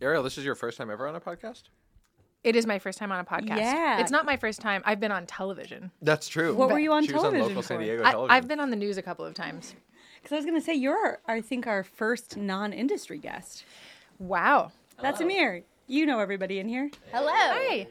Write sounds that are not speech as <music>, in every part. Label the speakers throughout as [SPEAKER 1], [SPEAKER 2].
[SPEAKER 1] Ariel, this is your first time ever on a podcast?
[SPEAKER 2] It is my first time on a podcast.
[SPEAKER 3] Yeah.
[SPEAKER 2] It's not my first time. I've been on television.
[SPEAKER 1] That's true.
[SPEAKER 3] What were you on
[SPEAKER 1] She was on
[SPEAKER 3] television
[SPEAKER 1] local San
[SPEAKER 3] for?
[SPEAKER 1] Diego television.
[SPEAKER 2] I, I've been on the news a couple of times.
[SPEAKER 3] Because I was going to say, you're, our, I think, our first non industry guest.
[SPEAKER 2] Wow.
[SPEAKER 3] That's Amir. You know everybody in here.
[SPEAKER 2] Hello. Hi.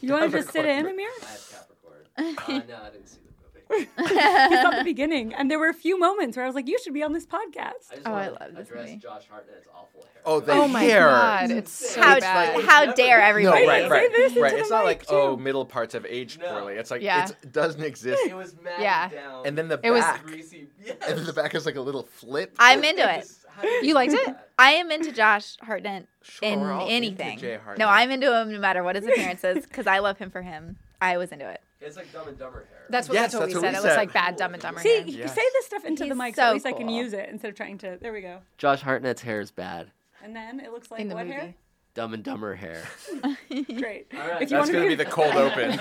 [SPEAKER 3] You want to just sit in, Amir?
[SPEAKER 4] That's
[SPEAKER 2] <laughs>
[SPEAKER 4] Capricorn. Uh, no, I didn't see the movie.
[SPEAKER 3] He saw the beginning. And there were a few moments where I was like, you should be on this podcast.
[SPEAKER 4] I just
[SPEAKER 2] Oh,
[SPEAKER 4] wanna
[SPEAKER 2] I love this
[SPEAKER 4] address
[SPEAKER 2] movie.
[SPEAKER 4] Josh Hartnett's awful hair.
[SPEAKER 1] Oh, the <laughs>
[SPEAKER 2] Oh my
[SPEAKER 1] hair.
[SPEAKER 2] god. It's so
[SPEAKER 5] how,
[SPEAKER 2] bad.
[SPEAKER 5] how dare
[SPEAKER 1] No,
[SPEAKER 5] everybody?
[SPEAKER 1] right, right,
[SPEAKER 3] this into
[SPEAKER 1] right.
[SPEAKER 3] the
[SPEAKER 1] It's not like
[SPEAKER 3] mic,
[SPEAKER 1] oh, middle parts have aged
[SPEAKER 4] No.
[SPEAKER 1] poorly. It's like
[SPEAKER 2] Yeah.
[SPEAKER 1] it's, it doesn't exist.
[SPEAKER 4] It was
[SPEAKER 2] <laughs>
[SPEAKER 4] mad
[SPEAKER 2] Yeah.
[SPEAKER 4] down.
[SPEAKER 1] And then the
[SPEAKER 2] It was-
[SPEAKER 1] back,
[SPEAKER 4] greasy. Yes.
[SPEAKER 1] and then the back is like a little flip.
[SPEAKER 5] I'm into it.
[SPEAKER 4] How did
[SPEAKER 2] You liked
[SPEAKER 4] do
[SPEAKER 2] it?
[SPEAKER 4] that?
[SPEAKER 5] <laughs> I am into Josh Hartnett
[SPEAKER 1] Sure,
[SPEAKER 5] in
[SPEAKER 1] we're all into
[SPEAKER 5] anything.
[SPEAKER 1] Jay Hartnett.
[SPEAKER 5] no, I'm into him no matter what his appearance is because I love him for him. I was into it.
[SPEAKER 4] It's like Dumb and Dumber hair.
[SPEAKER 2] That's what,
[SPEAKER 1] Yes,
[SPEAKER 2] that's what
[SPEAKER 1] that's
[SPEAKER 2] we
[SPEAKER 1] what
[SPEAKER 2] said.
[SPEAKER 1] we
[SPEAKER 2] It
[SPEAKER 1] said.
[SPEAKER 2] was like bad, dumb, and dumber.
[SPEAKER 3] See,
[SPEAKER 2] hair.
[SPEAKER 3] you
[SPEAKER 1] Yes.
[SPEAKER 3] say this stuff into the
[SPEAKER 5] He's
[SPEAKER 3] mic so at
[SPEAKER 5] so
[SPEAKER 3] least I can
[SPEAKER 5] cool.
[SPEAKER 3] use it instead of trying to. There we go.
[SPEAKER 4] Josh Hartnett's hair is bad.
[SPEAKER 3] And then it looks like
[SPEAKER 2] in the
[SPEAKER 3] what
[SPEAKER 2] movie.
[SPEAKER 3] hair?
[SPEAKER 4] Dumb and Dumber hair.
[SPEAKER 1] <laughs>
[SPEAKER 3] Great.
[SPEAKER 4] right.
[SPEAKER 3] If you
[SPEAKER 1] That's
[SPEAKER 3] wanna
[SPEAKER 1] going to be the cold open.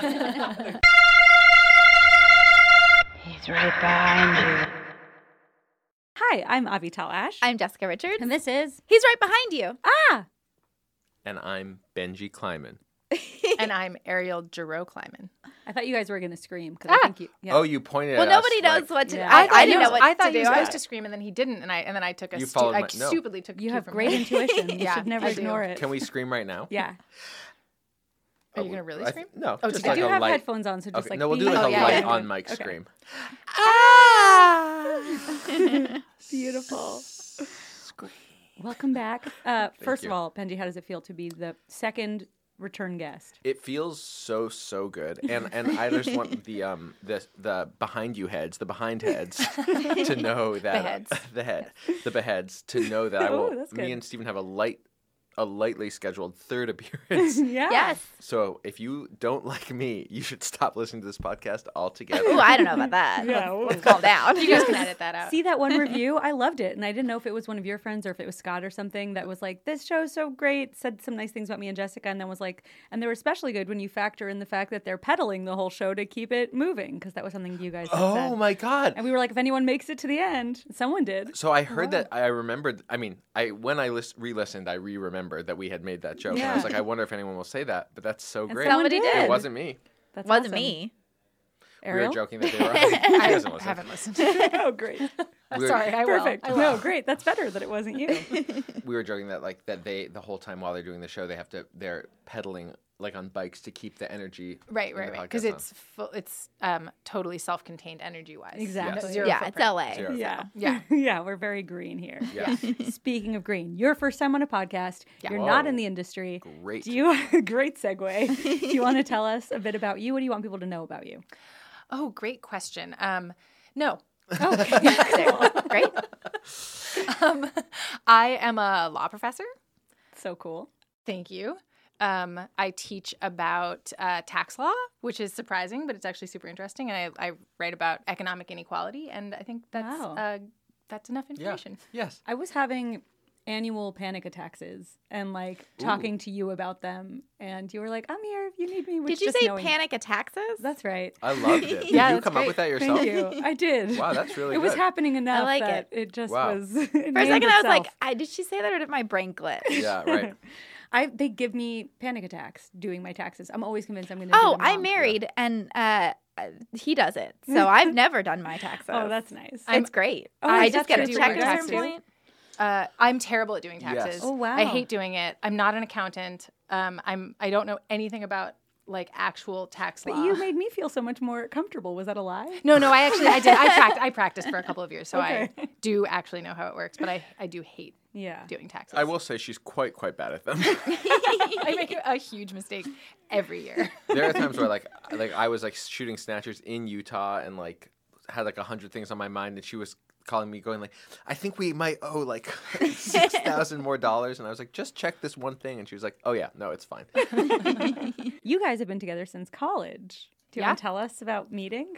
[SPEAKER 6] He's right behind you.
[SPEAKER 3] <laughs> Hi, I'm Avital Ash.
[SPEAKER 5] I'm Jessica Richards.
[SPEAKER 3] and this is
[SPEAKER 5] He's right behind you.
[SPEAKER 3] Ah.
[SPEAKER 1] and I'm Benji Kleiman.
[SPEAKER 2] And I'm Ariel Giroux Kleiman.
[SPEAKER 3] I thought you guys were gonna scream because
[SPEAKER 2] Ah.
[SPEAKER 3] I think you. Yeah.
[SPEAKER 1] Oh, you pointed.
[SPEAKER 5] Well,
[SPEAKER 1] at
[SPEAKER 5] nobody
[SPEAKER 1] us,
[SPEAKER 5] knows
[SPEAKER 1] like,
[SPEAKER 5] what to.
[SPEAKER 3] Yeah.
[SPEAKER 5] I,
[SPEAKER 3] I
[SPEAKER 5] I, didn't
[SPEAKER 2] was-
[SPEAKER 5] know what
[SPEAKER 2] I
[SPEAKER 5] to
[SPEAKER 2] thought
[SPEAKER 5] do.
[SPEAKER 2] he was supposed to scream, and then he didn't, and I and then I took a
[SPEAKER 1] You
[SPEAKER 2] stu-
[SPEAKER 1] followed
[SPEAKER 2] I
[SPEAKER 1] my- no.
[SPEAKER 2] stupidly took. a
[SPEAKER 3] you
[SPEAKER 2] cue
[SPEAKER 3] have
[SPEAKER 2] from
[SPEAKER 3] great
[SPEAKER 2] him.
[SPEAKER 3] intuition. You
[SPEAKER 2] <laughs> Yeah,
[SPEAKER 3] should never
[SPEAKER 2] I do.
[SPEAKER 3] ignore it.
[SPEAKER 1] Can we scream right now?
[SPEAKER 3] <laughs> Yeah.
[SPEAKER 2] Are you gonna really
[SPEAKER 1] I-
[SPEAKER 2] scream?
[SPEAKER 1] No.
[SPEAKER 2] Oh,
[SPEAKER 1] just
[SPEAKER 2] together.
[SPEAKER 1] like
[SPEAKER 3] I do
[SPEAKER 1] a
[SPEAKER 3] have
[SPEAKER 1] light.
[SPEAKER 3] headphones on, so just
[SPEAKER 1] Okay,
[SPEAKER 3] like
[SPEAKER 1] no, we'll do
[SPEAKER 3] be-
[SPEAKER 1] like a
[SPEAKER 2] Oh, yeah,
[SPEAKER 1] light
[SPEAKER 2] yeah.
[SPEAKER 1] on mic
[SPEAKER 3] Okay.
[SPEAKER 1] scream.
[SPEAKER 3] Beautiful.
[SPEAKER 1] <laughs>
[SPEAKER 3] Welcome back. Uh, first of
[SPEAKER 1] you.
[SPEAKER 3] all, Benji, how does it feel to be the second
[SPEAKER 1] <laughs>
[SPEAKER 3] return guest?
[SPEAKER 1] It feels so so good, and and I just
[SPEAKER 3] <laughs>
[SPEAKER 1] want the um the the behind you heads, the behind heads, to know that
[SPEAKER 2] Beheads.
[SPEAKER 1] <laughs> the head, the beheads, to know that I
[SPEAKER 3] Oh,
[SPEAKER 1] will.
[SPEAKER 3] that's good.
[SPEAKER 1] me and Stephen have a light, a lightly scheduled third appearance.
[SPEAKER 3] <laughs> Yeah.
[SPEAKER 5] Yes.
[SPEAKER 1] so if you don't like me, you should stop listening to this podcast altogether.
[SPEAKER 5] Ooh, I don't know about
[SPEAKER 2] <laughs>
[SPEAKER 5] that.
[SPEAKER 3] Yeah,
[SPEAKER 5] Let's, let's calm down.
[SPEAKER 2] You guys can edit that out.
[SPEAKER 3] See that one review? I loved it, and I didn't know if it was one of your friends or if it was Scott or something that was like, "This show's so great," said some nice things about me and Jessica, and then was like, "And they were especially good when you factor in the fact that they're pedaling the whole show to keep it moving," because that was something you guys. had
[SPEAKER 1] oh
[SPEAKER 3] said.
[SPEAKER 1] my god!
[SPEAKER 3] And we were like, if anyone makes it to the end, someone did.
[SPEAKER 1] So I heard that I remembered. I mean, I when I list, re-listened, I re-remembered that we had made that joke, and I was
[SPEAKER 3] Yeah.
[SPEAKER 1] like, I wonder if anyone will say that. But that's so great.
[SPEAKER 5] someone Somebody did.
[SPEAKER 1] It wasn't me.
[SPEAKER 3] That's
[SPEAKER 5] <laughs> wasn't
[SPEAKER 3] awesome.
[SPEAKER 5] me.
[SPEAKER 3] Ariel?
[SPEAKER 1] We were joking that they <laughs>
[SPEAKER 2] <laughs>
[SPEAKER 1] were. I doesn't
[SPEAKER 2] I
[SPEAKER 1] listen.
[SPEAKER 2] haven't listened.
[SPEAKER 3] <laughs> Oh, great.
[SPEAKER 1] We were-
[SPEAKER 2] <laughs> Sorry, I will.
[SPEAKER 3] Perfect.
[SPEAKER 2] I will.
[SPEAKER 3] No, great. That's better that it wasn't you.
[SPEAKER 1] we were joking that like that they the whole time while they're doing the show they have to they're pedaling like on bikes to keep the energy
[SPEAKER 2] Right,
[SPEAKER 1] in
[SPEAKER 2] right,
[SPEAKER 1] the
[SPEAKER 2] right.
[SPEAKER 1] podcast
[SPEAKER 2] Because
[SPEAKER 1] on.
[SPEAKER 2] it's full, it's um, totally self-contained energy-wise.
[SPEAKER 3] Exactly.
[SPEAKER 2] Zero
[SPEAKER 5] yeah,
[SPEAKER 2] footprint.
[SPEAKER 5] it's LA.
[SPEAKER 1] Zero.
[SPEAKER 3] yeah.
[SPEAKER 2] Yeah.
[SPEAKER 3] <laughs> yeah, we're very green here. <laughs>
[SPEAKER 1] yeah
[SPEAKER 3] Speaking of green, your first time on a podcast.
[SPEAKER 2] Yeah.
[SPEAKER 3] You're not
[SPEAKER 1] Whoa.
[SPEAKER 3] in the industry.
[SPEAKER 1] great
[SPEAKER 3] Do you <laughs> great segue? Do you <laughs> want to tell us a bit about you? What do you want people to know about you?
[SPEAKER 2] Oh, great question. Um,
[SPEAKER 3] <laughs>
[SPEAKER 2] no.
[SPEAKER 5] Great.
[SPEAKER 2] <laughs> Um, I am a law professor.
[SPEAKER 3] So cool.
[SPEAKER 2] Thank you. Um, I teach about uh, tax law, which is surprising, but it's actually super interesting. And I, I write about economic inequality, and I think that's
[SPEAKER 3] Wow.
[SPEAKER 2] uh, that's enough
[SPEAKER 1] yeah
[SPEAKER 2] information.
[SPEAKER 1] yes
[SPEAKER 3] I was having annual panic attacks and like talking to you about them, and you were like, "I'm here if you need me." which
[SPEAKER 5] Did you
[SPEAKER 3] just
[SPEAKER 5] say
[SPEAKER 3] knowing-
[SPEAKER 5] panic attacks?
[SPEAKER 3] That's right.
[SPEAKER 1] I loved
[SPEAKER 2] <laughs>
[SPEAKER 1] it did
[SPEAKER 2] Yeah,
[SPEAKER 1] you
[SPEAKER 2] that's
[SPEAKER 1] come up
[SPEAKER 2] great.
[SPEAKER 1] with that yourself <laughs>
[SPEAKER 3] Thank you. I did.
[SPEAKER 1] wow that's really
[SPEAKER 3] it was
[SPEAKER 1] good.
[SPEAKER 3] happening enough
[SPEAKER 5] like
[SPEAKER 3] that it, just
[SPEAKER 1] Wow.
[SPEAKER 3] was. <laughs>
[SPEAKER 5] For a second, I was like, I, did she say that or did my brain glitch?
[SPEAKER 1] yeah right
[SPEAKER 3] I they give me panic attacks doing my taxes. I'm always convinced I'm going to.
[SPEAKER 5] Oh, I'm married and uh, he does it.
[SPEAKER 2] <laughs>
[SPEAKER 5] So I've never done my taxes.
[SPEAKER 3] Oh, that's nice.
[SPEAKER 2] I'm-
[SPEAKER 5] it's great.
[SPEAKER 3] Oh,
[SPEAKER 5] I
[SPEAKER 3] is
[SPEAKER 5] just
[SPEAKER 3] that
[SPEAKER 5] get a
[SPEAKER 3] true? Do
[SPEAKER 5] check
[SPEAKER 3] your
[SPEAKER 5] at a
[SPEAKER 3] taxes?
[SPEAKER 5] certain point.
[SPEAKER 2] Uh, I'm terrible at doing
[SPEAKER 1] Yes.
[SPEAKER 2] taxes.
[SPEAKER 3] Oh, wow.
[SPEAKER 2] I hate doing it. I'm not an accountant. Um, I'm I don't know anything about like actual tax
[SPEAKER 3] But
[SPEAKER 2] law.
[SPEAKER 3] you made me feel so much more comfortable. Was that
[SPEAKER 2] <laughs>
[SPEAKER 3] a lie?
[SPEAKER 2] no, no, I actually I did. I, pract- I practiced for a couple of years, so I do actually know how it works. But I, I do hate
[SPEAKER 3] Yeah.
[SPEAKER 2] doing taxes.
[SPEAKER 1] I will say she's quite quite bad at
[SPEAKER 2] <laughs>
[SPEAKER 1] them
[SPEAKER 2] I make a huge mistake every year.
[SPEAKER 1] there are times where like like I was like shooting snatchers in Utah and like had like a hundred things on my mind and she was calling me going like I think we might owe like <laughs> six thousand more dollars and I was like just check this one thing and she was like oh yeah no it's
[SPEAKER 2] <laughs>
[SPEAKER 1] fine
[SPEAKER 3] You guys have been together since college. Do you
[SPEAKER 2] Yeah.
[SPEAKER 3] want to tell us about meeting?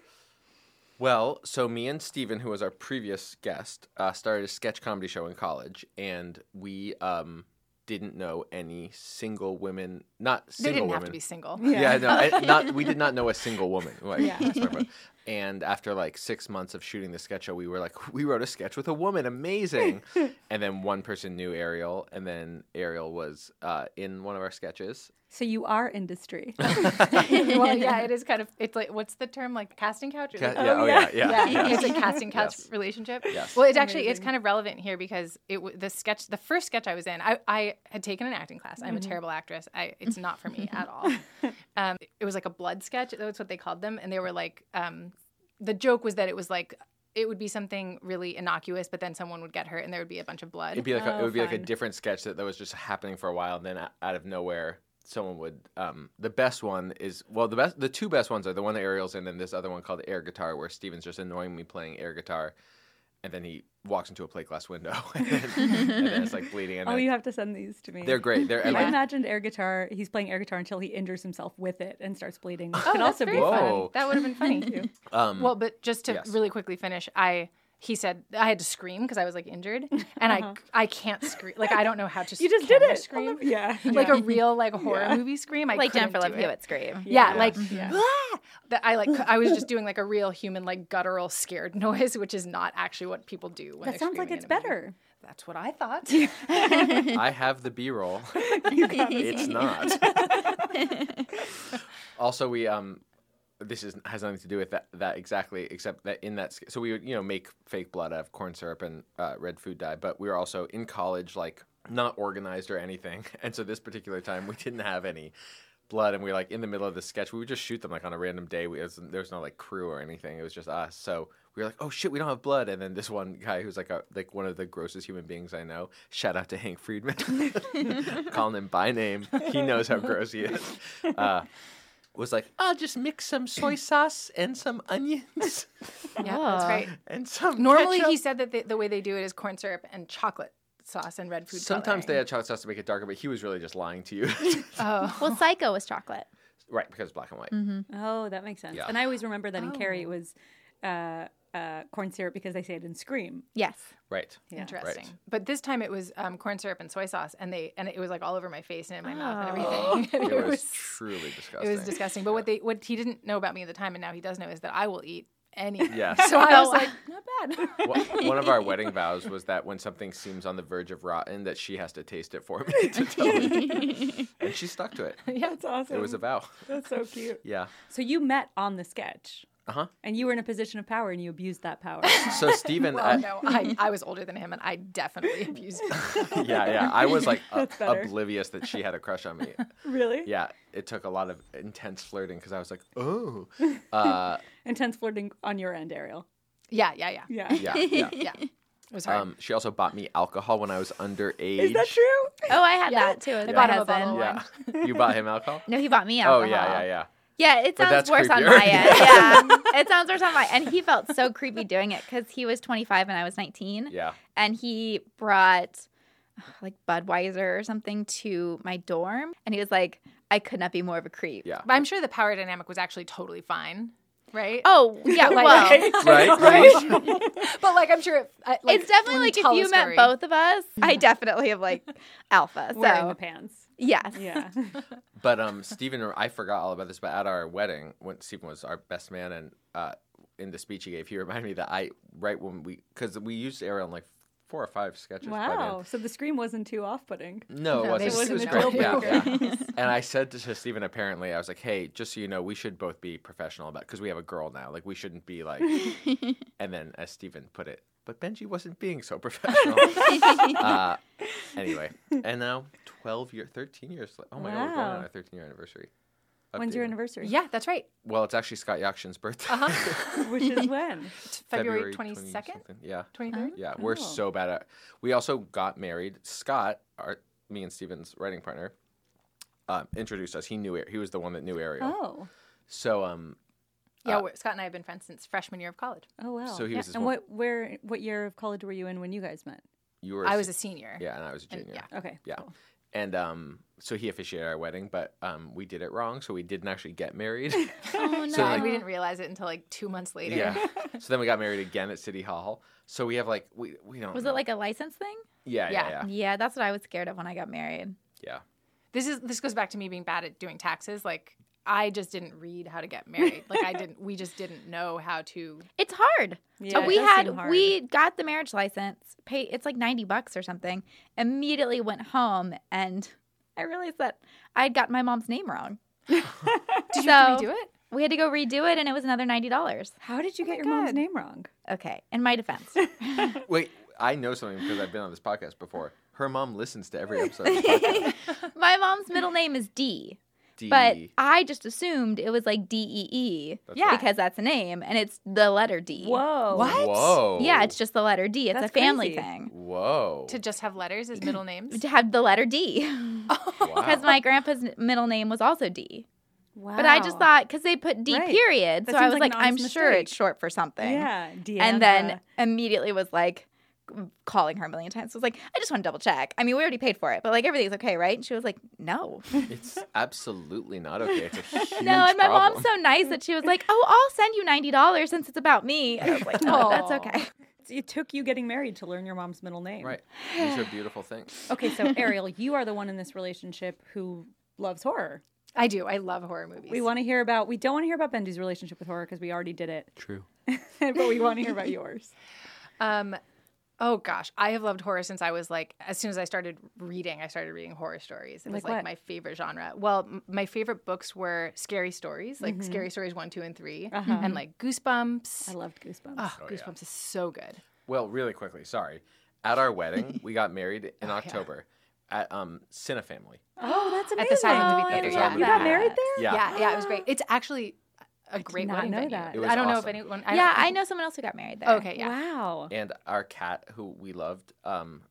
[SPEAKER 1] Well, so me and Steven, who was our previous guest, uh, started a sketch comedy show in college, and we um, didn't know any single women. Not
[SPEAKER 2] they
[SPEAKER 1] single
[SPEAKER 2] didn't
[SPEAKER 1] women.
[SPEAKER 3] <laughs>
[SPEAKER 2] have to be single. <laughs>
[SPEAKER 1] Yeah, no, I, not we did not know a single woman. Right,
[SPEAKER 3] Yeah.
[SPEAKER 1] that's my point. And after like six months of shooting the sketch show, we were like, we wrote a sketch with a woman,
[SPEAKER 3] <laughs>
[SPEAKER 1] amazing. and then one person knew Ariel, and then Ariel was uh, in one of our sketches.
[SPEAKER 3] So you are
[SPEAKER 1] <laughs>
[SPEAKER 3] industry.
[SPEAKER 2] well, yeah, it is kind of. It's like what's the term like casting couch? Or
[SPEAKER 1] Ca-
[SPEAKER 2] like-
[SPEAKER 1] yeah, oh yeah, yeah. <laughs>
[SPEAKER 2] yeah,
[SPEAKER 1] yes.
[SPEAKER 2] it's a casting couch
[SPEAKER 1] Yes.
[SPEAKER 2] relationship.
[SPEAKER 1] Yes.
[SPEAKER 2] Well, it actually it's
[SPEAKER 3] Amazing.
[SPEAKER 2] kind of relevant here because it w- the sketch, the first sketch I was in, I, I had taken an acting class. I'm a terrible actress. I it's not for <laughs> me at all. Um, it was like a blood sketch. That's what they called them, and they were like, um, the joke was that it was like it would be something really innocuous, but then someone would get hurt, and there would be a bunch of blood.
[SPEAKER 1] It'd be like a,
[SPEAKER 3] Oh,
[SPEAKER 1] it would be like a
[SPEAKER 3] fun.
[SPEAKER 1] different sketch that, that was just happening for a while, and then o- out of nowhere, someone would. Um, the best one is well, the best the two best ones are the one that Ariel's in, and this other one called Air Guitar, where Steven's just annoying me playing air guitar, and then he walks into a plate glass window, <laughs> and then, and then it's like bleeding. And
[SPEAKER 3] <laughs> oh,
[SPEAKER 1] then-
[SPEAKER 3] you have to send these to me.
[SPEAKER 1] they're great. They're and,
[SPEAKER 3] I
[SPEAKER 1] like,
[SPEAKER 3] imagined air guitar. He's playing air guitar until he injures himself with it and starts bleeding. Which
[SPEAKER 2] Oh,
[SPEAKER 3] could
[SPEAKER 2] that's
[SPEAKER 3] also be
[SPEAKER 2] very
[SPEAKER 1] fun.
[SPEAKER 3] fun.
[SPEAKER 1] Whoa.
[SPEAKER 2] That would have been <laughs> funny.
[SPEAKER 1] um,
[SPEAKER 2] Well, but just to
[SPEAKER 1] Yes.
[SPEAKER 2] really quickly finish, I he said I had to scream because I was like
[SPEAKER 3] <laughs>
[SPEAKER 2] injured, and I I can't scream. Like I don't know how to.
[SPEAKER 3] Uh-huh. You just did
[SPEAKER 2] camera
[SPEAKER 3] it.
[SPEAKER 2] Scream
[SPEAKER 3] Yeah.
[SPEAKER 2] like
[SPEAKER 3] yeah.
[SPEAKER 2] a real like horror
[SPEAKER 3] Yeah.
[SPEAKER 2] movie scream. I
[SPEAKER 5] like
[SPEAKER 2] couldn't
[SPEAKER 5] Jennifer Love
[SPEAKER 2] do it.
[SPEAKER 5] Hewitt scream.
[SPEAKER 2] Yeah,
[SPEAKER 1] Yeah.
[SPEAKER 2] like <laughs>
[SPEAKER 3] Yeah.
[SPEAKER 2] "Ah!" that. I like. I was just doing like a real human like guttural scared <laughs> noise, which is not actually what people do. when
[SPEAKER 3] that
[SPEAKER 2] they're
[SPEAKER 3] sounds like
[SPEAKER 2] screaming
[SPEAKER 3] it's
[SPEAKER 2] in a movie.
[SPEAKER 3] better.
[SPEAKER 2] That's what I
[SPEAKER 3] <laughs>
[SPEAKER 2] thought.
[SPEAKER 1] I have the B roll. it's not. also, we um, this is has nothing to do with that, that exactly, except that in that sk- so we would you know make fake blood out of corn syrup and uh, red food dye, but we were also in college like not organized or anything, <laughs> and so this particular time we didn't have any blood and we were like in the middle of the sketch we would just shoot them like on a random day we, it was, there was no like crew or anything it was just us so we were like oh shit we don't have blood and then this one guy who's like a, like one of the grossest human beings i know shout out to hank friedman <laughs> calling him by name he knows how gross he is uh, was like i'll just mix some soy sauce and some onions
[SPEAKER 2] yeah, that's right.
[SPEAKER 1] and some
[SPEAKER 2] Normally,
[SPEAKER 1] ketchup."
[SPEAKER 2] he said that the, the way they do it is corn syrup and chocolate sauce and red food.
[SPEAKER 1] sometimes they
[SPEAKER 2] coloring.
[SPEAKER 1] add chocolate sauce to make it darker but he was really just lying
[SPEAKER 2] <laughs>
[SPEAKER 1] to you
[SPEAKER 2] Oh.
[SPEAKER 5] <laughs> Well, Psycho was chocolate.
[SPEAKER 1] right because it's black and white
[SPEAKER 2] Mm-hmm.
[SPEAKER 3] Oh, that makes sense.
[SPEAKER 1] Yeah.
[SPEAKER 3] And I always remember that in Carrie
[SPEAKER 2] Oh.
[SPEAKER 3] it was uh, uh, corn syrup because they say it in Scream.
[SPEAKER 5] Yes.
[SPEAKER 1] right
[SPEAKER 3] Yeah.
[SPEAKER 2] Interesting. But this time it was um, corn syrup and soy sauce, and they and it was like all over my face and in my mouth and
[SPEAKER 5] Oh.
[SPEAKER 2] everything. <laughs> And
[SPEAKER 1] it, was,
[SPEAKER 2] was,
[SPEAKER 1] truly
[SPEAKER 2] it
[SPEAKER 1] disgusting
[SPEAKER 2] was disgusting. But what they what he didn't know about me at the time, and now he does know, is that I will eat anything.
[SPEAKER 1] Yes.
[SPEAKER 2] <laughs> So I was
[SPEAKER 1] <laughs>
[SPEAKER 5] Oh,
[SPEAKER 2] like, not
[SPEAKER 3] <laughs>
[SPEAKER 2] bad.
[SPEAKER 1] Wha- One of our wedding vows was that when something seems on the verge of rotten, that she has to taste it for me to tell me. and she stuck to it.
[SPEAKER 2] yeah.
[SPEAKER 3] That's awesome.
[SPEAKER 1] It was a vow.
[SPEAKER 3] That's
[SPEAKER 1] <laughs>
[SPEAKER 3] so cute.
[SPEAKER 1] Yeah.
[SPEAKER 3] So you met on the sketch.
[SPEAKER 1] Uh huh.
[SPEAKER 3] And you were in a position of power and you abused that
[SPEAKER 1] <laughs>
[SPEAKER 3] power.
[SPEAKER 1] So Stephen,
[SPEAKER 2] Well,
[SPEAKER 1] uh,
[SPEAKER 2] no, I, I was older than him, and I definitely abused him.
[SPEAKER 1] <laughs> yeah, yeah, I was like o-
[SPEAKER 3] <laughs> That's better.
[SPEAKER 1] oblivious that she had a crush on me.
[SPEAKER 3] really?
[SPEAKER 1] Yeah, it took a lot of intense flirting because I was like, oh, uh,
[SPEAKER 3] Intense flirting on your end, Ariel.
[SPEAKER 2] Yeah, yeah, yeah,
[SPEAKER 3] Yeah.
[SPEAKER 1] yeah,
[SPEAKER 3] <laughs>
[SPEAKER 1] yeah.
[SPEAKER 5] <laughs>
[SPEAKER 2] yeah. It was hard.
[SPEAKER 1] Um, she also bought me alcohol when I was underage.
[SPEAKER 3] Is
[SPEAKER 1] <laughs>
[SPEAKER 3] that true?
[SPEAKER 5] <laughs> Oh, I had
[SPEAKER 2] Yeah.
[SPEAKER 5] that too. With
[SPEAKER 2] I
[SPEAKER 5] my
[SPEAKER 2] bought him a
[SPEAKER 5] husband.
[SPEAKER 2] bottle.
[SPEAKER 1] Yeah, you bought him
[SPEAKER 3] <laughs>
[SPEAKER 1] alcohol.
[SPEAKER 5] No, he bought me alcohol.
[SPEAKER 1] Oh yeah, yeah, yeah.
[SPEAKER 5] Yeah, it
[SPEAKER 1] But
[SPEAKER 5] sounds
[SPEAKER 1] that's
[SPEAKER 5] worse on
[SPEAKER 1] creepier.
[SPEAKER 5] my
[SPEAKER 1] <laughs>
[SPEAKER 5] end. <laughs> Yeah, it sounds worse on my. And he felt so creepy doing it because he was 25 and I was 19,
[SPEAKER 1] Yeah.
[SPEAKER 5] and he brought uh, like Budweiser or something to my dorm, and he was like, "I could not be more of a creep."
[SPEAKER 1] Yeah.
[SPEAKER 2] but I'm sure the power dynamic was actually totally fine, right?
[SPEAKER 5] Oh
[SPEAKER 3] <laughs>
[SPEAKER 5] yeah, <laughs> well,
[SPEAKER 1] Right?
[SPEAKER 2] but like I'm sure it, I, like,
[SPEAKER 5] it's definitely
[SPEAKER 2] when
[SPEAKER 5] like if
[SPEAKER 2] tell the
[SPEAKER 5] you met
[SPEAKER 2] story-
[SPEAKER 5] both of us, I definitely am like alpha.
[SPEAKER 1] <laughs>
[SPEAKER 3] Wearing the
[SPEAKER 5] So
[SPEAKER 3] pants.
[SPEAKER 5] yes,
[SPEAKER 3] Yeah.
[SPEAKER 1] But um, Stephen, I forgot all about this. But at our wedding, when Stephen was our best man, and uh, in the speech he gave, he reminded me that I right when we because we used Ariel in like four or five sketches. by then.
[SPEAKER 3] wow. So the scream wasn't too off putting.
[SPEAKER 1] No,
[SPEAKER 2] No,
[SPEAKER 1] it
[SPEAKER 2] they
[SPEAKER 1] wasn't.
[SPEAKER 2] wouldn't
[SPEAKER 1] It was
[SPEAKER 2] have
[SPEAKER 1] great. Yeah,
[SPEAKER 2] known.
[SPEAKER 1] yeah. and I said to Stephen, apparently, I was like, "Hey, just so you know, we should both be professional about because we have a girl now. Like, we shouldn't be like." and then, as Stephen put it, but Benji wasn't being so <laughs> professional. uh, anyway, and now twelve year, thirteen years. la- Oh my god, we're going on
[SPEAKER 3] Wow.
[SPEAKER 1] our thirteen year anniversary. of
[SPEAKER 3] When's your
[SPEAKER 1] dating.
[SPEAKER 3] anniversary?
[SPEAKER 2] Yeah, that's right.
[SPEAKER 1] Well, it's actually Scott Yakshin's birthday. <laughs>
[SPEAKER 2] Uh-huh.
[SPEAKER 3] Which
[SPEAKER 2] <laughs>
[SPEAKER 3] is when?
[SPEAKER 2] It's February
[SPEAKER 1] 20
[SPEAKER 2] 22nd,
[SPEAKER 1] something. Yeah.
[SPEAKER 2] 23rd.
[SPEAKER 5] Uh-huh.
[SPEAKER 1] Yeah. We're
[SPEAKER 3] Oh.
[SPEAKER 1] so bad at We also got married. Scott, our me and Steven's writing partner, um, introduced us. He knew Ar- he was the one that knew Ariel.
[SPEAKER 3] Oh.
[SPEAKER 1] So um
[SPEAKER 2] Yeah,
[SPEAKER 1] Uh,
[SPEAKER 2] we're- Scott and I have been friends since freshman year of college.
[SPEAKER 3] Oh wow.
[SPEAKER 1] So he was this
[SPEAKER 3] and
[SPEAKER 1] one-
[SPEAKER 3] what where what year of college were you in when you guys met?
[SPEAKER 1] you were
[SPEAKER 2] I was a
[SPEAKER 1] se-
[SPEAKER 2] senior.
[SPEAKER 1] Yeah, and I was a
[SPEAKER 2] And-
[SPEAKER 1] junior.
[SPEAKER 2] yeah. Oh.
[SPEAKER 3] Okay.
[SPEAKER 1] Yeah. And um so he officiated our wedding, but um we did it wrong, so we didn't actually get
[SPEAKER 2] <laughs>
[SPEAKER 1] married.
[SPEAKER 5] oh no, <laughs>
[SPEAKER 1] So,
[SPEAKER 2] and
[SPEAKER 1] like-
[SPEAKER 2] we didn't realize it until like two months later.
[SPEAKER 1] yeah.
[SPEAKER 2] <laughs>
[SPEAKER 1] So then we got married again at City Hall. So we have like we we don't
[SPEAKER 5] was
[SPEAKER 1] know.
[SPEAKER 5] it like a license thing?
[SPEAKER 1] yeah, yeah,
[SPEAKER 2] Yeah.
[SPEAKER 1] yeah.
[SPEAKER 5] Yeah, that's what I was scared of when I got married.
[SPEAKER 1] Yeah.
[SPEAKER 2] This is this goes back to me being bad at doing taxes. Like I just didn't read how to get married. Like I didn't. We just didn't know how to.
[SPEAKER 5] It's hard.
[SPEAKER 3] Yeah,
[SPEAKER 5] Uh,
[SPEAKER 3] it
[SPEAKER 5] we
[SPEAKER 3] does seem
[SPEAKER 5] had
[SPEAKER 3] hard.
[SPEAKER 5] we got the marriage license. Pay it's like ninety bucks or something. Immediately went home and I realized that I'd got my mom's name wrong.
[SPEAKER 2] Did you
[SPEAKER 5] So-
[SPEAKER 2] have to redo it?
[SPEAKER 5] We had to go redo it, and it was another ninety dollars.
[SPEAKER 3] How did you get your
[SPEAKER 2] God.
[SPEAKER 3] mom's name wrong?
[SPEAKER 5] Okay, in my defense,
[SPEAKER 1] Wait, I know something because I've been on this podcast before. Her mom listens to every episode. Of
[SPEAKER 2] <laughs>
[SPEAKER 1] the podcast.
[SPEAKER 5] my mom's middle name is D,
[SPEAKER 1] D.
[SPEAKER 5] but I just assumed it was like D E E
[SPEAKER 1] That's
[SPEAKER 2] Yeah.
[SPEAKER 5] because that's a name, and it's the letter D.
[SPEAKER 3] Whoa.
[SPEAKER 2] What?
[SPEAKER 1] Whoa.
[SPEAKER 5] Yeah, it's just the letter D. It's
[SPEAKER 3] That's
[SPEAKER 5] a family
[SPEAKER 3] crazy.
[SPEAKER 5] thing.
[SPEAKER 1] Whoa.
[SPEAKER 2] To <laughs> just have letters as middle names.
[SPEAKER 5] To have the letter D, <laughs> because
[SPEAKER 1] wow.
[SPEAKER 5] my grandpa's middle name was also D.
[SPEAKER 3] Wow.
[SPEAKER 5] But I just thought because they put D
[SPEAKER 3] Right.
[SPEAKER 5] period,
[SPEAKER 3] That
[SPEAKER 5] so I
[SPEAKER 3] seems
[SPEAKER 5] was
[SPEAKER 3] like
[SPEAKER 5] like,
[SPEAKER 3] an
[SPEAKER 5] I'm
[SPEAKER 3] honest
[SPEAKER 5] sure it's
[SPEAKER 3] mistake.
[SPEAKER 5] short for something.
[SPEAKER 3] Yeah. Deandra.
[SPEAKER 5] And then immediately was like mm, calling her a million times. was like, I just want to double check. I mean, we already paid for it, but like everything's okay, right? And she was like,
[SPEAKER 2] <laughs>
[SPEAKER 5] No.
[SPEAKER 1] <laughs> it's absolutely not okay. It's a huge
[SPEAKER 5] no, and my
[SPEAKER 1] problem.
[SPEAKER 5] mom's so nice that she was like, Oh, I'll send you ninety dollars since it's about me. And I
[SPEAKER 3] <laughs>
[SPEAKER 5] was like, Oh, that's
[SPEAKER 2] Aw.
[SPEAKER 5] okay.
[SPEAKER 3] it took you getting married to learn your mom's middle name.
[SPEAKER 1] Right. These are beautiful things.
[SPEAKER 3] Okay, so Ariel, you are the one in this relationship who loves horror.
[SPEAKER 2] <clears throat> I do. I love horror movies.
[SPEAKER 3] We want to hear about. We don't want to hear about Benji's relationship with horror because we already did it,
[SPEAKER 4] <laughs> True.
[SPEAKER 3] but we want to hear <laughs> about yours.
[SPEAKER 2] Um, oh gosh, I have loved horror since I was like, as soon as I started reading, I started reading horror stories. It was
[SPEAKER 3] Like
[SPEAKER 2] like
[SPEAKER 3] what?
[SPEAKER 2] my favorite genre. Well, m- my favorite books were scary stories, like Scary Stories One, Two, and 3 and like Goosebumps.
[SPEAKER 3] I loved Goosebumps.
[SPEAKER 1] Ah.
[SPEAKER 2] Oh, Goosebumps is so good.
[SPEAKER 1] Well, really quickly, sorry. At our wedding, we got married in October at um Cine Family.
[SPEAKER 3] oh, that's amazing!
[SPEAKER 2] At the silent
[SPEAKER 5] amazing.
[SPEAKER 2] movie
[SPEAKER 5] Oh, I
[SPEAKER 2] theater.
[SPEAKER 1] love
[SPEAKER 2] Yeah,
[SPEAKER 3] You
[SPEAKER 1] that.
[SPEAKER 3] got married there?
[SPEAKER 1] Yeah.
[SPEAKER 2] yeah, yeah, it was great. It's actually a great
[SPEAKER 3] not
[SPEAKER 2] wedding
[SPEAKER 3] know
[SPEAKER 2] venue.
[SPEAKER 3] that.
[SPEAKER 1] It was
[SPEAKER 2] I don't know if
[SPEAKER 1] awesome.
[SPEAKER 2] anyone. I
[SPEAKER 5] Yeah,
[SPEAKER 2] don't-
[SPEAKER 5] I know someone else who got married there.
[SPEAKER 2] Okay, yeah,
[SPEAKER 3] Wow.
[SPEAKER 1] And our cat, who we loved, um,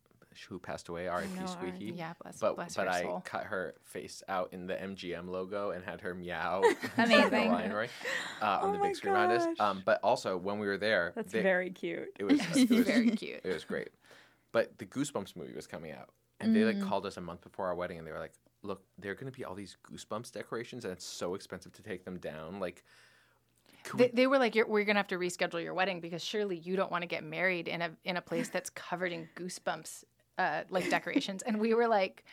[SPEAKER 1] who passed away, R.I.P.
[SPEAKER 3] know,
[SPEAKER 1] Squeaky.
[SPEAKER 2] yeah. Bless,
[SPEAKER 1] But
[SPEAKER 2] bless
[SPEAKER 1] but
[SPEAKER 2] her
[SPEAKER 1] I
[SPEAKER 2] soul.
[SPEAKER 1] cut her face out in the MGM logo and had her meow. <laughs> the
[SPEAKER 5] Amazing.
[SPEAKER 1] Lion Roy, uh, on
[SPEAKER 3] Oh
[SPEAKER 1] the
[SPEAKER 3] my
[SPEAKER 1] big screen around us.
[SPEAKER 3] gosh.
[SPEAKER 1] Um, but also when we were there,
[SPEAKER 3] That's
[SPEAKER 1] they-
[SPEAKER 3] very cute.
[SPEAKER 1] it was <laughs> it was
[SPEAKER 2] <laughs> Very cute.
[SPEAKER 1] It was great. But the Goosebumps movie was coming out, and they
[SPEAKER 2] Mm.
[SPEAKER 1] like called us a month before our wedding, and they were like, "Look, there are going to be all these Goosebumps decorations, and it's so expensive to take them down. Like,
[SPEAKER 2] They, they were like, You're, "We're gonna have to reschedule your wedding because surely you don't want to get married in a in a place that's covered in goosebumps uh, like decorations." And we were like,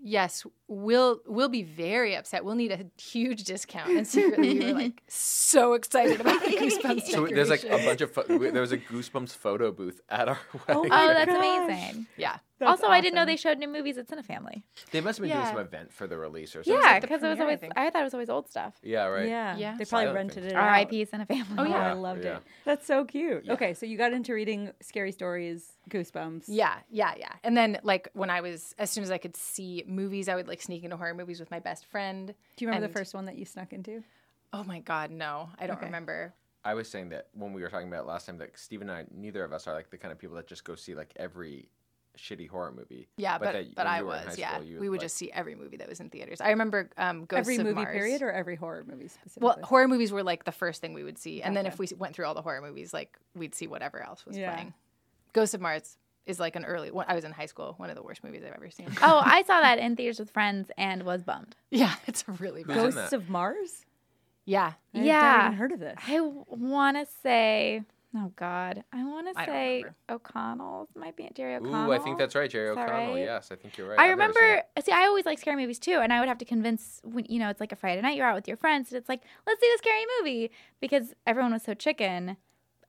[SPEAKER 2] "Yes, we'll we'll be very upset. We'll need a huge discount." And secretly, we were
[SPEAKER 3] <laughs>
[SPEAKER 2] like so excited about the goosebumps.
[SPEAKER 1] so there's like a
[SPEAKER 2] decorations.
[SPEAKER 1] bunch of pho- we- there was a Goosebumps photo booth <laughs> at our wedding.
[SPEAKER 5] Oh,
[SPEAKER 3] my
[SPEAKER 5] that's
[SPEAKER 3] gosh.
[SPEAKER 5] amazing.
[SPEAKER 2] yeah.
[SPEAKER 3] That's
[SPEAKER 5] also, I didn't know
[SPEAKER 3] awesome.
[SPEAKER 5] they showed new movies at Cine Family.
[SPEAKER 1] They must have been
[SPEAKER 2] Yeah.
[SPEAKER 1] doing some event for the release or something.
[SPEAKER 5] Yeah,
[SPEAKER 2] the
[SPEAKER 5] because it was
[SPEAKER 2] premiere, I
[SPEAKER 5] always
[SPEAKER 2] think.
[SPEAKER 5] I thought it was always old stuff.
[SPEAKER 1] yeah, right.
[SPEAKER 3] Yeah.
[SPEAKER 2] Yeah.
[SPEAKER 3] They probably
[SPEAKER 1] Silent
[SPEAKER 3] rented
[SPEAKER 1] thing.
[SPEAKER 3] it. out.
[SPEAKER 5] R.I.P. Cine Family.
[SPEAKER 2] Oh,
[SPEAKER 3] Oh,
[SPEAKER 2] yeah.
[SPEAKER 3] I loved
[SPEAKER 1] yeah.
[SPEAKER 3] it. That's so cute.
[SPEAKER 1] Yeah.
[SPEAKER 3] Okay, so you got into reading scary stories, Goosebumps.
[SPEAKER 2] Yeah, yeah, yeah. And then like when I was as soon as I could see movies, I would like sneak into horror movies with my best friend.
[SPEAKER 3] Do you remember
[SPEAKER 2] And-
[SPEAKER 3] the first one that you snuck into?
[SPEAKER 2] Oh my god, no. I don't remember.
[SPEAKER 1] I was saying that when we were talking about last time that Steve and I, neither of us are like the kind of people that just go see like every shitty horror movie.
[SPEAKER 2] Yeah, but
[SPEAKER 1] that
[SPEAKER 2] but
[SPEAKER 1] when
[SPEAKER 2] I
[SPEAKER 1] you were in
[SPEAKER 2] was,
[SPEAKER 1] high
[SPEAKER 2] yeah.
[SPEAKER 1] school, you,
[SPEAKER 2] we would
[SPEAKER 1] like-
[SPEAKER 2] just see every movie that was in theaters. I remember um Ghosts
[SPEAKER 3] every
[SPEAKER 2] of
[SPEAKER 3] movie
[SPEAKER 2] Mars.
[SPEAKER 3] period or every horror movie specifically?
[SPEAKER 2] well, horror movies were like the first thing we would see. And then
[SPEAKER 3] Gotcha.
[SPEAKER 2] if we s- went through all the horror movies, like we'd see whatever else was
[SPEAKER 3] Yeah.
[SPEAKER 2] playing. Ghosts of Mars is like an early one. I was in high school, one of the worst movies I've ever seen.
[SPEAKER 5] <laughs> Oh, I saw that in theaters with friends and was bummed.
[SPEAKER 2] <laughs> yeah, it's really bad.
[SPEAKER 1] Who's in
[SPEAKER 3] Ghosts
[SPEAKER 1] that?
[SPEAKER 3] of Mars?
[SPEAKER 2] Yeah.
[SPEAKER 3] I've never
[SPEAKER 5] Yeah.
[SPEAKER 3] even heard of this.
[SPEAKER 5] I want to say, oh God, I want to
[SPEAKER 2] I don't
[SPEAKER 5] say
[SPEAKER 2] remember.
[SPEAKER 5] O'Connell miit might be Jerry O'Connell.
[SPEAKER 1] Ooh, I think that's right, Jerry
[SPEAKER 5] Is that
[SPEAKER 1] O'Connell.
[SPEAKER 5] right?
[SPEAKER 1] Yes, I think you're right.
[SPEAKER 5] I
[SPEAKER 1] I've never seen it.
[SPEAKER 5] remember. See, I always like scary movies too, and I would have to convince when you know it's like a Friday night, you're out with your friends, and it's like let's see the scary movie because everyone was so chicken.
[SPEAKER 3] <laughs>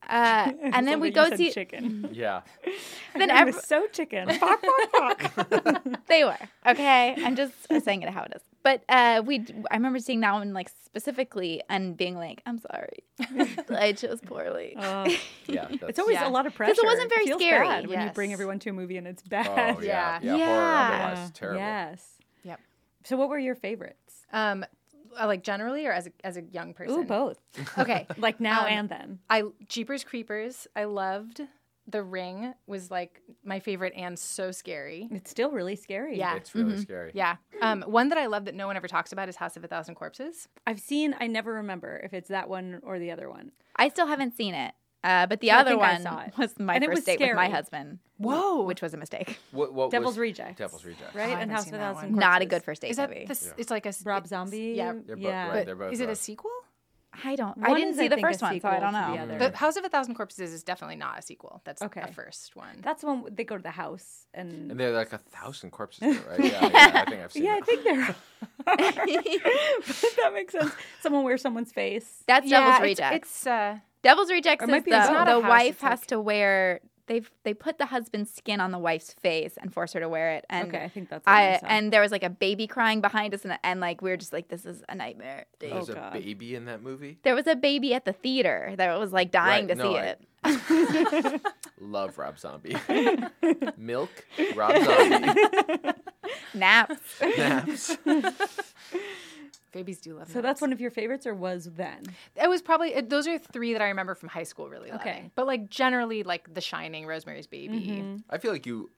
[SPEAKER 5] Uh, and then we
[SPEAKER 3] we
[SPEAKER 5] go
[SPEAKER 1] <laughs>
[SPEAKER 5] see.
[SPEAKER 3] chicken.
[SPEAKER 1] Yeah.
[SPEAKER 5] Then
[SPEAKER 3] Then
[SPEAKER 5] every-
[SPEAKER 3] every so
[SPEAKER 1] <laughs>
[SPEAKER 3] chicken. Fuck, fuck, fuck.
[SPEAKER 5] They were okay. I'm just <laughs> saying it how it is. But uh, we, I remember seeing that one like specifically and being like, "I'm sorry, <laughs> I chose poorly."
[SPEAKER 3] Oh,
[SPEAKER 1] Yeah.
[SPEAKER 3] <laughs> it's
[SPEAKER 1] that's-
[SPEAKER 3] always
[SPEAKER 2] Yeah.
[SPEAKER 3] a lot of pressure.
[SPEAKER 5] 'Cause it wasn't very
[SPEAKER 3] feels
[SPEAKER 5] scary,
[SPEAKER 3] bad when you bring
[SPEAKER 2] yes.
[SPEAKER 3] everyone to a movie and it's
[SPEAKER 1] <laughs> Oh,
[SPEAKER 3] bad.
[SPEAKER 1] yeah. Yeah.
[SPEAKER 5] Yeah.
[SPEAKER 1] Horror
[SPEAKER 5] Yeah.
[SPEAKER 1] otherwise
[SPEAKER 3] <laughs>
[SPEAKER 1] is terrible.
[SPEAKER 3] Yes.
[SPEAKER 2] Yep.
[SPEAKER 3] So, what were your favorites?
[SPEAKER 2] Um uh, like generally or as a, as a young person.
[SPEAKER 3] Ooh, both. <laughs>
[SPEAKER 2] Okay.
[SPEAKER 3] Like now
[SPEAKER 2] Um,
[SPEAKER 3] and then.
[SPEAKER 2] I Jeepers Creepers. I loved The Ring was like my favorite and so scary.
[SPEAKER 3] It's still really scary.
[SPEAKER 2] Yeah.
[SPEAKER 1] It's really scary.
[SPEAKER 2] Yeah. Um, one that I love that no one ever talks about is House of a Thousand Corpses.
[SPEAKER 3] I've seen. I never remember if it's that one or the other one.
[SPEAKER 5] I still haven't seen it. Uh, but the
[SPEAKER 3] I
[SPEAKER 5] other
[SPEAKER 3] think I
[SPEAKER 5] one
[SPEAKER 3] saw it.
[SPEAKER 5] was my
[SPEAKER 3] And it
[SPEAKER 5] first
[SPEAKER 3] was
[SPEAKER 5] date with my
[SPEAKER 3] scary.
[SPEAKER 5] husband.
[SPEAKER 2] Whoa.
[SPEAKER 5] Which was a mistake.
[SPEAKER 1] What, what
[SPEAKER 3] Devil's
[SPEAKER 1] was-
[SPEAKER 3] Rejects.
[SPEAKER 1] Devil's Rejects.
[SPEAKER 3] Right.
[SPEAKER 2] Oh, I
[SPEAKER 3] and
[SPEAKER 2] haven't
[SPEAKER 3] House of
[SPEAKER 2] seen
[SPEAKER 3] a
[SPEAKER 2] that
[SPEAKER 3] Thousand
[SPEAKER 2] one.
[SPEAKER 5] Not a
[SPEAKER 3] Corpses.
[SPEAKER 5] good first date
[SPEAKER 2] Is that
[SPEAKER 5] movie.
[SPEAKER 2] this? It's like a s-
[SPEAKER 3] Rob
[SPEAKER 2] it's-
[SPEAKER 3] Zombie.
[SPEAKER 2] Yeah.
[SPEAKER 1] They're both
[SPEAKER 3] yeah.
[SPEAKER 1] right.
[SPEAKER 2] But
[SPEAKER 1] they're both
[SPEAKER 2] is it a
[SPEAKER 1] rough.
[SPEAKER 2] sequel?
[SPEAKER 5] I don't. I
[SPEAKER 3] One
[SPEAKER 5] didn't
[SPEAKER 3] is,
[SPEAKER 5] see
[SPEAKER 3] I
[SPEAKER 5] the
[SPEAKER 3] think, a
[SPEAKER 5] first one, so I
[SPEAKER 3] sequel
[SPEAKER 5] don't
[SPEAKER 3] to the
[SPEAKER 5] know.
[SPEAKER 3] other.
[SPEAKER 2] The House of a Thousand Corpses is definitely not a sequel. That's okay.
[SPEAKER 3] Okay.
[SPEAKER 2] a first one.
[SPEAKER 3] That's the one they go to the house and.
[SPEAKER 1] And they're like a thousand corpses, there, right? Yeah, yeah, I think I've seen
[SPEAKER 3] yeah, I
[SPEAKER 1] it.
[SPEAKER 3] think
[SPEAKER 5] <laughs>
[SPEAKER 3] they're. <laughs> that makes sense. Someone wears someone's face.
[SPEAKER 5] That's Devil's
[SPEAKER 2] it's,
[SPEAKER 5] Rejects.
[SPEAKER 2] it's uh,
[SPEAKER 5] Devil's Rejects
[SPEAKER 3] Or
[SPEAKER 5] is
[SPEAKER 3] it
[SPEAKER 5] the,
[SPEAKER 3] might be- it's
[SPEAKER 2] not
[SPEAKER 5] the
[SPEAKER 2] a house,
[SPEAKER 5] wife
[SPEAKER 2] it's
[SPEAKER 5] has
[SPEAKER 2] like-
[SPEAKER 5] to wear. They've they put the husband's skin on the wife's face and force her to wear it. And
[SPEAKER 3] okay, I think that's. what I
[SPEAKER 5] I
[SPEAKER 3] saw.
[SPEAKER 5] and there was like a baby crying behind us, and, and like we were just like, this is a nightmare.
[SPEAKER 1] There's
[SPEAKER 3] Oh,
[SPEAKER 1] a
[SPEAKER 3] God.
[SPEAKER 1] baby in that movie.
[SPEAKER 5] There was a baby at the theater that was like dying
[SPEAKER 1] Right,
[SPEAKER 5] to
[SPEAKER 1] no,
[SPEAKER 5] see
[SPEAKER 1] I-
[SPEAKER 5] it.
[SPEAKER 1] <laughs> Love Rob Zombie. Milk, Rob
[SPEAKER 3] <laughs>
[SPEAKER 1] Zombie,
[SPEAKER 5] Naps.
[SPEAKER 1] naps.
[SPEAKER 2] babies do love.
[SPEAKER 3] so that's one of your favorites, or was then?
[SPEAKER 2] It was probably it, those are three that I remember from high school really loving.
[SPEAKER 3] Okay.
[SPEAKER 2] But like generally like The Shining, Rosemary's Baby.
[SPEAKER 1] I feel like you,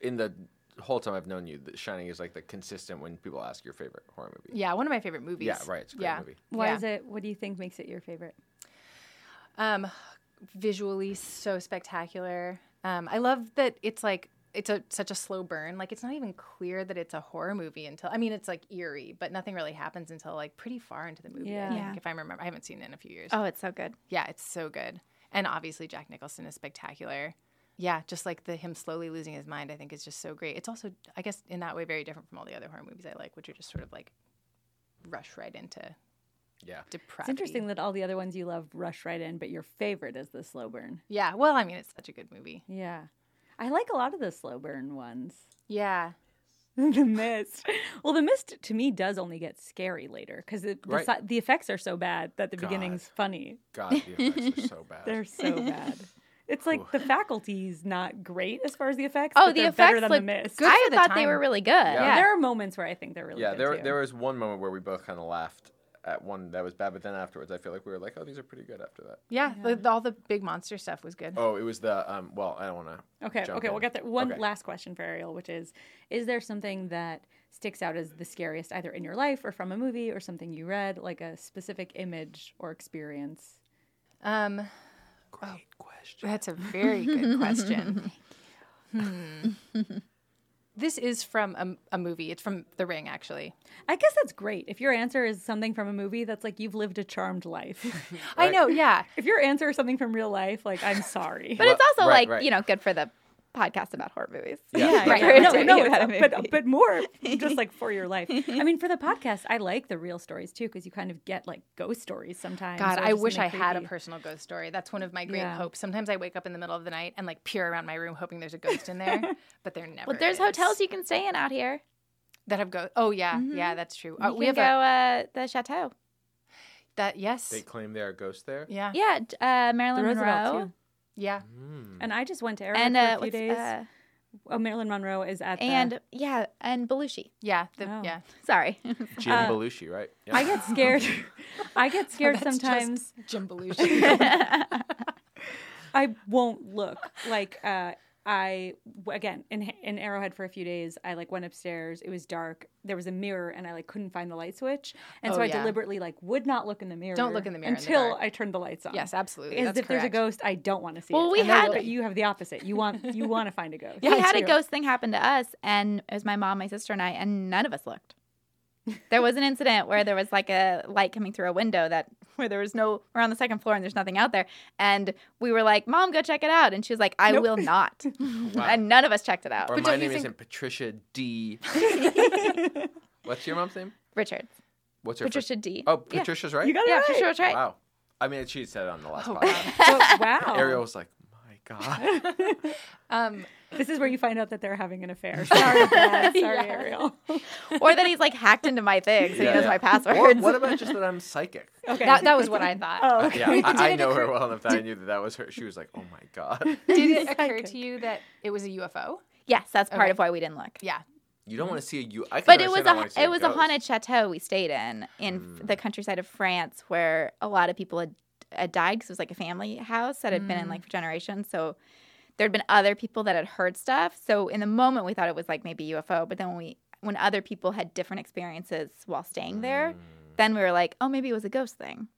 [SPEAKER 1] in the whole time I've known you, The Shining is like the consistent when people ask your favorite horror movie.
[SPEAKER 2] Yeah, one of my favorite movies.
[SPEAKER 1] Yeah, right. It's a great
[SPEAKER 2] yeah.
[SPEAKER 1] movie.
[SPEAKER 3] Why
[SPEAKER 2] Yeah.
[SPEAKER 3] is it? What do you think makes it your favorite?
[SPEAKER 2] Um, visually so spectacular. Um, I love that it's like it's a such a slow burn. Like it's not even clear that it's a horror movie until I mean it's like eerie, but nothing really happens until like pretty far into the movie.
[SPEAKER 3] Yeah.
[SPEAKER 2] I think,
[SPEAKER 5] Yeah.
[SPEAKER 2] if I remember, I haven't seen it in a few years.
[SPEAKER 5] <laughs> Oh, it's so good.
[SPEAKER 2] Yeah, it's so good. And obviously Jack Nicholson is spectacular. Yeah, just like the him slowly losing his mind, I think is just so great. It's also, I guess, in that way, very different from all the other horror movies I like, which are just sort of like rush right into
[SPEAKER 1] Yeah.
[SPEAKER 2] depravity.
[SPEAKER 3] It's interesting that all the other ones you love rush right in, but your favorite is the slow burn.
[SPEAKER 2] Yeah, well, I mean, it's such a good movie.
[SPEAKER 3] Yeah, I like a lot of the slow burn ones. <laughs>
[SPEAKER 2] Yeah,
[SPEAKER 3] the mist. Well, the mist to me does only get scary later because the,
[SPEAKER 1] Right.
[SPEAKER 3] si- the effects are so bad that the
[SPEAKER 1] God.
[SPEAKER 3] beginning's funny.
[SPEAKER 1] God, the effects are so bad. <laughs>
[SPEAKER 3] They're so bad. It's like the faculty's not great as far as the effects.
[SPEAKER 5] Oh,
[SPEAKER 3] but
[SPEAKER 5] the
[SPEAKER 3] they're better
[SPEAKER 5] effects
[SPEAKER 3] than
[SPEAKER 5] look
[SPEAKER 3] the mist.
[SPEAKER 2] good.
[SPEAKER 5] I
[SPEAKER 2] for the
[SPEAKER 5] thought they
[SPEAKER 2] time.
[SPEAKER 5] were really good.
[SPEAKER 1] Yeah.
[SPEAKER 3] There are moments where I think they're really
[SPEAKER 1] yeah,
[SPEAKER 3] good
[SPEAKER 1] there
[SPEAKER 3] too.
[SPEAKER 1] there was one moment where we both kind of laughed at one that was bad, but then afterwards I feel like we were like, oh, these are pretty good after that.
[SPEAKER 2] yeah, the- all the big monster stuff was good.
[SPEAKER 1] Oh, it was the um. Well, I don't want to.
[SPEAKER 3] Okay,
[SPEAKER 1] jump
[SPEAKER 3] okay,
[SPEAKER 1] in.
[SPEAKER 3] we'll get there. One
[SPEAKER 1] Okay.
[SPEAKER 3] last question for Ariel, which is Is there something that sticks out as the scariest either in your life or from a movie or something you read, like a specific image or experience?
[SPEAKER 2] Um,
[SPEAKER 1] Great question.
[SPEAKER 2] That's a very <laughs> good question. Hmm. This is from a, a movie. It's from The Ring, actually.
[SPEAKER 3] I guess that's great. If your answer is something from a movie, that's like you've lived a charmed life.
[SPEAKER 2] I
[SPEAKER 1] Right.
[SPEAKER 2] know. Yeah,
[SPEAKER 3] if your answer is something from real life, like I'm sorry.
[SPEAKER 5] But it's also
[SPEAKER 1] right,
[SPEAKER 5] like,
[SPEAKER 1] right.
[SPEAKER 5] you know, good for the podcast about horror movies.
[SPEAKER 1] Yeah,
[SPEAKER 5] right. <laughs>
[SPEAKER 3] Yeah, no,
[SPEAKER 5] Right.
[SPEAKER 3] no,
[SPEAKER 5] You
[SPEAKER 3] it's-
[SPEAKER 5] had a
[SPEAKER 3] but uh,
[SPEAKER 5] movie.
[SPEAKER 3] but more just like for your life. I mean, for the podcast, I like the real stories too because you kind of get like ghost stories sometimes.
[SPEAKER 2] God,
[SPEAKER 3] or
[SPEAKER 2] I
[SPEAKER 3] just
[SPEAKER 2] wish I
[SPEAKER 3] something
[SPEAKER 2] had a
[SPEAKER 3] creepy.
[SPEAKER 2] personal ghost story. That's one of my great
[SPEAKER 3] Yeah.
[SPEAKER 2] hopes. Sometimes I wake up in the middle of the night and like peer around my room hoping there's a ghost in <laughs> there, but there never.
[SPEAKER 5] But there's
[SPEAKER 2] is.
[SPEAKER 5] hotels you can stay in out here.
[SPEAKER 2] that have ghost. Oh yeah, yeah, that's true. Uh,
[SPEAKER 5] you
[SPEAKER 2] we
[SPEAKER 5] can
[SPEAKER 2] have
[SPEAKER 5] go
[SPEAKER 2] a,
[SPEAKER 5] uh, the chateau.
[SPEAKER 2] that. Yes.
[SPEAKER 1] They claim there are ghosts there.
[SPEAKER 2] yeah.
[SPEAKER 5] Yeah, j- uh,
[SPEAKER 3] The
[SPEAKER 5] Marilyn
[SPEAKER 3] Roosevelt
[SPEAKER 5] Monroe
[SPEAKER 3] too.
[SPEAKER 2] Yeah.
[SPEAKER 1] Mm.
[SPEAKER 3] And I just went to Erica
[SPEAKER 5] and
[SPEAKER 3] for
[SPEAKER 5] uh,
[SPEAKER 3] a few
[SPEAKER 5] what's,
[SPEAKER 3] days.
[SPEAKER 5] uh,
[SPEAKER 3] oh, Marilyn Monroe is at the-
[SPEAKER 5] and yeah, and Belushi.
[SPEAKER 2] Yeah. The,
[SPEAKER 3] Oh.
[SPEAKER 2] Yeah.
[SPEAKER 5] Sorry,
[SPEAKER 1] Jim
[SPEAKER 2] Uh,
[SPEAKER 1] Belushi, right? Yeah.
[SPEAKER 3] I get scared. <laughs> I get scared
[SPEAKER 2] That's just
[SPEAKER 3] sometimes.
[SPEAKER 2] <laughs> Jim Belushi.
[SPEAKER 3] I won't look like uh I again in in Arrowhead for a few days. I like went upstairs. It was dark. There was a mirror, and I like couldn't find the light switch, and so
[SPEAKER 2] Oh,
[SPEAKER 3] I
[SPEAKER 2] yeah.
[SPEAKER 3] deliberately like would not look in the mirror.
[SPEAKER 2] Don't look in the mirror in the
[SPEAKER 3] until
[SPEAKER 2] dark.
[SPEAKER 3] I turned the lights on.
[SPEAKER 2] yes, absolutely.
[SPEAKER 3] As
[SPEAKER 2] that's
[SPEAKER 3] if there's a
[SPEAKER 2] correct.
[SPEAKER 3] ghost, I don't want to see.
[SPEAKER 5] Well,
[SPEAKER 3] it.
[SPEAKER 5] we
[SPEAKER 3] And I
[SPEAKER 5] had-
[SPEAKER 3] will- you have the opposite. You want you want to find a ghost.
[SPEAKER 5] we had a
[SPEAKER 3] too.
[SPEAKER 5] ghost thing happen to us, and it was my mom, my sister, and I, and none of us looked. There was an incident where there was like a light coming through a window that where there was no we're on the second floor and there's nothing out there, and we were like, "Mom, go check it out," and she was like, "I
[SPEAKER 1] <laughs>
[SPEAKER 5] will not," and none of us checked it out.
[SPEAKER 1] Or
[SPEAKER 2] But
[SPEAKER 1] my
[SPEAKER 2] don't you
[SPEAKER 1] name
[SPEAKER 2] think-
[SPEAKER 1] isn't Patricia
[SPEAKER 2] <laughs>
[SPEAKER 1] D. What's your mom's name?
[SPEAKER 5] Richard,
[SPEAKER 1] What's her
[SPEAKER 5] Patricia D.
[SPEAKER 1] First? Oh,
[SPEAKER 5] yeah,
[SPEAKER 1] Patricia's right.
[SPEAKER 3] You got it
[SPEAKER 5] yeah,
[SPEAKER 3] right.
[SPEAKER 5] Patricia was right.
[SPEAKER 1] Wow. I mean, she said it on the last
[SPEAKER 2] Oh,
[SPEAKER 1] podcast.
[SPEAKER 3] But, wow.
[SPEAKER 1] Ariel was like, my God.
[SPEAKER 2] Um,
[SPEAKER 3] This is where you find out that they're having
[SPEAKER 2] <laughs>
[SPEAKER 3] an affair. Sorry, Brad. Sorry, Ariel.
[SPEAKER 5] or that he's like hacked into my things and
[SPEAKER 1] Yeah,
[SPEAKER 5] he knows
[SPEAKER 1] yeah.
[SPEAKER 5] my
[SPEAKER 1] Or
[SPEAKER 5] passwords.
[SPEAKER 1] what about just that I'm psychic?
[SPEAKER 3] Okay.
[SPEAKER 2] that, that was what I thought.
[SPEAKER 3] oh, okay.
[SPEAKER 1] Yeah, I, I
[SPEAKER 2] Did it
[SPEAKER 1] know her
[SPEAKER 2] occur-
[SPEAKER 1] well enough that I knew that that was her. She was like, oh my God.
[SPEAKER 2] <laughs> Did it occur
[SPEAKER 3] Psychic.
[SPEAKER 2] to you that it was a UFO?
[SPEAKER 5] <laughs> yes, that's part
[SPEAKER 2] Okay.
[SPEAKER 5] of why we didn't look.
[SPEAKER 2] Yeah.
[SPEAKER 1] You don't want to see a you. I can
[SPEAKER 5] But it was
[SPEAKER 1] understand I wanna see
[SPEAKER 5] a it was a Mm.
[SPEAKER 1] ghost.
[SPEAKER 5] haunted chateau we stayed in in f the countryside of France where a lot of people had, had died 'cause it was like a family house that had been in like for generations. So there had been other people that had heard stuff. So in the moment we thought it was like maybe UFO, but then when we when other people had different experiences while staying there, then we were like, oh, maybe it was a ghost thing.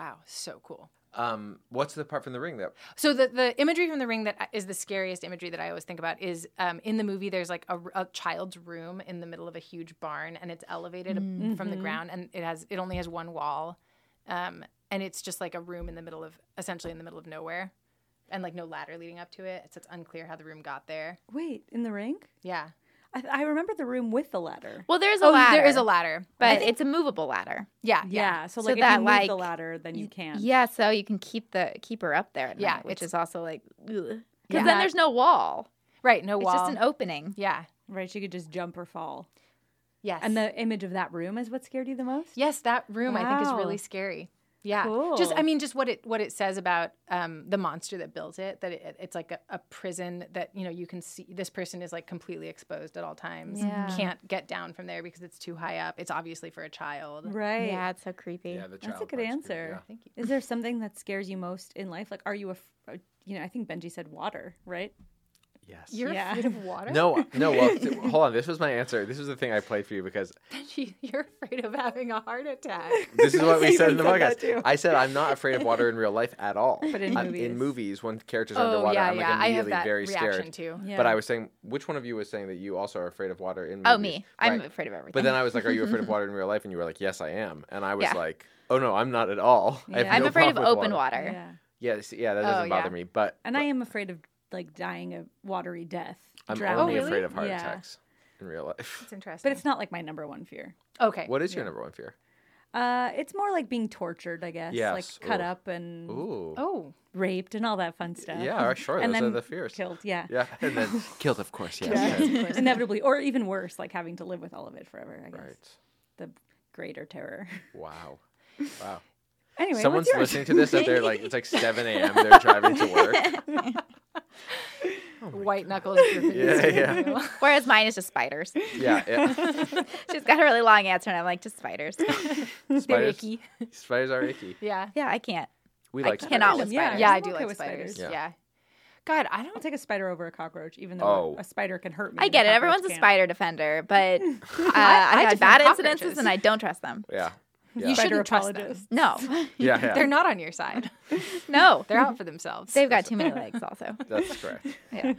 [SPEAKER 2] Wow. So cool.
[SPEAKER 1] Um, what's the part from the ring that?
[SPEAKER 2] So the the imagery from The Ring that I- is the scariest imagery that I always think about is um, in the movie. There's like a, r- a child's room Mm. Mm-hmm. in the middle of a huge barn, and it's elevated from the ground, and it has it only has one wall. Um, and it's just like a room in the middle of essentially in the middle of nowhere, and like no ladder leading up to it. It's, it's unclear how the room got there.
[SPEAKER 3] Wait, in the rink?
[SPEAKER 2] Yeah.
[SPEAKER 3] I, I remember the room with the ladder.
[SPEAKER 5] Well, there's a
[SPEAKER 2] Oh,
[SPEAKER 5] ladder.
[SPEAKER 2] there is a ladder,
[SPEAKER 5] but it's a movable ladder.
[SPEAKER 2] yeah, yeah,
[SPEAKER 3] yeah. So
[SPEAKER 5] So
[SPEAKER 3] like if
[SPEAKER 5] that,
[SPEAKER 3] you move
[SPEAKER 5] like,
[SPEAKER 3] the ladder, then you can't.
[SPEAKER 5] Yeah, so you can keep the keep her up there. At
[SPEAKER 2] Yeah,
[SPEAKER 5] night, which
[SPEAKER 2] it's-
[SPEAKER 5] is also like because
[SPEAKER 2] Yeah.
[SPEAKER 5] then there's no wall.
[SPEAKER 2] right. No wall.
[SPEAKER 5] It's just an opening.
[SPEAKER 2] yeah.
[SPEAKER 3] Right. She could just jump or fall.
[SPEAKER 2] Yes.
[SPEAKER 3] And the image of that room is what scared you the most?
[SPEAKER 2] Yes, that room I think is
[SPEAKER 3] Wow.
[SPEAKER 2] really scary. Yeah, just I
[SPEAKER 3] Cool.
[SPEAKER 2] mean, just what it what it says about um, the monster that built it. That it, it's like a, a prison that you know you can see this person is like completely exposed at all times.
[SPEAKER 5] Yeah.
[SPEAKER 2] can't get down from there because it's too high up. It's obviously for a child.
[SPEAKER 3] Right.
[SPEAKER 5] Yeah, it's so creepy.
[SPEAKER 1] Yeah, the
[SPEAKER 3] That's a
[SPEAKER 1] child
[SPEAKER 3] good
[SPEAKER 1] part's
[SPEAKER 3] answer.
[SPEAKER 1] yeah.
[SPEAKER 2] Thank you.
[SPEAKER 3] Is there something that scares you most in life? Like, are you a, uh, you know, I think Benji said water, right?
[SPEAKER 1] Yes.
[SPEAKER 2] You're
[SPEAKER 3] Yeah.
[SPEAKER 2] afraid of water. <laughs>
[SPEAKER 1] no, no. Well, th- hold on. This was my answer. This was the thing I played for you because
[SPEAKER 2] Benji, you're afraid of having a heart attack.
[SPEAKER 1] this is what we said in the
[SPEAKER 3] Even said
[SPEAKER 1] podcast.
[SPEAKER 3] that
[SPEAKER 1] I said I'm not afraid of water in real life at all.
[SPEAKER 3] But in
[SPEAKER 1] I'm-
[SPEAKER 3] movies.
[SPEAKER 1] in movies, when characters are
[SPEAKER 2] oh
[SPEAKER 1] <laughs> underwater,
[SPEAKER 2] yeah,
[SPEAKER 1] I'm like
[SPEAKER 2] yeah. I have
[SPEAKER 1] immediately
[SPEAKER 2] that
[SPEAKER 1] very scared.
[SPEAKER 2] reaction too.
[SPEAKER 3] Yeah.
[SPEAKER 1] But I was saying, which one of you was saying that you also are afraid of water in? Movies?
[SPEAKER 5] Oh me, I'm
[SPEAKER 1] Right.
[SPEAKER 5] afraid of everything.
[SPEAKER 1] But
[SPEAKER 5] <laughs>
[SPEAKER 1] then I was like, "Are you afraid of water in real life?" And you were like, "Yes, I am." And I was
[SPEAKER 5] Yeah.
[SPEAKER 1] like, "Oh no, I'm not at all. <laughs> I have
[SPEAKER 3] Yeah.
[SPEAKER 5] I'm
[SPEAKER 1] no
[SPEAKER 5] afraid of
[SPEAKER 1] problem with
[SPEAKER 5] open water.
[SPEAKER 3] Yeah.
[SPEAKER 1] Yeah, see, yeah, that
[SPEAKER 2] Oh,
[SPEAKER 1] doesn't bother
[SPEAKER 2] yeah.
[SPEAKER 1] me. But
[SPEAKER 3] And I am afraid of like dying a watery death.
[SPEAKER 1] I'm
[SPEAKER 3] drowning.
[SPEAKER 1] only
[SPEAKER 2] Oh, really?
[SPEAKER 1] afraid of heart
[SPEAKER 3] Yeah.
[SPEAKER 1] attacks in real life. <laughs>
[SPEAKER 2] It's interesting.
[SPEAKER 3] But it's not like my number one fear.
[SPEAKER 2] okay.
[SPEAKER 1] What is your number one fear?
[SPEAKER 3] Uh, it's more like being tortured, I guess.
[SPEAKER 1] Yes.
[SPEAKER 3] Like cut
[SPEAKER 1] Ooh.
[SPEAKER 3] up and
[SPEAKER 1] Ooh.
[SPEAKER 2] Oh,
[SPEAKER 3] raped and all that fun stuff.
[SPEAKER 1] Yeah, all sure.
[SPEAKER 3] <laughs> and
[SPEAKER 1] Those are
[SPEAKER 3] then
[SPEAKER 1] the fears.
[SPEAKER 3] Killed, yeah.
[SPEAKER 1] Yeah, and then killed, of course. Yes.
[SPEAKER 3] <laughs> Yeah.
[SPEAKER 2] <laughs>
[SPEAKER 1] yes.
[SPEAKER 3] Inevitably, or even worse, like having to live with all of it forever. I guess
[SPEAKER 1] Right.
[SPEAKER 3] the greater terror. <laughs>
[SPEAKER 1] Wow. Wow.
[SPEAKER 3] Anyway,
[SPEAKER 1] Someone's
[SPEAKER 3] what's yours?
[SPEAKER 1] listening to this and they're like,
[SPEAKER 3] <laughs>
[SPEAKER 1] it's like 7 a.m. They're driving to work.
[SPEAKER 2] white knuckles.
[SPEAKER 1] <laughs>
[SPEAKER 2] grouping
[SPEAKER 1] Oh Yeah,
[SPEAKER 2] this
[SPEAKER 1] yeah.
[SPEAKER 2] video.
[SPEAKER 5] Whereas mine is
[SPEAKER 3] <laughs>
[SPEAKER 5] just spiders.
[SPEAKER 1] Yeah. yeah.
[SPEAKER 5] She's got a really long answer, and I'm like,
[SPEAKER 1] <laughs>
[SPEAKER 5] just spiders.
[SPEAKER 3] <laughs>
[SPEAKER 2] They're
[SPEAKER 1] Spiders,
[SPEAKER 2] icky.
[SPEAKER 1] spiders are icky.
[SPEAKER 2] <laughs> Yeah.
[SPEAKER 5] yeah, I can't.
[SPEAKER 1] We
[SPEAKER 5] I
[SPEAKER 1] like
[SPEAKER 5] cannot
[SPEAKER 1] spiders.
[SPEAKER 5] with Yeah, spiders.
[SPEAKER 2] Yeah,
[SPEAKER 3] I'm
[SPEAKER 2] I do
[SPEAKER 3] okay
[SPEAKER 2] like
[SPEAKER 3] with
[SPEAKER 2] spiders.
[SPEAKER 1] spiders.
[SPEAKER 2] Yeah. God, I
[SPEAKER 3] I'll
[SPEAKER 2] don't.
[SPEAKER 3] take a spider over a cockroach, even though
[SPEAKER 1] Oh.
[SPEAKER 3] a spider can hurt me.
[SPEAKER 5] I
[SPEAKER 3] and
[SPEAKER 5] get
[SPEAKER 3] a
[SPEAKER 5] it.
[SPEAKER 3] cockroach
[SPEAKER 5] Everyone's a
[SPEAKER 3] can't.
[SPEAKER 5] spider defender,
[SPEAKER 3] <laughs>
[SPEAKER 5] but uh,
[SPEAKER 2] I
[SPEAKER 5] I've had
[SPEAKER 2] defend
[SPEAKER 5] bad incidences,
[SPEAKER 2] cockroaches.
[SPEAKER 5] and I don't trust them.
[SPEAKER 1] Yeah. Yeah.
[SPEAKER 2] You
[SPEAKER 3] Spider
[SPEAKER 2] shouldn't trust them.
[SPEAKER 3] apologist.
[SPEAKER 5] No,
[SPEAKER 3] <laughs>
[SPEAKER 1] Yeah. yeah.
[SPEAKER 2] They're not on your <laughs> side.
[SPEAKER 5] no,
[SPEAKER 2] They're out for themselves.
[SPEAKER 5] <laughs> They've got too many
[SPEAKER 3] <laughs>
[SPEAKER 5] legs, also. <laughs>
[SPEAKER 1] That's correct.
[SPEAKER 5] Yeah.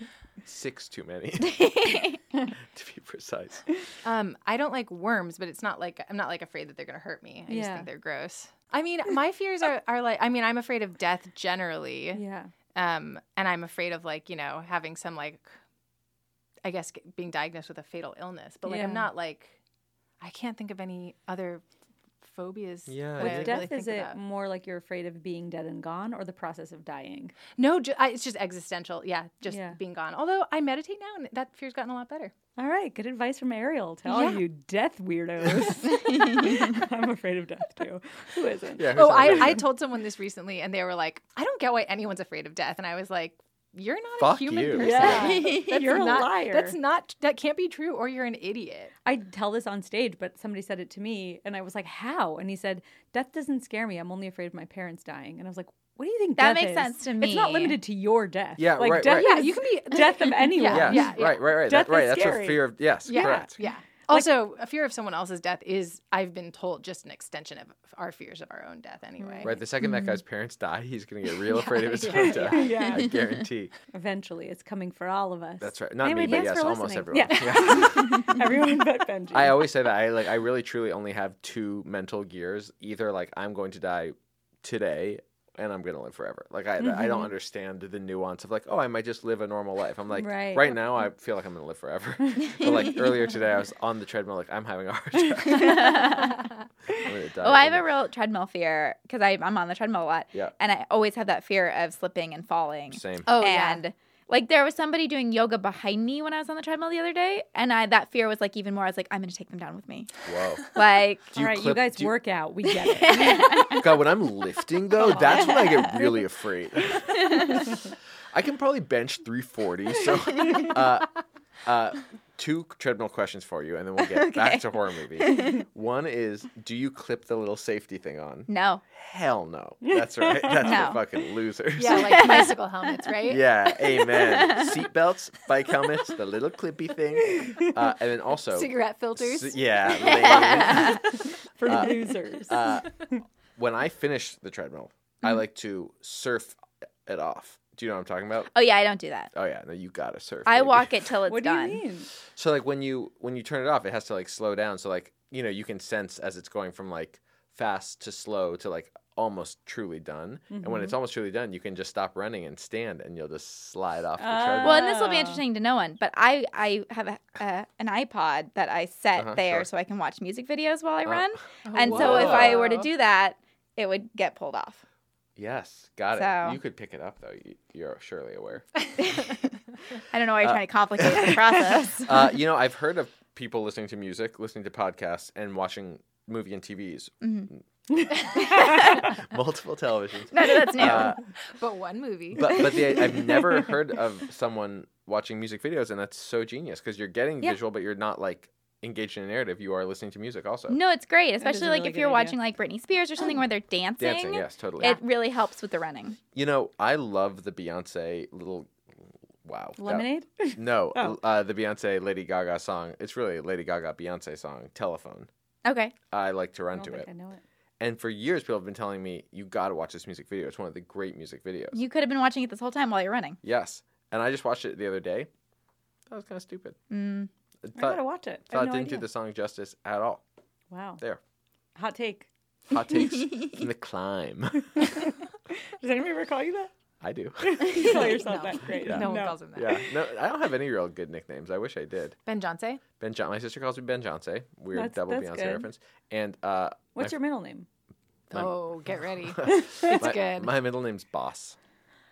[SPEAKER 1] Six too many, <laughs> to be
[SPEAKER 3] <laughs>
[SPEAKER 1] precise.
[SPEAKER 2] um, I don't like worms, but it's not like I'm not like afraid that they're gonna hurt me. I just
[SPEAKER 3] Yeah.
[SPEAKER 2] think they're gross. I mean, my fears are, are like I mean, I'm afraid of death generally.
[SPEAKER 3] Yeah.
[SPEAKER 2] Um, and I'm afraid of like, you know, having some like I guess g- being diagnosed with a fatal illness. But like
[SPEAKER 3] Yeah.
[SPEAKER 2] I'm not like I can't think of any other phobias.
[SPEAKER 1] Yeah, With
[SPEAKER 2] that I
[SPEAKER 1] really
[SPEAKER 3] With death,
[SPEAKER 2] think
[SPEAKER 3] is it
[SPEAKER 2] about.
[SPEAKER 3] more like you're afraid of being dead and gone, or the process of dying?
[SPEAKER 2] No, ju- I, it's just existential. Yeah, just
[SPEAKER 3] Yeah.
[SPEAKER 2] being gone. Although I meditate now, and that fear's gotten a lot better.
[SPEAKER 3] All right, good advice from Ariel to all
[SPEAKER 2] Yeah.
[SPEAKER 3] you death
[SPEAKER 2] <laughs>
[SPEAKER 3] weirdos. <laughs> I'm afraid of death too. Who isn't?
[SPEAKER 1] Yeah.
[SPEAKER 2] Oh,
[SPEAKER 1] who's
[SPEAKER 2] I,
[SPEAKER 1] <laughs> afraid?
[SPEAKER 2] I told someone this recently, and they were like, "I don't get why anyone's afraid of death," and I was like, "You're not a
[SPEAKER 1] Fuck
[SPEAKER 2] human
[SPEAKER 1] you.
[SPEAKER 2] person.
[SPEAKER 3] Yeah.
[SPEAKER 2] <laughs> That's
[SPEAKER 3] <laughs> You're a
[SPEAKER 2] not-
[SPEAKER 3] liar.
[SPEAKER 2] That's not. That can't be true, or you're an idiot."
[SPEAKER 3] I tell this on stage, but somebody said it to me, and I was like, "How?" And he said, "Death doesn't scare me. I'm only afraid of my parents dying." And I was like, "What do you think?
[SPEAKER 5] That
[SPEAKER 3] death
[SPEAKER 5] makes
[SPEAKER 3] is?
[SPEAKER 5] sense to
[SPEAKER 3] It's not
[SPEAKER 5] me.
[SPEAKER 3] limited to your death.
[SPEAKER 1] Yeah,
[SPEAKER 3] like,
[SPEAKER 1] right,
[SPEAKER 3] death
[SPEAKER 1] right.
[SPEAKER 2] Yeah,
[SPEAKER 3] is
[SPEAKER 2] you can be.
[SPEAKER 3] <laughs> death of anyone.
[SPEAKER 1] Yes.
[SPEAKER 2] Yeah, yeah.
[SPEAKER 1] Right, right, right.
[SPEAKER 3] Death
[SPEAKER 1] That, right.
[SPEAKER 3] is
[SPEAKER 1] That's
[SPEAKER 3] scary.
[SPEAKER 1] a fear of. Yes,
[SPEAKER 2] Yeah,
[SPEAKER 1] correct.
[SPEAKER 3] <laughs>
[SPEAKER 2] yeah. Also, a fear of someone else's death is, I've been told, just an extension of our fears of our own death, anyway.
[SPEAKER 1] Right. The 2nd that guy's parents die, he's going to get real afraid
[SPEAKER 3] <laughs>
[SPEAKER 1] of his
[SPEAKER 2] yeah,
[SPEAKER 1] own <laughs> death.
[SPEAKER 3] Mm-hmm. yeah.
[SPEAKER 1] I guarantee.
[SPEAKER 3] Eventually, it's coming for all of us. <laughs>
[SPEAKER 1] That's right. Not
[SPEAKER 3] Anyway,
[SPEAKER 1] me, but
[SPEAKER 3] thanks
[SPEAKER 1] yes,
[SPEAKER 3] for
[SPEAKER 1] almost everyone.
[SPEAKER 3] listening. Yeah. everyone but Benji.
[SPEAKER 1] I always say that I like I really truly only have two mental gears. Either like I'm going to die today and I'm going to live forever. Like I I don't understand the nuance of like oh I might just live a normal life. I'm like
[SPEAKER 3] Right.
[SPEAKER 1] right, now I feel like I'm going to live forever. but like earlier today I was on the treadmill like I'm having a heart attack. I'm gonna die
[SPEAKER 5] Oh, I have
[SPEAKER 1] in
[SPEAKER 5] a real treadmill fear because I'm on the treadmill a lot.
[SPEAKER 1] Yeah.
[SPEAKER 5] And I always have that fear of slipping and falling.
[SPEAKER 1] Same.
[SPEAKER 2] Oh, yeah.
[SPEAKER 5] and like there was somebody doing yoga behind me when I was on the treadmill the other day, and I that fear was like even more. I was like, I'm gonna take them down
[SPEAKER 3] <laughs>
[SPEAKER 5] with me.
[SPEAKER 1] Whoa.
[SPEAKER 5] Like,
[SPEAKER 1] Do you
[SPEAKER 3] all right, you
[SPEAKER 1] clip-
[SPEAKER 3] guys
[SPEAKER 1] do you-
[SPEAKER 3] work out. We get it.
[SPEAKER 1] God, when I'm lifting though, that's when I get
[SPEAKER 2] <laughs>
[SPEAKER 1] really afraid. I can probably bench 340.
[SPEAKER 2] <laughs>
[SPEAKER 1] So, uh, uh, two treadmill questions for you, and then we'll get back to horror movies. One is, do you clip the little safety thing on?
[SPEAKER 5] no,
[SPEAKER 1] Hell no. That's
[SPEAKER 2] <laughs>
[SPEAKER 1] right. That's
[SPEAKER 5] No.
[SPEAKER 1] for fucking losers.
[SPEAKER 2] Yeah,
[SPEAKER 5] <laughs>
[SPEAKER 2] like bicycle helmets, right?
[SPEAKER 1] Yeah, amen. Seatbelts, bike helmets, the little clippy thing, uh, and then also
[SPEAKER 2] Cigarette filters.
[SPEAKER 1] S-
[SPEAKER 2] <laughs>
[SPEAKER 5] <laughs>
[SPEAKER 1] yeah. lame.
[SPEAKER 3] for losers.
[SPEAKER 1] Uh, when I finish the treadmill,
[SPEAKER 5] Mm-hmm.
[SPEAKER 1] I like to surf it off. Do you know what I'm talking about?
[SPEAKER 5] oh yeah, I don't do that.
[SPEAKER 1] Oh yeah, no, you gotta surf.
[SPEAKER 5] I
[SPEAKER 1] baby.
[SPEAKER 5] walk
[SPEAKER 3] <laughs>
[SPEAKER 5] it till it's
[SPEAKER 3] what do
[SPEAKER 5] done.
[SPEAKER 3] you mean?
[SPEAKER 1] So like when you when you turn it off, it has to like slow down. So like you know you can sense as it's going from like fast to slow to like almost truly done. And
[SPEAKER 5] Mm-hmm.
[SPEAKER 1] when it's almost truly done, you can just stop running and stand and you'll just slide off the treadmill.
[SPEAKER 5] Well, and this will be
[SPEAKER 3] Oh.
[SPEAKER 5] interesting to no one, but I I have a, uh, an iPod that I set
[SPEAKER 1] Uh-huh,
[SPEAKER 5] there
[SPEAKER 1] sure.
[SPEAKER 5] so I can watch music videos while I
[SPEAKER 1] Oh.
[SPEAKER 3] Uh,
[SPEAKER 5] run. and so if I were to
[SPEAKER 2] Whoa.
[SPEAKER 5] do that, it would get pulled off.
[SPEAKER 1] Yes, got
[SPEAKER 5] So-
[SPEAKER 1] it. You could pick it up though. You- You're surely
[SPEAKER 5] <laughs>
[SPEAKER 1] aware.
[SPEAKER 5] I don't know why you're
[SPEAKER 1] Uh,
[SPEAKER 5] trying to
[SPEAKER 3] <laughs>
[SPEAKER 5] complicate the process.
[SPEAKER 1] uh, you know, I've heard of people listening to music, listening to podcasts, and watching movie and TVs,
[SPEAKER 5] Mhm.
[SPEAKER 1] multiple televisions.
[SPEAKER 5] No, no, that's new.
[SPEAKER 1] Uh,
[SPEAKER 2] <laughs>
[SPEAKER 1] <laughs>
[SPEAKER 2] but one movie.
[SPEAKER 1] but but the, I've never heard of someone watching music videos, and that's so genius because you're getting
[SPEAKER 5] Yeah.
[SPEAKER 1] visual, but you're not like engaged in a narrative. You are listening to music also.
[SPEAKER 5] no, it's great,
[SPEAKER 3] is a
[SPEAKER 5] especially like
[SPEAKER 3] really
[SPEAKER 5] if
[SPEAKER 3] good
[SPEAKER 5] you're
[SPEAKER 3] idea.
[SPEAKER 5] watching like Britney Spears or something where they're dancing.
[SPEAKER 1] Dancing, yes, totally.
[SPEAKER 5] It really helps with the running.
[SPEAKER 1] You know, I love the Beyonce little. Wow. that-
[SPEAKER 3] Mm-hmm. Lemonade?
[SPEAKER 1] no,
[SPEAKER 3] Oh.
[SPEAKER 1] uh, the Beyonce Lady Gaga song. It's really a Lady Gaga Beyonce song, Telephone.
[SPEAKER 5] Okay.
[SPEAKER 1] I like to
[SPEAKER 3] I
[SPEAKER 1] run
[SPEAKER 3] don't
[SPEAKER 1] to
[SPEAKER 3] think
[SPEAKER 1] it.
[SPEAKER 3] I know it.
[SPEAKER 1] And for years, people have been telling me, you got to watch this music video. It's one of the great music videos.
[SPEAKER 5] You could have been watching it this whole time while you're running.
[SPEAKER 1] yes. And I just watched it the other day. That was kind of stupid.
[SPEAKER 5] Mm.
[SPEAKER 1] I
[SPEAKER 3] I
[SPEAKER 1] thought,
[SPEAKER 3] gotta watch it. I
[SPEAKER 1] thought
[SPEAKER 3] have
[SPEAKER 1] it
[SPEAKER 3] no
[SPEAKER 1] didn't
[SPEAKER 3] idea.
[SPEAKER 1] do the song justice at all.
[SPEAKER 3] Wow.
[SPEAKER 1] There.
[SPEAKER 3] Hot take.
[SPEAKER 1] Hot takes
[SPEAKER 3] <laughs>
[SPEAKER 1] from the climb. <laughs>
[SPEAKER 3] Does anybody recall you that? <laughs>
[SPEAKER 1] I do.
[SPEAKER 3] You call yourself
[SPEAKER 2] No.
[SPEAKER 3] that.
[SPEAKER 2] <laughs>
[SPEAKER 3] Great.
[SPEAKER 2] no, one calls him that.
[SPEAKER 1] Yeah. No, I don't have any real good nicknames. I wish I did.
[SPEAKER 2] Ben Johnson.
[SPEAKER 1] Ben John. My sister calls me Ben Johnson. Weird
[SPEAKER 3] That's-
[SPEAKER 1] double
[SPEAKER 3] that's
[SPEAKER 1] Beyonce
[SPEAKER 3] good.
[SPEAKER 1] reference. And uh,
[SPEAKER 3] What's your middle name?
[SPEAKER 1] My-
[SPEAKER 2] Oh, get
[SPEAKER 1] <laughs>
[SPEAKER 2] ready.
[SPEAKER 1] it's
[SPEAKER 2] good.
[SPEAKER 1] My middle name's Boss.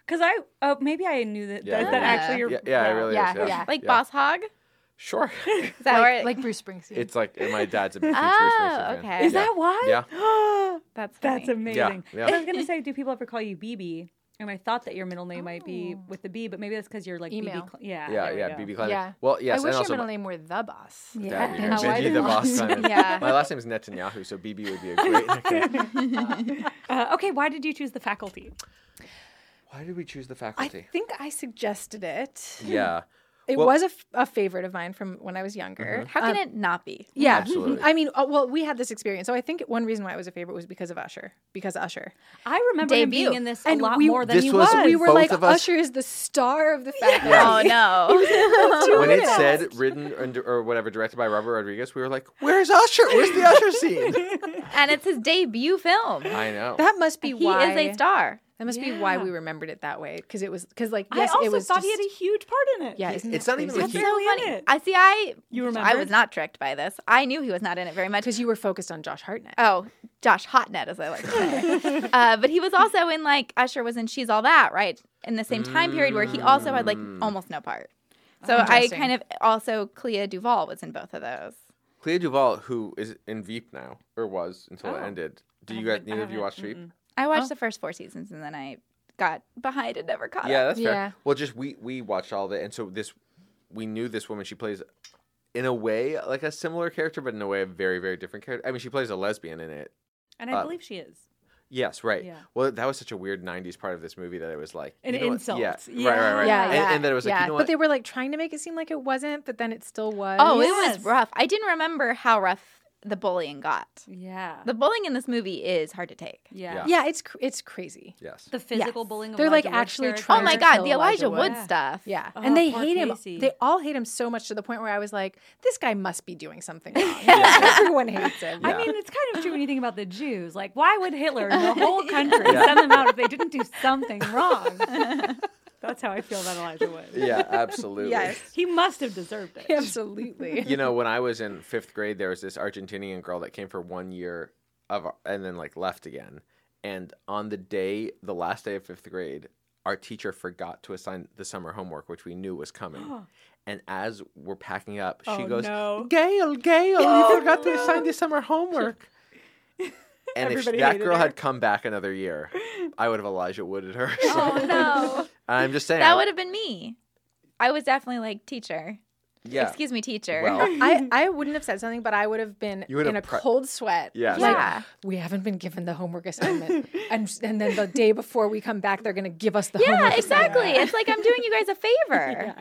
[SPEAKER 3] Because I, oh, maybe I knew that.
[SPEAKER 1] Yeah,
[SPEAKER 3] is
[SPEAKER 1] it
[SPEAKER 3] that
[SPEAKER 1] is.
[SPEAKER 3] actually your?
[SPEAKER 1] Yeah, yeah, it really
[SPEAKER 2] Yeah,
[SPEAKER 1] is. Yeah.
[SPEAKER 2] yeah.
[SPEAKER 5] Like
[SPEAKER 1] Yeah.
[SPEAKER 5] Boss Hog?
[SPEAKER 3] <laughs>
[SPEAKER 1] Sure.
[SPEAKER 5] Is that where it-
[SPEAKER 2] like Bruce Springsteen.
[SPEAKER 1] it's like my dad's a huge Bruce Springsteen
[SPEAKER 5] Oh,
[SPEAKER 1] fan.
[SPEAKER 5] okay.
[SPEAKER 3] Is
[SPEAKER 1] Yeah.
[SPEAKER 3] that why?
[SPEAKER 1] Yeah.
[SPEAKER 5] That's
[SPEAKER 3] <gasps> That's
[SPEAKER 5] funny.
[SPEAKER 3] amazing.
[SPEAKER 1] yeah.
[SPEAKER 3] But I was gonna say, do people ever call you BB? And I thought that your middle name might be
[SPEAKER 2] Oh.
[SPEAKER 3] with the B, but maybe that's because you're like
[SPEAKER 2] Email.
[SPEAKER 3] BB. Cl- yeah.
[SPEAKER 1] Yeah,
[SPEAKER 3] there we
[SPEAKER 1] yeah,
[SPEAKER 3] go.
[SPEAKER 1] BB Climate.
[SPEAKER 2] Yeah.
[SPEAKER 1] Well, yes,
[SPEAKER 2] I wish
[SPEAKER 1] and
[SPEAKER 2] your
[SPEAKER 1] also
[SPEAKER 2] middle
[SPEAKER 1] my,
[SPEAKER 2] name were the boss. <laughs>
[SPEAKER 1] That'd be
[SPEAKER 2] Yeah.
[SPEAKER 1] great.
[SPEAKER 2] How I
[SPEAKER 1] Benji the
[SPEAKER 2] belong.
[SPEAKER 1] Boss
[SPEAKER 2] <laughs>
[SPEAKER 1] Climate.
[SPEAKER 5] Yeah.
[SPEAKER 1] <laughs> My last name is Netanyahu, so BB would be a great
[SPEAKER 3] <laughs>
[SPEAKER 1] nickname.
[SPEAKER 3] <laughs> Uh, okay, why did you choose the faculty?
[SPEAKER 1] Why did we choose the
[SPEAKER 2] I
[SPEAKER 1] faculty?
[SPEAKER 2] <laughs> think I suggested it.
[SPEAKER 1] Yeah.
[SPEAKER 2] It
[SPEAKER 1] Well- Mm-hmm.
[SPEAKER 2] was a, f- a favorite of mine from when I was younger.
[SPEAKER 5] How
[SPEAKER 3] Um,
[SPEAKER 5] can it not be?
[SPEAKER 2] Um, Yeah,
[SPEAKER 1] Absolutely.
[SPEAKER 2] I mean, uh, well, we had this experience, so I think one reason why it was a favorite was because of Usher. Because Usher,
[SPEAKER 3] I remember him being
[SPEAKER 5] Debut.
[SPEAKER 3] in this
[SPEAKER 2] And
[SPEAKER 3] a lot
[SPEAKER 2] we-
[SPEAKER 3] more than
[SPEAKER 1] This
[SPEAKER 3] he
[SPEAKER 1] was-
[SPEAKER 3] was.
[SPEAKER 2] we were
[SPEAKER 1] both
[SPEAKER 2] like,
[SPEAKER 1] of us-
[SPEAKER 2] Usher is the star of the faculty. <laughs>
[SPEAKER 5] <laughs> Oh no.
[SPEAKER 1] When it said written and, or whatever directed by Robert Rodriguez, we were like, "Where's Usher? Where's the Usher
[SPEAKER 3] <laughs>
[SPEAKER 1] scene?"
[SPEAKER 5] and it's his debut film.
[SPEAKER 1] I know.
[SPEAKER 2] That must be
[SPEAKER 5] He
[SPEAKER 2] why
[SPEAKER 5] is a star.
[SPEAKER 2] That must be why
[SPEAKER 3] Yeah.
[SPEAKER 2] we remembered it that way. Because it was because like
[SPEAKER 3] I
[SPEAKER 2] yes,
[SPEAKER 3] also
[SPEAKER 2] it was
[SPEAKER 3] thought
[SPEAKER 2] just,
[SPEAKER 3] he had a huge part in it.
[SPEAKER 2] yeah. Isn't
[SPEAKER 1] it's
[SPEAKER 2] that
[SPEAKER 1] not even
[SPEAKER 2] crazy?
[SPEAKER 1] like
[SPEAKER 2] <laughs>
[SPEAKER 1] he-
[SPEAKER 5] That's so
[SPEAKER 3] barely in
[SPEAKER 5] funny.
[SPEAKER 3] it.
[SPEAKER 5] I see. I
[SPEAKER 3] You
[SPEAKER 5] I
[SPEAKER 3] remembered?
[SPEAKER 5] was not tricked by this. I knew he was not in it very much.
[SPEAKER 2] because you were focused on Josh Hartnett.
[SPEAKER 5] Oh, Josh Hotnet, as I like to say.
[SPEAKER 1] <laughs>
[SPEAKER 5] uh, but he was also in like Usher was in She's All That, right? In the same time period where he also had like
[SPEAKER 1] Mm.
[SPEAKER 5] almost no part. So I
[SPEAKER 2] Interesting.
[SPEAKER 5] kind of also Clea Duvall was in both of those.
[SPEAKER 1] Clea Duvall, who is in Veep now or was until
[SPEAKER 3] Oh.
[SPEAKER 1] it ended. Do
[SPEAKER 3] I
[SPEAKER 1] you guys
[SPEAKER 3] haven't- I
[SPEAKER 1] neither of you
[SPEAKER 3] haven't-
[SPEAKER 1] watch Veep?
[SPEAKER 3] mm-mm.
[SPEAKER 5] I watched
[SPEAKER 1] Oh.
[SPEAKER 5] the first four seasons and then I got behind and never caught
[SPEAKER 1] Yeah,
[SPEAKER 5] up.
[SPEAKER 1] that's fair.
[SPEAKER 2] Yeah.
[SPEAKER 1] Well, just we we watched all of it, and so this we knew this woman. She plays in a way like a similar character, but in a way a very very different character. I mean, she plays a lesbian in it.
[SPEAKER 3] And I
[SPEAKER 1] Uh,
[SPEAKER 3] believe she is.
[SPEAKER 1] Yes, right.
[SPEAKER 3] Yeah.
[SPEAKER 1] Well, that was such a weird '90s part of this movie that it was like
[SPEAKER 3] An
[SPEAKER 1] you know what?
[SPEAKER 3] insult.
[SPEAKER 1] Yeah, right, right, right.
[SPEAKER 2] Yeah,
[SPEAKER 1] and,
[SPEAKER 2] yeah,
[SPEAKER 1] and then it was like,
[SPEAKER 2] yeah.
[SPEAKER 1] you know
[SPEAKER 2] But
[SPEAKER 1] what?
[SPEAKER 2] they were like trying to make it seem like it wasn't, but then it still was.
[SPEAKER 5] Oh, it
[SPEAKER 3] Yes.
[SPEAKER 5] was rough. I didn't remember how rough the bullying got.
[SPEAKER 3] Yeah.
[SPEAKER 5] The bullying in this movie is hard to take.
[SPEAKER 3] yeah.
[SPEAKER 1] Yeah.
[SPEAKER 2] yeah, it's cr- it's crazy.
[SPEAKER 1] yes.
[SPEAKER 3] The physical bullying. Of
[SPEAKER 2] They're, like,
[SPEAKER 3] Elijah Wood's
[SPEAKER 2] actually
[SPEAKER 3] character.
[SPEAKER 5] Oh
[SPEAKER 2] trying
[SPEAKER 5] my
[SPEAKER 2] to
[SPEAKER 5] god,
[SPEAKER 2] kill
[SPEAKER 5] the Elijah,
[SPEAKER 2] Elijah
[SPEAKER 5] Wood
[SPEAKER 3] Wood.
[SPEAKER 5] stuff.
[SPEAKER 2] Yeah,
[SPEAKER 3] Oh,
[SPEAKER 2] and they
[SPEAKER 3] poor
[SPEAKER 2] hate
[SPEAKER 3] Casey.
[SPEAKER 2] him. They all hate him so much to the point where I was like, "This guy must be doing something wrong."
[SPEAKER 1] Yeah.
[SPEAKER 2] Everyone
[SPEAKER 1] <laughs>
[SPEAKER 2] hates him.
[SPEAKER 1] Yeah.
[SPEAKER 3] I mean, it's kind of true when you think about the Jews. Like, why would Hitler and the whole country
[SPEAKER 1] Yeah.
[SPEAKER 3] send them out if they didn't do something wrong? That's how I feel
[SPEAKER 1] <laughs>
[SPEAKER 3] about Elijah Wood.
[SPEAKER 1] Yeah,
[SPEAKER 3] <laughs>
[SPEAKER 1] absolutely.
[SPEAKER 3] He must have deserved it.
[SPEAKER 2] <laughs> absolutely.
[SPEAKER 1] <laughs> you know, when I was in fifth grade, there was this Argentinian girl that came for one year of, and then like left again. And on the day, the last day of fifth grade, our teacher forgot to assign the summer homework, which we knew was
[SPEAKER 3] <gasps>
[SPEAKER 1] coming. and as we're packing up, she
[SPEAKER 3] Oh,
[SPEAKER 1] goes,
[SPEAKER 3] no.
[SPEAKER 1] <laughs>
[SPEAKER 3] Oh,
[SPEAKER 1] "Gail, Gail, you forgot to assign the summer
[SPEAKER 3] <laughs>
[SPEAKER 1] homework." and if
[SPEAKER 3] Everybody
[SPEAKER 1] that
[SPEAKER 3] hated
[SPEAKER 1] girl
[SPEAKER 3] her.
[SPEAKER 1] had come back another
[SPEAKER 3] <laughs>
[SPEAKER 1] year, I would have Elijah Wooded her. So,
[SPEAKER 5] <laughs>
[SPEAKER 1] <laughs>
[SPEAKER 5] Oh no.
[SPEAKER 1] I'm just saying.
[SPEAKER 5] That would have been me. I was definitely like teacher.
[SPEAKER 1] yeah.
[SPEAKER 5] Excuse me, teacher.
[SPEAKER 1] Well,
[SPEAKER 2] I, I wouldn't have said something, but I would have been
[SPEAKER 1] You would
[SPEAKER 2] in a
[SPEAKER 1] have pre-
[SPEAKER 2] cold sweat.
[SPEAKER 1] Yes.
[SPEAKER 2] Like,
[SPEAKER 5] Yeah.
[SPEAKER 2] we haven't been given the homework assignment.
[SPEAKER 1] <laughs>
[SPEAKER 2] and, and then the day before we come back, they're going to give us the homework assignment.
[SPEAKER 5] yeah, exactly. It's like I'm doing you guys a favor.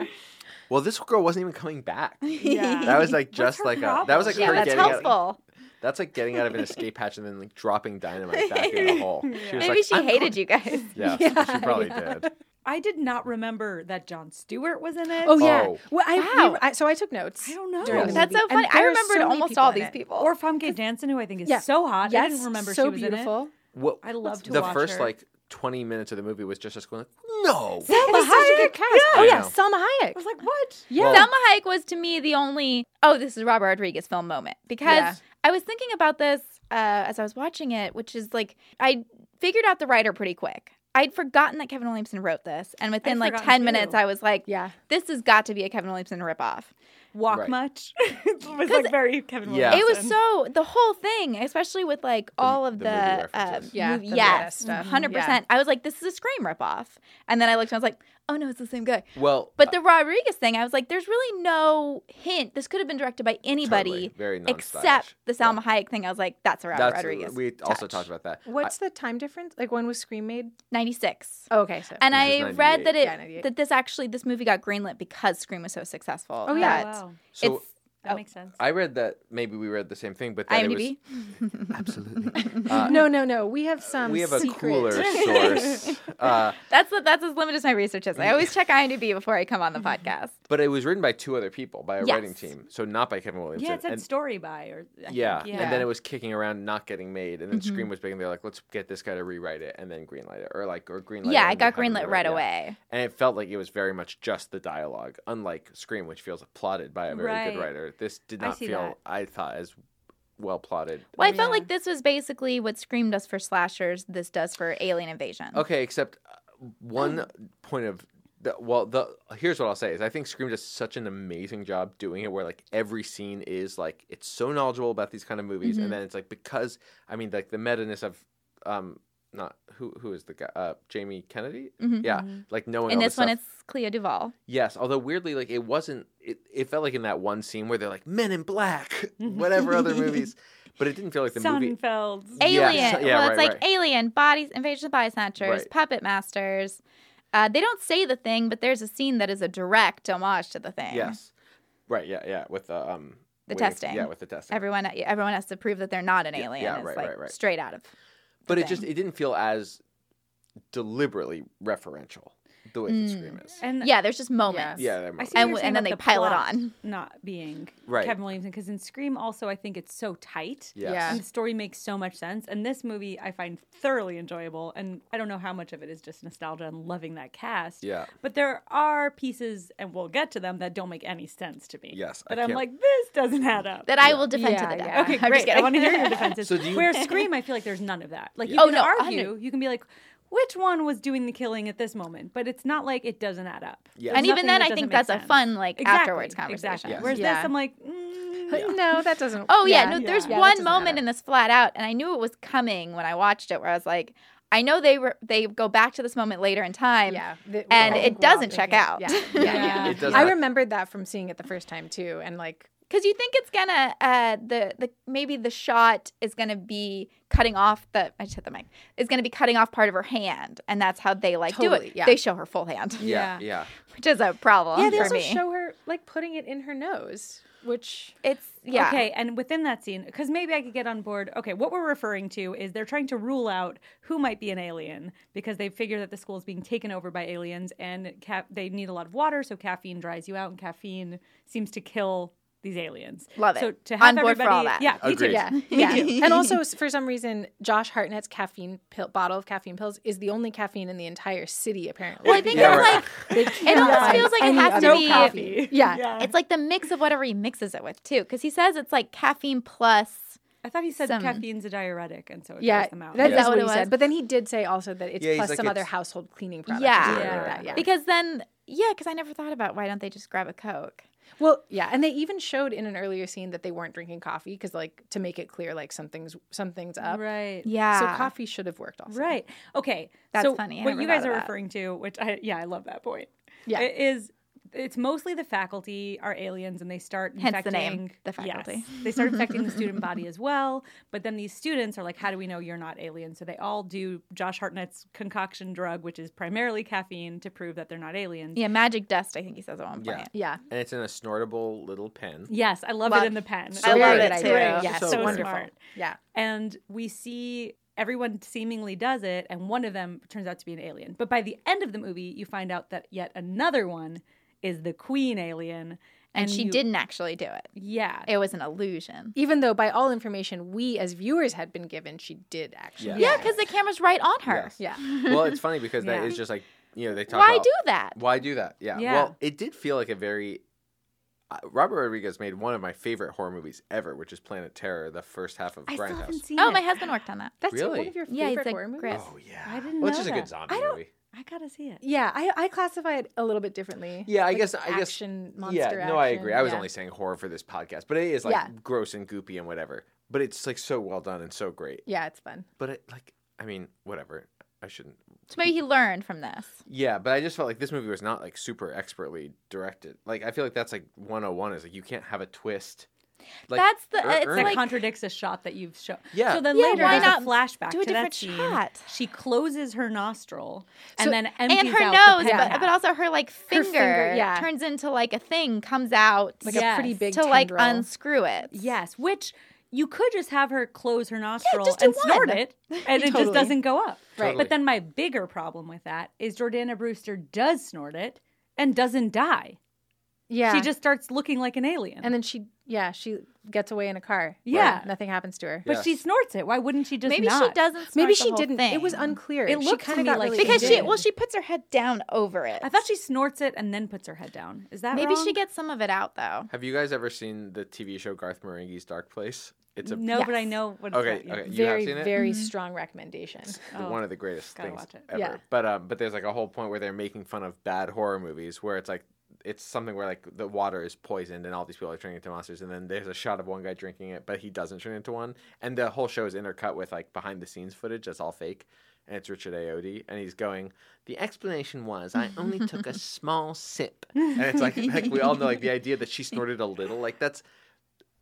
[SPEAKER 1] well, this girl wasn't even coming
[SPEAKER 3] <laughs>
[SPEAKER 1] back.
[SPEAKER 3] Yeah.
[SPEAKER 1] That was like just
[SPEAKER 3] her
[SPEAKER 1] like a, that was like
[SPEAKER 5] Yeah,
[SPEAKER 1] her
[SPEAKER 5] that's
[SPEAKER 1] getting out-
[SPEAKER 5] helpful.
[SPEAKER 1] That's like getting out of an escape hatch and
[SPEAKER 3] <laughs>
[SPEAKER 1] then like dropping dynamite back in a hole. She was
[SPEAKER 5] Maybe
[SPEAKER 1] like,
[SPEAKER 5] she
[SPEAKER 1] "I'm <laughs>
[SPEAKER 5] hated you guys.
[SPEAKER 1] going-" Yes, she probably did.
[SPEAKER 3] I did not remember that John Stewart was in it.
[SPEAKER 2] Oh yeah.
[SPEAKER 1] Oh.
[SPEAKER 2] Well, I,
[SPEAKER 5] Wow.
[SPEAKER 2] we- I- so I took notes.
[SPEAKER 3] I don't know.
[SPEAKER 2] during the
[SPEAKER 5] That's so
[SPEAKER 2] movie,
[SPEAKER 5] funny.
[SPEAKER 2] and
[SPEAKER 5] I
[SPEAKER 2] there are
[SPEAKER 5] remembered
[SPEAKER 2] so many
[SPEAKER 5] almost
[SPEAKER 2] people
[SPEAKER 5] all
[SPEAKER 2] in
[SPEAKER 5] these
[SPEAKER 2] it.
[SPEAKER 5] people.
[SPEAKER 3] Or Famke Janssen, who I think is
[SPEAKER 2] Yeah.
[SPEAKER 3] so hot. I
[SPEAKER 2] Yes,
[SPEAKER 3] didn't remember
[SPEAKER 2] so
[SPEAKER 3] she was <laughs>
[SPEAKER 2] beautiful.
[SPEAKER 3] in it.
[SPEAKER 1] What
[SPEAKER 3] I love to
[SPEAKER 1] the
[SPEAKER 3] watch
[SPEAKER 1] first
[SPEAKER 3] her.
[SPEAKER 1] like 20 minutes of the movie was just us going, no.
[SPEAKER 2] Selma such a good cast. Oh
[SPEAKER 1] I
[SPEAKER 2] yeah,
[SPEAKER 1] know.
[SPEAKER 2] Selma Hayek.
[SPEAKER 3] I was like, what?
[SPEAKER 2] yeah.
[SPEAKER 5] Selma Hayek was to me the only oh this is Robert Rodriguez film moment because
[SPEAKER 2] Yeah.
[SPEAKER 5] I was thinking about this uh, as I was watching it, which is like I figured out the writer pretty quick. I'd forgotten that Kevin Williamson wrote this, and within like
[SPEAKER 3] forgotten
[SPEAKER 5] ten
[SPEAKER 3] too.
[SPEAKER 5] minutes, I was like,
[SPEAKER 2] Yeah.
[SPEAKER 5] this has got to be a Kevin Williamson ripoff."
[SPEAKER 3] Walk
[SPEAKER 1] Right.
[SPEAKER 3] much? <laughs> it was like very Kevin
[SPEAKER 1] Yeah.
[SPEAKER 5] It
[SPEAKER 3] Williamson.
[SPEAKER 5] was so the whole thing, especially with like all of
[SPEAKER 1] the
[SPEAKER 5] the,
[SPEAKER 1] movie
[SPEAKER 5] uh,
[SPEAKER 1] references.
[SPEAKER 2] Yeah,
[SPEAKER 5] yeah,
[SPEAKER 2] the meta
[SPEAKER 5] yes,
[SPEAKER 2] stuff.
[SPEAKER 5] hundred percent. I was like, this is a Scream ripoff, and then I looked and I was like, oh no, it's the same guy.
[SPEAKER 1] Well,
[SPEAKER 5] But the Rodriguez thing, I was like, there's really no hint. This could have been directed by anybody
[SPEAKER 1] Totally. Very non-stylish.
[SPEAKER 5] except the Salma Hayek thing. I was like, that's a Robert
[SPEAKER 1] that's,
[SPEAKER 5] Rodriguez.
[SPEAKER 1] we also talked about that.
[SPEAKER 2] What's the time difference? Like when was Scream made?
[SPEAKER 5] 96.
[SPEAKER 2] Oh, okay, so
[SPEAKER 5] And
[SPEAKER 1] This
[SPEAKER 5] I
[SPEAKER 1] is
[SPEAKER 5] read that
[SPEAKER 1] 98.
[SPEAKER 5] it
[SPEAKER 2] Yeah, 98.
[SPEAKER 5] that this actually this movie got greenlit because Scream was so successful.
[SPEAKER 2] Oh,
[SPEAKER 3] Yeah,
[SPEAKER 2] yeah.
[SPEAKER 5] that
[SPEAKER 3] wow.
[SPEAKER 1] So
[SPEAKER 5] it's
[SPEAKER 3] That
[SPEAKER 5] oh.
[SPEAKER 3] makes sense.
[SPEAKER 1] I read that maybe we read the same thing, but that
[SPEAKER 5] IMDb.
[SPEAKER 1] it was uh,
[SPEAKER 2] no, no, no. We have
[SPEAKER 3] Um,
[SPEAKER 2] some.
[SPEAKER 1] we have a
[SPEAKER 2] secret- <laughs>
[SPEAKER 3] <laughs>
[SPEAKER 1] cooler <laughs> source. Uh,
[SPEAKER 5] That's that's as limited as my research is.
[SPEAKER 1] Mm.
[SPEAKER 5] I always check IMDb before I come on
[SPEAKER 2] <laughs> Mm-hmm.
[SPEAKER 5] the podcast.
[SPEAKER 1] but it was written by two other people, by a
[SPEAKER 5] Yes.
[SPEAKER 1] writing team, so not by Kevin Williamson.
[SPEAKER 3] Yeah, it said
[SPEAKER 1] And-
[SPEAKER 3] story by or I
[SPEAKER 1] yeah.
[SPEAKER 3] think,
[SPEAKER 1] and then
[SPEAKER 2] Yeah.
[SPEAKER 1] it was kicking around, not getting made, and then Scream was big, and they're like, "Let's get this guy to rewrite it, and then greenlight it, or like, or greenlight."
[SPEAKER 5] yeah,
[SPEAKER 1] it
[SPEAKER 5] I
[SPEAKER 1] and
[SPEAKER 5] got
[SPEAKER 1] have him
[SPEAKER 5] greenlit
[SPEAKER 1] rewrite
[SPEAKER 5] right
[SPEAKER 1] it.
[SPEAKER 5] away.
[SPEAKER 1] and it felt like it was very much just the dialogue, unlike Scream, which feels plotted by a very
[SPEAKER 3] Right.
[SPEAKER 1] good writer. This did
[SPEAKER 3] I
[SPEAKER 1] not
[SPEAKER 3] see
[SPEAKER 1] feel,
[SPEAKER 3] that.
[SPEAKER 1] I thought, as well plotted.
[SPEAKER 5] Well, I felt like this was basically what Scream does for slashers. This does for Alien Invasion.
[SPEAKER 1] Okay, except uh, one point of the, well, the here's what I'll say is I think Scream does such an amazing job doing it, where like every scene is like it's so knowledgeable about these kind of movies,
[SPEAKER 5] Mm-hmm.
[SPEAKER 1] and then it's like because I mean like the meta ness of um not who who is the guy uh Jamie Kennedy
[SPEAKER 5] Mhm.
[SPEAKER 1] yeah
[SPEAKER 3] Mm-hmm.
[SPEAKER 1] like knowing
[SPEAKER 5] In
[SPEAKER 1] all
[SPEAKER 5] this
[SPEAKER 1] stuff.
[SPEAKER 5] one, it's Cleo Duvall.
[SPEAKER 1] Yes, although weirdly, like it wasn't. It, it felt like in that one scene where they're like Men in Black,
[SPEAKER 5] Mm-hmm.
[SPEAKER 1] whatever
[SPEAKER 5] <laughs>
[SPEAKER 1] other movies, but it didn't feel like the movie.
[SPEAKER 3] Seinfeld's.
[SPEAKER 5] Alien.
[SPEAKER 1] Yeah, so- yeah,
[SPEAKER 5] well, it's
[SPEAKER 1] right,
[SPEAKER 5] like
[SPEAKER 1] right.
[SPEAKER 5] Alien, bodies, Invasion of the Body Snatchers,
[SPEAKER 1] Right.
[SPEAKER 5] Puppet Masters. Uh, they don't say the thing, but there's a scene that is a direct homage to the thing.
[SPEAKER 1] Yes, right. Yeah, yeah. With the um
[SPEAKER 5] The
[SPEAKER 1] waiting-
[SPEAKER 5] testing.
[SPEAKER 1] Yeah, with the testing.
[SPEAKER 5] Everyone, everyone has to prove that they're not an alien.
[SPEAKER 1] yeah,
[SPEAKER 5] It's
[SPEAKER 1] right,
[SPEAKER 5] like
[SPEAKER 1] right, right.
[SPEAKER 5] Straight out of.
[SPEAKER 1] but
[SPEAKER 5] the
[SPEAKER 1] it just
[SPEAKER 5] thing.
[SPEAKER 1] it didn't feel as deliberately referential the way that Scream is.
[SPEAKER 3] And
[SPEAKER 5] Yeah, there's just moments.
[SPEAKER 1] yeah, that
[SPEAKER 3] Mm. I
[SPEAKER 1] moment.
[SPEAKER 3] see what
[SPEAKER 5] And
[SPEAKER 3] you're
[SPEAKER 5] w-
[SPEAKER 3] saying
[SPEAKER 5] and then
[SPEAKER 3] about
[SPEAKER 5] they
[SPEAKER 3] the
[SPEAKER 5] pile it
[SPEAKER 3] plot
[SPEAKER 5] on.
[SPEAKER 3] Not being
[SPEAKER 1] Right.
[SPEAKER 3] Kevin Williamson, because in Scream also I think it's so tight.
[SPEAKER 1] Yes.
[SPEAKER 2] Yeah.
[SPEAKER 3] And the story makes so much sense. And this movie I find thoroughly enjoyable. And I don't know how much of it is just nostalgia and loving that cast.
[SPEAKER 1] Yeah.
[SPEAKER 3] But there are pieces, and we'll get to them, that don't make any sense to me.
[SPEAKER 1] Yes, I
[SPEAKER 3] But I'm
[SPEAKER 1] can't-
[SPEAKER 3] like, this doesn't add up.
[SPEAKER 5] that I will defend
[SPEAKER 2] Yeah,
[SPEAKER 5] to the death.
[SPEAKER 2] yeah.
[SPEAKER 5] I'm
[SPEAKER 3] Okay,
[SPEAKER 5] just
[SPEAKER 3] great. I
[SPEAKER 5] kidding.
[SPEAKER 3] want to hear
[SPEAKER 5] <laughs>
[SPEAKER 3] your defenses.
[SPEAKER 1] So do you-
[SPEAKER 3] Where Scream, I feel like there's none of that. Like, you
[SPEAKER 5] Yeah. Oh,
[SPEAKER 3] can
[SPEAKER 5] no,
[SPEAKER 3] argue, you can be like, which one was doing the killing at this moment? But it's not like it doesn't add up.
[SPEAKER 1] Yeah.
[SPEAKER 3] There's
[SPEAKER 5] and even
[SPEAKER 3] nothing
[SPEAKER 5] then,
[SPEAKER 3] that
[SPEAKER 5] I
[SPEAKER 3] doesn't
[SPEAKER 5] think
[SPEAKER 3] make
[SPEAKER 5] that's a
[SPEAKER 3] sense.
[SPEAKER 5] fun like
[SPEAKER 3] Exactly,
[SPEAKER 5] afterwards conversation.
[SPEAKER 3] Exactly.
[SPEAKER 1] Yes.
[SPEAKER 3] Whereas
[SPEAKER 5] Yeah.
[SPEAKER 3] this, I'm like, mm,
[SPEAKER 2] No, that doesn't.
[SPEAKER 5] Oh yeah, no,
[SPEAKER 3] Yeah.
[SPEAKER 5] there's
[SPEAKER 3] Yeah,
[SPEAKER 2] that
[SPEAKER 5] one
[SPEAKER 2] doesn't
[SPEAKER 5] moment
[SPEAKER 2] matter.
[SPEAKER 5] in this flat out, and I knew it was coming when I watched it, where I was like, I know they were they go back to this moment later in time.
[SPEAKER 2] Yeah, th-
[SPEAKER 5] and
[SPEAKER 2] I
[SPEAKER 5] it
[SPEAKER 2] think we're all
[SPEAKER 5] doesn't check
[SPEAKER 2] thinking-
[SPEAKER 5] out.
[SPEAKER 2] Yeah,
[SPEAKER 5] <laughs> Yeah.
[SPEAKER 2] yeah.
[SPEAKER 3] Yeah.
[SPEAKER 1] It does
[SPEAKER 2] I
[SPEAKER 1] not-
[SPEAKER 2] remembered that from seeing it the first time too, and like,
[SPEAKER 5] Because you think it's gonna uh, the the maybe the shot is gonna be cutting off the I just hit the mic is gonna be cutting off part of her hand, and that's how they like do
[SPEAKER 2] Totally,
[SPEAKER 5] it.
[SPEAKER 2] yeah.
[SPEAKER 5] They show her full hand,
[SPEAKER 1] yeah,
[SPEAKER 3] Yeah.
[SPEAKER 1] yeah.
[SPEAKER 5] <laughs> which is a problem
[SPEAKER 2] yeah, they
[SPEAKER 5] for
[SPEAKER 2] also
[SPEAKER 5] me.
[SPEAKER 2] show her like putting it in her nose, which
[SPEAKER 5] it's yeah.
[SPEAKER 3] Okay, and within that scene, because maybe I could get on board. Okay, what we're referring to is they're trying to rule out who might be an alien because they figure that the school is being taken over by aliens, and ca- they need a lot of water, so caffeine dries you out, and caffeine seems to kill these aliens.
[SPEAKER 5] Love it.
[SPEAKER 3] So to have
[SPEAKER 5] On board for
[SPEAKER 3] everybody,
[SPEAKER 5] all that.
[SPEAKER 3] yeah, me too.
[SPEAKER 1] Agreed.
[SPEAKER 2] <laughs> yeah.
[SPEAKER 5] Yeah. Yeah. <laughs>
[SPEAKER 2] and also s- for some reason, Josh Hartnett's caffeine pill, bottle of caffeine pills is the only caffeine in the entire city apparently.
[SPEAKER 5] Well, I think
[SPEAKER 1] Yeah,
[SPEAKER 5] it's
[SPEAKER 1] right.
[SPEAKER 2] <laughs>
[SPEAKER 5] like it almost
[SPEAKER 2] Yeah.
[SPEAKER 5] feels like it
[SPEAKER 2] Any
[SPEAKER 5] has to
[SPEAKER 2] other
[SPEAKER 5] be
[SPEAKER 2] coffee. Yeah.
[SPEAKER 5] It's like the mix of whatever he mixes it with too, because he says it's like caffeine plus.
[SPEAKER 3] I thought he said
[SPEAKER 5] Some-
[SPEAKER 3] caffeine's a diuretic, and so it
[SPEAKER 2] yeah,
[SPEAKER 3] dries them out.
[SPEAKER 2] that is
[SPEAKER 5] Yeah. Is that
[SPEAKER 2] what
[SPEAKER 5] what
[SPEAKER 2] he
[SPEAKER 5] it was?
[SPEAKER 2] said. But then he did say also that it's
[SPEAKER 1] Yeah, he's
[SPEAKER 2] plus
[SPEAKER 1] like,
[SPEAKER 2] some other
[SPEAKER 1] it's-
[SPEAKER 2] household cleaning products.
[SPEAKER 5] Yeah.
[SPEAKER 2] or something
[SPEAKER 1] Right,
[SPEAKER 2] like
[SPEAKER 1] right,
[SPEAKER 2] that,
[SPEAKER 1] right.
[SPEAKER 2] yeah.
[SPEAKER 5] Because then, yeah, because I never thought about why don't they just grab a coke?
[SPEAKER 2] Well, yeah, and they even showed in an earlier scene that they weren't drinking coffee because, like, to make it clear, like something's something's up.
[SPEAKER 3] right.
[SPEAKER 5] Yeah.
[SPEAKER 2] So coffee should have worked also.
[SPEAKER 3] Right. Okay.
[SPEAKER 5] That's
[SPEAKER 3] so
[SPEAKER 5] funny. I
[SPEAKER 3] What
[SPEAKER 5] never
[SPEAKER 3] you guys
[SPEAKER 5] thought of
[SPEAKER 3] are
[SPEAKER 5] that.
[SPEAKER 3] referring to, which I yeah, I love that point.
[SPEAKER 2] Yeah.
[SPEAKER 3] It is it's mostly the faculty are aliens and they start
[SPEAKER 5] Hence the
[SPEAKER 3] infecting
[SPEAKER 5] name, the
[SPEAKER 3] yes.
[SPEAKER 5] faculty.
[SPEAKER 3] they
[SPEAKER 5] <laughs>
[SPEAKER 3] start infecting the student body as well. But then these students are like, How do we know you're not alien? So they all do Josh Hartnett's concoction drug, which is primarily caffeine, to prove that they're not aliens.
[SPEAKER 5] Yeah, magic dust. I think he says at one
[SPEAKER 1] Yeah.
[SPEAKER 5] point.
[SPEAKER 2] Yeah.
[SPEAKER 1] And it's in a snortable little pen.
[SPEAKER 3] Yes, I love,
[SPEAKER 5] Love-
[SPEAKER 3] it in the pen.
[SPEAKER 5] I love
[SPEAKER 1] good.
[SPEAKER 5] it
[SPEAKER 1] It's
[SPEAKER 5] too.
[SPEAKER 1] great.
[SPEAKER 2] Yeah,
[SPEAKER 1] So
[SPEAKER 2] so,
[SPEAKER 1] good.
[SPEAKER 2] wonderful.
[SPEAKER 3] smart.
[SPEAKER 2] Yeah.
[SPEAKER 3] And we see everyone seemingly does it, and one of them turns out to be an alien. But by the end of the movie, you find out that yet another one is the queen alien,
[SPEAKER 5] and, she
[SPEAKER 3] you-
[SPEAKER 5] didn't actually do it.
[SPEAKER 3] Yeah,
[SPEAKER 5] It was an illusion.
[SPEAKER 2] Even though, by all information we as viewers had been given, she did actually.
[SPEAKER 5] Yeah, because the camera's right on her. <laughs>
[SPEAKER 1] Yes.
[SPEAKER 3] <laughs>
[SPEAKER 2] Yeah.
[SPEAKER 1] well, it's funny because that is
[SPEAKER 3] Yeah.
[SPEAKER 1] just like you know they talk.
[SPEAKER 5] Why
[SPEAKER 1] about,
[SPEAKER 5] do that?
[SPEAKER 1] Why do that? Yeah.
[SPEAKER 3] Yeah.
[SPEAKER 1] Well, it did feel like a very. uh, Robert Rodriguez made one of my favorite horror movies ever, which is Planet Terror, the first half of
[SPEAKER 3] I still
[SPEAKER 1] Grindhouse.
[SPEAKER 3] haven't seen
[SPEAKER 5] Oh,
[SPEAKER 3] it.
[SPEAKER 5] my husband worked on that.
[SPEAKER 2] That's
[SPEAKER 1] Really?
[SPEAKER 2] one of your favorite
[SPEAKER 5] Yeah, he's like,
[SPEAKER 2] horror movies.
[SPEAKER 5] Griff.
[SPEAKER 1] Oh yeah.
[SPEAKER 3] I didn't
[SPEAKER 1] well, it's
[SPEAKER 3] know
[SPEAKER 1] just a
[SPEAKER 3] that.
[SPEAKER 1] good zombie
[SPEAKER 2] I don't-
[SPEAKER 1] movie.
[SPEAKER 3] I gotta see it.
[SPEAKER 2] Yeah, I, I classify it a little bit differently.
[SPEAKER 1] Yeah, I
[SPEAKER 2] Like,
[SPEAKER 1] guess- I guess-
[SPEAKER 2] action, monster
[SPEAKER 1] yeah, no, I
[SPEAKER 2] action.
[SPEAKER 1] agree. I was
[SPEAKER 2] Yeah.
[SPEAKER 1] only saying horror for this podcast, but it is like
[SPEAKER 2] Yeah.
[SPEAKER 1] gross and goopy and whatever. But it's like so well done and so great.
[SPEAKER 2] Yeah, it's fun.
[SPEAKER 1] But it, like, I mean, whatever. I shouldn't.
[SPEAKER 5] So maybe he learned from this.
[SPEAKER 1] Yeah, but I just felt like this movie was not like super expertly directed. Like, I feel like that's like 101 is like you can't have a twist. Like,
[SPEAKER 5] That's the-
[SPEAKER 1] ear-
[SPEAKER 5] it's
[SPEAKER 1] earn
[SPEAKER 3] That
[SPEAKER 1] it.
[SPEAKER 5] like-
[SPEAKER 3] contradicts a shot that you've shown.
[SPEAKER 1] Yeah.
[SPEAKER 3] So then
[SPEAKER 5] Yeah,
[SPEAKER 3] later,
[SPEAKER 5] why
[SPEAKER 3] there's a
[SPEAKER 5] not
[SPEAKER 3] flashback
[SPEAKER 5] do a
[SPEAKER 3] to that
[SPEAKER 5] different
[SPEAKER 3] scene.
[SPEAKER 5] shot?
[SPEAKER 3] She closes her nostril and
[SPEAKER 2] So-
[SPEAKER 3] then empties
[SPEAKER 5] And her
[SPEAKER 3] out
[SPEAKER 5] nose,
[SPEAKER 3] the
[SPEAKER 5] but,
[SPEAKER 3] penthouse.
[SPEAKER 5] but also her like
[SPEAKER 2] Her
[SPEAKER 5] finger,
[SPEAKER 2] finger, yeah.
[SPEAKER 5] turns into like a thing, comes out
[SPEAKER 2] Like
[SPEAKER 3] Yes.
[SPEAKER 2] a pretty big
[SPEAKER 5] to like
[SPEAKER 2] tendril.
[SPEAKER 5] unscrew it.
[SPEAKER 3] Yes, which you could just have her close her nostril
[SPEAKER 5] just do
[SPEAKER 3] and snort
[SPEAKER 5] one. <laughs>
[SPEAKER 3] it, and it just
[SPEAKER 2] Totally.
[SPEAKER 3] doesn't go up.
[SPEAKER 2] Right.
[SPEAKER 1] Totally.
[SPEAKER 3] But then my bigger problem with that is Jordana Brewster does snort it and doesn't die.
[SPEAKER 2] Yeah.
[SPEAKER 3] She just starts looking like an alien.
[SPEAKER 2] and then she yeah she gets away in a car.
[SPEAKER 3] Yeah.
[SPEAKER 2] nothing happens to her.
[SPEAKER 3] but she
[SPEAKER 1] Yes.
[SPEAKER 3] snorts it. Why wouldn't she just
[SPEAKER 5] maybe
[SPEAKER 3] not?
[SPEAKER 5] she doesn't.
[SPEAKER 2] Maybe
[SPEAKER 5] snort the
[SPEAKER 2] she
[SPEAKER 5] whole
[SPEAKER 2] didn't. It was
[SPEAKER 5] thing.
[SPEAKER 2] unclear.
[SPEAKER 3] It
[SPEAKER 2] she
[SPEAKER 3] looked to
[SPEAKER 2] kind of
[SPEAKER 3] me
[SPEAKER 2] got
[SPEAKER 3] like
[SPEAKER 2] really
[SPEAKER 3] she
[SPEAKER 5] because she
[SPEAKER 3] did.
[SPEAKER 5] well she puts her head down over it.
[SPEAKER 3] I thought she snorts it and then puts her head down. Is that
[SPEAKER 5] maybe
[SPEAKER 3] wrong?
[SPEAKER 2] Um,
[SPEAKER 5] she gets some of it out though.
[SPEAKER 1] Have you guys ever seen the TV show Garth Marenghi's Dark Place? It's a
[SPEAKER 3] No, but I
[SPEAKER 5] Yes.
[SPEAKER 3] know what.
[SPEAKER 1] Okay,
[SPEAKER 3] It's about, yeah.
[SPEAKER 1] okay. You have
[SPEAKER 2] very
[SPEAKER 1] seen it?
[SPEAKER 2] very strong recommendation.
[SPEAKER 1] the-
[SPEAKER 3] Oh,
[SPEAKER 1] one of the greatest
[SPEAKER 3] gotta
[SPEAKER 1] things
[SPEAKER 3] watch it.
[SPEAKER 1] ever.
[SPEAKER 2] Yeah.
[SPEAKER 1] But um, but there's like a whole point where they're making fun of bad horror movies where it's like it's something where like the water is poisoned and all these people are turning into monsters and then there's a shot of one guy drinking it but he doesn't turn into one and the whole show is intercut with like behind the scenes footage that's all fake and it's Richard Ayoade and he's going the explanation was I only took a small sip and it's like like we all know like the idea that she snorted a little like that's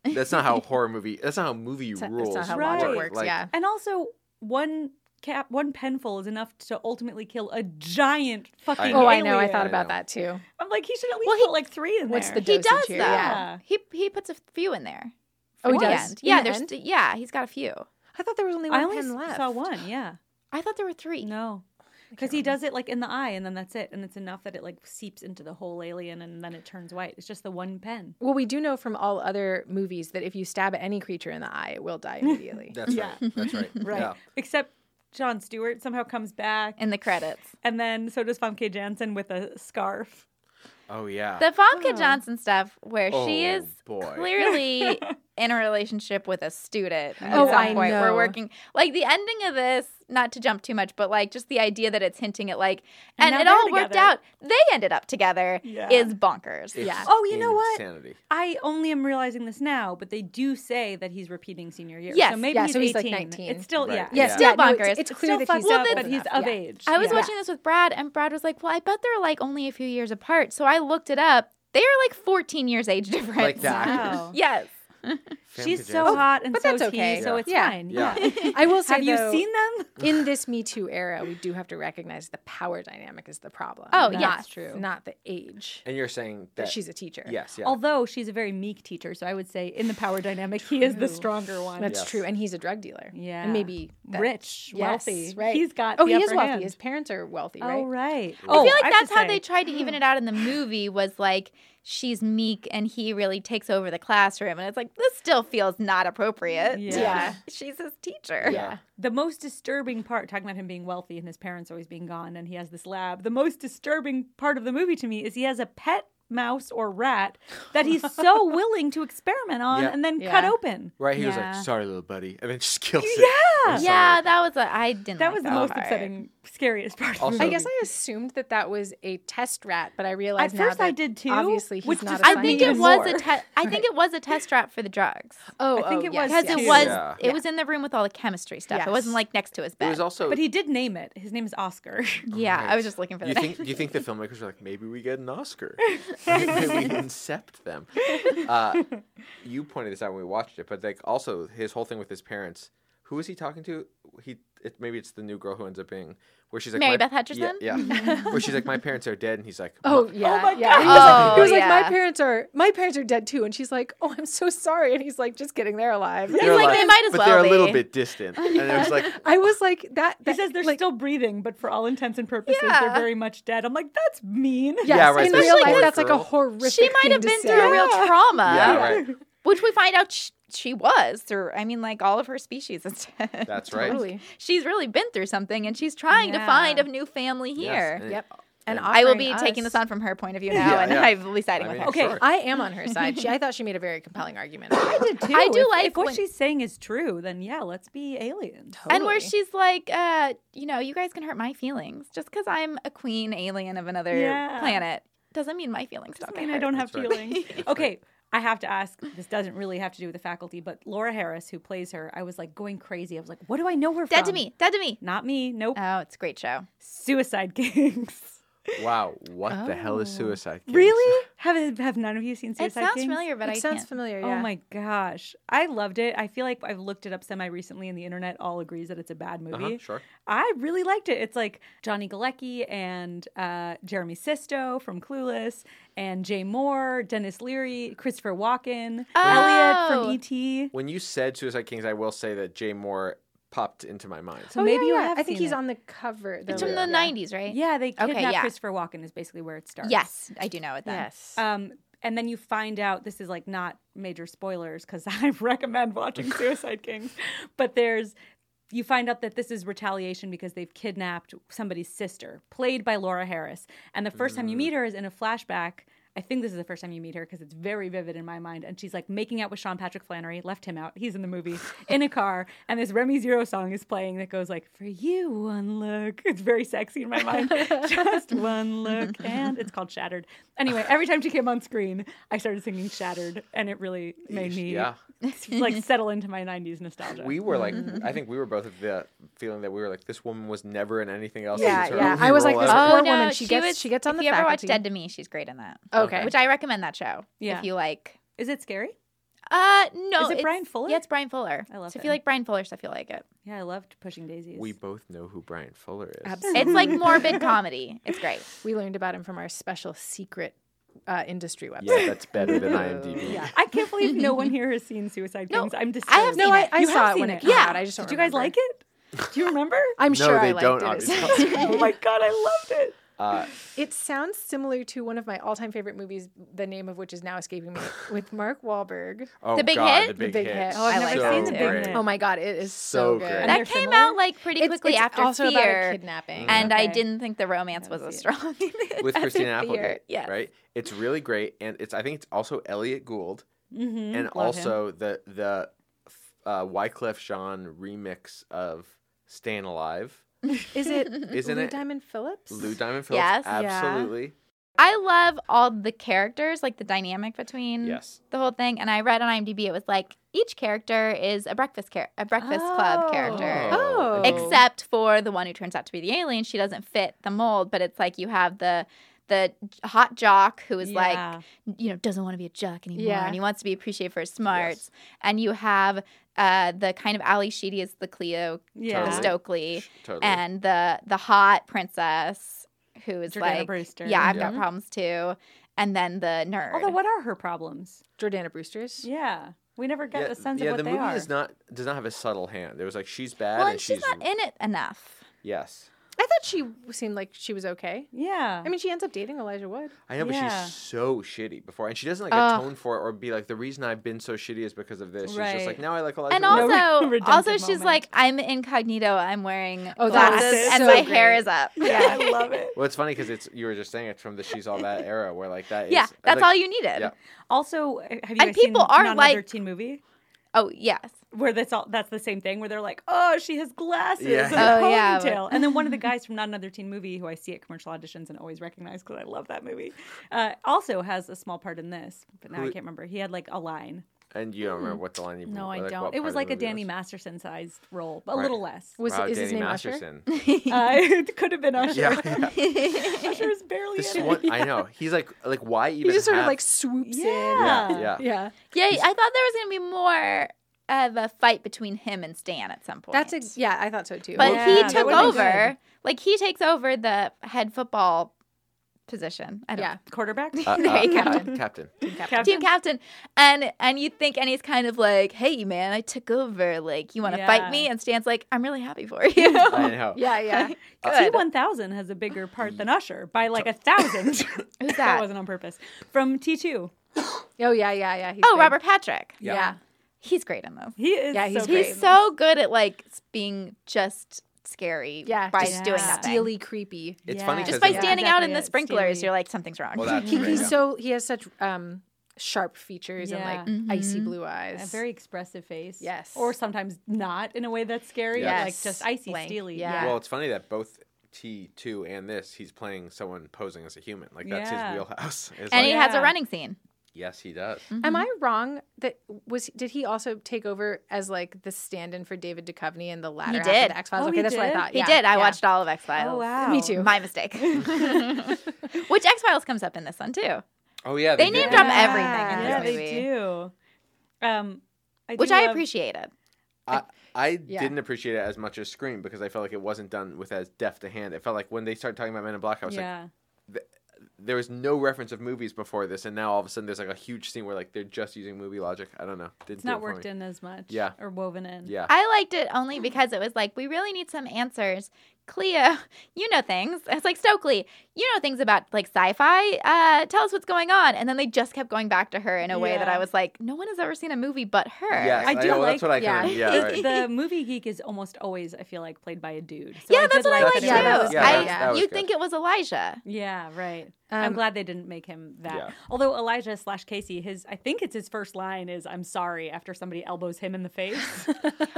[SPEAKER 1] that's not how horror movie that's not how movie
[SPEAKER 2] not-
[SPEAKER 1] rules
[SPEAKER 2] That's not how
[SPEAKER 3] Right.
[SPEAKER 2] logic
[SPEAKER 1] work.
[SPEAKER 2] works.
[SPEAKER 1] Like,
[SPEAKER 2] yeah.
[SPEAKER 3] And also, one cap, one penful is enough to ultimately kill a giant fucking.
[SPEAKER 1] know.
[SPEAKER 2] Oh, I know. I
[SPEAKER 3] alien.
[SPEAKER 2] thought
[SPEAKER 1] I
[SPEAKER 2] about
[SPEAKER 1] know.
[SPEAKER 2] that too.
[SPEAKER 3] I'm like, he should at least
[SPEAKER 5] Well, he-
[SPEAKER 3] put like three in
[SPEAKER 2] What's
[SPEAKER 3] there.
[SPEAKER 2] the
[SPEAKER 5] He
[SPEAKER 2] dosage
[SPEAKER 5] does though.
[SPEAKER 2] here, yeah.
[SPEAKER 5] He he puts a few in there.
[SPEAKER 2] Oh, he
[SPEAKER 5] for the
[SPEAKER 2] does?
[SPEAKER 5] end.
[SPEAKER 2] In
[SPEAKER 5] Yeah,
[SPEAKER 2] the
[SPEAKER 5] there's
[SPEAKER 2] end?
[SPEAKER 5] yeah, he's got a few.
[SPEAKER 2] I thought there was only one
[SPEAKER 3] I only
[SPEAKER 2] pen left.
[SPEAKER 3] saw one. Yeah.
[SPEAKER 5] I thought there were three.
[SPEAKER 3] No. Because he does it like in the eye, and then that's it, and it's enough that it like seeps into the whole alien, and then it turns white. It's just the one pen.
[SPEAKER 2] Well, we do know from all other movies that if you stab any creature in the eye, it will die
[SPEAKER 1] <laughs>
[SPEAKER 2] immediately.
[SPEAKER 1] that's right that's right yeah
[SPEAKER 3] Except John Stewart somehow comes back,
[SPEAKER 5] In the credits.
[SPEAKER 3] and then so does Famke Janssen with a scarf.
[SPEAKER 1] oh yeah
[SPEAKER 5] The Famke Johnson stuff, where she
[SPEAKER 1] Oh,
[SPEAKER 5] is
[SPEAKER 1] boy.
[SPEAKER 5] clearly in a relationship with a student. At
[SPEAKER 2] Oh,
[SPEAKER 5] some
[SPEAKER 2] I
[SPEAKER 5] point, we're
[SPEAKER 2] know.
[SPEAKER 5] working like the ending of this. Not to jump too much, but like just the idea that it's hinting at like, and,
[SPEAKER 3] now
[SPEAKER 5] it
[SPEAKER 3] they're
[SPEAKER 5] all worked
[SPEAKER 3] together.
[SPEAKER 5] out. They ended up together.
[SPEAKER 3] Yeah.
[SPEAKER 5] Is bonkers.
[SPEAKER 1] It's
[SPEAKER 2] Yeah.
[SPEAKER 3] Oh, you know what?
[SPEAKER 1] Insanity.
[SPEAKER 3] I only am realizing this now, but they do say that he's repeating senior year.
[SPEAKER 5] Yes,
[SPEAKER 3] so maybe
[SPEAKER 2] yeah,
[SPEAKER 3] he's
[SPEAKER 2] so he's, like,
[SPEAKER 3] 18.
[SPEAKER 2] 19.
[SPEAKER 3] It's still
[SPEAKER 1] Right.
[SPEAKER 3] yeah.
[SPEAKER 1] Yeah.
[SPEAKER 5] Yeah, still
[SPEAKER 2] no,
[SPEAKER 5] bonkers.
[SPEAKER 2] it's, it's
[SPEAKER 3] It's
[SPEAKER 2] clear
[SPEAKER 3] still
[SPEAKER 2] that he's
[SPEAKER 3] fucked
[SPEAKER 5] Well,
[SPEAKER 3] up,
[SPEAKER 5] then-
[SPEAKER 3] but he's
[SPEAKER 2] enough,
[SPEAKER 3] of
[SPEAKER 2] yeah.
[SPEAKER 3] age.
[SPEAKER 5] I was
[SPEAKER 3] Yeah.
[SPEAKER 5] watching this with Brad, and Brad was like, "Well, I bet they're like only a few years apart." So I looked it up. They are like 14 years age <laughs> difference.
[SPEAKER 1] Like the actors.
[SPEAKER 3] Wow.
[SPEAKER 5] Yes.
[SPEAKER 3] She's
[SPEAKER 1] Famke
[SPEAKER 3] so
[SPEAKER 1] Janssen.
[SPEAKER 3] hot and
[SPEAKER 2] but
[SPEAKER 3] so
[SPEAKER 2] that's
[SPEAKER 3] is
[SPEAKER 2] okay.
[SPEAKER 3] he, so
[SPEAKER 1] Yeah.
[SPEAKER 3] it's
[SPEAKER 2] Yeah.
[SPEAKER 3] fine.
[SPEAKER 1] Yeah.
[SPEAKER 2] I will say,
[SPEAKER 3] <laughs> Have you
[SPEAKER 2] though,
[SPEAKER 3] seen them? <laughs>
[SPEAKER 2] in this Me Too era, we do have to recognize the power dynamic is the problem.
[SPEAKER 5] Oh,
[SPEAKER 2] not,
[SPEAKER 5] yes.
[SPEAKER 3] True.
[SPEAKER 2] Not the age.
[SPEAKER 1] And you're saying
[SPEAKER 2] That
[SPEAKER 1] that
[SPEAKER 2] she's a teacher.
[SPEAKER 1] yes, yeah.
[SPEAKER 3] Although she's a very meek teacher, so I would say in the power dynamic, he is the
[SPEAKER 2] True.
[SPEAKER 3] stronger one.
[SPEAKER 2] That's
[SPEAKER 1] Yes.
[SPEAKER 2] true. And he's a drug dealer.
[SPEAKER 3] Yeah.
[SPEAKER 2] And maybe that-
[SPEAKER 3] rich,
[SPEAKER 2] Yes,
[SPEAKER 3] wealthy.
[SPEAKER 2] right.
[SPEAKER 3] He's got.
[SPEAKER 2] Oh,
[SPEAKER 3] the
[SPEAKER 2] he is
[SPEAKER 3] upper
[SPEAKER 2] wealthy.
[SPEAKER 3] hand.
[SPEAKER 2] His parents are wealthy, right?
[SPEAKER 3] Oh, right.
[SPEAKER 1] I hmm.
[SPEAKER 3] Oh,
[SPEAKER 5] I feel like
[SPEAKER 3] have to
[SPEAKER 5] that's how
[SPEAKER 3] say,
[SPEAKER 5] they tried to even it out in the movie was like she's meek and he really takes over the classroom and it's like this still feels not appropriate.
[SPEAKER 3] Yeah.
[SPEAKER 2] Yeah.
[SPEAKER 5] <laughs> She's his teacher.
[SPEAKER 1] yeah.
[SPEAKER 3] The most disturbing part, talking about him being wealthy and his parents always being gone, and he has this lab. The most disturbing part of the movie to me is he has a pet mouse or rat that he's so willing to experiment on
[SPEAKER 1] Yeah.
[SPEAKER 3] and then cut
[SPEAKER 2] Yeah.
[SPEAKER 3] open.
[SPEAKER 1] Right, he was
[SPEAKER 5] Yeah.
[SPEAKER 1] like, "Sorry, little buddy," and then <laughs> just kills it.
[SPEAKER 3] Yeah.
[SPEAKER 1] I'm sorry.
[SPEAKER 5] Yeah, that was a I didn't
[SPEAKER 3] That
[SPEAKER 5] like
[SPEAKER 3] was the
[SPEAKER 5] that
[SPEAKER 3] most
[SPEAKER 5] part.
[SPEAKER 3] upsetting, scariest part. of
[SPEAKER 1] Also-
[SPEAKER 3] the
[SPEAKER 2] I
[SPEAKER 3] movie.
[SPEAKER 2] guess I assumed that that was a test rat, but I
[SPEAKER 3] at
[SPEAKER 2] realized now
[SPEAKER 3] first I
[SPEAKER 2] that
[SPEAKER 3] did too.
[SPEAKER 2] Obviously, he's
[SPEAKER 3] which
[SPEAKER 2] not. A
[SPEAKER 5] I
[SPEAKER 3] disturbed
[SPEAKER 5] think
[SPEAKER 3] me
[SPEAKER 5] it
[SPEAKER 3] even
[SPEAKER 2] scientist.
[SPEAKER 5] was
[SPEAKER 3] more.
[SPEAKER 5] a test. I think it was
[SPEAKER 3] <laughs>
[SPEAKER 5] a test trap for the drugs
[SPEAKER 2] Oh,
[SPEAKER 3] I think
[SPEAKER 2] oh,
[SPEAKER 3] it
[SPEAKER 2] yes,
[SPEAKER 3] was
[SPEAKER 5] because
[SPEAKER 2] yes.
[SPEAKER 5] it was
[SPEAKER 1] Yeah.
[SPEAKER 5] it was in the room with all the chemistry stuff. It
[SPEAKER 2] Yes.
[SPEAKER 5] wasn't like next to his
[SPEAKER 1] It
[SPEAKER 5] bed.
[SPEAKER 1] was also.
[SPEAKER 3] But he did name it. His name is Oscar.
[SPEAKER 5] yeah, I
[SPEAKER 1] Right.
[SPEAKER 5] was just looking for
[SPEAKER 1] you
[SPEAKER 5] the
[SPEAKER 1] think? Do you think the filmmakers were like, maybe we get an
[SPEAKER 5] <laughs>
[SPEAKER 1] Oscar? maybe we incept them.
[SPEAKER 5] <laughs>
[SPEAKER 1] Uh, you pointed this out when we watched it, but like also his whole thing with his parents, Who is he talking to? He it, maybe it's the new girl who ends up being where she's like
[SPEAKER 5] Mary
[SPEAKER 1] my-
[SPEAKER 5] Beth Hutcherson?
[SPEAKER 1] Yeah,
[SPEAKER 5] <laughs>
[SPEAKER 1] yeah. where she's like my parents are dead, and he's like
[SPEAKER 2] Oh
[SPEAKER 1] "My-
[SPEAKER 2] yeah,
[SPEAKER 3] Oh my
[SPEAKER 2] yeah.
[SPEAKER 3] God.
[SPEAKER 2] He was, like, he
[SPEAKER 5] Oh,
[SPEAKER 2] was like,
[SPEAKER 5] yeah.
[SPEAKER 2] my parents are my parents are dead too, and she's like, oh, I'm so sorry, and he's like, just kidding, they're alive.
[SPEAKER 1] they're
[SPEAKER 5] like,
[SPEAKER 1] alive,
[SPEAKER 5] they might as
[SPEAKER 1] but they're
[SPEAKER 5] well
[SPEAKER 1] a little
[SPEAKER 5] be."
[SPEAKER 1] bit distant, and it was like
[SPEAKER 2] I was like that.
[SPEAKER 3] He
[SPEAKER 2] that-
[SPEAKER 3] says they're
[SPEAKER 2] like,
[SPEAKER 3] still breathing, but for all intents and purposes, they're
[SPEAKER 5] Yeah.
[SPEAKER 3] very much dead. I'm like, that's mean.
[SPEAKER 2] yes,
[SPEAKER 1] Yeah, right,
[SPEAKER 2] in
[SPEAKER 1] this
[SPEAKER 2] real life,
[SPEAKER 1] poor
[SPEAKER 2] that's like a
[SPEAKER 1] girl.
[SPEAKER 2] horrific.
[SPEAKER 5] She might
[SPEAKER 2] thing
[SPEAKER 5] have
[SPEAKER 2] to
[SPEAKER 5] been
[SPEAKER 2] say.
[SPEAKER 5] through a real trauma,
[SPEAKER 1] yeah, right,
[SPEAKER 5] which we find out she, she was through. I mean, like all of her species. Instead.
[SPEAKER 1] that's <laughs> right.
[SPEAKER 2] Totally.
[SPEAKER 5] <laughs> she's really been through something, and she's trying to
[SPEAKER 3] Yeah.
[SPEAKER 5] find a new family
[SPEAKER 1] Yes,
[SPEAKER 5] here.
[SPEAKER 1] and it-
[SPEAKER 2] Yep.
[SPEAKER 5] And
[SPEAKER 1] and-
[SPEAKER 5] I will be
[SPEAKER 2] offering
[SPEAKER 5] taking
[SPEAKER 2] us-
[SPEAKER 5] this on from her point of view
[SPEAKER 1] <laughs>
[SPEAKER 5] now,
[SPEAKER 1] Yeah,
[SPEAKER 5] and
[SPEAKER 1] yeah.
[SPEAKER 5] I'm really siding
[SPEAKER 1] I
[SPEAKER 5] with
[SPEAKER 1] mean,
[SPEAKER 5] her.
[SPEAKER 1] Okay, Sure.
[SPEAKER 2] I am on her side. She, I thought she made a very compelling argument. <laughs>
[SPEAKER 3] did too.
[SPEAKER 5] <laughs> I do
[SPEAKER 3] If-
[SPEAKER 5] like
[SPEAKER 3] if what
[SPEAKER 5] when-
[SPEAKER 3] she's saying is true, then yeah, let's be aliens.
[SPEAKER 5] And where
[SPEAKER 2] Totally.
[SPEAKER 5] she's like, uh, you know, you guys can hurt my feelings just because I'm a queen alien of another
[SPEAKER 3] Yeah.
[SPEAKER 5] planet doesn't mean my feelings don't
[SPEAKER 3] Doesn't
[SPEAKER 5] get
[SPEAKER 3] mean I
[SPEAKER 5] hurt.
[SPEAKER 3] don't have
[SPEAKER 1] That's right.
[SPEAKER 3] feelings. <laughs> okay, I have to ask. This doesn't really have to do with the faculty, but Laura Harris, who plays her, I was like going crazy. I was like, what do I know her from?
[SPEAKER 5] Dead to me, dead to me.
[SPEAKER 3] Not me. Nope.
[SPEAKER 5] Oh, it's a great show.
[SPEAKER 3] Suicide <laughs> Kings.
[SPEAKER 1] Wow, what the hell is Suicide Kings?
[SPEAKER 3] Really? have have none of you seen
[SPEAKER 5] It
[SPEAKER 3] Suicide
[SPEAKER 5] sounds
[SPEAKER 3] Kings?
[SPEAKER 5] familiar, but I
[SPEAKER 2] it sounds
[SPEAKER 5] can't.
[SPEAKER 2] familiar.
[SPEAKER 3] Oh
[SPEAKER 2] yeah.
[SPEAKER 3] my gosh. I loved it. I feel like I've looked it up semi recently and the internet all agrees that it's a bad movie.
[SPEAKER 1] Uh-huh, sure.
[SPEAKER 3] I really liked it. It's like Johnny Galecki and uh, Jeremy Sisto from Clueless, and Jay Moore, Dennis Leary, Christopher Walken, Elliot
[SPEAKER 5] Oh.
[SPEAKER 3] from E E.T.
[SPEAKER 1] When you said Suicide Kings, I will say that Jay Moore popped into my mind.
[SPEAKER 3] So
[SPEAKER 2] Oh,
[SPEAKER 3] maybe
[SPEAKER 2] yeah,
[SPEAKER 3] you
[SPEAKER 2] yeah.
[SPEAKER 3] have
[SPEAKER 2] I think
[SPEAKER 3] seen
[SPEAKER 2] he's
[SPEAKER 3] it.
[SPEAKER 2] on the cover.
[SPEAKER 5] It's
[SPEAKER 2] though.
[SPEAKER 5] from the
[SPEAKER 2] Yeah.
[SPEAKER 5] '90s, right?
[SPEAKER 3] Yeah, they
[SPEAKER 5] Okay,
[SPEAKER 3] kidnap
[SPEAKER 5] yeah.
[SPEAKER 3] Christopher Walken is basically where it starts.
[SPEAKER 5] Yes, I do know it. Then.
[SPEAKER 2] Yes.
[SPEAKER 3] Um, and then you find out this is like not major spoilers because <laughs> I recommend
[SPEAKER 5] <laughs>
[SPEAKER 3] watching Suicide Kings, but there's you find out that this is retaliation because they've kidnapped somebody's sister, played by Laura Harris. And the first time you meet her is in a flashback. I think this is the first time you meet her because it's very vivid in my mind. And she's like making out with Sean Patrick Flannery, left him out. He's in the movie in a car, and this Remy Zero song is playing that goes like, "For you, one look." It's very sexy in my mind. Just one look, and it's called Shattered. Anyway, every time she came on screen, I started singing Shattered, and it really made me
[SPEAKER 1] Yeah.
[SPEAKER 3] like settle into my '90s nostalgia.
[SPEAKER 1] We were like, I think we were both of the feeling that we were like, this woman was never in anything else.
[SPEAKER 2] Yeah,
[SPEAKER 1] This is her
[SPEAKER 2] yeah.
[SPEAKER 1] only
[SPEAKER 2] I was like
[SPEAKER 1] role
[SPEAKER 5] Oh,
[SPEAKER 2] this
[SPEAKER 1] ever.
[SPEAKER 2] poor woman, she gets- she gets on
[SPEAKER 5] if
[SPEAKER 2] the
[SPEAKER 5] you ever watch
[SPEAKER 2] faculty.
[SPEAKER 5] Dead to Me, she's great in that.
[SPEAKER 2] Okay.
[SPEAKER 5] Which I recommend that show.
[SPEAKER 3] Yeah.
[SPEAKER 5] If you like.
[SPEAKER 3] Is it scary?
[SPEAKER 5] Uh no.
[SPEAKER 3] Is it
[SPEAKER 5] it's-
[SPEAKER 3] Brian Fuller?
[SPEAKER 5] Yeah, it's Brian Fuller.
[SPEAKER 3] I love
[SPEAKER 5] So if
[SPEAKER 3] him.
[SPEAKER 5] you like Brian Fuller stuff, you'll like it.
[SPEAKER 3] Yeah, I loved Pushing Daisies.
[SPEAKER 1] We both know who Brian Fuller is.
[SPEAKER 3] Absolutely.
[SPEAKER 5] It's
[SPEAKER 2] <laughs>
[SPEAKER 5] like morbid comedy. It's great.
[SPEAKER 2] We learned about him from our special secret uh, industry website.
[SPEAKER 1] Yeah, that's better than IMDb.
[SPEAKER 3] Yeah, I can't believe no one here has seen Suicide
[SPEAKER 5] No,
[SPEAKER 3] Kings. I'm disturbed.
[SPEAKER 5] I
[SPEAKER 2] <laughs>
[SPEAKER 5] have
[SPEAKER 2] No,
[SPEAKER 5] seen
[SPEAKER 2] I,
[SPEAKER 5] it.
[SPEAKER 2] I
[SPEAKER 3] You
[SPEAKER 2] saw
[SPEAKER 3] have
[SPEAKER 2] it when
[SPEAKER 3] seen
[SPEAKER 2] it
[SPEAKER 3] it.
[SPEAKER 2] came
[SPEAKER 5] Yeah.
[SPEAKER 2] out. I just don't
[SPEAKER 3] Did you guys
[SPEAKER 2] remember.
[SPEAKER 3] like it? Do you remember?
[SPEAKER 2] I'm
[SPEAKER 1] No,
[SPEAKER 2] sure
[SPEAKER 1] they
[SPEAKER 2] I liked
[SPEAKER 1] don't,
[SPEAKER 2] it. It.
[SPEAKER 1] obviously.
[SPEAKER 2] <laughs> sounds-
[SPEAKER 3] oh my god, I loved it.
[SPEAKER 1] Uh,
[SPEAKER 2] It sounds similar to one of my all-time favorite movies, the name of which is now
[SPEAKER 1] <laughs>
[SPEAKER 2] escaping me, with Mark Wahlberg.
[SPEAKER 1] oh
[SPEAKER 5] The Big
[SPEAKER 1] God,
[SPEAKER 5] Hit?
[SPEAKER 1] The big,
[SPEAKER 2] The Big
[SPEAKER 1] hit.
[SPEAKER 2] Hit.
[SPEAKER 3] Oh, I've
[SPEAKER 5] I
[SPEAKER 3] never
[SPEAKER 5] like
[SPEAKER 3] seen
[SPEAKER 5] that
[SPEAKER 3] the
[SPEAKER 5] too.
[SPEAKER 3] big hit.
[SPEAKER 2] Oh my god, it is so,
[SPEAKER 1] So
[SPEAKER 2] good.
[SPEAKER 1] good. And
[SPEAKER 5] that
[SPEAKER 3] they're
[SPEAKER 5] came
[SPEAKER 3] similar?
[SPEAKER 5] out like pretty
[SPEAKER 2] It's-
[SPEAKER 5] quickly
[SPEAKER 2] it's
[SPEAKER 5] after
[SPEAKER 2] also about a
[SPEAKER 5] Fear,
[SPEAKER 2] kidnapping.
[SPEAKER 5] and I
[SPEAKER 3] Okay.
[SPEAKER 5] didn't think the romance was as strong <laughs>
[SPEAKER 1] With
[SPEAKER 5] as in
[SPEAKER 1] Christina
[SPEAKER 5] Fear.
[SPEAKER 1] Applegate.
[SPEAKER 5] Yes.
[SPEAKER 1] Right? It's really great. And it's I think it's also Elliot Gould and also the the uh, Wyclef Jean remix of Staying Alive.
[SPEAKER 2] Is it? <laughs>
[SPEAKER 1] Isn't
[SPEAKER 2] Mm-hmm. Lou
[SPEAKER 1] it?
[SPEAKER 2] Diamond Phillips?
[SPEAKER 1] Lou Diamond Phillips.
[SPEAKER 5] Yes. Yeah.
[SPEAKER 1] Absolutely.
[SPEAKER 5] I love all the characters, like the dynamic between
[SPEAKER 1] Yes.
[SPEAKER 5] the whole thing. And I read on IMDb it was like each character is a breakfast char- a breakfast club character.
[SPEAKER 2] Oh.
[SPEAKER 5] Except for the one who turns out to be the alien, she doesn't fit the mold. But it's like you have the the hot jock who is
[SPEAKER 3] Yeah.
[SPEAKER 5] like you know doesn't want to be a jock anymore,
[SPEAKER 2] Yeah.
[SPEAKER 5] and he wants to be appreciated for his smarts. And you have uh, the kind of Ali Sheedy is the Cleo,
[SPEAKER 3] Yeah.
[SPEAKER 5] the
[SPEAKER 1] Totally.
[SPEAKER 5] Stokely,
[SPEAKER 1] Sh- Totally.
[SPEAKER 5] and the the hot princess who is
[SPEAKER 3] Jordana
[SPEAKER 5] like
[SPEAKER 3] Brewster.
[SPEAKER 5] yeah I've got
[SPEAKER 1] Yeah.
[SPEAKER 5] problems too, and then the nerd.
[SPEAKER 3] Although, what are her problems?
[SPEAKER 2] Jordana Brewster's.
[SPEAKER 3] Yeah, we never get
[SPEAKER 1] yeah,
[SPEAKER 3] a sense
[SPEAKER 1] yeah,
[SPEAKER 3] of what
[SPEAKER 1] the
[SPEAKER 3] they
[SPEAKER 1] movie
[SPEAKER 3] are.
[SPEAKER 1] does not does not have a subtle hand. It was like she's bad
[SPEAKER 5] well,
[SPEAKER 1] and,
[SPEAKER 5] and she's not in it enough.
[SPEAKER 1] yes.
[SPEAKER 2] I thought she seemed like she was okay.
[SPEAKER 3] yeah,
[SPEAKER 2] I mean, <laughs> she ends up dating Elijah Wood.
[SPEAKER 1] I know, but
[SPEAKER 3] Yeah.
[SPEAKER 1] she's so shitty before, and she doesn't like
[SPEAKER 2] Ugh.
[SPEAKER 1] atone for it or be like the reason I've been so shitty is because of this. She's
[SPEAKER 3] Right.
[SPEAKER 1] just like now I like Elijah.
[SPEAKER 5] And
[SPEAKER 1] Wood."
[SPEAKER 3] <laughs>
[SPEAKER 5] also,
[SPEAKER 3] redemptive
[SPEAKER 5] also she's
[SPEAKER 3] moment.
[SPEAKER 5] like, I'm incognito. I'm wearing
[SPEAKER 2] Oh, that
[SPEAKER 5] glasses,
[SPEAKER 2] is
[SPEAKER 5] and
[SPEAKER 2] so
[SPEAKER 5] my hair
[SPEAKER 2] great.
[SPEAKER 5] is up.
[SPEAKER 3] yeah, I love it.
[SPEAKER 1] well, it's funny because it's you were just saying it's from the she's all that era where like that.
[SPEAKER 5] <laughs> <laughs> Yeah,
[SPEAKER 1] is-
[SPEAKER 5] that's
[SPEAKER 1] like,
[SPEAKER 5] all you needed.
[SPEAKER 1] Yeah.
[SPEAKER 3] Also, have you guys
[SPEAKER 5] And people
[SPEAKER 3] seen
[SPEAKER 5] are
[SPEAKER 3] non
[SPEAKER 5] like-
[SPEAKER 3] teen movie
[SPEAKER 5] Oh
[SPEAKER 2] <laughs>
[SPEAKER 5] yes, <laughs>
[SPEAKER 3] where that's all that's the same thing where they're like, oh, she has glasses
[SPEAKER 1] Yeah.
[SPEAKER 3] and a
[SPEAKER 5] Oh, yeah,
[SPEAKER 3] ponytail,
[SPEAKER 5] but-
[SPEAKER 3] and then one of the guys from not another teen movie who I see at commercial auditions and always recognize because I love that movie, uh, also has a small part in this, but now I
[SPEAKER 1] Who-
[SPEAKER 3] can't remember. He had like a line.
[SPEAKER 1] And you don't remember what the line? You,
[SPEAKER 3] No, I
[SPEAKER 1] like,
[SPEAKER 3] don't.
[SPEAKER 1] what
[SPEAKER 3] It was
[SPEAKER 1] part
[SPEAKER 3] like a
[SPEAKER 1] of the
[SPEAKER 3] Danny
[SPEAKER 1] movie
[SPEAKER 3] Masterson sized role, a
[SPEAKER 1] Right.
[SPEAKER 3] little less. <laughs>
[SPEAKER 1] it was.
[SPEAKER 2] Was
[SPEAKER 1] Wow,
[SPEAKER 2] is
[SPEAKER 1] Danny
[SPEAKER 2] his name Usher?
[SPEAKER 1] Masterson.
[SPEAKER 3] uh, it could have been Usher.
[SPEAKER 1] yeah,
[SPEAKER 5] <laughs>
[SPEAKER 1] yeah.
[SPEAKER 3] <laughs> Usher is barely
[SPEAKER 1] This
[SPEAKER 3] in
[SPEAKER 1] one, <laughs>
[SPEAKER 3] it.
[SPEAKER 1] I know. He's like like why even?
[SPEAKER 2] He just sort of
[SPEAKER 1] have-
[SPEAKER 2] like swoops
[SPEAKER 3] Yeah.
[SPEAKER 1] yeah.
[SPEAKER 2] in. Yeah.
[SPEAKER 5] yeah. I thought there was gonna be more of a fight between him and Stan at some point.
[SPEAKER 2] That's ex- yeah, I thought so too.
[SPEAKER 5] But
[SPEAKER 2] Well,
[SPEAKER 3] Yeah,
[SPEAKER 5] he
[SPEAKER 3] that
[SPEAKER 5] took
[SPEAKER 3] would've been
[SPEAKER 5] over. Like he takes over the head football position. I don't
[SPEAKER 2] yeah,
[SPEAKER 3] Quarterback? <laughs>
[SPEAKER 1] Uh,
[SPEAKER 5] There you go.
[SPEAKER 1] captain. <laughs> Captain.
[SPEAKER 2] Captain.
[SPEAKER 5] Team captain, and and you think, and he's kind of like, "Hey, man, I took over. Like, you want to
[SPEAKER 3] Yeah.
[SPEAKER 5] fight me?" And Stan's like, "I'm really happy
[SPEAKER 2] <laughs>
[SPEAKER 5] for <laughs> you." Oh,
[SPEAKER 1] <laughs> I know.
[SPEAKER 2] yeah, <laughs> yeah.
[SPEAKER 5] Good.
[SPEAKER 3] T1000 has a bigger part than Usher by like a thousand.
[SPEAKER 5] Who's
[SPEAKER 3] <laughs> that
[SPEAKER 5] that?
[SPEAKER 3] wasn't on purpose. From T2.
[SPEAKER 2] Oh yeah, yeah, yeah. He's
[SPEAKER 5] Oh,
[SPEAKER 2] great.
[SPEAKER 5] Robert Patrick.
[SPEAKER 1] Yeah.
[SPEAKER 2] Yeah,
[SPEAKER 5] He's great in this.
[SPEAKER 3] He is
[SPEAKER 2] Yeah, he's
[SPEAKER 3] so
[SPEAKER 2] great.
[SPEAKER 3] great.
[SPEAKER 5] He's so good at like being just scary.
[SPEAKER 2] yeah.
[SPEAKER 5] by
[SPEAKER 2] just
[SPEAKER 5] doing
[SPEAKER 3] Yeah.
[SPEAKER 5] nothing.
[SPEAKER 2] steely creepy.
[SPEAKER 1] It's
[SPEAKER 3] Yeah.
[SPEAKER 1] funny because
[SPEAKER 5] Just by
[SPEAKER 2] Yeah,
[SPEAKER 5] standing out in
[SPEAKER 3] exactly
[SPEAKER 5] the
[SPEAKER 3] it.
[SPEAKER 5] sprinklers,
[SPEAKER 3] Steely.
[SPEAKER 5] you're like, something's wrong.
[SPEAKER 1] Well, that's
[SPEAKER 2] He,
[SPEAKER 1] right,
[SPEAKER 2] he's
[SPEAKER 1] yeah.
[SPEAKER 2] so he has such um, sharp features and like
[SPEAKER 5] Yeah.
[SPEAKER 2] icy
[SPEAKER 5] Mhm.
[SPEAKER 2] blue eyes.
[SPEAKER 3] A very expressive face.
[SPEAKER 2] Yes.
[SPEAKER 3] Or sometimes not in a way that's scary.
[SPEAKER 1] Yeah.
[SPEAKER 3] Like
[SPEAKER 5] Yes.
[SPEAKER 3] just icy,
[SPEAKER 5] Blank.
[SPEAKER 3] steely.
[SPEAKER 5] Yeah.
[SPEAKER 1] Well, it's funny that both T two and this, he's playing someone posing as a human. Like that's
[SPEAKER 3] Yeah.
[SPEAKER 1] his wheelhouse. <laughs> It's
[SPEAKER 5] and
[SPEAKER 1] like,
[SPEAKER 5] he has a
[SPEAKER 3] Yeah.
[SPEAKER 5] running scene.
[SPEAKER 1] yes, he does.
[SPEAKER 2] Am I wrong that was did he also take over as like the stand-in for David Duchovny in the latter half
[SPEAKER 5] did.
[SPEAKER 2] of the X Files?
[SPEAKER 3] Oh,
[SPEAKER 2] okay,
[SPEAKER 3] he
[SPEAKER 2] that's what I
[SPEAKER 3] did?
[SPEAKER 2] thought.
[SPEAKER 5] He
[SPEAKER 2] Yeah,
[SPEAKER 5] did. I
[SPEAKER 2] yeah.
[SPEAKER 5] watched all of X Files.
[SPEAKER 3] Oh, wow.
[SPEAKER 2] Me too.
[SPEAKER 5] My mistake. <laughs> Which X Files comes up in this one too,
[SPEAKER 1] Oh yeah,
[SPEAKER 5] They
[SPEAKER 1] did.
[SPEAKER 5] named drop everything in
[SPEAKER 3] Yeah,
[SPEAKER 5] this
[SPEAKER 3] they
[SPEAKER 5] movie.
[SPEAKER 3] do. Um, I
[SPEAKER 5] which
[SPEAKER 3] do
[SPEAKER 5] I
[SPEAKER 3] love-
[SPEAKER 5] appreciated.
[SPEAKER 1] I, I
[SPEAKER 2] Yeah.
[SPEAKER 1] didn't appreciate it as much as Scream because I felt like it wasn't done with as deft a hand. It felt like when they started talking about Men in Black, I was like,
[SPEAKER 3] Yeah.
[SPEAKER 1] there was no reference of movies before this, and now all of a sudden there's like a huge scene where like they're just using movie logic. I don't know. Didn't
[SPEAKER 3] it's
[SPEAKER 1] do
[SPEAKER 3] not
[SPEAKER 1] it for
[SPEAKER 3] worked
[SPEAKER 1] me.
[SPEAKER 3] in as much.
[SPEAKER 1] Yeah.
[SPEAKER 3] Or woven in.
[SPEAKER 1] Yeah.
[SPEAKER 5] I liked it only because it was like we really need some answers. Cleo, <laughs> you know things. It's like Stokely, you know things about like sci-fi. Uh, tell us what's going on. And then they just kept going back to her in a way that
[SPEAKER 3] Yeah.
[SPEAKER 5] I was like, no one has ever seen a movie but her.
[SPEAKER 1] Yes,
[SPEAKER 3] I
[SPEAKER 1] I
[SPEAKER 3] do
[SPEAKER 1] know,
[SPEAKER 3] like-
[SPEAKER 1] that's what I kind
[SPEAKER 2] yeah.
[SPEAKER 1] of <laughs> yeah. right.
[SPEAKER 3] the movie geek is almost always, I feel like, played by a dude. So
[SPEAKER 5] yeah,
[SPEAKER 3] I
[SPEAKER 5] that's
[SPEAKER 3] did
[SPEAKER 5] what I
[SPEAKER 1] like
[SPEAKER 5] liked
[SPEAKER 1] that
[SPEAKER 5] too.
[SPEAKER 1] it was- Yeah,
[SPEAKER 5] I,
[SPEAKER 1] that- that was
[SPEAKER 5] you'd
[SPEAKER 1] good.
[SPEAKER 5] think it was Elijah.
[SPEAKER 3] Yeah, right.
[SPEAKER 2] Um,
[SPEAKER 3] I'm glad they didn't make him that.
[SPEAKER 1] Yeah.
[SPEAKER 3] Although Elijah slash Casey, his I think it's his first line is "I'm sorry" after somebody elbows him in the face.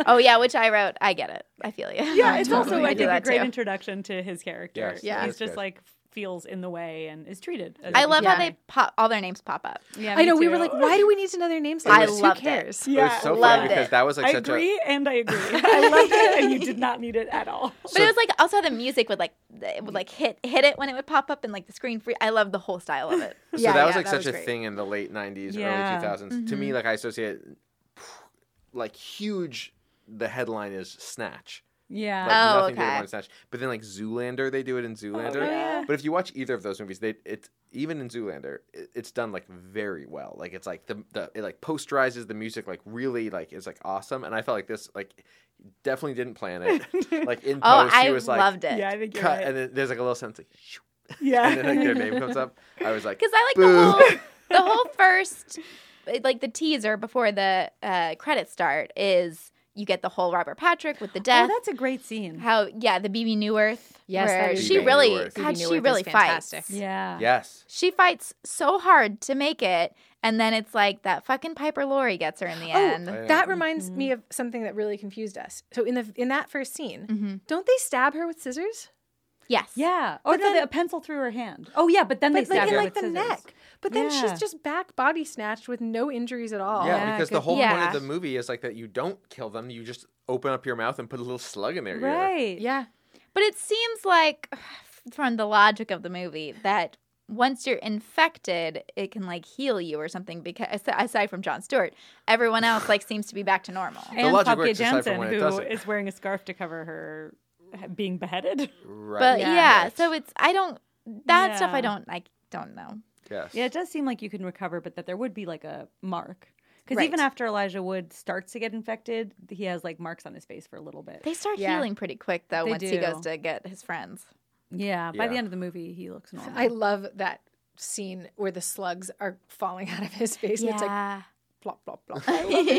[SPEAKER 5] Oh yeah, which I wrote. I get it. <laughs> I feel you.
[SPEAKER 3] yeah, it's also
[SPEAKER 5] totally
[SPEAKER 3] I
[SPEAKER 5] do
[SPEAKER 3] think a
[SPEAKER 5] that
[SPEAKER 3] great
[SPEAKER 5] too.
[SPEAKER 3] introduction to his character.
[SPEAKER 1] Yes,
[SPEAKER 2] Yeah.
[SPEAKER 3] he's
[SPEAKER 1] that's
[SPEAKER 3] just
[SPEAKER 1] good.
[SPEAKER 3] like feels in the way and is treated. As
[SPEAKER 5] I
[SPEAKER 3] a
[SPEAKER 5] love
[SPEAKER 3] human.
[SPEAKER 5] how they pop all their names pop up.
[SPEAKER 3] Yeah,
[SPEAKER 2] I
[SPEAKER 3] me
[SPEAKER 2] know we
[SPEAKER 3] too.
[SPEAKER 2] were like, why do we need to know their names?
[SPEAKER 5] I
[SPEAKER 2] Like, this? Who
[SPEAKER 5] loved it.
[SPEAKER 2] cares?
[SPEAKER 1] It
[SPEAKER 3] Yeah,
[SPEAKER 1] was so
[SPEAKER 5] loved
[SPEAKER 1] funny
[SPEAKER 5] it.
[SPEAKER 1] because that was like
[SPEAKER 3] I
[SPEAKER 1] such a
[SPEAKER 3] agree and I agree. I loved it, and you did not need it at all.
[SPEAKER 5] But it was like also the music would like it would like hit hit it when it would pop up and like the screen free. I love the whole style of it.
[SPEAKER 1] so
[SPEAKER 2] Yeah,
[SPEAKER 1] that was
[SPEAKER 2] yeah,
[SPEAKER 1] like
[SPEAKER 2] that
[SPEAKER 1] such
[SPEAKER 2] was
[SPEAKER 1] a
[SPEAKER 2] great.
[SPEAKER 1] thing in the late 90s
[SPEAKER 3] Yeah. Mm-hmm.
[SPEAKER 1] early 2000s to me like i associate like huge the headline is snatch
[SPEAKER 3] Yeah.
[SPEAKER 1] like
[SPEAKER 5] Oh,
[SPEAKER 1] nothing to do with
[SPEAKER 5] okay.
[SPEAKER 1] one snatch but then like zoolander they do
[SPEAKER 3] Oh,
[SPEAKER 1] it in zoolander
[SPEAKER 3] yeah.
[SPEAKER 1] but if you watch either of those movies they it's even in zoolander it, it's done like very well like it's like the, the it like posterizes the music like really like is like awesome and i felt like this like definitely didn't plan
[SPEAKER 3] <laughs>
[SPEAKER 1] it like in
[SPEAKER 5] Oh,
[SPEAKER 1] post
[SPEAKER 5] I
[SPEAKER 1] he was like
[SPEAKER 5] loved it.
[SPEAKER 3] yeah, I think you're
[SPEAKER 1] cut
[SPEAKER 3] right.
[SPEAKER 1] and then there's like a little sense like shoo,
[SPEAKER 3] yeah.
[SPEAKER 1] and then like
[SPEAKER 3] <laughs>
[SPEAKER 1] their name comes up i was like
[SPEAKER 5] Because I like
[SPEAKER 1] Boo. <laughs>
[SPEAKER 5] the whole the whole first like the teaser before the uh, credits start is you get the whole Robert Patrick with the
[SPEAKER 3] Oh,
[SPEAKER 5] death.
[SPEAKER 3] that's a great scene.
[SPEAKER 5] how yeah the BB New Earth.
[SPEAKER 2] Yes, that
[SPEAKER 5] where
[SPEAKER 2] is
[SPEAKER 5] she
[SPEAKER 1] BB
[SPEAKER 5] really
[SPEAKER 1] New Earth.
[SPEAKER 5] God,
[SPEAKER 2] BB
[SPEAKER 5] she
[SPEAKER 2] New Earth is
[SPEAKER 5] really fights.
[SPEAKER 2] fantastic.
[SPEAKER 3] yeah.
[SPEAKER 1] yes
[SPEAKER 5] She fights so hard to make it, and then it's like that fucking Piper Laurie gets her in the
[SPEAKER 2] Oh,
[SPEAKER 5] end.
[SPEAKER 2] that reminds me of something that really confused us. So in the in that first scene, don't they stab her with scissors?
[SPEAKER 5] Yes.
[SPEAKER 3] Yeah. Or
[SPEAKER 2] But
[SPEAKER 3] no,
[SPEAKER 2] then-
[SPEAKER 3] the- a pencil through her hand. Oh yeah, but then
[SPEAKER 2] But
[SPEAKER 3] they
[SPEAKER 2] like
[SPEAKER 3] stab
[SPEAKER 2] in
[SPEAKER 3] her
[SPEAKER 2] like
[SPEAKER 3] with
[SPEAKER 2] the
[SPEAKER 3] scissors.
[SPEAKER 2] neck. But then
[SPEAKER 3] Yeah.
[SPEAKER 2] she's just back body snatched with no injuries at all.
[SPEAKER 1] Yeah,
[SPEAKER 3] Yeah,
[SPEAKER 1] because
[SPEAKER 3] good-
[SPEAKER 1] the whole
[SPEAKER 5] yeah.
[SPEAKER 1] point of the movie is like that you don't kill them, you just open up your mouth and put a little slug in their ear.
[SPEAKER 3] Right.
[SPEAKER 2] Yeah.
[SPEAKER 5] But it seems like, <sighs> from the logic of the movie, that once you're infected, it can like heal you or something. Because aside from John Stewart, everyone else like seems to be back
[SPEAKER 2] <sighs>
[SPEAKER 5] to normal.
[SPEAKER 3] And
[SPEAKER 1] logic
[SPEAKER 3] Popke
[SPEAKER 1] works aside from
[SPEAKER 3] Jensen,
[SPEAKER 1] when it
[SPEAKER 3] who
[SPEAKER 1] doesn't.
[SPEAKER 3] is wearing a scarf to cover her being beheaded. <laughs>
[SPEAKER 1] Right.
[SPEAKER 5] But
[SPEAKER 2] Yeah.
[SPEAKER 5] yeah, so it's I don't that stuff I
[SPEAKER 3] Yeah.
[SPEAKER 5] don't I don't know.
[SPEAKER 1] yes.
[SPEAKER 3] Yeah, it does seem like you can recover, but that there would be like a mark. Because
[SPEAKER 5] Right.
[SPEAKER 3] even after Elijah Wood starts to get infected, he has like marks on his face for a little bit.
[SPEAKER 5] They start
[SPEAKER 2] Yeah.
[SPEAKER 5] healing pretty quick though
[SPEAKER 3] They
[SPEAKER 5] once he
[SPEAKER 3] do.
[SPEAKER 5] goes to get his friends.
[SPEAKER 3] yeah, by the
[SPEAKER 1] Yeah.
[SPEAKER 3] end of the movie, he looks normal.
[SPEAKER 2] I love that scene where the slugs are falling <laughs> out of his face and it's like <laughs> plop plop plop.
[SPEAKER 1] <laughs>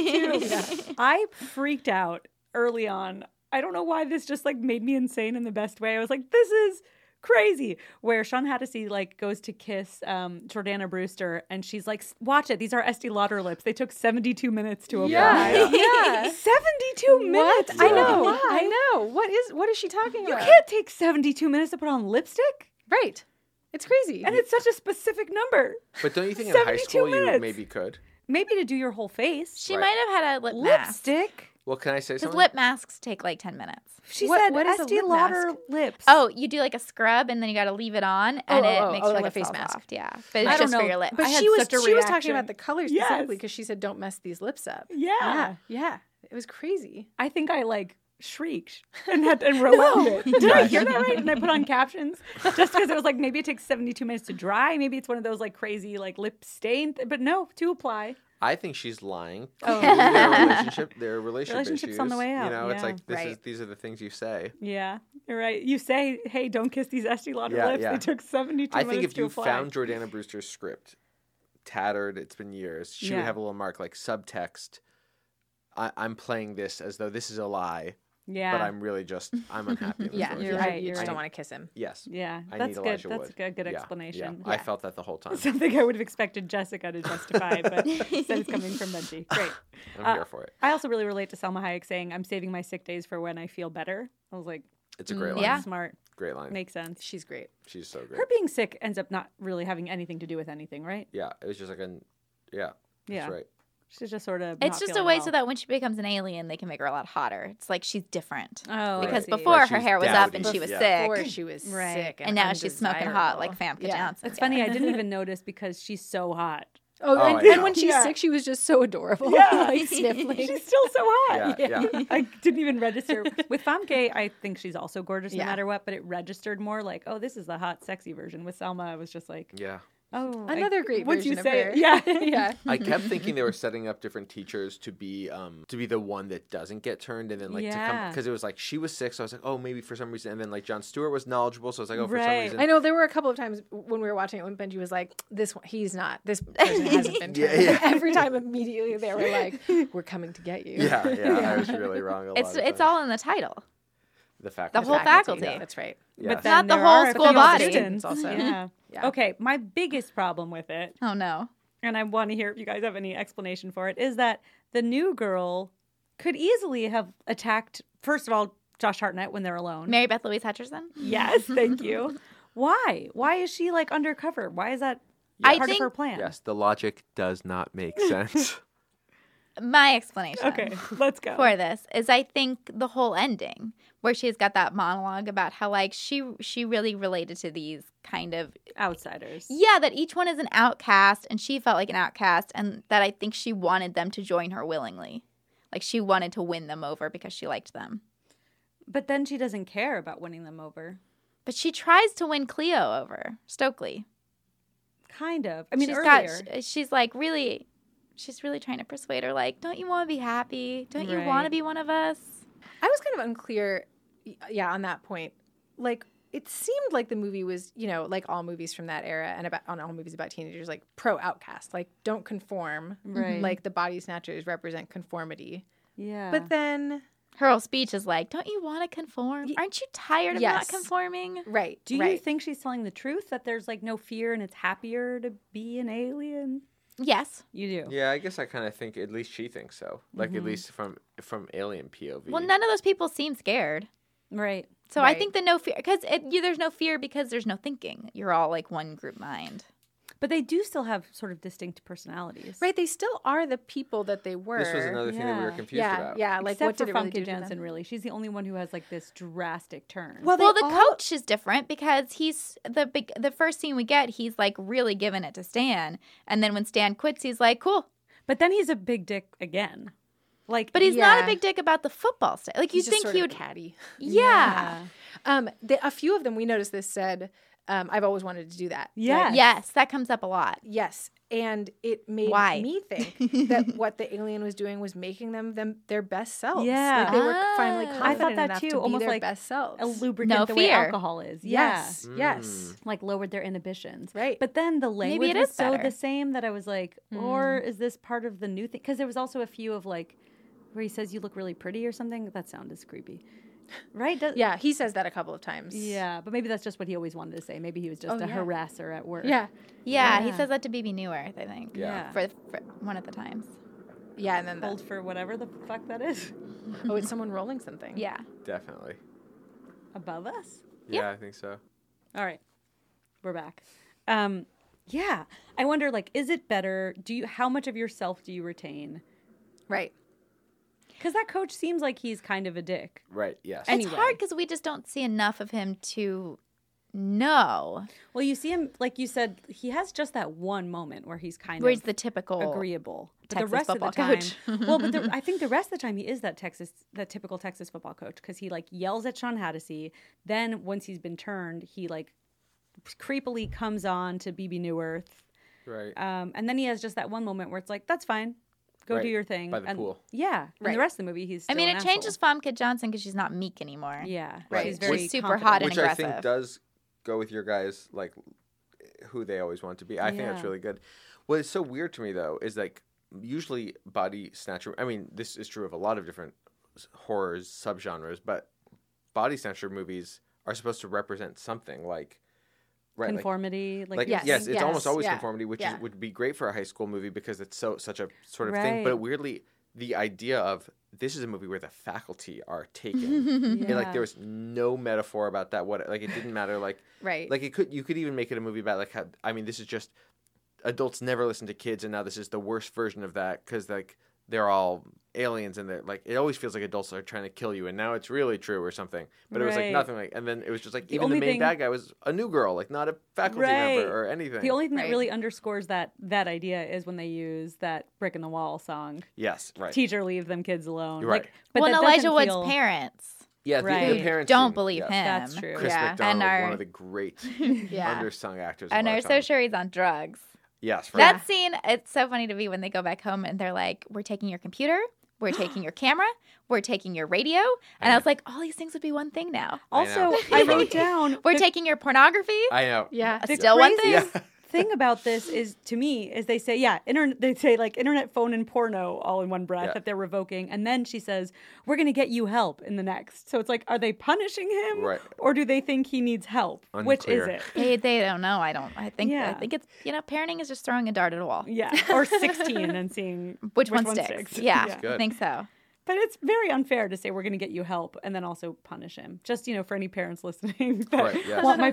[SPEAKER 5] <laughs>
[SPEAKER 3] I freaked out early on. I don't know why this just like made me insane in the best way. I was like, this is crazy. Where Sean Hattasy like goes to kiss um, Jordana Brewster and she's like, watch it. These are Estee Lauder lips. They took 72 minutes to apply.
[SPEAKER 1] Yeah.
[SPEAKER 3] <laughs>
[SPEAKER 2] <laughs> yeah.
[SPEAKER 3] 72 minutes. I
[SPEAKER 1] Yeah.
[SPEAKER 3] know.
[SPEAKER 2] Yeah, I know. What is what is she talking
[SPEAKER 3] You
[SPEAKER 2] about?
[SPEAKER 3] can't take 72 minutes to put on lipstick.
[SPEAKER 2] Right. It's crazy.
[SPEAKER 3] And it's such a specific number.
[SPEAKER 1] But don't you think in high
[SPEAKER 3] 72
[SPEAKER 1] school you
[SPEAKER 3] minutes.
[SPEAKER 1] maybe could?
[SPEAKER 3] Maybe to do your whole face.
[SPEAKER 5] She might have had a lip mask.
[SPEAKER 3] Lipstick?
[SPEAKER 1] Well, can I say
[SPEAKER 5] Because
[SPEAKER 1] something?
[SPEAKER 5] lip masks take like 10 minutes.
[SPEAKER 3] She
[SPEAKER 2] What-
[SPEAKER 3] said
[SPEAKER 2] what is a
[SPEAKER 3] Estee
[SPEAKER 2] lip
[SPEAKER 3] Lauder
[SPEAKER 2] mask?
[SPEAKER 3] lips.
[SPEAKER 5] Oh, you do like a scrub and then you got to leave it on and
[SPEAKER 2] oh,
[SPEAKER 5] it
[SPEAKER 2] oh,
[SPEAKER 5] makes
[SPEAKER 2] oh,
[SPEAKER 5] your
[SPEAKER 2] like a
[SPEAKER 5] lips
[SPEAKER 2] face
[SPEAKER 5] all
[SPEAKER 2] mask.
[SPEAKER 5] soft. Yeah. But
[SPEAKER 3] I
[SPEAKER 5] it's
[SPEAKER 3] don't
[SPEAKER 5] just for
[SPEAKER 3] know,
[SPEAKER 5] your lips.
[SPEAKER 3] but
[SPEAKER 2] But
[SPEAKER 3] I had
[SPEAKER 2] she was
[SPEAKER 3] such a
[SPEAKER 2] she was talking
[SPEAKER 3] reaction.
[SPEAKER 2] about the colors
[SPEAKER 3] Yes.
[SPEAKER 2] specifically because she said don't mess these lips up.
[SPEAKER 3] Yeah.
[SPEAKER 2] yeah, yeah. It was crazy.
[SPEAKER 3] I think I like shrieked and had and rewound it. Did I hear that right? And I put on captions just because it was like maybe it takes seventy two minutes to dry. Maybe it's one of those like crazy like lip stain. Th- but no, to apply.
[SPEAKER 1] I think she's lying.
[SPEAKER 3] Oh.
[SPEAKER 1] Clearly
[SPEAKER 3] <laughs>
[SPEAKER 1] their relationship, their relationship
[SPEAKER 3] Relationship's
[SPEAKER 1] issues.
[SPEAKER 3] on the way out,
[SPEAKER 1] You know, it's
[SPEAKER 3] yeah.
[SPEAKER 1] like this is
[SPEAKER 5] Right.
[SPEAKER 1] these are the things you say.
[SPEAKER 3] Yeah, you're right. You say, hey, don't kiss these Estee Lauder
[SPEAKER 1] Yeah,
[SPEAKER 3] lips.
[SPEAKER 1] yeah.
[SPEAKER 3] They took seventy two
[SPEAKER 1] I
[SPEAKER 3] minutes
[SPEAKER 1] think if
[SPEAKER 3] to
[SPEAKER 1] you
[SPEAKER 3] apply.
[SPEAKER 1] found Jordana Brewster's script tattered, it's been years, she
[SPEAKER 3] Yeah.
[SPEAKER 1] would have a little mark like subtext. I, I'm playing this as though this is a lie,
[SPEAKER 3] yeah,
[SPEAKER 1] but I'm really
[SPEAKER 3] <laughs>
[SPEAKER 1] just I'm unhappy. in this
[SPEAKER 2] Yeah,
[SPEAKER 1] relationship.
[SPEAKER 3] you're right,
[SPEAKER 2] You
[SPEAKER 3] you're
[SPEAKER 2] just don't
[SPEAKER 3] right.
[SPEAKER 2] want to kiss him.
[SPEAKER 1] Yes.
[SPEAKER 3] yeah,
[SPEAKER 1] I
[SPEAKER 3] that's
[SPEAKER 1] need
[SPEAKER 3] good.
[SPEAKER 1] Elijah
[SPEAKER 3] That's
[SPEAKER 1] Wood.
[SPEAKER 3] a good, good
[SPEAKER 1] Yeah, yeah. <laughs>
[SPEAKER 3] explanation. <laughs>
[SPEAKER 1] I
[SPEAKER 3] Yeah.
[SPEAKER 1] felt that the whole time.
[SPEAKER 3] Something I would have expected Jessica to justify, but instead it's coming from Benji. Great.
[SPEAKER 1] I'm
[SPEAKER 3] Uh,
[SPEAKER 1] here for it.
[SPEAKER 3] I also really relate to Selma Hayek saying, "I'm saving my sick days for when I feel better." I was like,
[SPEAKER 1] It's a great line.
[SPEAKER 5] yeah.
[SPEAKER 3] smart,
[SPEAKER 1] Great line.
[SPEAKER 3] makes sense.
[SPEAKER 2] She's great.
[SPEAKER 1] She's so great.
[SPEAKER 3] mm, Her being sick ends up not really having anything to do with anything, right?
[SPEAKER 1] Yeah, it was just like an yeah.
[SPEAKER 3] Yeah.
[SPEAKER 1] That's right.
[SPEAKER 3] She's just sort of.
[SPEAKER 5] It's just a way so that when she becomes an alien, they can make her a lot hotter. It's like she's different.
[SPEAKER 3] Oh,
[SPEAKER 5] Because
[SPEAKER 3] I see.
[SPEAKER 5] before
[SPEAKER 1] Like
[SPEAKER 5] her
[SPEAKER 1] she's
[SPEAKER 5] hair was up
[SPEAKER 1] dowdy.
[SPEAKER 5] and she was
[SPEAKER 1] Yeah.
[SPEAKER 2] Before
[SPEAKER 5] sick.
[SPEAKER 2] she was
[SPEAKER 3] Right.
[SPEAKER 2] sick, and,
[SPEAKER 5] And now she's smoking hot like
[SPEAKER 2] undesirable.
[SPEAKER 5] Famke
[SPEAKER 2] Yeah.
[SPEAKER 5] Johnson.
[SPEAKER 3] It's funny. I didn't
[SPEAKER 5] <laughs>
[SPEAKER 3] even notice because she's so hot.
[SPEAKER 2] Oh,
[SPEAKER 1] Oh,
[SPEAKER 2] and,
[SPEAKER 1] I
[SPEAKER 2] and when
[SPEAKER 3] know.
[SPEAKER 2] she's
[SPEAKER 3] Yeah.
[SPEAKER 2] sick, she was just so adorable.
[SPEAKER 3] Yeah.
[SPEAKER 2] <laughs> like sniffling.
[SPEAKER 3] <laughs> She's still so hot. <laughs>
[SPEAKER 1] Yeah, yeah.
[SPEAKER 3] I didn't even register with Famke. I think she's also gorgeous
[SPEAKER 2] Yeah.
[SPEAKER 3] no matter what, but it registered more like, oh, this is the hot, sexy version. With Selma, I was just like,
[SPEAKER 1] Yeah.
[SPEAKER 3] oh, I-
[SPEAKER 2] Another great
[SPEAKER 3] What'd you
[SPEAKER 2] version
[SPEAKER 3] say?
[SPEAKER 2] of her.
[SPEAKER 3] <laughs>
[SPEAKER 5] <laughs>
[SPEAKER 3] Yeah,
[SPEAKER 2] yeah.
[SPEAKER 1] I kept thinking they were setting up different teachers to be um to be the one that doesn't get turned and then like to come
[SPEAKER 3] Yeah.
[SPEAKER 1] because it was like she was sick so I was like oh maybe for some reason and then like John Stewart was knowledgeable so I was like oh for
[SPEAKER 3] Right.
[SPEAKER 1] some reason
[SPEAKER 2] I know there were a couple of times when we were watching it when Benji was like, "This one, he's not. This person hasn't
[SPEAKER 1] <laughs>
[SPEAKER 2] been."
[SPEAKER 1] Yeah,
[SPEAKER 2] turned."
[SPEAKER 1] yeah.
[SPEAKER 2] Every time, immediately they were like,
[SPEAKER 1] <laughs>
[SPEAKER 2] "We're coming to get you."
[SPEAKER 1] <laughs> yeah,
[SPEAKER 3] <laughs>
[SPEAKER 1] yeah I was really wrong a lot
[SPEAKER 5] It's
[SPEAKER 1] of
[SPEAKER 5] it's
[SPEAKER 1] times.
[SPEAKER 5] all in the title.
[SPEAKER 1] the fact
[SPEAKER 5] the whole faculty.
[SPEAKER 2] That's right.
[SPEAKER 1] yeah.
[SPEAKER 3] But
[SPEAKER 5] Not
[SPEAKER 3] then
[SPEAKER 5] the
[SPEAKER 3] there
[SPEAKER 5] whole
[SPEAKER 3] are a
[SPEAKER 5] school
[SPEAKER 3] few
[SPEAKER 5] body.
[SPEAKER 3] students.
[SPEAKER 2] Also.
[SPEAKER 1] <laughs>
[SPEAKER 3] Yeah.
[SPEAKER 2] Yeah.
[SPEAKER 3] Okay, my biggest problem with it,
[SPEAKER 5] Oh no.
[SPEAKER 3] and I want to hear if you guys have any explanation for it, is that the new girl could easily have attacked, first of all, Josh Hartnett when they're alone.
[SPEAKER 5] Mary Beth Louise Hutcherson? <laughs>
[SPEAKER 3] yes, thank you. Why? Why is she like undercover? Why is that
[SPEAKER 5] I
[SPEAKER 3] part
[SPEAKER 5] think-
[SPEAKER 3] of her <laughs> plan?
[SPEAKER 1] yes the logic does not
[SPEAKER 3] <laughs>
[SPEAKER 1] make sense
[SPEAKER 5] My explanation.
[SPEAKER 3] Okay, let's go.
[SPEAKER 5] <laughs> for this is I think the whole ending where she's got that monologue about how like she she really related to these kind of
[SPEAKER 3] Outsiders.
[SPEAKER 5] yeah that each one is an outcast and she felt like an outcast and that I think she wanted them to join her willingly. Like she wanted to win them over because she liked them.
[SPEAKER 3] But then she doesn't care about winning them over.
[SPEAKER 5] But she tries to win Cleo over Stokely.
[SPEAKER 3] Kind of. I mean,
[SPEAKER 5] she's
[SPEAKER 3] earlier.
[SPEAKER 5] got sh- she's like really she's really trying to persuade her like don't you want to be happy? Don't you want
[SPEAKER 3] Right.
[SPEAKER 5] to be one of us?
[SPEAKER 2] I was kind of unclear, y- yeah, on that point. Like, it seemed like the movie was, you know, like all movies from that era and about on all movies about teenagers, like pro outcast, like don't conform. Mm-hmm.
[SPEAKER 3] Right.
[SPEAKER 2] Like the body snatchers represent conformity.
[SPEAKER 3] yeah.
[SPEAKER 2] But then,
[SPEAKER 5] Her whole speech is like, "Don't you want to conform?
[SPEAKER 2] Ye-
[SPEAKER 5] Aren't you tired of
[SPEAKER 2] Yes.
[SPEAKER 5] not conforming?"
[SPEAKER 2] right.
[SPEAKER 3] do you
[SPEAKER 2] right.
[SPEAKER 3] think she's telling the truth that there's like no fear and it's happier to be an alien?
[SPEAKER 5] Yes.
[SPEAKER 3] You do.
[SPEAKER 1] yeah I guess I kind of think at least she thinks so like at least from from alien POV
[SPEAKER 5] Well, none of those people seem scared.
[SPEAKER 3] Right.
[SPEAKER 5] So
[SPEAKER 2] Right.
[SPEAKER 5] I think the no fear because you, there's no fear because there's no thinking. You're all like one group mind.
[SPEAKER 3] But they do still have sort of distinct personalities.
[SPEAKER 2] Right. They still are the people that they were.
[SPEAKER 1] this was another thing that we were
[SPEAKER 3] Yeah.
[SPEAKER 1] confused
[SPEAKER 2] yeah,
[SPEAKER 1] about
[SPEAKER 2] yeah. Like,
[SPEAKER 3] Except
[SPEAKER 2] what
[SPEAKER 3] for
[SPEAKER 2] did it really
[SPEAKER 3] Funke
[SPEAKER 2] do to them?
[SPEAKER 3] Jansen, really. She's the only one who has like this drastic turn.
[SPEAKER 2] Well, they
[SPEAKER 5] well, the
[SPEAKER 2] all-
[SPEAKER 5] coach is different because he's the big, the first scene we get, he's like really giving it to Stan, and then when Stan quits, he's like, "Cool."
[SPEAKER 3] but then he's a big dick again. Like
[SPEAKER 5] But he's not
[SPEAKER 2] Yeah.
[SPEAKER 5] a big dick about the football stuff. Like you
[SPEAKER 2] He's just
[SPEAKER 5] think
[SPEAKER 2] sort
[SPEAKER 5] he
[SPEAKER 2] of
[SPEAKER 5] would,
[SPEAKER 2] catty.
[SPEAKER 5] yeah.
[SPEAKER 2] Um, the, a few of them we noticed this said, um, "I've always wanted to do that."
[SPEAKER 3] Yeah.
[SPEAKER 5] yes, that comes up a lot.
[SPEAKER 2] Yes, and it made
[SPEAKER 5] Why?
[SPEAKER 2] me
[SPEAKER 3] <laughs>
[SPEAKER 2] think that what the alien was doing was making them them their best selves.
[SPEAKER 3] Yeah.
[SPEAKER 2] like they were finally
[SPEAKER 5] Ah.
[SPEAKER 2] confident
[SPEAKER 5] I
[SPEAKER 3] thought that
[SPEAKER 2] enough
[SPEAKER 3] too,
[SPEAKER 2] to be
[SPEAKER 3] almost
[SPEAKER 2] their
[SPEAKER 3] like
[SPEAKER 2] best selves.
[SPEAKER 3] a lubricant
[SPEAKER 5] No
[SPEAKER 3] the way
[SPEAKER 5] fear.
[SPEAKER 3] alcohol is.
[SPEAKER 2] yes, yes,
[SPEAKER 3] Yeah. Like lowered their inhibitions.
[SPEAKER 2] right.
[SPEAKER 3] But then the
[SPEAKER 5] Maybe
[SPEAKER 3] language
[SPEAKER 5] it
[SPEAKER 3] was
[SPEAKER 5] is
[SPEAKER 3] so
[SPEAKER 5] better.
[SPEAKER 3] the same that I was like, or
[SPEAKER 2] Mm.
[SPEAKER 3] is this part of the new thing? Because there was also a few of like where he says you look really pretty or something. That sound is creepy, right? Does-
[SPEAKER 2] yeah, he says that a couple of times.
[SPEAKER 3] yeah. But maybe that's just what he always wanted to say. Maybe he was just
[SPEAKER 2] Oh,
[SPEAKER 3] a
[SPEAKER 2] yeah.
[SPEAKER 3] harasser at work.
[SPEAKER 2] yeah,
[SPEAKER 5] Yeah, he
[SPEAKER 3] Yeah.
[SPEAKER 5] says that to BB New Earth, I think.
[SPEAKER 3] Yeah.
[SPEAKER 5] For, for one of the times.
[SPEAKER 2] yeah. And then
[SPEAKER 3] Hold
[SPEAKER 2] the,
[SPEAKER 3] for whatever the fuck that is
[SPEAKER 2] oh,
[SPEAKER 3] <laughs>
[SPEAKER 2] it's someone rolling something.
[SPEAKER 5] Yeah.
[SPEAKER 1] definitely
[SPEAKER 3] above us.
[SPEAKER 1] yeah, I think so
[SPEAKER 3] All right, we're back. Um, yeah, I wonder like, is it better? Do you how much of yourself do you retain?
[SPEAKER 2] right.
[SPEAKER 3] Because that coach seems like he's kind of a dick.
[SPEAKER 1] Right. Yes.
[SPEAKER 3] And-
[SPEAKER 5] It's
[SPEAKER 3] Anyway.
[SPEAKER 5] hard because we just don't see enough of him to know.
[SPEAKER 3] Well, you see him, like you said, he has just that one moment where he's kind
[SPEAKER 5] Where's
[SPEAKER 3] of
[SPEAKER 5] the typical
[SPEAKER 3] agreeable. But
[SPEAKER 5] Texas
[SPEAKER 3] the rest of the
[SPEAKER 5] football
[SPEAKER 3] time,
[SPEAKER 5] coach. <laughs>
[SPEAKER 3] well, but the, I think the rest of the time he is that Texas, that typical Texas football coach, because he like yells at Sean Hattacy. Then once he's been turned, he like creepily comes on to BB New Earth,
[SPEAKER 1] right.
[SPEAKER 3] um, and then he has just that one moment where it's like, that's fine, go
[SPEAKER 1] Right.
[SPEAKER 3] do your thing.
[SPEAKER 1] By the
[SPEAKER 3] and,
[SPEAKER 1] pool.
[SPEAKER 3] Yeah, and
[SPEAKER 2] Right.
[SPEAKER 3] the rest of the movie he's.
[SPEAKER 5] I
[SPEAKER 3] still
[SPEAKER 5] mean,
[SPEAKER 3] an
[SPEAKER 5] it changes
[SPEAKER 3] asshole.
[SPEAKER 5] Famke Johnson because she's not meek anymore.
[SPEAKER 3] Yeah,
[SPEAKER 1] Right.
[SPEAKER 3] She's
[SPEAKER 1] She's
[SPEAKER 3] very
[SPEAKER 5] super
[SPEAKER 3] confident.
[SPEAKER 5] hot and
[SPEAKER 1] Which I
[SPEAKER 5] aggressive.
[SPEAKER 1] think does go with your guys like who they always want to be. I think that's
[SPEAKER 3] Yeah.
[SPEAKER 1] really good. What is so weird to me though is like usually body snatcher. I mean, this is true of a lot of different s- horrors subgenres, but body snatcher movies are supposed to represent something like right like-
[SPEAKER 3] conformity. Like,
[SPEAKER 1] like
[SPEAKER 2] yes,
[SPEAKER 1] yes,
[SPEAKER 3] <laughs>
[SPEAKER 1] it's almost
[SPEAKER 2] yes,
[SPEAKER 1] always
[SPEAKER 2] yeah,
[SPEAKER 1] conformity, which
[SPEAKER 2] yeah.
[SPEAKER 1] is, would be great for a high school movie because it's so such a sort of thing. But
[SPEAKER 3] Right.
[SPEAKER 1] weirdly, the idea of this is a movie where the faculty are
[SPEAKER 3] <laughs>
[SPEAKER 1] taken, and like
[SPEAKER 3] Yeah.
[SPEAKER 1] there was no metaphor about that. What like it didn't matter. Like
[SPEAKER 2] Right.
[SPEAKER 1] like it could you could even make it a movie about like how I mean this is just adults never listen to kids, and now this is the worst version of that because like they're all aliens and they're like it always feels like adults are trying to kill you and now it's really true or something but it was like
[SPEAKER 3] Right.
[SPEAKER 1] nothing like and then it was just like
[SPEAKER 3] The
[SPEAKER 1] even the
[SPEAKER 3] only
[SPEAKER 1] main
[SPEAKER 3] thing-
[SPEAKER 1] bad guy was a new girl like not a faculty
[SPEAKER 3] Right.
[SPEAKER 1] member or anything
[SPEAKER 3] The only thing
[SPEAKER 2] Right.
[SPEAKER 3] that really underscores that that idea is when they use that "Brick in the Wall" song.
[SPEAKER 1] Yes, right.
[SPEAKER 3] Teacher, leave them kids alone.
[SPEAKER 1] Right.
[SPEAKER 3] Like, but
[SPEAKER 5] well,
[SPEAKER 3] that
[SPEAKER 5] and
[SPEAKER 3] doesn't
[SPEAKER 5] Elijah Wood's
[SPEAKER 3] feel-
[SPEAKER 5] parents
[SPEAKER 1] yeah, the,
[SPEAKER 3] Right.
[SPEAKER 1] the parents
[SPEAKER 5] don't
[SPEAKER 1] and-
[SPEAKER 5] believe
[SPEAKER 1] yes.
[SPEAKER 5] him.
[SPEAKER 3] That's true.
[SPEAKER 1] Chris
[SPEAKER 5] yeah,
[SPEAKER 1] McDonald,
[SPEAKER 5] and are
[SPEAKER 1] one of the great
[SPEAKER 5] yeah.
[SPEAKER 1] undersung actors. of
[SPEAKER 5] and
[SPEAKER 1] our
[SPEAKER 5] are
[SPEAKER 1] time.
[SPEAKER 5] so sure he's on drugs.
[SPEAKER 1] Yes, right.
[SPEAKER 5] That scene, it's so funny to me when they go back home and they're like, "We're taking your computer,
[SPEAKER 1] <gasps>
[SPEAKER 5] we're taking your camera, we're taking your radio," and I was like, "All these things would be one
[SPEAKER 3] <laughs>
[SPEAKER 5] thing now.
[SPEAKER 1] I know.
[SPEAKER 3] Also, I
[SPEAKER 1] <laughs>
[SPEAKER 3] wrote down
[SPEAKER 5] We're
[SPEAKER 3] the
[SPEAKER 5] taking your pornography,
[SPEAKER 1] I
[SPEAKER 2] <laughs>
[SPEAKER 1] know.
[SPEAKER 3] <laughs>
[SPEAKER 2] Yeah.
[SPEAKER 3] the
[SPEAKER 5] still one thing."
[SPEAKER 3] craziest thing about this is to me is they say yeah, internet they say like internet, phone, and porno all in one breath
[SPEAKER 1] Yeah.
[SPEAKER 3] that they're revoking, and then she says we're gonna get you help in the next. So it's like, are they punishing him,
[SPEAKER 1] Right.
[SPEAKER 3] or do they think he needs help? Which is
[SPEAKER 1] Unclear.
[SPEAKER 3] it?
[SPEAKER 5] They, they don't know. I don't. I think.
[SPEAKER 3] Yeah.
[SPEAKER 5] I think it's you know, parenting is just throwing a dart at a wall.
[SPEAKER 3] Yeah, or sixteen and seeing
[SPEAKER 5] <laughs> Which, one, sticks? Yeah, I
[SPEAKER 1] Good.
[SPEAKER 5] think so.
[SPEAKER 3] But it's very unfair to say we're going to get you help and then also punish him. Just you know, for any parents <laughs> listening that
[SPEAKER 1] Right, yes.
[SPEAKER 3] want
[SPEAKER 5] <laughs>
[SPEAKER 3] my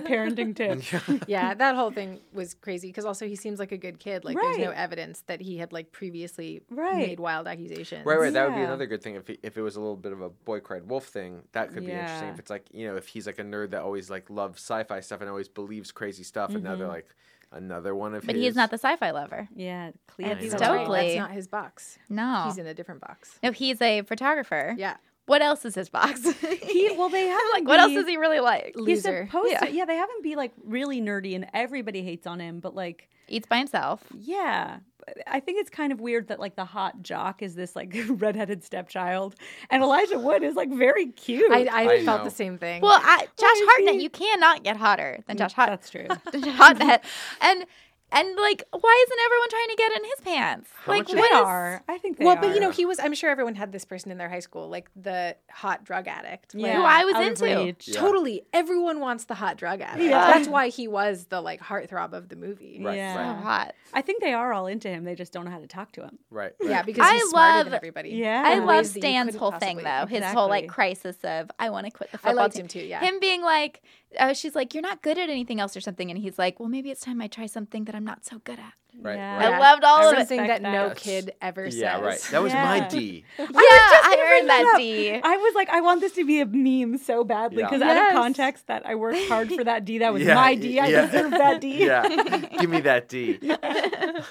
[SPEAKER 1] <laughs>
[SPEAKER 3] parenting tips.
[SPEAKER 2] yeah, that whole thing was crazy because also he seems like a good kid. Like there's no
[SPEAKER 3] Right.
[SPEAKER 2] evidence that he had like previously
[SPEAKER 3] Right.
[SPEAKER 2] made wild accusations.
[SPEAKER 1] Right, right. That would be
[SPEAKER 3] Yeah.
[SPEAKER 1] another good thing if it, if it was a little bit of a boy cried wolf thing. That could be interesting.
[SPEAKER 3] Yeah.
[SPEAKER 1] If it's like you know, if he's like a nerd that always like loves sci-fi stuff and always believes crazy stuff, and now they're like another one of
[SPEAKER 5] But
[SPEAKER 1] his.
[SPEAKER 5] he's not the sci-fi lover.
[SPEAKER 3] Yeah,
[SPEAKER 2] And
[SPEAKER 3] clearly.
[SPEAKER 2] that's right,
[SPEAKER 5] Stokely.
[SPEAKER 2] That's not his box.
[SPEAKER 5] No.
[SPEAKER 2] He's in a different box.
[SPEAKER 5] no, he's a photographer.
[SPEAKER 2] Yeah.
[SPEAKER 5] What else is his box? <laughs>
[SPEAKER 3] He well, they have
[SPEAKER 5] like, what else is he really like?
[SPEAKER 3] He's
[SPEAKER 2] Loser.
[SPEAKER 3] supposed to. Yeah, they have him be like really nerdy, and everybody hates on him. But like,
[SPEAKER 5] Eats by himself.
[SPEAKER 3] yeah, I think it's kind of weird that like the hot jock is this like <laughs> redheaded stepchild, and Elijah Wood is like
[SPEAKER 1] <laughs>
[SPEAKER 3] very cute.
[SPEAKER 2] I, I,
[SPEAKER 1] I
[SPEAKER 2] felt
[SPEAKER 1] know.
[SPEAKER 2] the same thing.
[SPEAKER 5] Well, I, Josh
[SPEAKER 3] is
[SPEAKER 5] Hartnett,
[SPEAKER 3] he- Mm,
[SPEAKER 5] you cannot get hotter than Josh
[SPEAKER 2] <laughs>
[SPEAKER 5] Hart-
[SPEAKER 3] That's true.
[SPEAKER 5] <laughs> than Josh Hartnett. And and like, why isn't everyone trying to get in his pants? like,
[SPEAKER 1] much
[SPEAKER 5] what
[SPEAKER 3] they
[SPEAKER 5] is-
[SPEAKER 3] are. I think they
[SPEAKER 2] well,
[SPEAKER 3] are.
[SPEAKER 2] but you know, he was. I'm sure everyone had this person in their high school, like the hot drug addict. Like,
[SPEAKER 3] yeah,
[SPEAKER 5] who I was
[SPEAKER 3] out of
[SPEAKER 5] into.
[SPEAKER 3] reach.
[SPEAKER 1] Yeah.
[SPEAKER 2] Totally, everyone wants the hot drug addict.
[SPEAKER 3] Yeah.
[SPEAKER 2] That's why he was the like heartthrob of the movie.
[SPEAKER 1] Right,
[SPEAKER 5] So
[SPEAKER 3] Yeah.
[SPEAKER 5] hot.
[SPEAKER 3] I think they are all into him. They just don't know how to talk to him.
[SPEAKER 1] right. right.
[SPEAKER 2] <laughs> Yeah, because
[SPEAKER 5] I
[SPEAKER 2] he's smarter than
[SPEAKER 5] love-
[SPEAKER 2] everybody.
[SPEAKER 3] Yeah.
[SPEAKER 5] I
[SPEAKER 2] in
[SPEAKER 5] love
[SPEAKER 2] ways that you
[SPEAKER 5] Stan's
[SPEAKER 2] couldn't
[SPEAKER 5] whole thing though.
[SPEAKER 2] possibly-
[SPEAKER 5] His whole like
[SPEAKER 3] Exactly.
[SPEAKER 5] crisis of I want to quit the
[SPEAKER 2] I
[SPEAKER 5] football
[SPEAKER 2] liked
[SPEAKER 5] team.
[SPEAKER 2] him too. Yeah,
[SPEAKER 5] Him being like, uh, she's like, you're not good at anything else or something, and he's like, well, maybe it's time I try something that I'm not so good at.
[SPEAKER 1] Right,
[SPEAKER 3] Yeah.
[SPEAKER 1] right.
[SPEAKER 5] I loved all of it.
[SPEAKER 2] something that
[SPEAKER 3] respect
[SPEAKER 2] no
[SPEAKER 1] that.
[SPEAKER 2] kid ever says.
[SPEAKER 1] yeah,
[SPEAKER 2] <laughs>
[SPEAKER 1] right. That was my
[SPEAKER 3] Yeah.
[SPEAKER 1] D.
[SPEAKER 5] yeah, I
[SPEAKER 2] Oh,
[SPEAKER 5] earned
[SPEAKER 3] that
[SPEAKER 5] that
[SPEAKER 3] up.
[SPEAKER 5] D.
[SPEAKER 3] I was like, I want this to be a meme so badly
[SPEAKER 1] Yeah.
[SPEAKER 3] because out
[SPEAKER 2] Yes.
[SPEAKER 3] of context, that I worked hard for that D. That
[SPEAKER 1] <laughs>
[SPEAKER 3] was
[SPEAKER 1] Yeah,
[SPEAKER 3] my D. I
[SPEAKER 1] yeah.
[SPEAKER 3] deserve that D.
[SPEAKER 1] <laughs> Yeah, give me that D.
[SPEAKER 3] <laughs>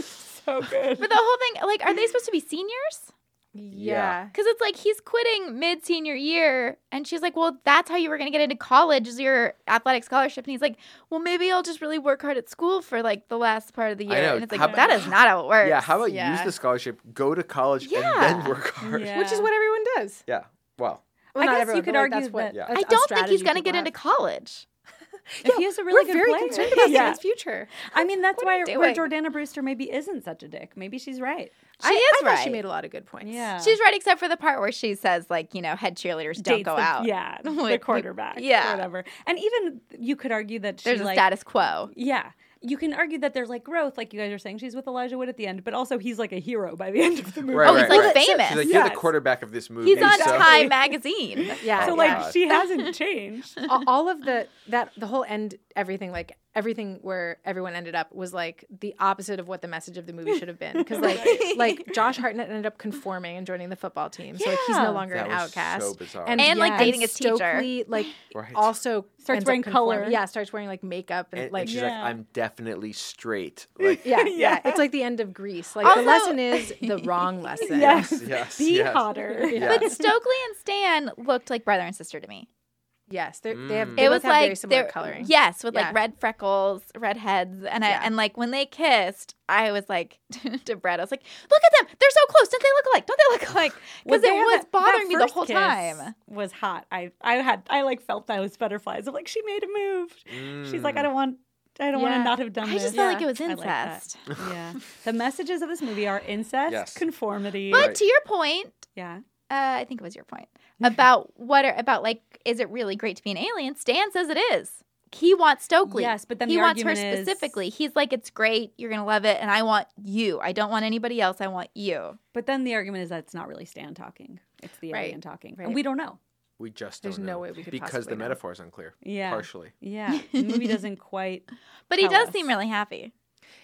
[SPEAKER 3] so good.
[SPEAKER 5] But the whole thing, like, are they supposed to be seniors?
[SPEAKER 2] Yeah.
[SPEAKER 5] Because it's like he's quitting mid senior year, and she's like, "Well, that's how you were gonna get into college is your athletic scholarship." And he's like, "Well, maybe I'll just really work hard at school for like the last part of the
[SPEAKER 1] I
[SPEAKER 5] year."
[SPEAKER 1] know.
[SPEAKER 5] And it's like
[SPEAKER 1] How
[SPEAKER 5] that
[SPEAKER 1] about-
[SPEAKER 5] is not how it works.
[SPEAKER 1] Yeah, how about use
[SPEAKER 2] Yeah.
[SPEAKER 1] the scholarship, go to college, and
[SPEAKER 5] Yeah.
[SPEAKER 1] then work hard? Yeah.
[SPEAKER 2] which is what everyone does.
[SPEAKER 1] Wow.
[SPEAKER 2] Well, not
[SPEAKER 3] I guess you
[SPEAKER 2] everyone,
[SPEAKER 3] could
[SPEAKER 2] but, like,
[SPEAKER 3] argue
[SPEAKER 2] that's what,
[SPEAKER 3] that-
[SPEAKER 1] Yeah.
[SPEAKER 5] I
[SPEAKER 2] that's a
[SPEAKER 5] don't think he's
[SPEAKER 2] strategy
[SPEAKER 5] gonna
[SPEAKER 2] people
[SPEAKER 5] get into
[SPEAKER 2] have.
[SPEAKER 5] college.
[SPEAKER 3] if he is a
[SPEAKER 2] We're
[SPEAKER 3] really good
[SPEAKER 2] very
[SPEAKER 3] player.
[SPEAKER 2] concerned
[SPEAKER 5] <laughs>
[SPEAKER 2] about
[SPEAKER 3] yeah.
[SPEAKER 2] Stan's future.
[SPEAKER 3] I mean, that's why
[SPEAKER 5] you
[SPEAKER 3] where
[SPEAKER 5] doing?
[SPEAKER 3] Jordana Brewster maybe isn't such a dick. Maybe she's right.
[SPEAKER 5] She
[SPEAKER 2] I,
[SPEAKER 5] is
[SPEAKER 2] I
[SPEAKER 5] right.
[SPEAKER 2] Thought she made a lot of good points.
[SPEAKER 3] Yeah.
[SPEAKER 5] She's right, except for the part where she says, like, you know, head cheerleaders don't
[SPEAKER 3] Dates
[SPEAKER 5] go
[SPEAKER 3] the-
[SPEAKER 5] out.
[SPEAKER 3] Yeah, the
[SPEAKER 5] Like,
[SPEAKER 3] quarterback.
[SPEAKER 5] yeah.
[SPEAKER 3] Yeah, whatever. And even you could argue that she
[SPEAKER 5] There's a
[SPEAKER 3] like
[SPEAKER 5] status quo.
[SPEAKER 3] Yeah. You can argue that there's like growth, like you guys are saying. She's with Elijah Wood at the end, but also he's like a hero by the end of the movie.
[SPEAKER 1] Right,
[SPEAKER 3] <laughs>
[SPEAKER 5] oh,
[SPEAKER 1] right,
[SPEAKER 5] he's like
[SPEAKER 1] right.
[SPEAKER 5] famous.
[SPEAKER 1] She's like, you're the
[SPEAKER 3] Yes.
[SPEAKER 1] quarterback of this movie.
[SPEAKER 5] he's on
[SPEAKER 1] so-
[SPEAKER 5] Time magazine.
[SPEAKER 3] <laughs>
[SPEAKER 2] Yeah.
[SPEAKER 1] Oh,
[SPEAKER 3] So
[SPEAKER 2] yeah.
[SPEAKER 3] like she hasn't changed.
[SPEAKER 2] A- all of the that the whole end everything like everything where everyone ended up was like the opposite of what the message of the movie should have been because like like Josh Hartnett ended up conforming and joining the football team so like he's
[SPEAKER 3] Yeah.
[SPEAKER 2] no longer
[SPEAKER 1] That
[SPEAKER 2] an
[SPEAKER 1] was
[SPEAKER 2] outcast
[SPEAKER 1] so bizarre.
[SPEAKER 5] And, like, dating his teacher.
[SPEAKER 2] Stokely, like
[SPEAKER 1] Right.
[SPEAKER 2] also
[SPEAKER 3] Starts
[SPEAKER 2] ends up
[SPEAKER 3] wearing color.
[SPEAKER 2] conforming. yeah starts wearing like makeup and,
[SPEAKER 1] And,
[SPEAKER 2] like
[SPEAKER 1] and she's
[SPEAKER 3] Yeah.
[SPEAKER 1] like, I'm definitely straight. Like, <laughs>
[SPEAKER 2] <laughs> yeah, yeah it's like the end of Greece like
[SPEAKER 5] Also-
[SPEAKER 2] the lesson is the
[SPEAKER 5] <laughs>
[SPEAKER 2] wrong lesson
[SPEAKER 3] Yes.
[SPEAKER 1] yes,
[SPEAKER 3] Be
[SPEAKER 1] yes.
[SPEAKER 3] hotter.
[SPEAKER 1] Yeah.
[SPEAKER 5] But Stokely and Stan looked like brother and sister to me.
[SPEAKER 2] yes they're- they have
[SPEAKER 1] Mm.
[SPEAKER 2] they
[SPEAKER 5] it
[SPEAKER 2] both
[SPEAKER 5] was
[SPEAKER 2] have
[SPEAKER 5] like
[SPEAKER 2] very similar
[SPEAKER 5] they're-
[SPEAKER 2] coloring
[SPEAKER 5] Yes, with
[SPEAKER 2] Yeah.
[SPEAKER 5] like red freckles, red heads, and I,
[SPEAKER 2] Yeah.
[SPEAKER 5] and like when they kissed, I was like <laughs> to Brad, I was like, "Look at them! They're so close! Don't they look alike? Don't they
[SPEAKER 3] <sighs>
[SPEAKER 5] look alike?"
[SPEAKER 3] Would
[SPEAKER 5] Because
[SPEAKER 3] they
[SPEAKER 5] it
[SPEAKER 3] have
[SPEAKER 5] was
[SPEAKER 3] that-
[SPEAKER 5] bothering
[SPEAKER 3] that
[SPEAKER 5] me the
[SPEAKER 3] first
[SPEAKER 5] whole
[SPEAKER 3] kiss
[SPEAKER 5] time.
[SPEAKER 3] Was hot. I I had I like felt those butterflies. I'm like she made a move.
[SPEAKER 1] Mm,
[SPEAKER 3] She's like I don't want I don't want to
[SPEAKER 2] Yeah.
[SPEAKER 3] not have done
[SPEAKER 5] I
[SPEAKER 3] this.
[SPEAKER 5] just
[SPEAKER 2] Yeah.
[SPEAKER 5] felt like it was
[SPEAKER 3] I like that.
[SPEAKER 5] incest.
[SPEAKER 3] <laughs> yeah. The messages of this movie are incest,
[SPEAKER 1] Yes.
[SPEAKER 3] conformity.
[SPEAKER 5] but
[SPEAKER 1] Right.
[SPEAKER 5] to your point,
[SPEAKER 3] yeah.
[SPEAKER 5] uh, I think it was your point about what are about like is it really great to be an alien? Stan says it is. He wants Stokely.
[SPEAKER 3] Yes, but then
[SPEAKER 5] he
[SPEAKER 3] the
[SPEAKER 5] wants her
[SPEAKER 3] argument is-
[SPEAKER 5] specifically. He's like, "It's great. You're gonna love it, and I want you. I don't want anybody else. I want you."
[SPEAKER 3] But then the argument is that it's not really Stan talking. It's the
[SPEAKER 2] Right.
[SPEAKER 3] alien talking.
[SPEAKER 2] Right.
[SPEAKER 3] And we don't know.
[SPEAKER 1] We just don't
[SPEAKER 2] There's no
[SPEAKER 1] know.
[SPEAKER 2] way we could
[SPEAKER 1] because
[SPEAKER 2] possibly
[SPEAKER 1] the
[SPEAKER 2] know.
[SPEAKER 1] metaphor is unclear.
[SPEAKER 3] Yeah.
[SPEAKER 1] Partially.
[SPEAKER 5] <laughs>
[SPEAKER 3] Yeah. The movie doesn't quite
[SPEAKER 5] But he
[SPEAKER 3] Tell
[SPEAKER 5] does
[SPEAKER 3] us.
[SPEAKER 5] seem really happy.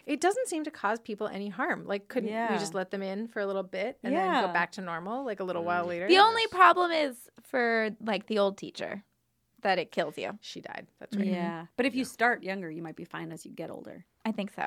[SPEAKER 2] it doesn't seem to cause people any harm. Like, couldn't
[SPEAKER 3] Yeah.
[SPEAKER 2] we just let them in for a little bit and then
[SPEAKER 3] Yeah.
[SPEAKER 2] go back to normal, like a little
[SPEAKER 1] Mm.
[SPEAKER 2] while later?
[SPEAKER 5] The only problem is for like the old teacher that it kills you.
[SPEAKER 2] she died. That's right.
[SPEAKER 3] Yeah. But if you start younger, you might be fine as you get older.
[SPEAKER 5] I think so.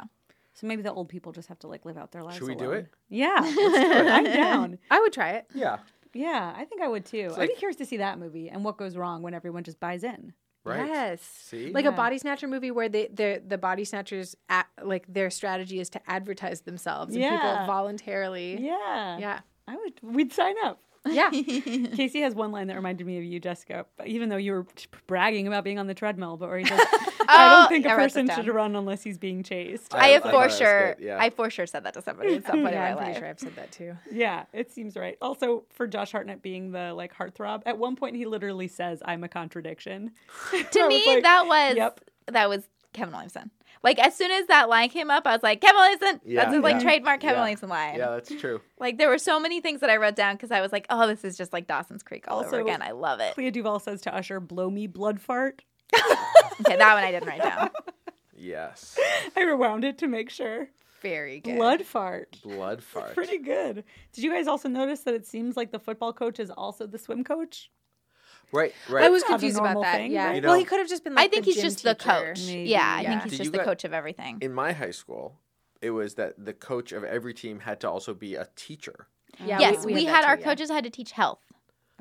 [SPEAKER 3] So maybe the old people just have to like live out their lives.
[SPEAKER 1] Should we do
[SPEAKER 3] alone.
[SPEAKER 1] it?
[SPEAKER 5] <laughs>
[SPEAKER 3] Yeah. Let's do it. I'm down.
[SPEAKER 2] I would try it.
[SPEAKER 1] Yeah.
[SPEAKER 3] Yeah, I think I would too. I'd be
[SPEAKER 1] like-
[SPEAKER 3] curious to see that movie and what goes wrong when everyone just buys in.
[SPEAKER 1] Right.
[SPEAKER 2] Yes.
[SPEAKER 1] See?
[SPEAKER 2] Like
[SPEAKER 3] Yeah.
[SPEAKER 2] a body snatcher movie where they they're- the body snatchers at, like their strategy is to advertise themselves and
[SPEAKER 3] Yeah.
[SPEAKER 2] people voluntarily.
[SPEAKER 3] Yeah.
[SPEAKER 2] Yeah.
[SPEAKER 3] I would we'd sign up.
[SPEAKER 2] <laughs> Yeah.
[SPEAKER 3] Casey has one line that reminded me of you, Jessica, even though you were t- bragging about being on the treadmill, but where he
[SPEAKER 5] <laughs>
[SPEAKER 3] says, I
[SPEAKER 5] Oh,
[SPEAKER 3] don't think a
[SPEAKER 5] I wrote this
[SPEAKER 3] person
[SPEAKER 5] down.
[SPEAKER 3] should run unless he's being chased.
[SPEAKER 5] I,
[SPEAKER 1] I
[SPEAKER 5] have
[SPEAKER 1] thought
[SPEAKER 5] for
[SPEAKER 1] that was
[SPEAKER 5] sure.
[SPEAKER 1] good, yeah.
[SPEAKER 5] I for sure said that to
[SPEAKER 2] <laughs>
[SPEAKER 5] somebody at some point
[SPEAKER 2] Yeah,
[SPEAKER 5] in
[SPEAKER 2] I'm
[SPEAKER 5] my
[SPEAKER 2] pretty
[SPEAKER 5] life.
[SPEAKER 2] sure I've said that too.
[SPEAKER 3] Yeah, it seems right. Also, for Josh Hartnett being the like heartthrob, at one point he literally says, "I'm a contradiction." I
[SPEAKER 5] To
[SPEAKER 3] was
[SPEAKER 5] me,
[SPEAKER 3] like,
[SPEAKER 5] that was
[SPEAKER 3] yep.
[SPEAKER 5] that was Kevin Williamson. Like as soon as that line came up, I was like, Kevin Williamson.
[SPEAKER 1] Yeah,
[SPEAKER 5] That's his, like
[SPEAKER 1] yeah,
[SPEAKER 5] trademark Kevin
[SPEAKER 1] yeah.
[SPEAKER 5] Williamson line.
[SPEAKER 1] Yeah, that's true.
[SPEAKER 5] Like there were so many things that I wrote down because I was like, oh, this is just like Dawson's Creek all over
[SPEAKER 3] Also,
[SPEAKER 5] again. I
[SPEAKER 2] <laughs>
[SPEAKER 5] love it. <laughs>
[SPEAKER 3] Clea Duval says to Usher, "Blow me blood fart." <laughs>
[SPEAKER 5] Okay, that one I didn't write down.
[SPEAKER 1] Yes.
[SPEAKER 3] I rewound it to make sure.
[SPEAKER 2] Very good.
[SPEAKER 3] Blood fart.
[SPEAKER 1] Blood <laughs> fart.
[SPEAKER 3] Pretty good. Did you guys also notice that it seems like the football coach is also the swim coach?
[SPEAKER 1] Right, right.
[SPEAKER 2] I was
[SPEAKER 3] That's not a
[SPEAKER 2] confused about
[SPEAKER 3] normal
[SPEAKER 2] that.
[SPEAKER 3] thing,
[SPEAKER 2] yeah.
[SPEAKER 3] right?
[SPEAKER 1] You
[SPEAKER 2] well,
[SPEAKER 1] know-
[SPEAKER 2] he could have just been. <laughs> Like,
[SPEAKER 5] I think
[SPEAKER 2] the
[SPEAKER 5] he's
[SPEAKER 2] gym
[SPEAKER 5] just the
[SPEAKER 2] teacher.
[SPEAKER 5] coach.
[SPEAKER 3] Maybe.
[SPEAKER 5] Yeah, I
[SPEAKER 2] Yeah.
[SPEAKER 5] think he's
[SPEAKER 1] Did
[SPEAKER 5] just
[SPEAKER 1] you
[SPEAKER 5] the
[SPEAKER 1] got-
[SPEAKER 5] coach of everything.
[SPEAKER 1] in my high school, it was that the coach of every team had to also be a teacher.
[SPEAKER 2] Yeah,
[SPEAKER 5] yes, we,
[SPEAKER 2] that
[SPEAKER 5] had, our
[SPEAKER 2] too, yeah.
[SPEAKER 5] coaches had to teach health.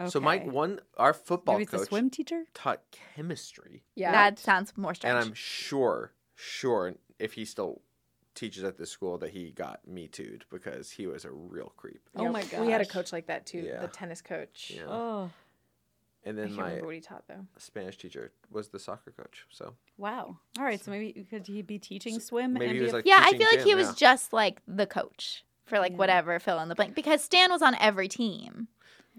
[SPEAKER 1] So my
[SPEAKER 3] Okay.
[SPEAKER 1] one our football
[SPEAKER 3] Maybe it's the
[SPEAKER 1] coach
[SPEAKER 3] swim teacher.
[SPEAKER 1] taught chemistry.
[SPEAKER 2] Yeah.
[SPEAKER 5] That sounds more
[SPEAKER 1] And
[SPEAKER 5] strange.
[SPEAKER 1] I'm sure, sure if he still teaches at the school that he got me too'd because he was a real creep.
[SPEAKER 3] Oh my
[SPEAKER 2] We had a
[SPEAKER 3] gosh.
[SPEAKER 2] coach like that too.
[SPEAKER 1] Yeah.
[SPEAKER 2] The tennis coach.
[SPEAKER 1] Yeah.
[SPEAKER 3] Oh
[SPEAKER 1] And
[SPEAKER 2] I
[SPEAKER 1] then
[SPEAKER 2] can't
[SPEAKER 1] my
[SPEAKER 2] remember what he taught though.
[SPEAKER 1] Spanish teacher was the soccer coach. So
[SPEAKER 3] wow! All right, so maybe could he be teaching swim?
[SPEAKER 1] maybe
[SPEAKER 3] and
[SPEAKER 1] he
[SPEAKER 3] be
[SPEAKER 1] was
[SPEAKER 3] a-
[SPEAKER 1] like
[SPEAKER 5] yeah, I
[SPEAKER 1] teaching
[SPEAKER 5] feel like
[SPEAKER 1] gym,
[SPEAKER 5] he was
[SPEAKER 1] yeah.
[SPEAKER 5] just like the coach for like whatever fill in the blank because Stan was on every team.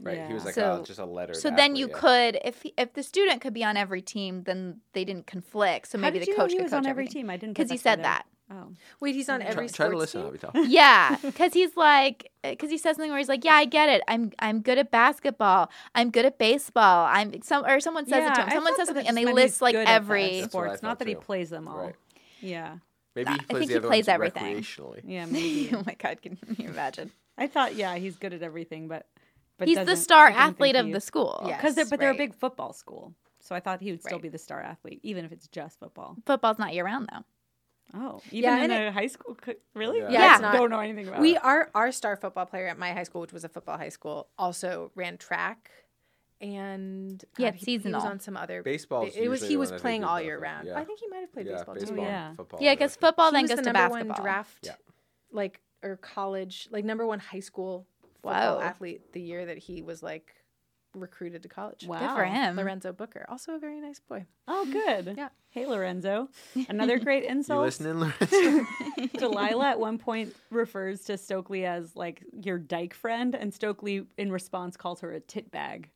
[SPEAKER 1] right. He was
[SPEAKER 3] Yeah.
[SPEAKER 1] like
[SPEAKER 5] So-
[SPEAKER 1] oh, just a letter.
[SPEAKER 5] So then you could if he- if the student could be on every team, then they didn't conflict. So
[SPEAKER 3] How
[SPEAKER 5] maybe
[SPEAKER 3] did
[SPEAKER 5] the
[SPEAKER 3] you know
[SPEAKER 5] coach
[SPEAKER 3] he
[SPEAKER 5] could
[SPEAKER 3] was
[SPEAKER 5] coach
[SPEAKER 3] on every
[SPEAKER 5] everything.
[SPEAKER 3] team. I didn't put
[SPEAKER 5] because he
[SPEAKER 3] much
[SPEAKER 5] said
[SPEAKER 3] into
[SPEAKER 5] that.
[SPEAKER 3] Oh,
[SPEAKER 2] Wait, he's on
[SPEAKER 1] try, try
[SPEAKER 2] every.
[SPEAKER 1] to
[SPEAKER 2] sports
[SPEAKER 1] listen,
[SPEAKER 2] team?
[SPEAKER 1] Avital.
[SPEAKER 3] <laughs>
[SPEAKER 5] Yeah, because he's like, because he says something where he's like, "Yeah, I get it. I'm I'm good at basketball. I'm good at baseball. I'm some or someone says it to him.
[SPEAKER 3] I
[SPEAKER 5] Someone
[SPEAKER 3] thought
[SPEAKER 5] says
[SPEAKER 3] that
[SPEAKER 5] something,
[SPEAKER 3] that
[SPEAKER 5] and they
[SPEAKER 3] just meant he's
[SPEAKER 5] list like
[SPEAKER 3] good at
[SPEAKER 5] every.
[SPEAKER 1] That's what I
[SPEAKER 3] sports. Not
[SPEAKER 1] thought,
[SPEAKER 3] that he
[SPEAKER 1] too.
[SPEAKER 3] plays them all.
[SPEAKER 1] Right.
[SPEAKER 3] Yeah,
[SPEAKER 1] Maybe he
[SPEAKER 5] I
[SPEAKER 1] plays
[SPEAKER 5] think
[SPEAKER 1] the
[SPEAKER 5] he
[SPEAKER 1] other
[SPEAKER 5] plays
[SPEAKER 1] ones
[SPEAKER 5] everything.
[SPEAKER 1] recreationally. <laughs>
[SPEAKER 3] yeah, maybe.
[SPEAKER 5] <laughs> oh my god, can you imagine?
[SPEAKER 3] I thought, yeah, he's good at everything, but but
[SPEAKER 5] he's the star athlete of the
[SPEAKER 3] school.
[SPEAKER 5] school.
[SPEAKER 2] Yeah.
[SPEAKER 3] because they're but they're a
[SPEAKER 5] right.
[SPEAKER 3] big football school, so I thought he would still
[SPEAKER 5] Right.
[SPEAKER 3] be the star athlete, even if it's just football.
[SPEAKER 5] Football's not year round though.
[SPEAKER 3] Oh, even
[SPEAKER 2] Yeah,
[SPEAKER 3] in
[SPEAKER 2] and
[SPEAKER 3] a high school, co- really?
[SPEAKER 1] Yeah.
[SPEAKER 2] Yeah,
[SPEAKER 5] Yeah.
[SPEAKER 2] it's not-
[SPEAKER 3] don't know anything
[SPEAKER 1] Uh,
[SPEAKER 3] about.
[SPEAKER 2] We
[SPEAKER 3] it.
[SPEAKER 2] our our star football player at my high school, which was a football high school, also ran track, and
[SPEAKER 5] He had
[SPEAKER 2] God, He
[SPEAKER 5] seasonal.
[SPEAKER 2] was on some other
[SPEAKER 1] Baseball.
[SPEAKER 2] It, it was he was playing all year round. I think he might have played
[SPEAKER 1] yeah,
[SPEAKER 2] baseball,
[SPEAKER 1] baseball
[SPEAKER 2] too.
[SPEAKER 1] and
[SPEAKER 3] Yeah.
[SPEAKER 1] football.
[SPEAKER 5] Yeah,
[SPEAKER 1] are the-
[SPEAKER 5] because football
[SPEAKER 2] he
[SPEAKER 5] then
[SPEAKER 2] was
[SPEAKER 5] goes
[SPEAKER 2] the
[SPEAKER 5] to
[SPEAKER 2] number one
[SPEAKER 5] basketball.
[SPEAKER 2] draft,
[SPEAKER 1] Yeah.
[SPEAKER 2] like or college, like number one high school football
[SPEAKER 5] Wow.
[SPEAKER 2] athlete the year that he was like recruited to college.
[SPEAKER 3] Wow.
[SPEAKER 5] Good for him.
[SPEAKER 2] Lorenzo Booker, also a very nice boy.
[SPEAKER 3] Oh, good.
[SPEAKER 2] Yeah. <laughs>
[SPEAKER 3] Hey, Lorenzo. Another great
[SPEAKER 1] You
[SPEAKER 3] insult.
[SPEAKER 1] listening, Lorenzo?
[SPEAKER 3] Delilah at one point refers to Stokely as like your dyke friend, and Stokely in response calls her a tit bag.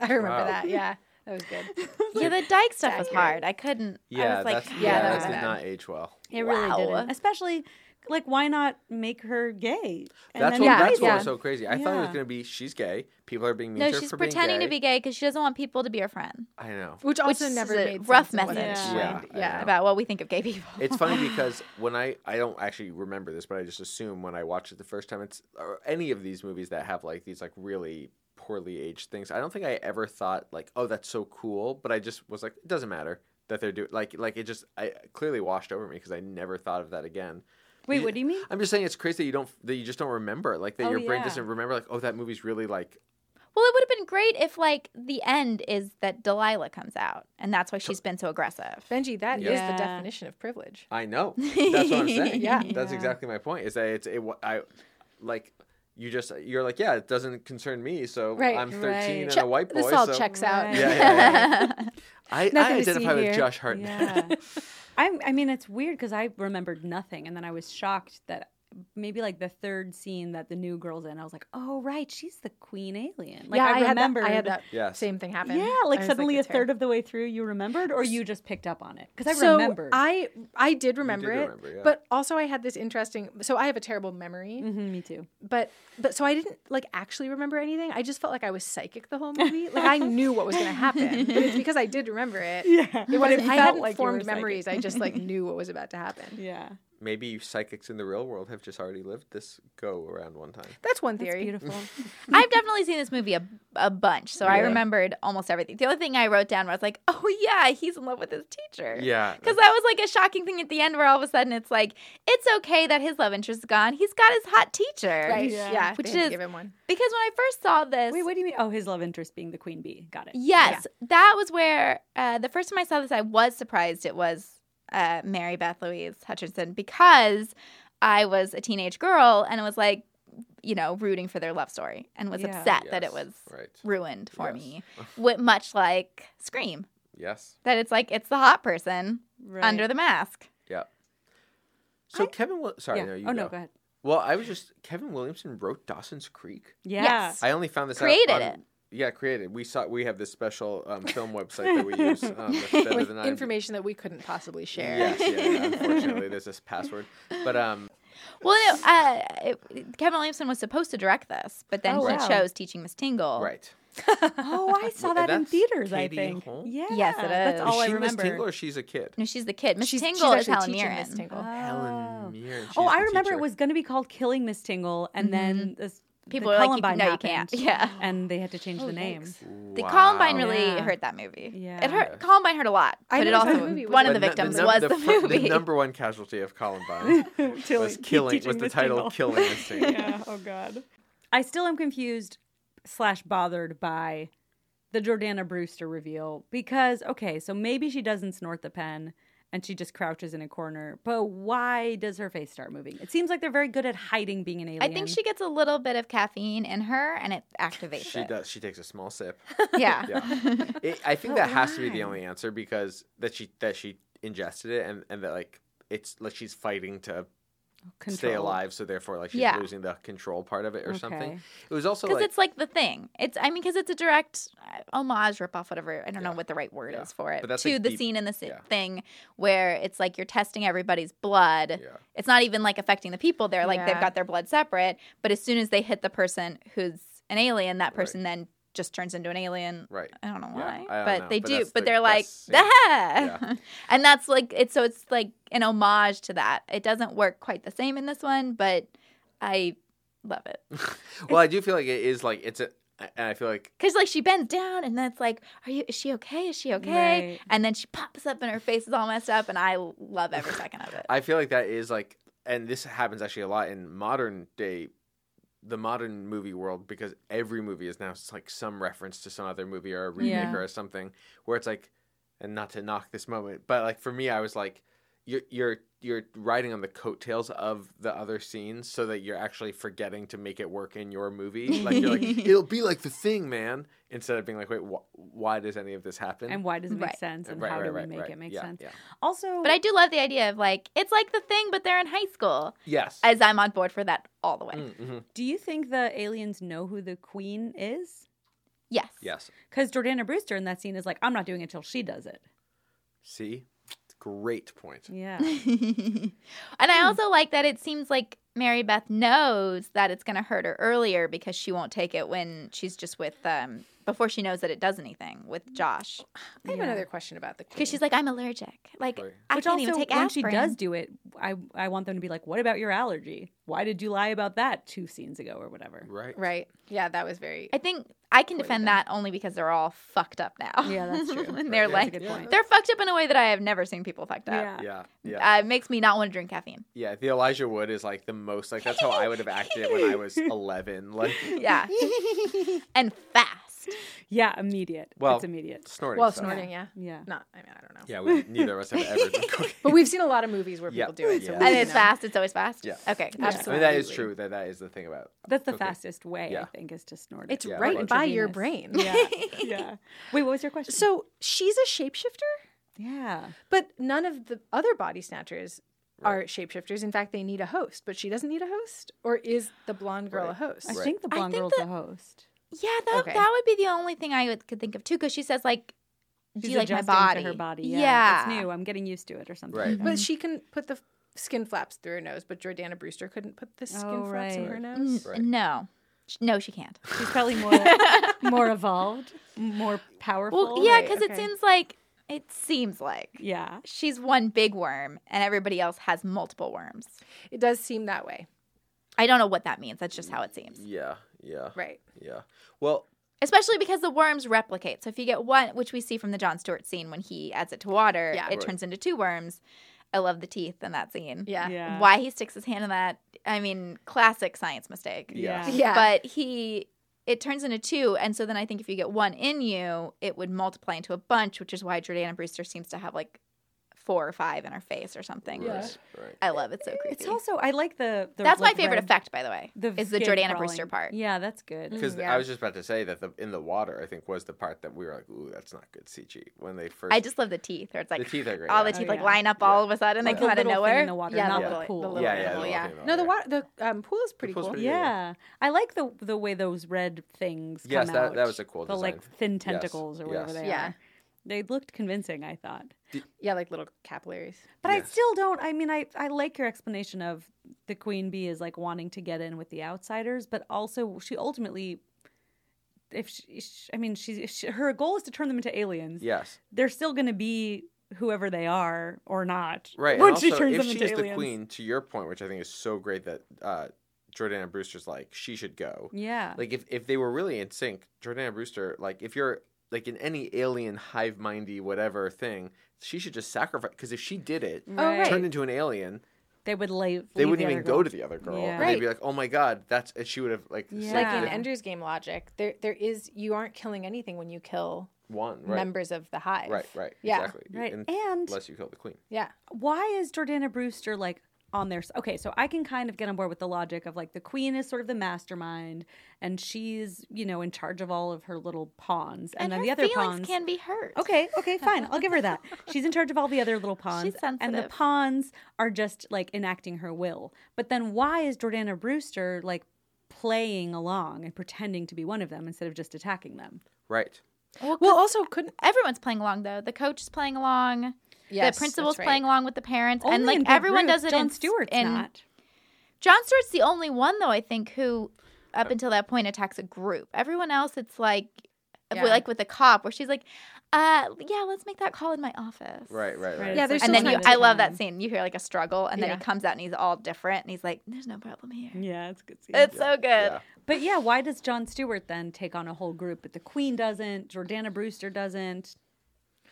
[SPEAKER 2] I remember
[SPEAKER 1] Wow.
[SPEAKER 2] that. Yeah, that was
[SPEAKER 5] <laughs>
[SPEAKER 2] good.
[SPEAKER 5] Yeah, the Dyke stuff was hard. I couldn't. I
[SPEAKER 1] yeah,
[SPEAKER 5] was like,
[SPEAKER 1] that's,
[SPEAKER 5] "Ugh."
[SPEAKER 1] yeah,
[SPEAKER 2] that
[SPEAKER 1] that
[SPEAKER 2] was
[SPEAKER 1] did
[SPEAKER 2] bad.
[SPEAKER 1] not age well.
[SPEAKER 3] It really
[SPEAKER 5] Wow.
[SPEAKER 3] didn't. Especially like why not make her gay? And
[SPEAKER 1] That's
[SPEAKER 3] then
[SPEAKER 1] what
[SPEAKER 2] Yeah,
[SPEAKER 1] that's what
[SPEAKER 2] yeah.
[SPEAKER 1] was so crazy. I thought it was
[SPEAKER 3] Yeah.
[SPEAKER 1] gonna be she's gay. People are being mean
[SPEAKER 5] No,
[SPEAKER 1] to her
[SPEAKER 5] she's
[SPEAKER 1] for being
[SPEAKER 5] pretending
[SPEAKER 1] gay.
[SPEAKER 5] to be gay because she doesn't want people to be her friend.
[SPEAKER 1] I know.
[SPEAKER 2] Which also
[SPEAKER 5] is
[SPEAKER 2] never
[SPEAKER 5] a
[SPEAKER 2] made
[SPEAKER 5] rough
[SPEAKER 2] sense in what I
[SPEAKER 5] message.
[SPEAKER 2] explained.
[SPEAKER 1] Yeah, I
[SPEAKER 2] yeah.
[SPEAKER 1] know.
[SPEAKER 5] about what we think of gay people.
[SPEAKER 1] It's
[SPEAKER 3] <laughs>
[SPEAKER 1] funny because when I I don't actually remember this, but I just assume when I watched it the first time, it's or any of these movies that have like these like really poorly aged things. I don't think I ever thought like, oh, that's so cool, but I just was like, it doesn't matter that they're doing like like it just I clearly washed over me because I never thought of that again.
[SPEAKER 3] Wait, what do you mean?
[SPEAKER 1] I'm just saying it's crazy that you don't that you just don't remember it. like that
[SPEAKER 3] Oh,
[SPEAKER 1] your brain
[SPEAKER 3] yeah.
[SPEAKER 1] doesn't remember like oh that movie's really like
[SPEAKER 5] <laughs> Well, it would have been great if like the end is that Delilah comes out and that's why she's been so aggressive.
[SPEAKER 2] Benji, that is
[SPEAKER 3] Yeah.
[SPEAKER 2] the definition of privilege.
[SPEAKER 1] I know. That's what I'm saying.
[SPEAKER 2] Yeah.
[SPEAKER 1] that's
[SPEAKER 3] Yeah.
[SPEAKER 1] exactly my point. Is that it's it? wa- I like you just you're like yeah, it doesn't concern me. So
[SPEAKER 2] Right,
[SPEAKER 1] I'm 13 and
[SPEAKER 2] Check-
[SPEAKER 1] a white boy.
[SPEAKER 2] this all
[SPEAKER 1] so
[SPEAKER 2] checks out.
[SPEAKER 3] Right.
[SPEAKER 1] Yeah, yeah, I, I
[SPEAKER 2] Nothing to see
[SPEAKER 1] identify with
[SPEAKER 2] here.
[SPEAKER 1] Josh Hartnett.
[SPEAKER 3] Yeah. I I mean it's weird because I remembered nothing and then I was shocked that maybe like the third scene that the new girl's in, I was like, Oh right, she's the queen alien. Like
[SPEAKER 2] yeah,
[SPEAKER 3] I, remembered
[SPEAKER 2] Had that, I had that
[SPEAKER 1] Yes.
[SPEAKER 2] same thing happen.
[SPEAKER 3] Yeah,
[SPEAKER 2] I
[SPEAKER 3] like
[SPEAKER 2] was
[SPEAKER 3] suddenly
[SPEAKER 2] "It's
[SPEAKER 3] a
[SPEAKER 2] her."
[SPEAKER 3] third of the way through you remembered or you just picked up on it? Because I
[SPEAKER 2] so
[SPEAKER 3] remembered.
[SPEAKER 2] I I did remember it,
[SPEAKER 1] remember, yeah.
[SPEAKER 2] but also I had this interesting. So I have a terrible memory,
[SPEAKER 3] Mhm, me
[SPEAKER 2] <laughs>
[SPEAKER 3] too.
[SPEAKER 2] but but so I didn't like actually remember anything. I just felt like I was psychic the whole movie. like I knew what was going to happen, but it's because I did remember
[SPEAKER 3] <laughs>
[SPEAKER 2] it.
[SPEAKER 3] Yeah.
[SPEAKER 2] It wasn't, I
[SPEAKER 3] felt
[SPEAKER 2] hadn't
[SPEAKER 3] like you were
[SPEAKER 2] formed
[SPEAKER 3] psychic.
[SPEAKER 2] memories. I just like knew what was about to happen.
[SPEAKER 3] Yeah.
[SPEAKER 1] <laughs> Maybe you psychics in the real world have just already lived this go around one time.
[SPEAKER 2] That's one
[SPEAKER 3] That's
[SPEAKER 2] theory.
[SPEAKER 3] beautiful.
[SPEAKER 5] <laughs> I've definitely seen this movie a, a bunch, so I
[SPEAKER 1] Yeah.
[SPEAKER 5] remembered almost everything. The only thing I wrote down was like, "Oh yeah, he's in love with his teacher."
[SPEAKER 1] Yeah.
[SPEAKER 5] Because that was like a shocking thing at the end, where all of a sudden it's like, it's okay that his love interest is gone. He's got his hot teacher.
[SPEAKER 2] Right.
[SPEAKER 3] Yeah.
[SPEAKER 2] Yeah.
[SPEAKER 5] Which
[SPEAKER 2] they had to
[SPEAKER 5] is-
[SPEAKER 2] give him one.
[SPEAKER 5] Because when I first saw this,
[SPEAKER 3] Wait, what do you mean? Oh, his love interest being the queen bee. Got it.
[SPEAKER 5] Yes, that was where uh, the first time I saw this, I was surprised it was uh, Mary Beth Louise Hutchinson because I was a teenage girl and was like, you know, rooting for their love story and was
[SPEAKER 3] Yeah.
[SPEAKER 5] upset that it
[SPEAKER 1] Yes,
[SPEAKER 5] was
[SPEAKER 1] right.
[SPEAKER 5] ruined for
[SPEAKER 1] Yes.
[SPEAKER 5] me. Wi- much like Scream,
[SPEAKER 1] Yes.
[SPEAKER 5] that it's like it's the hot person
[SPEAKER 3] Right.
[SPEAKER 5] under the mask.
[SPEAKER 1] Yeah. So Kevin, Will- sorry,
[SPEAKER 3] yeah.
[SPEAKER 1] no, you
[SPEAKER 3] oh
[SPEAKER 1] go.
[SPEAKER 3] no, go ahead.
[SPEAKER 1] Well, I was just Kevin Williamson wrote Dawson's Creek.
[SPEAKER 3] Yeah.
[SPEAKER 5] Yes.
[SPEAKER 1] I only found this
[SPEAKER 5] Created
[SPEAKER 1] out on-
[SPEAKER 5] it.
[SPEAKER 1] Yeah, created. We saw we have this special um, film website that we use. Um, that's better
[SPEAKER 2] With
[SPEAKER 1] than I-
[SPEAKER 2] information that we couldn't possibly share.
[SPEAKER 1] Yes, yeah,
[SPEAKER 3] <laughs>
[SPEAKER 1] yeah, unfortunately, there's this password. But um,
[SPEAKER 5] Well, no, uh, it, Kevin Williamson was supposed to direct this, but then
[SPEAKER 3] Oh,
[SPEAKER 5] he
[SPEAKER 3] wow.
[SPEAKER 5] chose Teaching Miss Tingle.
[SPEAKER 1] right.
[SPEAKER 3] Oh, I saw
[SPEAKER 1] And
[SPEAKER 3] that in
[SPEAKER 1] that's
[SPEAKER 3] theaters.
[SPEAKER 1] Katie
[SPEAKER 3] I think.
[SPEAKER 1] Holmes?
[SPEAKER 3] Yeah.
[SPEAKER 5] Yes, it
[SPEAKER 3] That's
[SPEAKER 5] is.
[SPEAKER 1] is
[SPEAKER 3] all I
[SPEAKER 1] she Miss
[SPEAKER 3] remember.
[SPEAKER 1] Tingle or she's a kid?
[SPEAKER 5] No, she's the kid. Miss
[SPEAKER 2] She's,
[SPEAKER 5] Tingle
[SPEAKER 2] she's
[SPEAKER 5] is
[SPEAKER 2] actually
[SPEAKER 5] Helen
[SPEAKER 2] teaching
[SPEAKER 5] Mirren.
[SPEAKER 2] Miss Tingle.
[SPEAKER 1] Helen Mirren.
[SPEAKER 3] Oh,
[SPEAKER 1] she's
[SPEAKER 3] I
[SPEAKER 1] the
[SPEAKER 3] remember it
[SPEAKER 1] teacher.
[SPEAKER 3] was going to be called Killing Miss Tingle, and then this,
[SPEAKER 5] Mm-hmm. People
[SPEAKER 3] the
[SPEAKER 5] were like, you-
[SPEAKER 3] Columbine
[SPEAKER 5] no, you
[SPEAKER 3] happened,
[SPEAKER 5] <laughs> can't. Yeah.
[SPEAKER 3] and they had to change
[SPEAKER 2] Oh,
[SPEAKER 3] the name.
[SPEAKER 5] The
[SPEAKER 1] Wow.
[SPEAKER 5] Columbine really
[SPEAKER 3] Yeah.
[SPEAKER 5] hurt that movie.
[SPEAKER 3] Yeah.
[SPEAKER 5] It hurt Columbine hurt a lot,
[SPEAKER 2] I
[SPEAKER 5] but it
[SPEAKER 2] know it's
[SPEAKER 5] also
[SPEAKER 2] a movie,
[SPEAKER 5] one
[SPEAKER 2] wasn't
[SPEAKER 5] of the
[SPEAKER 1] But nu-
[SPEAKER 5] victims
[SPEAKER 1] num-
[SPEAKER 5] was the,
[SPEAKER 1] fir-
[SPEAKER 5] movie.
[SPEAKER 1] The number one casualty of
[SPEAKER 3] <laughs>
[SPEAKER 1] Columbine was killing. Was the title "Killing Miss Tingle"?
[SPEAKER 3] yeah. Oh God. I still am confused slash bothered by the Jordana Brewster reveal because okay, so maybe she doesn't snort the pen and she just crouches in a corner, but why does her face start moving? It seems like they're very good at hiding being an alien.
[SPEAKER 5] <laughs> I think she gets a little bit of caffeine in her, and it activates
[SPEAKER 1] She
[SPEAKER 5] it.
[SPEAKER 1] does. She takes a small
[SPEAKER 3] <laughs>
[SPEAKER 1] sip.
[SPEAKER 5] Yeah.
[SPEAKER 1] Yeah. It, I think
[SPEAKER 3] But
[SPEAKER 1] that has to be the
[SPEAKER 3] why?
[SPEAKER 1] only answer because that she that she ingested it and and that like it's like she's fighting to stay
[SPEAKER 3] Control.
[SPEAKER 1] alive, so therefore like she's
[SPEAKER 5] Yeah.
[SPEAKER 1] losing the control part of it or
[SPEAKER 3] Okay.
[SPEAKER 1] something. It was also
[SPEAKER 5] Because
[SPEAKER 1] like
[SPEAKER 5] it's like the thing. It's I mean, because it's a direct uh, homage, ripoff, whatever. I don't know what the right word
[SPEAKER 1] Yeah.
[SPEAKER 5] is for it.
[SPEAKER 1] But that's,
[SPEAKER 5] to
[SPEAKER 1] like,
[SPEAKER 5] the
[SPEAKER 1] deep-
[SPEAKER 5] scene in the si-
[SPEAKER 1] yeah.
[SPEAKER 5] thing where it's like you're testing everybody's blood.
[SPEAKER 1] Yeah.
[SPEAKER 5] It's not even like affecting the people. They're like they've
[SPEAKER 2] Yeah.
[SPEAKER 5] got their blood separate, but as soon as they hit the person who's an alien, that person then just turns into an alien
[SPEAKER 1] right. <laughs>
[SPEAKER 5] I don't know
[SPEAKER 1] Yeah,
[SPEAKER 5] why,
[SPEAKER 1] I don't
[SPEAKER 5] but
[SPEAKER 1] know,
[SPEAKER 5] they
[SPEAKER 1] but
[SPEAKER 5] do.
[SPEAKER 1] that's
[SPEAKER 5] But
[SPEAKER 1] the-
[SPEAKER 5] they're like,
[SPEAKER 1] that's- yeah.
[SPEAKER 5] <laughs> "Ah!" and that's like it's so it's like an homage to that. It doesn't work quite the same in this one, but I love it
[SPEAKER 1] Well, I do feel like it is like it's a and I feel like
[SPEAKER 5] because like she bends down and then it's like, "Are you? Is she okay? Is she okay?"
[SPEAKER 3] Right.
[SPEAKER 5] And then she pops up and her face is all messed up, and I love every second
[SPEAKER 3] <laughs>
[SPEAKER 5] of it.
[SPEAKER 1] I feel like that is like, and this happens actually a lot in modern day, the modern movie world, because every movie is now s- like some reference to some other movie or a remake
[SPEAKER 3] Yeah.
[SPEAKER 1] or something, where it's like, and not to knock this moment, but like for me, I was like, you're you're you're riding on the coattails of the other scenes so that you're actually forgetting to make it work in your movie. Like you're
[SPEAKER 3] <laughs>
[SPEAKER 1] like, it'll be like the thing, man. Instead of being like, wait, wh- why does any of this happen?
[SPEAKER 3] And why does it make
[SPEAKER 5] Right.
[SPEAKER 3] sense? And how do we make it make
[SPEAKER 1] Yeah,
[SPEAKER 3] sense?
[SPEAKER 1] yeah.
[SPEAKER 3] Also,
[SPEAKER 5] But I do love the idea of like it's like the thing, but they're in high school.
[SPEAKER 1] Yes.
[SPEAKER 5] As I'm on board for that all the way.
[SPEAKER 1] Mm, mhm.
[SPEAKER 3] do you think the aliens know who the queen is?
[SPEAKER 5] Yes.
[SPEAKER 1] Yes.
[SPEAKER 3] Because Jordana Brewster in that scene is like, I'm not doing it till she does it.
[SPEAKER 1] See? Great point.
[SPEAKER 3] Yeah.
[SPEAKER 5] <laughs> and
[SPEAKER 3] Hmm.
[SPEAKER 5] I also like that it seems like Mary Beth knows that it's going to hurt her earlier because she won't take it when she's just with um before she knows that it does anything with Josh
[SPEAKER 2] I have
[SPEAKER 3] Yeah.
[SPEAKER 2] another question about the queen.
[SPEAKER 5] because she's like I'm allergic like
[SPEAKER 1] Right.
[SPEAKER 5] <laughs> I
[SPEAKER 3] Which
[SPEAKER 5] can't
[SPEAKER 3] also,
[SPEAKER 5] even take
[SPEAKER 3] when
[SPEAKER 5] aspirin.
[SPEAKER 3] she does do it, I I want them to be like, "What about your allergy? Why did you lie about that two scenes ago
[SPEAKER 1] <laughs>
[SPEAKER 3] or whatever?"
[SPEAKER 1] Right.
[SPEAKER 2] right. Yeah, that was very.
[SPEAKER 5] I think I can defend
[SPEAKER 2] Poison.
[SPEAKER 5] that only because they're all fucked up now.
[SPEAKER 3] Yeah, that's
[SPEAKER 5] <laughs>
[SPEAKER 3] true.
[SPEAKER 5] and they're
[SPEAKER 1] That's a
[SPEAKER 5] like
[SPEAKER 1] good point.
[SPEAKER 5] they're fucked up in a way that I have never seen people fucked up.
[SPEAKER 3] Yeah.
[SPEAKER 1] Yeah. Yeah.
[SPEAKER 5] Uh, it makes me not want to
[SPEAKER 3] <laughs>
[SPEAKER 5] drink caffeine.
[SPEAKER 1] Yeah. The Elijah Wood is like the most like that's how I would have acted when I was eleven. Like
[SPEAKER 5] Yeah, and fast.
[SPEAKER 3] Yeah, immediate.
[SPEAKER 1] Well-
[SPEAKER 3] it's immediate.
[SPEAKER 1] snorting.
[SPEAKER 2] well,
[SPEAKER 1] stuff.
[SPEAKER 2] snorting. Yeah.
[SPEAKER 3] Yeah.
[SPEAKER 2] Not. I mean, I don't know.
[SPEAKER 1] Yeah. We, neither of us have ever done cocaine.
[SPEAKER 2] But we've seen a lot of movies where
[SPEAKER 1] Yeah.
[SPEAKER 2] people do it. So
[SPEAKER 1] Yeah.
[SPEAKER 2] we
[SPEAKER 5] And it's
[SPEAKER 2] know.
[SPEAKER 5] fast. It's always fast.
[SPEAKER 1] Yeah.
[SPEAKER 5] Okay. Uh,
[SPEAKER 1] I
[SPEAKER 2] Absolutely.
[SPEAKER 1] mean that is true. That that is the thing about
[SPEAKER 3] That's the
[SPEAKER 1] Okay.
[SPEAKER 3] fastest way, I
[SPEAKER 1] Yeah.
[SPEAKER 3] think, is to snort it.
[SPEAKER 2] It's
[SPEAKER 1] Yeah,
[SPEAKER 2] right
[SPEAKER 1] like-
[SPEAKER 2] by your brain.
[SPEAKER 1] <laughs>
[SPEAKER 3] Intravenous. Yeah. yeah. Wait, what was your question?
[SPEAKER 2] So she's a shapeshifter,
[SPEAKER 3] yeah.
[SPEAKER 2] but none of the other body snatchers are shapeshifters. In fact, they need a host, but she doesn't need a host. Or is the blonde girl a
[SPEAKER 1] Right.
[SPEAKER 2] host?
[SPEAKER 3] I
[SPEAKER 1] Right.
[SPEAKER 3] think the
[SPEAKER 5] I
[SPEAKER 3] blonde
[SPEAKER 5] think
[SPEAKER 3] girl's
[SPEAKER 5] that-
[SPEAKER 3] the host.
[SPEAKER 5] Yeah, that
[SPEAKER 2] Okay.
[SPEAKER 5] that would be the only thing I would, could think of too, because she says like, "Do
[SPEAKER 3] She's
[SPEAKER 5] you like my
[SPEAKER 3] adjusting
[SPEAKER 5] body?"
[SPEAKER 3] To her body. Yeah. It's new. I'm getting used to it or something.
[SPEAKER 1] Right.
[SPEAKER 2] But she can put the f- skin flaps through her nose, but Jordana Brewster couldn't put the skin
[SPEAKER 3] Oh,
[SPEAKER 2] flaps in
[SPEAKER 3] right.
[SPEAKER 2] her nose.
[SPEAKER 5] Mm,
[SPEAKER 1] Right.
[SPEAKER 5] No, Sh- no, she can't.
[SPEAKER 3] She's probably more more evolved, more powerful.
[SPEAKER 5] Well, yeah,
[SPEAKER 2] right,
[SPEAKER 5] because it
[SPEAKER 2] okay.
[SPEAKER 5] seems like it seems like
[SPEAKER 3] Yeah.
[SPEAKER 5] she's one big worm and everybody else has multiple worms.
[SPEAKER 2] It does seem that way.
[SPEAKER 5] I don't know what that means. That's just how it seems.
[SPEAKER 1] Yeah. Yeah.
[SPEAKER 2] Right.
[SPEAKER 1] Yeah. Well,
[SPEAKER 5] Especially because the worms replicate. So if you get one, which we see from the John Stewart scene when he adds it to water,
[SPEAKER 2] Yeah.
[SPEAKER 5] it turns into two worms. I love the teeth in that scene.
[SPEAKER 2] Yeah.
[SPEAKER 3] Yeah.
[SPEAKER 5] Why he sticks his hand in that, I mean, classic science mistake.
[SPEAKER 1] Yeah.
[SPEAKER 3] Yeah.
[SPEAKER 2] Yeah.
[SPEAKER 5] But he, it turns into two. And so then I think if you get one in you, it would multiply into a bunch, which is why Jordana Brewster seems to have like four or five in her face or something.
[SPEAKER 2] Yeah.
[SPEAKER 5] which
[SPEAKER 1] right.
[SPEAKER 5] I love. It's so creepy.
[SPEAKER 3] It's also I like the. the
[SPEAKER 5] That's
[SPEAKER 3] like,
[SPEAKER 5] my favorite
[SPEAKER 3] red-
[SPEAKER 5] effect, by the way, is the
[SPEAKER 3] skin
[SPEAKER 5] Jordana
[SPEAKER 3] crawling.
[SPEAKER 5] Brewster part.
[SPEAKER 3] Yeah, that's good.
[SPEAKER 1] Because
[SPEAKER 2] yeah.
[SPEAKER 1] I was just about to say that the in the water I think was the part that we were like, ooh, that's not good CG when they first.
[SPEAKER 5] I just love the teeth. Or it's like
[SPEAKER 1] the teeth are great.
[SPEAKER 5] all the
[SPEAKER 1] yeah.
[SPEAKER 5] teeth
[SPEAKER 3] Oh,
[SPEAKER 5] like
[SPEAKER 3] yeah.
[SPEAKER 5] line up
[SPEAKER 1] Yeah.
[SPEAKER 5] all of a sudden. They
[SPEAKER 1] Like
[SPEAKER 5] come
[SPEAKER 1] the
[SPEAKER 5] out of
[SPEAKER 3] little thing
[SPEAKER 5] nowhere.
[SPEAKER 3] in the water,
[SPEAKER 5] yeah,
[SPEAKER 3] not
[SPEAKER 5] the
[SPEAKER 3] the
[SPEAKER 5] little-
[SPEAKER 3] pool.
[SPEAKER 5] little
[SPEAKER 1] yeah, yeah,
[SPEAKER 5] animal,
[SPEAKER 1] the
[SPEAKER 5] yeah.
[SPEAKER 1] volcano,
[SPEAKER 2] No, the
[SPEAKER 1] yeah.
[SPEAKER 2] water, Oh, the um, pool is pretty
[SPEAKER 1] pool's
[SPEAKER 2] cool.
[SPEAKER 1] pretty-
[SPEAKER 3] Yeah, I like the the way those red things.
[SPEAKER 1] Yes,
[SPEAKER 3] come
[SPEAKER 1] that- that
[SPEAKER 3] out.
[SPEAKER 1] was a cool
[SPEAKER 3] The like
[SPEAKER 1] design.
[SPEAKER 3] thin
[SPEAKER 1] Yes,
[SPEAKER 3] tentacles or whatever
[SPEAKER 1] yes.
[SPEAKER 3] they
[SPEAKER 2] Yeah.
[SPEAKER 3] are. They looked convincing, I thought.
[SPEAKER 2] Yeah, like little capillaries.
[SPEAKER 3] But I
[SPEAKER 1] Yes.
[SPEAKER 3] still don't. I mean, I, I like your explanation of the queen bee is like wanting to get in with the outsiders, but also she ultimately, if she, sh I mean, she, she her goal is to turn them into aliens.
[SPEAKER 1] Yes.
[SPEAKER 3] They're still going to be whoever they are or not.
[SPEAKER 1] Right. and
[SPEAKER 3] Once she
[SPEAKER 1] also,
[SPEAKER 3] turns
[SPEAKER 1] if
[SPEAKER 3] them
[SPEAKER 1] she
[SPEAKER 3] into
[SPEAKER 1] is
[SPEAKER 3] aliens.
[SPEAKER 1] the queen, to your point, which I think is so great that uh, Jordana Brewster's like, she should go.
[SPEAKER 3] Yeah.
[SPEAKER 1] Like, if, if they were really in sync, Jordana Brewster, like, if you're like in any alien hive mindy whatever thing, she should just sacrifice. Because if she did it,
[SPEAKER 2] right.
[SPEAKER 1] turned into an alien,
[SPEAKER 3] They would leave.
[SPEAKER 1] they
[SPEAKER 3] leave
[SPEAKER 1] wouldn't
[SPEAKER 3] the
[SPEAKER 1] even
[SPEAKER 3] other
[SPEAKER 1] go
[SPEAKER 3] girl.
[SPEAKER 1] to the other girl.
[SPEAKER 3] Yeah.
[SPEAKER 1] And they'd be like, oh my God, that's, and she would have, like,
[SPEAKER 3] Yeah.
[SPEAKER 2] Like in
[SPEAKER 3] Yeah.
[SPEAKER 2] Ender's Game logic, there there is you aren't killing anything when you kill
[SPEAKER 1] one, right?
[SPEAKER 2] members of the hive.
[SPEAKER 1] Right, right.
[SPEAKER 2] Yeah.
[SPEAKER 1] Exactly.
[SPEAKER 3] Right.
[SPEAKER 1] And
[SPEAKER 3] and
[SPEAKER 1] unless you kill the queen.
[SPEAKER 2] Yeah.
[SPEAKER 3] why is Jordana Brewster like on their s- okay so i can kind of get on board with the logic of like the queen is sort of the mastermind and she's you know in charge of all of her little pawns and,
[SPEAKER 5] And,
[SPEAKER 3] then
[SPEAKER 5] her
[SPEAKER 3] the other
[SPEAKER 5] feelings
[SPEAKER 3] pawns
[SPEAKER 5] can be hurt.
[SPEAKER 3] okay
[SPEAKER 5] <laughs>
[SPEAKER 3] okay fine i'll give her that she's in charge of all the other little pawns and the
[SPEAKER 5] sensitive.
[SPEAKER 3] pawns are just like enacting her will but then why is jordana brewster like playing along and pretending to be one of them instead of just attacking them
[SPEAKER 1] Right.
[SPEAKER 2] Well, also couldn't.
[SPEAKER 5] Everyone's playing along though. The coach is playing along.
[SPEAKER 2] Yes,
[SPEAKER 5] the principal's
[SPEAKER 2] that's right.
[SPEAKER 5] playing along with the parents, and
[SPEAKER 3] Only
[SPEAKER 5] like
[SPEAKER 3] in big
[SPEAKER 5] everyone
[SPEAKER 3] groups.
[SPEAKER 5] does it.
[SPEAKER 3] John
[SPEAKER 5] in,
[SPEAKER 3] stewart's
[SPEAKER 5] in,
[SPEAKER 3] not
[SPEAKER 5] John Stewart's the only one though I think who, up until that point, attacks a group. Everyone else, it's like,
[SPEAKER 2] Yeah.
[SPEAKER 5] like with the cop, where she's like, "Uh, yeah, let's make that call in my office."
[SPEAKER 1] Right, right,
[SPEAKER 3] Right,
[SPEAKER 1] right.
[SPEAKER 2] Yeah,
[SPEAKER 3] it's
[SPEAKER 2] there's
[SPEAKER 3] like
[SPEAKER 5] and
[SPEAKER 2] still
[SPEAKER 5] then you,
[SPEAKER 3] time to
[SPEAKER 5] I love
[SPEAKER 3] time.
[SPEAKER 5] that scene. You hear like a struggle, and then
[SPEAKER 2] Yeah.
[SPEAKER 5] he comes out and he's all different, and he's like, "There's no problem here."
[SPEAKER 3] yeah it's a good scene.
[SPEAKER 5] It's so good.
[SPEAKER 1] Yeah.
[SPEAKER 3] But yeah, why does John Stewart then take on a whole group, but the Queen doesn't? Jordana Brewster doesn't.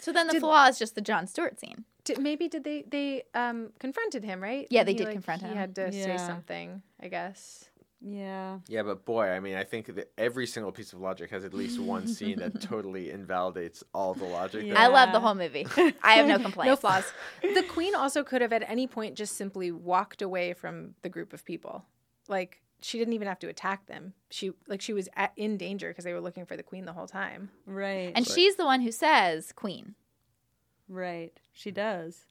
[SPEAKER 5] So then the flaw is just the John Stewart scene.
[SPEAKER 2] Did, maybe did they they um confronted him right?
[SPEAKER 5] Yeah, they
[SPEAKER 2] He,
[SPEAKER 5] did
[SPEAKER 2] like,
[SPEAKER 5] confront him.
[SPEAKER 2] He had to
[SPEAKER 3] Yeah.
[SPEAKER 2] say something, I guess.
[SPEAKER 3] Yeah,
[SPEAKER 1] Yeah, but boy, I mean, I think that every single piece of logic has at least one scene that totally invalidates all the logic.
[SPEAKER 3] Yeah.
[SPEAKER 1] that-
[SPEAKER 5] I love
[SPEAKER 3] Yeah.
[SPEAKER 5] the
[SPEAKER 2] <laughs>
[SPEAKER 5] whole movie. I have no complaints.
[SPEAKER 2] No flaws. <laughs> the queen also could have at any point just simply walked away from the group of people. Like she didn't even have to attack them. She like she was at, in danger because they were looking for the queen the whole time.
[SPEAKER 3] right.
[SPEAKER 5] And she's the one who says queen.
[SPEAKER 3] right, she does.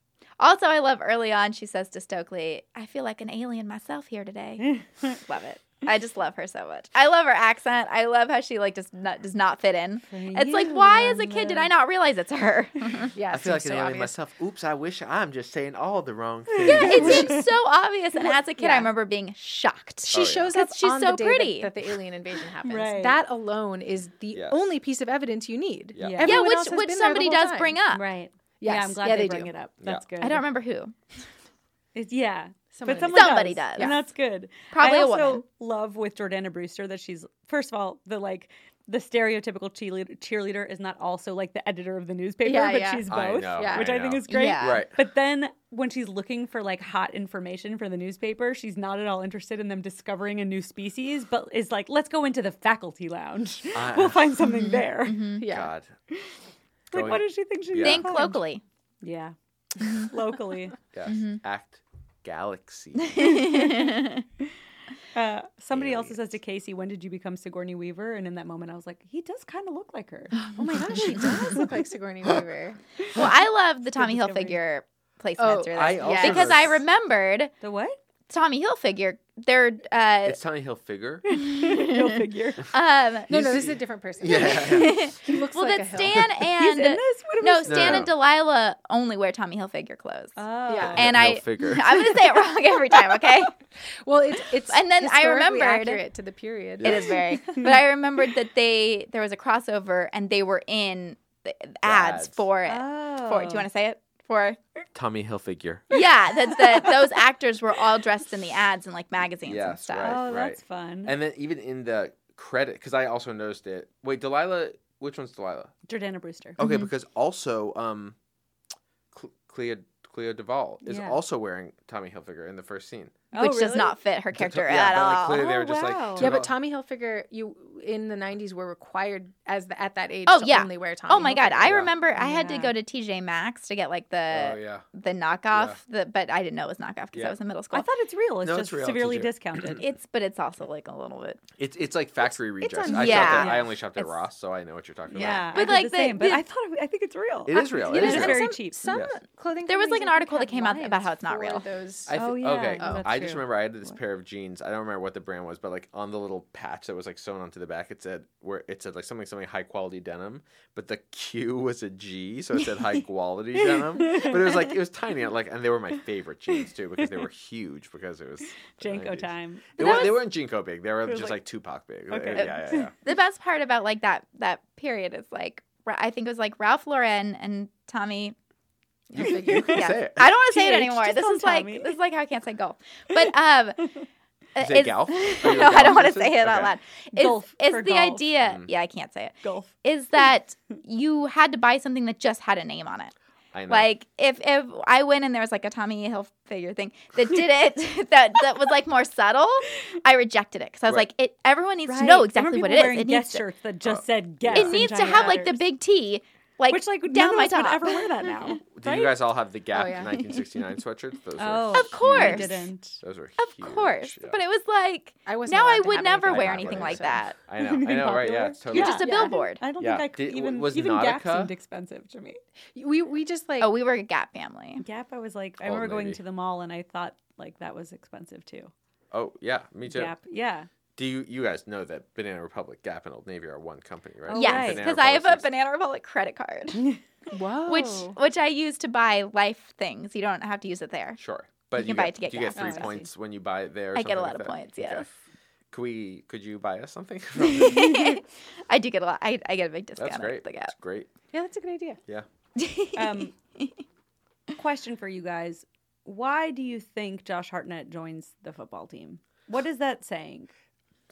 [SPEAKER 2] <laughs>
[SPEAKER 5] Also, I love early on, she says to Stokely, I feel like an alien myself here today. love it. I just love her so much. I love her accent. I love how she like just not, does not fit in. It's like why as a kid did I not realize
[SPEAKER 2] <laughs>
[SPEAKER 5] it's her?
[SPEAKER 2] Yeah,
[SPEAKER 1] I feel like
[SPEAKER 2] seems
[SPEAKER 1] an
[SPEAKER 2] so
[SPEAKER 1] alien
[SPEAKER 2] obvious.
[SPEAKER 1] myself. Oops, I wish I'm just saying all the wrong things.
[SPEAKER 5] it seems so obvious. And as a kid,
[SPEAKER 2] Yeah.
[SPEAKER 5] I remember being shocked.
[SPEAKER 1] Oh,
[SPEAKER 2] She shows up.
[SPEAKER 5] She's
[SPEAKER 2] on
[SPEAKER 5] so
[SPEAKER 2] the day that-
[SPEAKER 5] pretty.
[SPEAKER 2] That, the alien invasion happens.
[SPEAKER 3] Right.
[SPEAKER 2] That alone is the
[SPEAKER 1] Yes.
[SPEAKER 2] only piece of evidence you need.
[SPEAKER 1] Yeah.
[SPEAKER 3] Yeah.
[SPEAKER 5] yeah,
[SPEAKER 2] Everyone
[SPEAKER 5] which
[SPEAKER 2] else has been
[SPEAKER 5] which
[SPEAKER 2] there the
[SPEAKER 5] somebody
[SPEAKER 2] whole
[SPEAKER 5] does
[SPEAKER 2] time.
[SPEAKER 5] bring up.
[SPEAKER 3] Right. Yeah,
[SPEAKER 2] Yes.
[SPEAKER 3] I'm glad
[SPEAKER 2] Yeah,
[SPEAKER 3] they,
[SPEAKER 2] they
[SPEAKER 3] bring
[SPEAKER 2] do.
[SPEAKER 3] it up.
[SPEAKER 1] Yeah.
[SPEAKER 3] That's good.
[SPEAKER 5] I don't remember who.
[SPEAKER 3] It's, yeah.
[SPEAKER 2] Somebody
[SPEAKER 3] but someone
[SPEAKER 5] Somebody
[SPEAKER 3] does.
[SPEAKER 5] does.
[SPEAKER 3] And that's good.
[SPEAKER 5] Probably
[SPEAKER 3] I
[SPEAKER 5] a
[SPEAKER 3] also
[SPEAKER 5] woman.
[SPEAKER 3] love with Jordana Brewster that she's first of all the like the stereotypical cheerleader, cheerleader is not also like the editor of the newspaper,
[SPEAKER 2] Yeah,
[SPEAKER 3] but
[SPEAKER 2] yeah.
[SPEAKER 3] she's both,
[SPEAKER 1] I know,
[SPEAKER 2] Yeah.
[SPEAKER 3] which
[SPEAKER 1] I
[SPEAKER 3] I, think
[SPEAKER 1] know.
[SPEAKER 3] is great.
[SPEAKER 5] Yeah.
[SPEAKER 1] Right.
[SPEAKER 3] But then when she's looking for like hot information for the newspaper, she's not at all interested in them discovering a new species, but is like, let's go into the faculty lounge.
[SPEAKER 1] I-
[SPEAKER 3] we'll
[SPEAKER 1] <laughs>
[SPEAKER 3] find something there.
[SPEAKER 2] Yeah.
[SPEAKER 1] God.
[SPEAKER 3] Like,
[SPEAKER 1] Going-
[SPEAKER 3] what does she think she
[SPEAKER 1] Yeah.
[SPEAKER 5] Think
[SPEAKER 3] found?
[SPEAKER 5] locally. <laughs>
[SPEAKER 3] Yeah. Locally.
[SPEAKER 1] Yes. Act galaxy.
[SPEAKER 3] Uh, somebody else
[SPEAKER 1] Aliens.
[SPEAKER 3] says to Casey, "When did you become Sigourney Weaver?" And in that moment, I was like, "He does kind of look like
[SPEAKER 5] <gasps>
[SPEAKER 3] her."
[SPEAKER 2] <laughs> Oh my gosh, she does look like Sigourney Weaver.
[SPEAKER 5] Well, I love the Tommy
[SPEAKER 3] discovery.
[SPEAKER 5] Hilfiger placements.
[SPEAKER 2] Oh,
[SPEAKER 5] or
[SPEAKER 1] I
[SPEAKER 5] that-
[SPEAKER 1] also
[SPEAKER 5] because
[SPEAKER 1] heard-
[SPEAKER 5] I remembered
[SPEAKER 3] The what? <laughs>
[SPEAKER 5] Tommy Hilfiger. They're uh,
[SPEAKER 1] It's Tommy Hilfiger.
[SPEAKER 3] He'll figure.
[SPEAKER 5] <laughs> um,
[SPEAKER 2] No, no, this is a different
[SPEAKER 1] <laughs>
[SPEAKER 2] person.
[SPEAKER 1] Yeah.
[SPEAKER 2] <laughs> he looks
[SPEAKER 5] <laughs> well,
[SPEAKER 2] like a
[SPEAKER 5] that
[SPEAKER 2] hill.
[SPEAKER 5] Stan
[SPEAKER 3] He's in
[SPEAKER 5] and
[SPEAKER 3] this. What am I
[SPEAKER 5] no,
[SPEAKER 3] saying?
[SPEAKER 5] Stan
[SPEAKER 1] No.
[SPEAKER 5] and Delilah only wear Tommy Hilfiger clothes.
[SPEAKER 3] Oh.
[SPEAKER 2] Yeah.
[SPEAKER 5] and
[SPEAKER 1] No
[SPEAKER 5] I,
[SPEAKER 1] figure.
[SPEAKER 5] <laughs> I'm gonna say it wrong every time. Okay,
[SPEAKER 2] <laughs> Well, it's it's
[SPEAKER 5] And then I
[SPEAKER 2] historically
[SPEAKER 5] remembered-
[SPEAKER 2] accurate to the period.
[SPEAKER 5] it is very. But I remembered that they there was a crossover and they were in the
[SPEAKER 1] ads.
[SPEAKER 5] ads, for it.
[SPEAKER 3] Oh.
[SPEAKER 5] For do you want to say it? For
[SPEAKER 1] Tommy Hilfiger.
[SPEAKER 5] yeah, that that those actors were all dressed in the ads and like magazines and
[SPEAKER 1] Yes,
[SPEAKER 5] stuff.
[SPEAKER 1] right.
[SPEAKER 3] Oh, that's fun.
[SPEAKER 1] And then even in the credit, because I also noticed it. Wait, Delilah. Which one's Delilah?
[SPEAKER 3] Jordana Brewster.
[SPEAKER 1] Okay,
[SPEAKER 5] Mhm.
[SPEAKER 1] because also um, Cl- Cleo Cleo Duvall is
[SPEAKER 3] Yeah.
[SPEAKER 1] also wearing Tommy Hilfiger in the first scene.
[SPEAKER 3] Oh,
[SPEAKER 5] which does
[SPEAKER 3] really?
[SPEAKER 5] not fit her
[SPEAKER 1] To-
[SPEAKER 5] character
[SPEAKER 1] yeah,
[SPEAKER 5] at
[SPEAKER 1] but, like,
[SPEAKER 5] all.
[SPEAKER 1] clearly they
[SPEAKER 3] Oh,
[SPEAKER 1] were just
[SPEAKER 3] wow.
[SPEAKER 1] like
[SPEAKER 3] Yeah,
[SPEAKER 2] Yeah, but
[SPEAKER 1] Tommy.
[SPEAKER 2] Tommy Hilfiger, you in the '90s were required as the, at that age.
[SPEAKER 5] Oh,
[SPEAKER 2] to
[SPEAKER 5] yeah.
[SPEAKER 2] only wear Tommy.
[SPEAKER 5] Oh my god,
[SPEAKER 2] Hilfiger.
[SPEAKER 5] I
[SPEAKER 1] Yeah.
[SPEAKER 5] remember I had to
[SPEAKER 3] Yeah.
[SPEAKER 5] go to TJ Maxx to get like the
[SPEAKER 1] Oh yeah.
[SPEAKER 5] the knockoff, the but I didn't know it was knockoff because I
[SPEAKER 1] Yeah.
[SPEAKER 5] was in middle school.
[SPEAKER 3] I thought it's real. It's
[SPEAKER 1] No,
[SPEAKER 3] just
[SPEAKER 1] it's real,
[SPEAKER 3] severely
[SPEAKER 1] teacher.
[SPEAKER 3] discounted.
[SPEAKER 5] it's but it's also like a little bit.
[SPEAKER 1] It's it's like factory redress.
[SPEAKER 2] on-
[SPEAKER 1] I
[SPEAKER 5] Yeah.
[SPEAKER 1] shopped at, I only shopped at
[SPEAKER 5] It's-
[SPEAKER 1] Ross, so I know what you're talking
[SPEAKER 3] yeah,
[SPEAKER 5] But
[SPEAKER 3] but like
[SPEAKER 5] like
[SPEAKER 3] the
[SPEAKER 5] the-
[SPEAKER 3] same. But
[SPEAKER 5] the-
[SPEAKER 3] I thought it, I think it's real.
[SPEAKER 1] about. It is real. Oh,
[SPEAKER 3] You
[SPEAKER 1] It
[SPEAKER 3] know,
[SPEAKER 1] is
[SPEAKER 3] it's
[SPEAKER 1] real.
[SPEAKER 3] very
[SPEAKER 2] some,
[SPEAKER 3] cheap.
[SPEAKER 2] Some
[SPEAKER 1] Yes.
[SPEAKER 2] clothing.
[SPEAKER 5] There was,
[SPEAKER 2] companies, I
[SPEAKER 5] like, an
[SPEAKER 2] think,
[SPEAKER 5] article that
[SPEAKER 2] have
[SPEAKER 5] came out about how it's not
[SPEAKER 2] lines
[SPEAKER 5] real.
[SPEAKER 2] for Those.
[SPEAKER 1] I th-
[SPEAKER 3] Oh, yeah.
[SPEAKER 1] Okay.
[SPEAKER 3] Oh, that's
[SPEAKER 1] I just
[SPEAKER 3] true.
[SPEAKER 1] remember I had this pair of jeans. I don't remember what the brand was, but like on the little patch that was like sewn onto the back, it said where it said like something something high quality denim, but the Q <laughs> was a G, so it said high quality denim. But it was like it was tiny, like and they were my favorite jeans too because they were huge because it was the
[SPEAKER 3] <laughs> Janko
[SPEAKER 1] 90s.
[SPEAKER 3] time.
[SPEAKER 1] They,
[SPEAKER 5] That
[SPEAKER 1] weren't, they
[SPEAKER 5] was-
[SPEAKER 1] weren't Jinko big. They were
[SPEAKER 3] was
[SPEAKER 1] just
[SPEAKER 3] like-
[SPEAKER 1] like, Tupac big.
[SPEAKER 3] Okay.
[SPEAKER 1] Yeah, yeah, yeah.
[SPEAKER 5] The best part about like that that period is like Ra- I think it was like Ralph Lauren and Tommy.
[SPEAKER 1] You, you can
[SPEAKER 5] Yeah.
[SPEAKER 1] say it.
[SPEAKER 5] I don't want to say it
[SPEAKER 3] TH,
[SPEAKER 5] anymore.
[SPEAKER 3] just
[SPEAKER 5] This
[SPEAKER 3] call
[SPEAKER 5] is
[SPEAKER 3] him
[SPEAKER 5] like
[SPEAKER 3] Tommy.
[SPEAKER 5] this is like how I can't say golf,
[SPEAKER 1] <laughs>
[SPEAKER 5] but
[SPEAKER 1] Is
[SPEAKER 5] um,
[SPEAKER 1] it
[SPEAKER 5] it's- <laughs>
[SPEAKER 1] Galf? Are you a
[SPEAKER 5] no, I
[SPEAKER 1] Galf
[SPEAKER 5] don't want to
[SPEAKER 1] person?
[SPEAKER 5] say it out
[SPEAKER 1] Okay.
[SPEAKER 5] loud. It's,
[SPEAKER 3] Golf
[SPEAKER 5] it's
[SPEAKER 3] for
[SPEAKER 5] the
[SPEAKER 3] golf.
[SPEAKER 5] idea.
[SPEAKER 1] Mm.
[SPEAKER 5] Yeah, I can't say it.
[SPEAKER 3] Golf.
[SPEAKER 5] Is
[SPEAKER 3] <laughs>
[SPEAKER 5] that you had to buy something that just had a name on it.
[SPEAKER 1] I know.
[SPEAKER 5] Like if if I went and there was like a Tommy Hilfiger thing that did it <laughs> that that was like more subtle, I rejected it because I was
[SPEAKER 1] Right.
[SPEAKER 5] like, it everyone needs to know exactly what it is.
[SPEAKER 3] Wearing
[SPEAKER 5] It
[SPEAKER 3] guest
[SPEAKER 5] needs to,
[SPEAKER 3] shirts that
[SPEAKER 1] Oh,
[SPEAKER 3] just said guest.
[SPEAKER 5] it needs to have like the big T, like
[SPEAKER 3] which like
[SPEAKER 5] down
[SPEAKER 3] none
[SPEAKER 5] my
[SPEAKER 3] of us
[SPEAKER 5] top.
[SPEAKER 3] would ever wear that
[SPEAKER 5] <laughs>
[SPEAKER 3] now. <laughs>
[SPEAKER 1] Did you guys all have the Gap
[SPEAKER 2] Oh, yeah.
[SPEAKER 1] 1969 sweatshirts? Those
[SPEAKER 3] Oh,
[SPEAKER 1] were
[SPEAKER 5] Of course.
[SPEAKER 3] I
[SPEAKER 1] huge.
[SPEAKER 3] didn't. <laughs>
[SPEAKER 1] Those were
[SPEAKER 5] of course. But it was like
[SPEAKER 2] I was
[SPEAKER 5] now I would never wear
[SPEAKER 1] back
[SPEAKER 5] anything
[SPEAKER 1] then,
[SPEAKER 5] like
[SPEAKER 1] so.
[SPEAKER 5] that.
[SPEAKER 1] I
[SPEAKER 5] <laughs>
[SPEAKER 1] know, I know, right? Yeah, it's totally.
[SPEAKER 5] You're just a
[SPEAKER 3] Yeah.
[SPEAKER 5] billboard.
[SPEAKER 3] I don't
[SPEAKER 1] Yeah.
[SPEAKER 3] think I
[SPEAKER 1] Did-
[SPEAKER 3] could even
[SPEAKER 1] was
[SPEAKER 3] even Gap
[SPEAKER 1] Nautica-
[SPEAKER 3] seemed expensive to me.
[SPEAKER 2] We we just like
[SPEAKER 5] Oh, we were a Gap family.
[SPEAKER 3] Gap, I was like, I
[SPEAKER 1] Old
[SPEAKER 3] remember going
[SPEAKER 1] Navy.
[SPEAKER 3] to the mall and I thought like that was expensive too.
[SPEAKER 1] Oh yeah, me too.
[SPEAKER 3] Gap, yeah.
[SPEAKER 1] Do you you guys know that Banana Republic, Gap, and Old Navy are one company, right?
[SPEAKER 3] Oh,
[SPEAKER 5] yes,
[SPEAKER 1] Banana
[SPEAKER 5] because I have a
[SPEAKER 1] Republic
[SPEAKER 5] Banana Republic credit card,
[SPEAKER 2] whoa.
[SPEAKER 5] which which I use to buy life things. You don't have to use it
[SPEAKER 1] <laughs>
[SPEAKER 5] there. <laughs>
[SPEAKER 1] seems- Sure, but
[SPEAKER 5] can buy it to get
[SPEAKER 1] do you get
[SPEAKER 5] Gap.
[SPEAKER 1] three
[SPEAKER 3] Oh, I see.
[SPEAKER 1] points when you buy it there. or
[SPEAKER 5] I get
[SPEAKER 1] something
[SPEAKER 5] a lot
[SPEAKER 1] like that?
[SPEAKER 5] of points.
[SPEAKER 1] Okay.
[SPEAKER 5] Yes.
[SPEAKER 1] Could we? Could you buy us
[SPEAKER 5] <laughs>
[SPEAKER 1] something? from them?
[SPEAKER 5] I do get a lot. I, I get a big discount.
[SPEAKER 1] That's
[SPEAKER 5] at
[SPEAKER 1] great.
[SPEAKER 5] The Gap.
[SPEAKER 1] That's great.
[SPEAKER 2] yeah, that's a good idea.
[SPEAKER 1] Yeah.
[SPEAKER 5] <laughs>
[SPEAKER 3] Um, question for you guys: Why do you think Josh Hartnett joins the football team? What is that saying?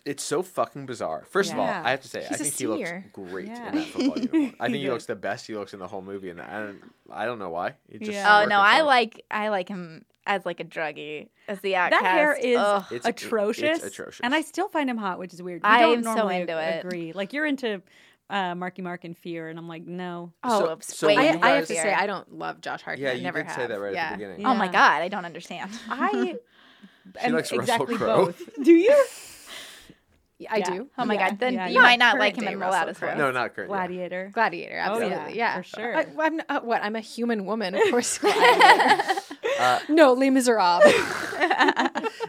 [SPEAKER 1] It's so fucking bizarre. First of all,
[SPEAKER 3] Yeah.
[SPEAKER 1] I have to say, I
[SPEAKER 2] He's a
[SPEAKER 1] think he looks
[SPEAKER 2] senior.
[SPEAKER 1] great
[SPEAKER 3] Yeah.
[SPEAKER 1] in that football uniform.
[SPEAKER 5] <laughs>
[SPEAKER 1] I
[SPEAKER 3] He
[SPEAKER 1] think he
[SPEAKER 3] does.
[SPEAKER 1] looks the best he looks in the whole movie, and I don't, I don't know why. It just
[SPEAKER 3] Yeah.
[SPEAKER 5] oh
[SPEAKER 1] worked
[SPEAKER 5] no,
[SPEAKER 1] for
[SPEAKER 5] I
[SPEAKER 1] him.
[SPEAKER 5] like I like him as like a druggie, as the
[SPEAKER 3] That
[SPEAKER 5] outcast.
[SPEAKER 3] hair is
[SPEAKER 5] Ugh.
[SPEAKER 1] It's- it's
[SPEAKER 3] atrocious.
[SPEAKER 1] atrocious.
[SPEAKER 3] and I still find him hot, which is weird. We
[SPEAKER 5] I
[SPEAKER 3] don't
[SPEAKER 5] am so
[SPEAKER 3] normally
[SPEAKER 5] into
[SPEAKER 3] ag-
[SPEAKER 5] it.
[SPEAKER 3] Agree, like you're into uh, Marky Mark and Fear, and I'm like, no.
[SPEAKER 1] So-
[SPEAKER 5] oh,
[SPEAKER 1] so
[SPEAKER 5] way
[SPEAKER 1] you
[SPEAKER 2] I,
[SPEAKER 5] more
[SPEAKER 2] I have
[SPEAKER 1] guys-
[SPEAKER 2] to
[SPEAKER 5] happier.
[SPEAKER 2] say I don't love Josh Hartnett.
[SPEAKER 1] Yeah,
[SPEAKER 2] I
[SPEAKER 1] you
[SPEAKER 2] never
[SPEAKER 1] did
[SPEAKER 2] have.
[SPEAKER 1] say that right
[SPEAKER 2] yeah.
[SPEAKER 1] at the beginning.
[SPEAKER 5] Oh my
[SPEAKER 3] Yeah.
[SPEAKER 5] god, I don't understand.
[SPEAKER 3] I
[SPEAKER 1] She likes Russell
[SPEAKER 3] exactly
[SPEAKER 1] Crowe. <laughs>
[SPEAKER 3] both. Do you?
[SPEAKER 2] Yeah, I
[SPEAKER 3] Yeah.
[SPEAKER 2] do.
[SPEAKER 5] <laughs> Oh my
[SPEAKER 3] Yeah,
[SPEAKER 5] god, then
[SPEAKER 3] yeah,
[SPEAKER 5] you
[SPEAKER 3] yeah.
[SPEAKER 5] might not
[SPEAKER 2] Current
[SPEAKER 5] like him
[SPEAKER 2] day
[SPEAKER 5] in Roll Out
[SPEAKER 2] Russell
[SPEAKER 5] as
[SPEAKER 1] No,
[SPEAKER 5] well.
[SPEAKER 1] not current. yeah.
[SPEAKER 3] Gladiator.
[SPEAKER 2] Gladiator,
[SPEAKER 3] Oh, yeah,
[SPEAKER 2] absolutely, yeah,
[SPEAKER 3] for sure.
[SPEAKER 2] <laughs> I, am uh, what? I'm a human woman, of course. Gladiator.
[SPEAKER 1] <laughs>
[SPEAKER 7] No, Les Miserables.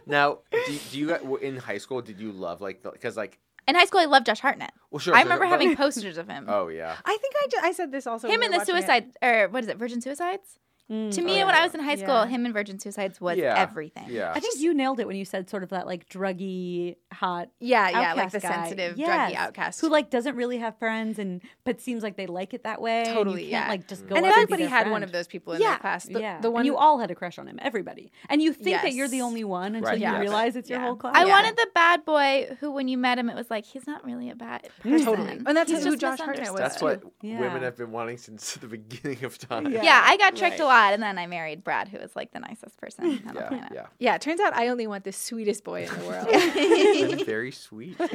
[SPEAKER 1] Now, do, do you guys- in high school did you love like because like
[SPEAKER 5] In high school, I loved Josh Hartnett.
[SPEAKER 1] well sure
[SPEAKER 5] I
[SPEAKER 1] sure,
[SPEAKER 5] remember
[SPEAKER 1] sure, but- <laughs>
[SPEAKER 5] having posters of him.
[SPEAKER 1] oh yeah
[SPEAKER 2] I think I, ju- I said this also.
[SPEAKER 5] him
[SPEAKER 2] when
[SPEAKER 5] and
[SPEAKER 2] we were
[SPEAKER 5] the
[SPEAKER 2] watching it.
[SPEAKER 5] Suicide, or what is it, Virgin Suicides?
[SPEAKER 3] Mm.
[SPEAKER 5] To me,
[SPEAKER 1] Oh,
[SPEAKER 5] when
[SPEAKER 1] yeah.
[SPEAKER 5] I was in high school,
[SPEAKER 2] Yeah.
[SPEAKER 5] him and Virgin Suicides was
[SPEAKER 1] yeah
[SPEAKER 5] everything.
[SPEAKER 1] yeah
[SPEAKER 3] I think you nailed it when you said sort of that like druggy, hot
[SPEAKER 2] Yeah, yeah, like
[SPEAKER 3] outcast
[SPEAKER 2] the
[SPEAKER 3] guy.
[SPEAKER 2] sensitive,
[SPEAKER 3] Yes.
[SPEAKER 2] druggy outcast.
[SPEAKER 3] who like doesn't really have friends and but seems like they like it that way. and you
[SPEAKER 2] Totally,
[SPEAKER 3] can't,
[SPEAKER 2] yeah.
[SPEAKER 3] like just go.
[SPEAKER 2] and
[SPEAKER 3] up be
[SPEAKER 2] everybody
[SPEAKER 3] their
[SPEAKER 2] had one
[SPEAKER 3] friend.
[SPEAKER 2] of those people in
[SPEAKER 5] Yeah.
[SPEAKER 2] their class. The,
[SPEAKER 3] yeah,
[SPEAKER 2] the one
[SPEAKER 3] and you all had a crush on him. Everybody, and you think that you're the
[SPEAKER 2] Yes.
[SPEAKER 3] only one until
[SPEAKER 1] Right,
[SPEAKER 3] you
[SPEAKER 1] yes.
[SPEAKER 3] realize it's your
[SPEAKER 2] Yeah.
[SPEAKER 3] whole class.
[SPEAKER 5] I
[SPEAKER 2] Yeah.
[SPEAKER 5] wanted the bad boy who, when you met him, it was like he's not really a bad person.
[SPEAKER 2] Totally. And that's
[SPEAKER 5] He's
[SPEAKER 2] who
[SPEAKER 5] just
[SPEAKER 2] Josh Hartnett was,
[SPEAKER 5] misunderstood.
[SPEAKER 1] that's what
[SPEAKER 3] Yeah.
[SPEAKER 1] women have been wanting since the beginning of time
[SPEAKER 3] Yeah.
[SPEAKER 5] Yeah, I got tricked a lot, and then I married Brad, who was like the nicest person on the
[SPEAKER 1] yeah
[SPEAKER 5] planet.
[SPEAKER 1] yeah
[SPEAKER 2] yeah, it turns out I only want the sweetest boy in the <laughs> world.
[SPEAKER 1] They're very sweet
[SPEAKER 2] but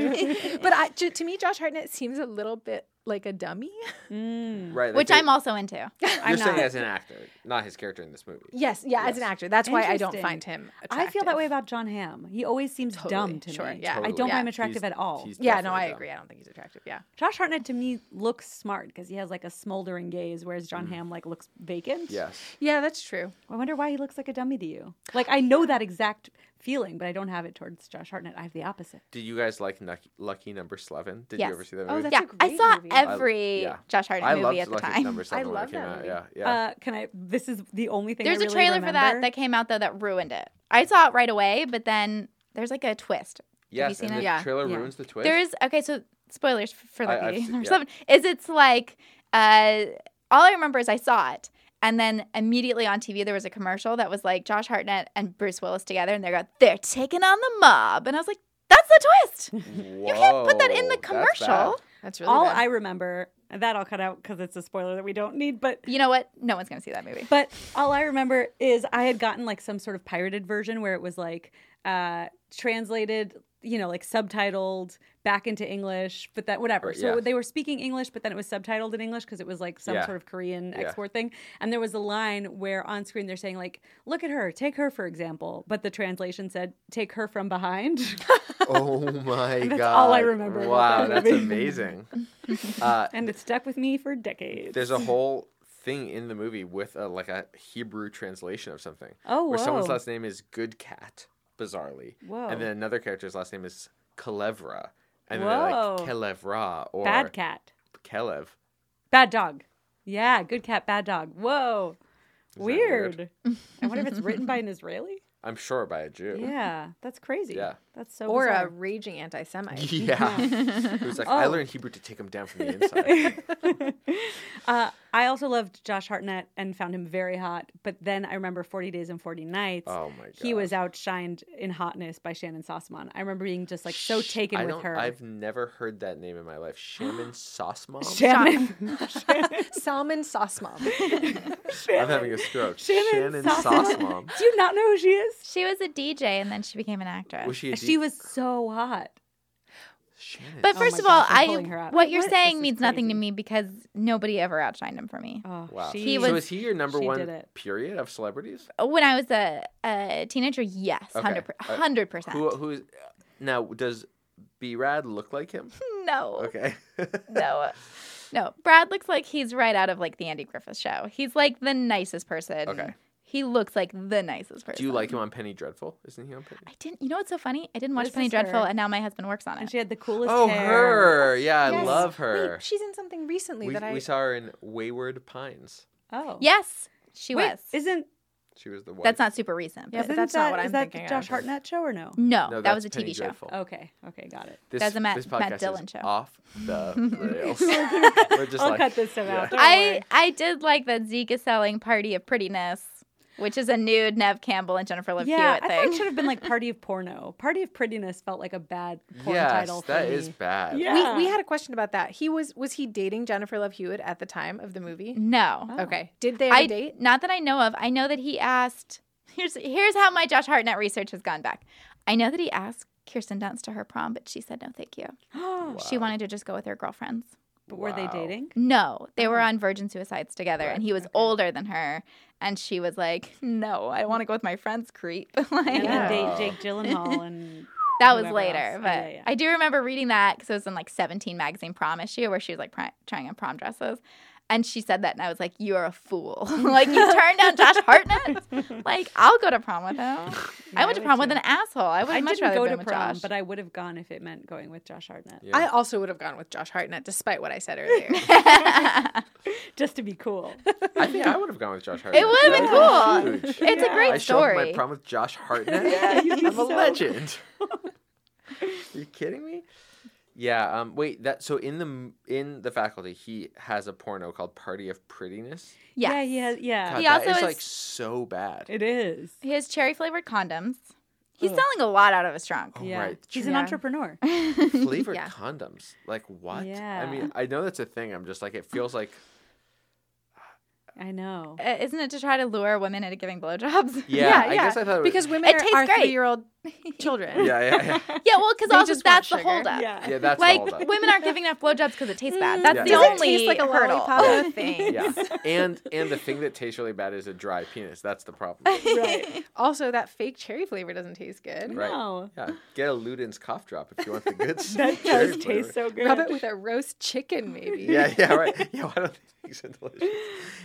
[SPEAKER 2] I, to, to me, Josh Hartnett seems a little bit like a dummy.
[SPEAKER 3] Mm.
[SPEAKER 1] right like
[SPEAKER 5] Which
[SPEAKER 1] they-
[SPEAKER 5] I'm also into.
[SPEAKER 1] you're saying as an actor not his character in this movie
[SPEAKER 2] Yes, yeah, as an actor, that's why I don't
[SPEAKER 3] Interesting.
[SPEAKER 2] find him. Attractive.
[SPEAKER 3] I feel that way about John Hamm. He always seems
[SPEAKER 2] Totally,
[SPEAKER 3] dumb to
[SPEAKER 2] sure,
[SPEAKER 3] me.
[SPEAKER 2] yeah.
[SPEAKER 3] I don't
[SPEAKER 2] Totally.
[SPEAKER 3] find him
[SPEAKER 2] Yeah.
[SPEAKER 3] attractive
[SPEAKER 1] He's-
[SPEAKER 3] at all.
[SPEAKER 1] he's
[SPEAKER 2] Yeah, no,
[SPEAKER 1] definitely
[SPEAKER 2] I
[SPEAKER 1] dumb.
[SPEAKER 2] agree. I don't think he's attractive. Yeah,
[SPEAKER 3] Josh Hartnett to me looks smart because he has like a smoldering gaze, whereas John Hamm like looks vacant.
[SPEAKER 1] yes
[SPEAKER 2] Mm-hmm. yeah, that's true.
[SPEAKER 3] I wonder why he looks like a dummy to you. Like I know that exact feeling, but I don't have it towards Josh Hartnett. I have the opposite.
[SPEAKER 1] did you guys like Nucky, lucky number 11 did
[SPEAKER 5] Yes.
[SPEAKER 1] you ever see that
[SPEAKER 2] Oh,
[SPEAKER 1] movie
[SPEAKER 2] that's
[SPEAKER 5] yeah,
[SPEAKER 2] a great
[SPEAKER 5] I saw
[SPEAKER 2] movie.
[SPEAKER 5] every
[SPEAKER 1] yeah.
[SPEAKER 5] Josh Hartnett
[SPEAKER 1] I loved
[SPEAKER 5] movie at the
[SPEAKER 1] lucky
[SPEAKER 5] time. <laughs>
[SPEAKER 1] number 7 when
[SPEAKER 2] love
[SPEAKER 1] it
[SPEAKER 2] that
[SPEAKER 1] came out
[SPEAKER 2] movie.
[SPEAKER 1] yeah yeah
[SPEAKER 3] Uh, can I? This is the only thing. I
[SPEAKER 5] There's a
[SPEAKER 3] really
[SPEAKER 5] trailer for that
[SPEAKER 3] remember.
[SPEAKER 5] that came out though that ruined it. I saw it right away, but then there's like a twist.
[SPEAKER 1] yes
[SPEAKER 5] seen
[SPEAKER 1] and
[SPEAKER 5] it?
[SPEAKER 1] the
[SPEAKER 2] Yeah.
[SPEAKER 1] trailer
[SPEAKER 3] Yeah.
[SPEAKER 1] ruins the twist
[SPEAKER 5] There is okay, so spoilers f- for
[SPEAKER 1] I-
[SPEAKER 5] Lucky
[SPEAKER 1] I've seen-
[SPEAKER 5] Number
[SPEAKER 1] yeah.
[SPEAKER 5] Seven is it's like uh, all I remember is I saw it, and then immediately on TV there was a commercial that was like Josh Hartnett and Bruce Willis together, and they go they're taking on the mob, and I was like, that's the twist. You can't put that in
[SPEAKER 1] Whoa, that's
[SPEAKER 5] the
[SPEAKER 1] bad.
[SPEAKER 5] commercial.
[SPEAKER 2] That's really
[SPEAKER 3] all
[SPEAKER 2] bad.
[SPEAKER 3] I remember. and That I'll cut out because it's a spoiler that we don't need. But
[SPEAKER 5] You know what? No one's gonna see that movie.
[SPEAKER 3] but all I remember is I had gotten like some sort of pirated version where it was like uh, translated, you know, like subtitled back into English, but that whatever.
[SPEAKER 1] Right,
[SPEAKER 3] So
[SPEAKER 1] yeah.
[SPEAKER 3] they were speaking English, but then it was subtitled in English because it was like some
[SPEAKER 1] Yeah.
[SPEAKER 3] sort of Korean
[SPEAKER 1] Yeah.
[SPEAKER 3] export thing. And there was a line where on screen they're saying like, "Look at her, take her for example," but the translation said, "Take her from behind." <laughs>
[SPEAKER 1] Oh my god!
[SPEAKER 3] that's all I remember about
[SPEAKER 1] Wow,
[SPEAKER 3] that
[SPEAKER 1] that's
[SPEAKER 3] movie.
[SPEAKER 1] amazing. Uh,
[SPEAKER 3] and it stuck with me for decades.
[SPEAKER 1] there's a whole thing in the movie with a, like a Hebrew translation of something.
[SPEAKER 3] Oh,
[SPEAKER 1] where someone's
[SPEAKER 3] whoa.
[SPEAKER 1] last name is Good Cat, bizarrely.
[SPEAKER 3] Whoa.
[SPEAKER 1] And then another character's last name is Kalevra, and then they're like
[SPEAKER 3] Whoa.
[SPEAKER 1] Kelevra or
[SPEAKER 3] bad cat,
[SPEAKER 1] Kelev.
[SPEAKER 3] bad dog. Yeah, good cat, bad dog. Whoa.
[SPEAKER 1] that
[SPEAKER 3] Weird. I wonder if it's written by
[SPEAKER 1] <laughs>
[SPEAKER 3] an Israeli.
[SPEAKER 1] I'm sure by a Jew.
[SPEAKER 3] Yeah, that's crazy.
[SPEAKER 1] Yeah.
[SPEAKER 3] that's so.
[SPEAKER 2] or a
[SPEAKER 3] bizarre.
[SPEAKER 2] raging
[SPEAKER 1] <laughs>
[SPEAKER 2] anti-Semite.
[SPEAKER 1] Yeah. Who's like I
[SPEAKER 3] Oh.
[SPEAKER 1] learned Hebrew to take him down from the
[SPEAKER 3] <laughs>
[SPEAKER 1] inside.
[SPEAKER 3] uh, I also loved Josh Hartnett and found him very hot. But then I remember Forty Days and Forty Nights.
[SPEAKER 1] Oh my god.
[SPEAKER 3] He was outshined in hotness by Shannon Sossaman. I remember being just like so taken
[SPEAKER 1] I
[SPEAKER 3] with
[SPEAKER 1] don't,
[SPEAKER 3] her.
[SPEAKER 1] I've never heard that name in my life.
[SPEAKER 3] <gasps>
[SPEAKER 1] Shaman Sosmom.
[SPEAKER 3] Shannon,
[SPEAKER 2] <laughs> Salmon sauce mom.
[SPEAKER 1] I'm having a stroke.
[SPEAKER 3] Shannon
[SPEAKER 1] Shannon,
[SPEAKER 3] Sossamon.
[SPEAKER 1] Sauce Mom.
[SPEAKER 3] <laughs> do you not know who she is?
[SPEAKER 5] She was a DJ and then she became an actress.
[SPEAKER 1] Was she? A
[SPEAKER 3] She
[SPEAKER 1] deep-
[SPEAKER 3] was so hot.
[SPEAKER 1] Shannon.
[SPEAKER 5] But
[SPEAKER 3] Oh
[SPEAKER 5] first
[SPEAKER 3] my
[SPEAKER 5] of all,
[SPEAKER 3] gosh, I'm
[SPEAKER 5] I
[SPEAKER 3] pulling her up.
[SPEAKER 5] what you're
[SPEAKER 3] What? This
[SPEAKER 5] saying
[SPEAKER 3] is
[SPEAKER 5] means nothing to
[SPEAKER 3] crazy.
[SPEAKER 5] me because nobody ever outshined him for me.
[SPEAKER 3] Oh,
[SPEAKER 1] Wow.
[SPEAKER 3] she
[SPEAKER 5] He
[SPEAKER 1] so
[SPEAKER 5] was-
[SPEAKER 1] is he your number
[SPEAKER 3] she did
[SPEAKER 1] one
[SPEAKER 3] it.
[SPEAKER 1] period of celebrities?
[SPEAKER 5] When I was a, a teenager, yes,
[SPEAKER 1] Okay.
[SPEAKER 5] hundred
[SPEAKER 1] Uh,
[SPEAKER 5] hundred percent.
[SPEAKER 1] Who who is uh, now does B Rad look like him?
[SPEAKER 5] No,
[SPEAKER 1] Okay.
[SPEAKER 5] no, no. Brad looks like he's right out of like the Andy Griffith Show. He's like the nicest person.
[SPEAKER 1] Okay.
[SPEAKER 5] He looks like the nicest person.
[SPEAKER 1] Do you like him on Penny Dreadful? Isn't he on Penny?
[SPEAKER 5] I didn't. You know what's so funny? I didn't watch
[SPEAKER 3] This
[SPEAKER 5] Penny
[SPEAKER 3] is
[SPEAKER 5] Dreadful,
[SPEAKER 3] her.
[SPEAKER 5] and now my husband works on
[SPEAKER 3] and
[SPEAKER 5] it.
[SPEAKER 3] she had the coolest
[SPEAKER 1] Oh,
[SPEAKER 3] hair.
[SPEAKER 1] her. Yeah, I
[SPEAKER 2] Yes.
[SPEAKER 1] love her.
[SPEAKER 2] Wait, she's in something recently
[SPEAKER 1] we,
[SPEAKER 2] that I
[SPEAKER 1] we saw her in Wayward Pines.
[SPEAKER 3] Oh,
[SPEAKER 5] Yes, she
[SPEAKER 3] Wait,
[SPEAKER 5] was.
[SPEAKER 3] Isn't
[SPEAKER 1] She was the one.
[SPEAKER 5] That's not super recent. But
[SPEAKER 2] but
[SPEAKER 3] Isn't
[SPEAKER 2] that's
[SPEAKER 3] that,
[SPEAKER 2] not what
[SPEAKER 3] is
[SPEAKER 2] I'm
[SPEAKER 3] that
[SPEAKER 2] thinking
[SPEAKER 3] the
[SPEAKER 2] of. Mm.
[SPEAKER 3] Josh Hartnett show or no?
[SPEAKER 5] no,
[SPEAKER 1] No,
[SPEAKER 5] that was a
[SPEAKER 1] that's Penny
[SPEAKER 5] TV show.
[SPEAKER 1] Dreadful.
[SPEAKER 3] Okay. Okay. Got it.
[SPEAKER 1] This,
[SPEAKER 5] that's a Matt-
[SPEAKER 1] this
[SPEAKER 5] Matt
[SPEAKER 1] podcast is
[SPEAKER 5] Dillon show.
[SPEAKER 1] Off the rails. We're just
[SPEAKER 3] I'll
[SPEAKER 1] like,
[SPEAKER 3] cut this stuff out. Don't
[SPEAKER 5] I I did like that Zeke is selling Party of Prettiness, which is a nude Nev Campbell and Jennifer Love
[SPEAKER 3] worry. yeah, I
[SPEAKER 5] Hewitt
[SPEAKER 3] thought it
[SPEAKER 5] thing.
[SPEAKER 3] should have
[SPEAKER 2] <laughs>
[SPEAKER 3] been like Party of Porno. Party of Prettiness felt like a bad porn
[SPEAKER 1] yes,
[SPEAKER 3] title. for
[SPEAKER 1] that
[SPEAKER 3] me.
[SPEAKER 1] is bad.
[SPEAKER 3] Yeah.
[SPEAKER 2] We, we had a question about that. He was was he dating Jennifer Love Hewitt at the time of the movie?
[SPEAKER 3] Oh.
[SPEAKER 5] No.
[SPEAKER 2] Okay. Did they have
[SPEAKER 5] I
[SPEAKER 2] a date?
[SPEAKER 5] Not that I know of. I know that he asked. <laughs> Here's here's how my Josh Hartnett research has gone back. I know that he asked Kirsten Dunst to her prom, but she said no, thank you. She wanted to just go with her girlfriends.
[SPEAKER 3] <gasps> But were they
[SPEAKER 1] Wow.
[SPEAKER 3] dating?
[SPEAKER 2] Mm,
[SPEAKER 5] No, they
[SPEAKER 2] Oh.
[SPEAKER 5] were on Virgin Suicides together, and he was older than her, and she was like, "No, I want to go with my friends." Creep. <laughs> like,
[SPEAKER 3] And
[SPEAKER 1] Yeah.
[SPEAKER 3] then date Jake
[SPEAKER 2] <laughs>
[SPEAKER 3] Gyllenhaal and
[SPEAKER 5] That was
[SPEAKER 3] whoever
[SPEAKER 5] later,
[SPEAKER 3] else. Oh,
[SPEAKER 5] but
[SPEAKER 3] Yeah, yeah.
[SPEAKER 5] I do remember reading that because it was in like 17 magazine prom issue where she was like pri- trying on prom dresses. And she said that, and I was like, "You are a fool! <laughs> like you turned down Josh
[SPEAKER 3] <laughs>
[SPEAKER 5] Hartnett. like I'll go to prom with him. I went to
[SPEAKER 3] would
[SPEAKER 5] prom with an asshole. I would
[SPEAKER 3] I
[SPEAKER 5] have much
[SPEAKER 3] didn't
[SPEAKER 5] rather
[SPEAKER 3] go
[SPEAKER 5] been
[SPEAKER 3] to
[SPEAKER 5] with
[SPEAKER 3] prom,
[SPEAKER 5] Josh. <laughs>
[SPEAKER 3] but I would have gone if it meant going with Josh Hartnett,
[SPEAKER 1] Yeah.
[SPEAKER 2] I also would have gone with Josh Hartnett, despite what I said <laughs> earlier.
[SPEAKER 3] just to
[SPEAKER 2] <laughs>
[SPEAKER 3] be cool.
[SPEAKER 1] I think I would have gone with Josh Hartnett.
[SPEAKER 5] it would have been
[SPEAKER 1] That
[SPEAKER 5] cool.
[SPEAKER 1] would've been huge.
[SPEAKER 5] It's a great
[SPEAKER 1] I showed up at my
[SPEAKER 5] story.
[SPEAKER 1] prom with Josh Hartnett. yeah, I'm a legend. Are you kidding me? Yeah. Um. Wait. That. So in the in the faculty, he has a porno called "Party of Prettiness."
[SPEAKER 5] Yes.
[SPEAKER 3] Yeah, he has, yeah.
[SPEAKER 1] God,
[SPEAKER 5] He
[SPEAKER 1] that
[SPEAKER 5] also
[SPEAKER 1] is,
[SPEAKER 5] is-
[SPEAKER 1] like so
[SPEAKER 3] <laughs>
[SPEAKER 1] bad.
[SPEAKER 3] It is.
[SPEAKER 5] He has cherry flavored condoms. He's selling a lot out of his trunk.
[SPEAKER 1] Oh,
[SPEAKER 3] Yeah.
[SPEAKER 1] right.
[SPEAKER 3] He's an
[SPEAKER 2] Yeah.
[SPEAKER 3] entrepreneur.
[SPEAKER 1] Flavored
[SPEAKER 2] Yeah.
[SPEAKER 1] condoms. Like what?
[SPEAKER 3] Yeah.
[SPEAKER 1] I mean, I know that's a thing. I'm just like, it feels like.
[SPEAKER 3] I know.
[SPEAKER 5] Uh, isn't it to try to lure women into giving blowjobs?
[SPEAKER 1] Yeah.
[SPEAKER 2] Yeah,
[SPEAKER 1] I
[SPEAKER 2] yeah.
[SPEAKER 1] guess I thought it was,
[SPEAKER 2] because women
[SPEAKER 5] It tastes
[SPEAKER 2] are, are <laughs>
[SPEAKER 5] great.
[SPEAKER 2] three-year-old children.
[SPEAKER 1] Yeah. Yeah. Yeah.
[SPEAKER 5] <laughs> yeah, well, because
[SPEAKER 2] They
[SPEAKER 5] also
[SPEAKER 2] just want
[SPEAKER 5] that's the
[SPEAKER 2] sugar.
[SPEAKER 3] <laughs>
[SPEAKER 5] holdup.
[SPEAKER 1] yeah that's the
[SPEAKER 5] Like
[SPEAKER 1] hold
[SPEAKER 5] <laughs>
[SPEAKER 1] up.
[SPEAKER 5] women aren't giving enough blowjobs because it tastes bad. That's
[SPEAKER 1] Yeah.
[SPEAKER 5] the
[SPEAKER 1] Does
[SPEAKER 5] only hurdle.
[SPEAKER 2] thing.
[SPEAKER 1] yeah and and the thing that tastes really bad is a dry penis that's the problem
[SPEAKER 3] Right.
[SPEAKER 2] Also, that fake cherry flavor doesn't taste good.
[SPEAKER 1] Right.
[SPEAKER 3] No.
[SPEAKER 1] <laughs> yeah get a luden's cough drop if you want the good <laughs>
[SPEAKER 3] That
[SPEAKER 1] cherry
[SPEAKER 3] does
[SPEAKER 1] flavor.
[SPEAKER 3] taste so good.
[SPEAKER 2] Rub it with a roast chicken, maybe.
[SPEAKER 1] yeah yeah right yeah why don't they make so delicious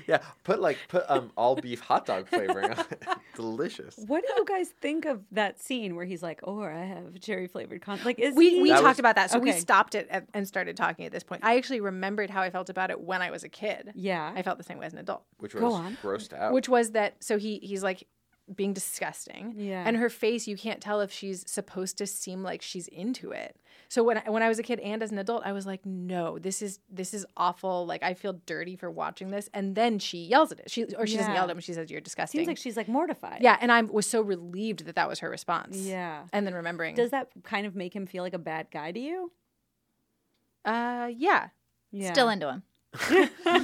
[SPEAKER 1] yeah put like put um all beef hot dog flavoring on it <laughs> delicious
[SPEAKER 3] What do you guys think of that scene where he's like, "Or I have cherry flavored con." Like, is
[SPEAKER 2] We,
[SPEAKER 3] he-
[SPEAKER 2] we
[SPEAKER 1] That
[SPEAKER 2] talked
[SPEAKER 1] was-
[SPEAKER 2] about that, so we
[SPEAKER 3] Okay.
[SPEAKER 2] stopped it at, and started talking at this point. I actually remembered how I felt about it when I was a kid.
[SPEAKER 3] Yeah. Oh.
[SPEAKER 2] I felt the same way as an adult.
[SPEAKER 1] which was
[SPEAKER 3] Go on.
[SPEAKER 1] grossed out
[SPEAKER 2] which was that so he he's like being disgusting
[SPEAKER 3] Yeah.
[SPEAKER 2] and her face you can't tell if she's supposed to seem like she's into it so when I, when I was a kid and as an adult I was like no this is this is awful like I feel dirty for watching this and then she yells at it she or she doesn't yell
[SPEAKER 3] Yeah.
[SPEAKER 2] at him she says you're disgusting
[SPEAKER 3] seems like she's like mortified.
[SPEAKER 2] yeah and I was so relieved that that was her response
[SPEAKER 3] Yeah.
[SPEAKER 2] and then remembering
[SPEAKER 1] Mm.
[SPEAKER 3] Does that kind of make him feel like a bad guy to you?
[SPEAKER 2] uh yeah
[SPEAKER 3] Yeah.
[SPEAKER 5] Still into him.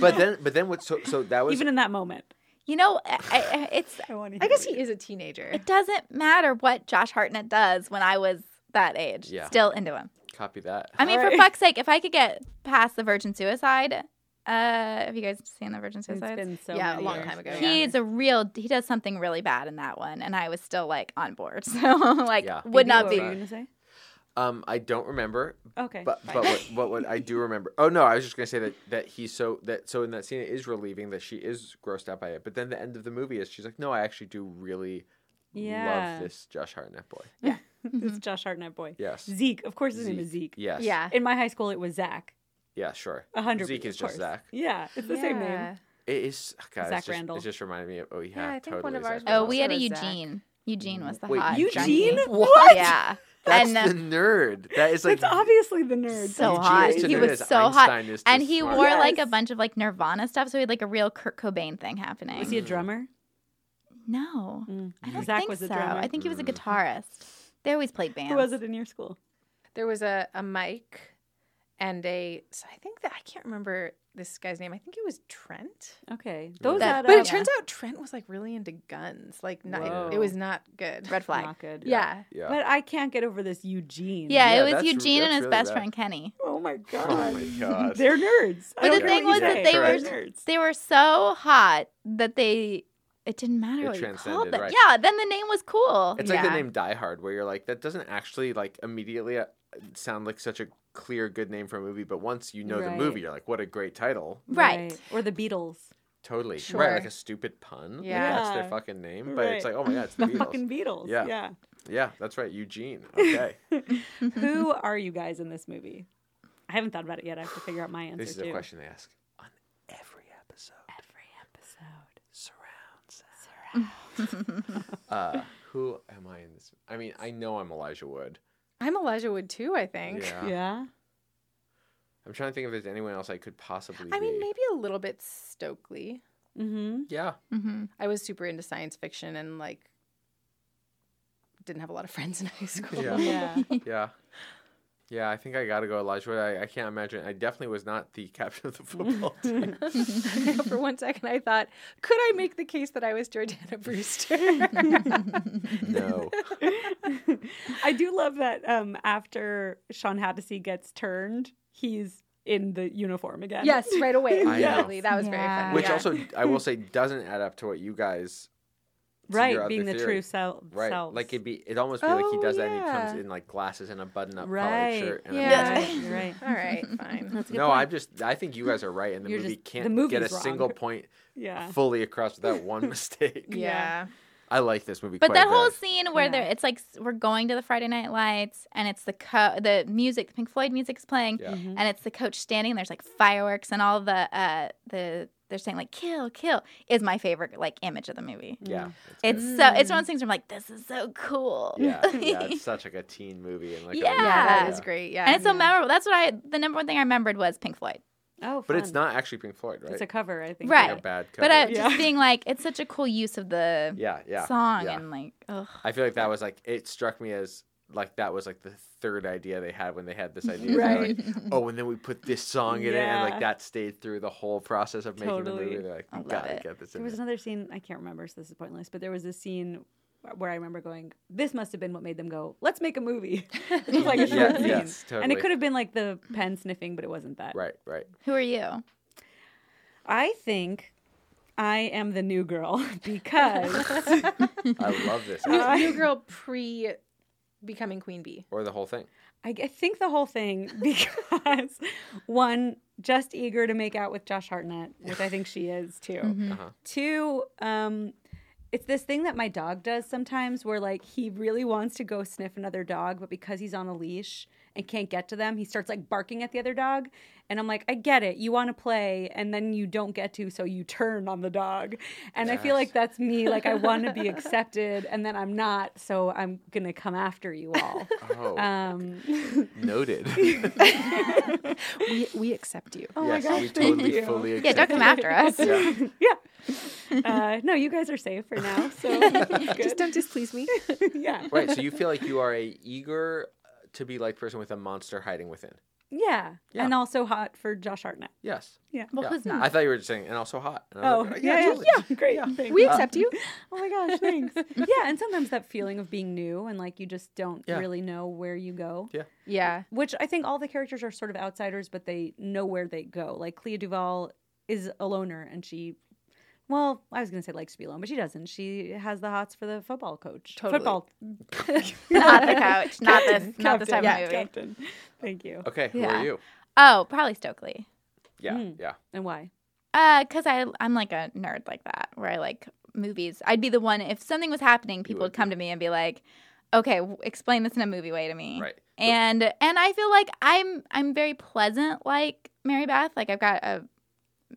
[SPEAKER 1] but then but then what so so that was
[SPEAKER 3] even in that moment.
[SPEAKER 5] You know, I, I, it's
[SPEAKER 3] I want to.
[SPEAKER 2] I guess he is a teenager
[SPEAKER 5] it doesn't matter what Josh Hartnett does when I was that age.
[SPEAKER 1] Yeah.
[SPEAKER 5] Still into him.
[SPEAKER 1] copy that
[SPEAKER 5] I mean, for
[SPEAKER 3] Alright.
[SPEAKER 5] fuck's sake, if I could get past the Virgin Suicide, uh, have you guys seen the Virgin
[SPEAKER 3] It's
[SPEAKER 5] Suicide?
[SPEAKER 3] been so
[SPEAKER 2] yeah a
[SPEAKER 3] many
[SPEAKER 2] long
[SPEAKER 3] years.
[SPEAKER 2] time ago yeah.
[SPEAKER 5] He's a real. He does something really bad in that one, and I was still like on board. <laughs> So like,
[SPEAKER 1] Yeah.
[SPEAKER 5] would not
[SPEAKER 3] what
[SPEAKER 5] be.
[SPEAKER 3] Were you gonna say?
[SPEAKER 1] um i don't remember
[SPEAKER 3] Okay.
[SPEAKER 1] But
[SPEAKER 2] <laughs>
[SPEAKER 1] but what, but what I do remember. Oh no, I was just gonna say that that he's so that so in that scene it is relieving that she is grossed out by it. But then the end of the movie is she's like, no, I actually do really
[SPEAKER 3] Yeah.
[SPEAKER 1] love this Josh Hartnett boy.
[SPEAKER 3] it's Josh Hartnett boy.
[SPEAKER 1] Yes.
[SPEAKER 3] Zeke. Of course, his name is Zeke.
[SPEAKER 1] Yes.
[SPEAKER 2] yeah
[SPEAKER 3] In my high school, it was Zach.
[SPEAKER 1] Yeah. Sure.
[SPEAKER 3] A hundred.
[SPEAKER 1] Zeke is
[SPEAKER 3] of
[SPEAKER 1] just
[SPEAKER 3] course.
[SPEAKER 1] Zach.
[SPEAKER 3] Yeah, it's the same
[SPEAKER 2] Yeah.
[SPEAKER 3] name.
[SPEAKER 1] It is. oh God,
[SPEAKER 3] Zach
[SPEAKER 1] it's just,
[SPEAKER 3] Randall.
[SPEAKER 1] It just reminded me of. Oh yeah.
[SPEAKER 2] Yeah, I think
[SPEAKER 1] totally.
[SPEAKER 2] one of ours
[SPEAKER 1] Zach
[SPEAKER 2] was
[SPEAKER 5] Oh,
[SPEAKER 1] Randall.
[SPEAKER 5] we
[SPEAKER 2] also
[SPEAKER 5] had a
[SPEAKER 2] a Zach.
[SPEAKER 5] Eugene. Eugene was the
[SPEAKER 1] Wait,
[SPEAKER 5] hot
[SPEAKER 3] Eugene?
[SPEAKER 5] junkie.
[SPEAKER 3] What?
[SPEAKER 5] Yeah,
[SPEAKER 1] That's
[SPEAKER 5] and
[SPEAKER 1] the nerd. That is like.
[SPEAKER 3] That's obviously the nerd.
[SPEAKER 5] so
[SPEAKER 1] Eugene
[SPEAKER 5] hot.
[SPEAKER 1] is to
[SPEAKER 5] He
[SPEAKER 1] nerd
[SPEAKER 5] was
[SPEAKER 1] as
[SPEAKER 5] so hot.
[SPEAKER 1] Einstein is to
[SPEAKER 5] and he
[SPEAKER 1] smart.
[SPEAKER 5] wore
[SPEAKER 3] Yes.
[SPEAKER 5] like a bunch of like Nirvana stuff. So he had like a real Kurt Cobain thing happening.
[SPEAKER 3] Was he a drummer?
[SPEAKER 5] no, I don't
[SPEAKER 3] Zach
[SPEAKER 5] think
[SPEAKER 3] was a
[SPEAKER 5] so.
[SPEAKER 3] drummer.
[SPEAKER 5] I think he Mm. was a
[SPEAKER 1] Mm-hmm.
[SPEAKER 5] guitarist. They always played bands.
[SPEAKER 3] Who was it in your school?
[SPEAKER 2] there was a, a mic and a so I think that I can't remember this guy's name. I think it was Trent.
[SPEAKER 3] Okay, those
[SPEAKER 5] That-
[SPEAKER 3] add
[SPEAKER 2] But
[SPEAKER 3] up.
[SPEAKER 2] it turns out Trent was like really into guns. Like not, it,
[SPEAKER 3] Whoa.
[SPEAKER 2] was not good.
[SPEAKER 5] Red flag.
[SPEAKER 3] Not good.
[SPEAKER 2] Yeah.
[SPEAKER 1] Yeah.
[SPEAKER 3] But I can't get over this Eugene.
[SPEAKER 5] Yeah,
[SPEAKER 1] Yeah,
[SPEAKER 5] it was
[SPEAKER 1] that's-
[SPEAKER 5] Eugene and
[SPEAKER 1] that's
[SPEAKER 5] his
[SPEAKER 1] really
[SPEAKER 5] best
[SPEAKER 1] bad.
[SPEAKER 5] friend Kenny.
[SPEAKER 3] Oh my god.
[SPEAKER 1] oh my god.
[SPEAKER 3] <laughs> They're nerds. I
[SPEAKER 5] But the
[SPEAKER 3] don't know
[SPEAKER 5] thing
[SPEAKER 3] what
[SPEAKER 5] was
[SPEAKER 3] you
[SPEAKER 5] that
[SPEAKER 3] say.
[SPEAKER 5] they
[SPEAKER 1] Correct.
[SPEAKER 5] were
[SPEAKER 3] nerds.
[SPEAKER 5] they were so hot that they it didn't matter
[SPEAKER 1] It
[SPEAKER 5] what you called
[SPEAKER 1] transcended,
[SPEAKER 5] them.
[SPEAKER 1] right.
[SPEAKER 5] Yeah, then the name was cool.
[SPEAKER 1] It's like the
[SPEAKER 2] Yeah.
[SPEAKER 1] name Die Hard, where you're like, that doesn't actually like immediately uh, sound like such a clear good name for a movie, but once you know the
[SPEAKER 3] Right.
[SPEAKER 1] movie, you're like, what a great title!
[SPEAKER 5] Right.
[SPEAKER 3] Or the Beatles.
[SPEAKER 1] Totally, right?
[SPEAKER 2] Sure.
[SPEAKER 1] Like a stupid pun. Like,
[SPEAKER 2] Yeah.
[SPEAKER 1] that's their
[SPEAKER 3] Yeah.
[SPEAKER 1] fucking name, but it's
[SPEAKER 3] Right.
[SPEAKER 1] like, oh my god, it's the Beatles.
[SPEAKER 3] Fucking Beatles.
[SPEAKER 1] Yeah.
[SPEAKER 5] <laughs>
[SPEAKER 3] Yeah.
[SPEAKER 1] Yeah, that's right, Eugene. Okay,
[SPEAKER 3] Who are you guys in this movie? I haven't thought about it yet. I have to figure out my answer
[SPEAKER 1] this is
[SPEAKER 3] too.
[SPEAKER 1] a question they ask on every episode.
[SPEAKER 3] Every episode.
[SPEAKER 1] Surround sound. uh, who am I in this? I mean, I know I'm Elijah Wood.
[SPEAKER 2] I'm Elijah Wood too, I think.
[SPEAKER 1] Yeah.
[SPEAKER 3] Yeah.
[SPEAKER 1] I'm trying to think if there's anyone else I could possibly.
[SPEAKER 2] I mean,
[SPEAKER 1] be.
[SPEAKER 2] maybe a little bit Stokely.
[SPEAKER 3] Mm-hmm.
[SPEAKER 1] Yeah.
[SPEAKER 3] <laughs>
[SPEAKER 5] hmm
[SPEAKER 2] I was super into science fiction and like didn't have a lot of friends in high school.
[SPEAKER 1] Yeah.
[SPEAKER 2] <laughs>
[SPEAKER 3] Yeah.
[SPEAKER 1] Yeah. Yeah, I think I gotta go Elijah Wood. I, I can't imagine. I definitely was not the <laughs> captain of the
[SPEAKER 3] <laughs>
[SPEAKER 1] football team.
[SPEAKER 2] For one second I thought, could I make the case that I was Georgiana Brewster?
[SPEAKER 5] <laughs>
[SPEAKER 2] <laughs>
[SPEAKER 1] <laughs> no.
[SPEAKER 3] <laughs> I do love that um, after Sean Hattasey gets turned, he's in the
[SPEAKER 1] <laughs>
[SPEAKER 3] uniform again. <laughs>
[SPEAKER 2] yes, right away.
[SPEAKER 1] I know.
[SPEAKER 2] Immediately. That was very
[SPEAKER 5] Yeah.
[SPEAKER 2] funny.
[SPEAKER 1] Which
[SPEAKER 2] yeah.
[SPEAKER 1] also, I will say, doesn't add up to what you guys to
[SPEAKER 3] right,
[SPEAKER 1] your
[SPEAKER 3] being
[SPEAKER 1] other
[SPEAKER 3] the
[SPEAKER 1] theory.
[SPEAKER 3] true self.
[SPEAKER 1] Right,
[SPEAKER 3] selves.
[SPEAKER 1] like it'd be, it almost be like he
[SPEAKER 3] Oh,
[SPEAKER 1] does that, and he
[SPEAKER 3] yeah.
[SPEAKER 1] comes in like glasses and a button-up
[SPEAKER 3] right.
[SPEAKER 1] collared shirt. And
[SPEAKER 2] Yeah.
[SPEAKER 1] A
[SPEAKER 3] yeah,
[SPEAKER 1] <laughs>
[SPEAKER 3] you're right.
[SPEAKER 2] All right, fine.
[SPEAKER 1] no, I'm just. I think you guys are right, and the
[SPEAKER 3] You're
[SPEAKER 1] movie
[SPEAKER 3] just- the
[SPEAKER 1] can't get a
[SPEAKER 3] movie's wrong.
[SPEAKER 1] single point
[SPEAKER 3] <laughs> Yeah,
[SPEAKER 1] fully across
[SPEAKER 3] <laughs>
[SPEAKER 1] without one mistake.
[SPEAKER 2] Yeah.
[SPEAKER 1] I like this movie.
[SPEAKER 5] But
[SPEAKER 1] quite
[SPEAKER 5] that
[SPEAKER 1] a
[SPEAKER 5] whole
[SPEAKER 1] bit.
[SPEAKER 5] scene where
[SPEAKER 3] Yeah.
[SPEAKER 5] they're, it's like s- we're going to the Friday Night Lights and it's the co- the music, the Pink Floyd music's playing,
[SPEAKER 1] Yeah.
[SPEAKER 3] Mhm.
[SPEAKER 5] Mm-hmm. and it's the coach standing. There's like fireworks and all the uh, the they're saying like kill, kill is my favorite like image of the movie.
[SPEAKER 3] Mm-hmm.
[SPEAKER 1] yeah, it's.
[SPEAKER 5] It's so
[SPEAKER 3] Mm.
[SPEAKER 5] it's one of those things where I'm like, this is so cool.
[SPEAKER 1] good. yeah, yeah,
[SPEAKER 5] <laughs>
[SPEAKER 1] it's such like a teen movie, and like a-
[SPEAKER 5] Yeah.
[SPEAKER 2] Yeah, that
[SPEAKER 5] Yeah.
[SPEAKER 2] is great. Yeah.
[SPEAKER 5] and it's so memorable. That's what I the number one thing I remembered was Pink Floyd.
[SPEAKER 3] Oh,
[SPEAKER 1] but it's
[SPEAKER 3] fun.
[SPEAKER 1] not actually Pink Floyd, right?
[SPEAKER 3] It's a cover, I think.
[SPEAKER 5] Right.
[SPEAKER 1] Like a bad cover.
[SPEAKER 5] But uh,
[SPEAKER 3] Yeah.
[SPEAKER 5] just being like, it's such a cool use of the
[SPEAKER 1] yeah, yeah,
[SPEAKER 5] song
[SPEAKER 1] yeah.
[SPEAKER 5] and like, ugh.
[SPEAKER 1] I feel like that was like it struck me as like that was like the third idea they had when they had this idea. They're like, oh, and then we put this song in it, and
[SPEAKER 3] Yeah.
[SPEAKER 1] like that stayed through the whole process of making the
[SPEAKER 3] Totally.
[SPEAKER 1] movie. They're like,
[SPEAKER 5] I
[SPEAKER 1] we
[SPEAKER 5] love
[SPEAKER 1] gotta
[SPEAKER 5] it.
[SPEAKER 1] get this
[SPEAKER 3] There
[SPEAKER 1] in.
[SPEAKER 3] was
[SPEAKER 1] There.
[SPEAKER 3] another scene I can't remember, so this is pointless. But there was this scene where I remember going, "This must have been what made them go, let's make a movie." <laughs> it was like a
[SPEAKER 1] <laughs>
[SPEAKER 3] short
[SPEAKER 1] Yeah,
[SPEAKER 3] scene,
[SPEAKER 1] yes,
[SPEAKER 3] and it
[SPEAKER 1] totally.
[SPEAKER 3] could have been like the pen sniffing, but it wasn't that.
[SPEAKER 1] Right, right.
[SPEAKER 5] who are you?
[SPEAKER 3] I think I am the new girl <laughs> because
[SPEAKER 1] I love this, <laughs>
[SPEAKER 2] New, new girl pre becoming queen bee.
[SPEAKER 1] or the whole thing.
[SPEAKER 3] <laughs> I, I think the whole thing <laughs> because one, just eager to make out with Josh Hartnett, which I think she is too.
[SPEAKER 1] Uh-huh.
[SPEAKER 3] Two, um, it's this thing that my dog does sometimes where like he really wants to go sniff another dog, but because he's on a leash and can't get to them, he starts like barking at the other dog. And I'm like, I get it. You want to play and then you don't get to, so you turn on the dog. And I feel
[SPEAKER 1] Yes.
[SPEAKER 3] like that's me. Like I want to be accepted and then I'm not, so I'm going to come after
[SPEAKER 1] <laughs>
[SPEAKER 3] you all.
[SPEAKER 1] Oh,
[SPEAKER 3] Um,
[SPEAKER 1] noted.
[SPEAKER 2] We, we accept you.
[SPEAKER 3] oh my
[SPEAKER 1] yes,
[SPEAKER 3] gosh,
[SPEAKER 1] we
[SPEAKER 3] thank
[SPEAKER 1] totally
[SPEAKER 3] you.
[SPEAKER 1] fully
[SPEAKER 5] Yeah, don't
[SPEAKER 1] accept.
[SPEAKER 5] come
[SPEAKER 1] <laughs>
[SPEAKER 5] after us.
[SPEAKER 3] <laughs>
[SPEAKER 1] Yeah.
[SPEAKER 3] uh, no, you guys are safe for now.
[SPEAKER 1] <laughs>
[SPEAKER 3] So <laughs> that's
[SPEAKER 2] <laughs>
[SPEAKER 3] good.
[SPEAKER 2] Just don't displease me.
[SPEAKER 3] <laughs> yeah,
[SPEAKER 1] Right. So you feel like you are a eager uh, to be liked person with a monster hiding within.
[SPEAKER 3] yeah,
[SPEAKER 1] Yeah.
[SPEAKER 3] and also hot for Josh Hartnett.
[SPEAKER 1] Yes.
[SPEAKER 5] Well,
[SPEAKER 1] Yeah.
[SPEAKER 5] who's not?
[SPEAKER 1] <laughs> I thought you were just saying, and also hot. And I
[SPEAKER 3] Oh,
[SPEAKER 1] was like,
[SPEAKER 3] yeah, yeah,
[SPEAKER 1] Uh, totally. Uh,
[SPEAKER 3] yeah, great. thanks.
[SPEAKER 2] We accept you.
[SPEAKER 3] oh my
[SPEAKER 1] <laughs>
[SPEAKER 3] gosh, thanks. yeah, and sometimes that feeling of being new and like you just don't
[SPEAKER 1] Yeah.
[SPEAKER 3] really know where you go.
[SPEAKER 1] Yeah.
[SPEAKER 2] Yeah.
[SPEAKER 3] Which I think all the characters are sort of outsiders, but they know where they go. Like Clea Duval is a loner, and she, well, I was gonna say likes to be alone, but she doesn't. She has the hots for the football coach.
[SPEAKER 2] Totally.
[SPEAKER 3] Football.
[SPEAKER 5] <laughs>
[SPEAKER 3] <laughs>
[SPEAKER 5] not the couch. Not this. Not this type
[SPEAKER 3] Captain,
[SPEAKER 5] of movie.
[SPEAKER 3] Captain. Thank you.
[SPEAKER 1] Okay. Who
[SPEAKER 5] Yeah.
[SPEAKER 1] are you?
[SPEAKER 5] Oh, probably Stokely.
[SPEAKER 1] Yeah.
[SPEAKER 3] Mm.
[SPEAKER 1] Yeah.
[SPEAKER 3] And why?
[SPEAKER 5] Uh, cause I I'm like a nerd like that where I like movies. I'd be the one if something was happening, people would,
[SPEAKER 1] would
[SPEAKER 5] come to me and be like, "Okay, w- explain this in a movie way to me."
[SPEAKER 1] Right.
[SPEAKER 5] And and I feel like I'm I'm very pleasant like Mary Beth. Like I've got a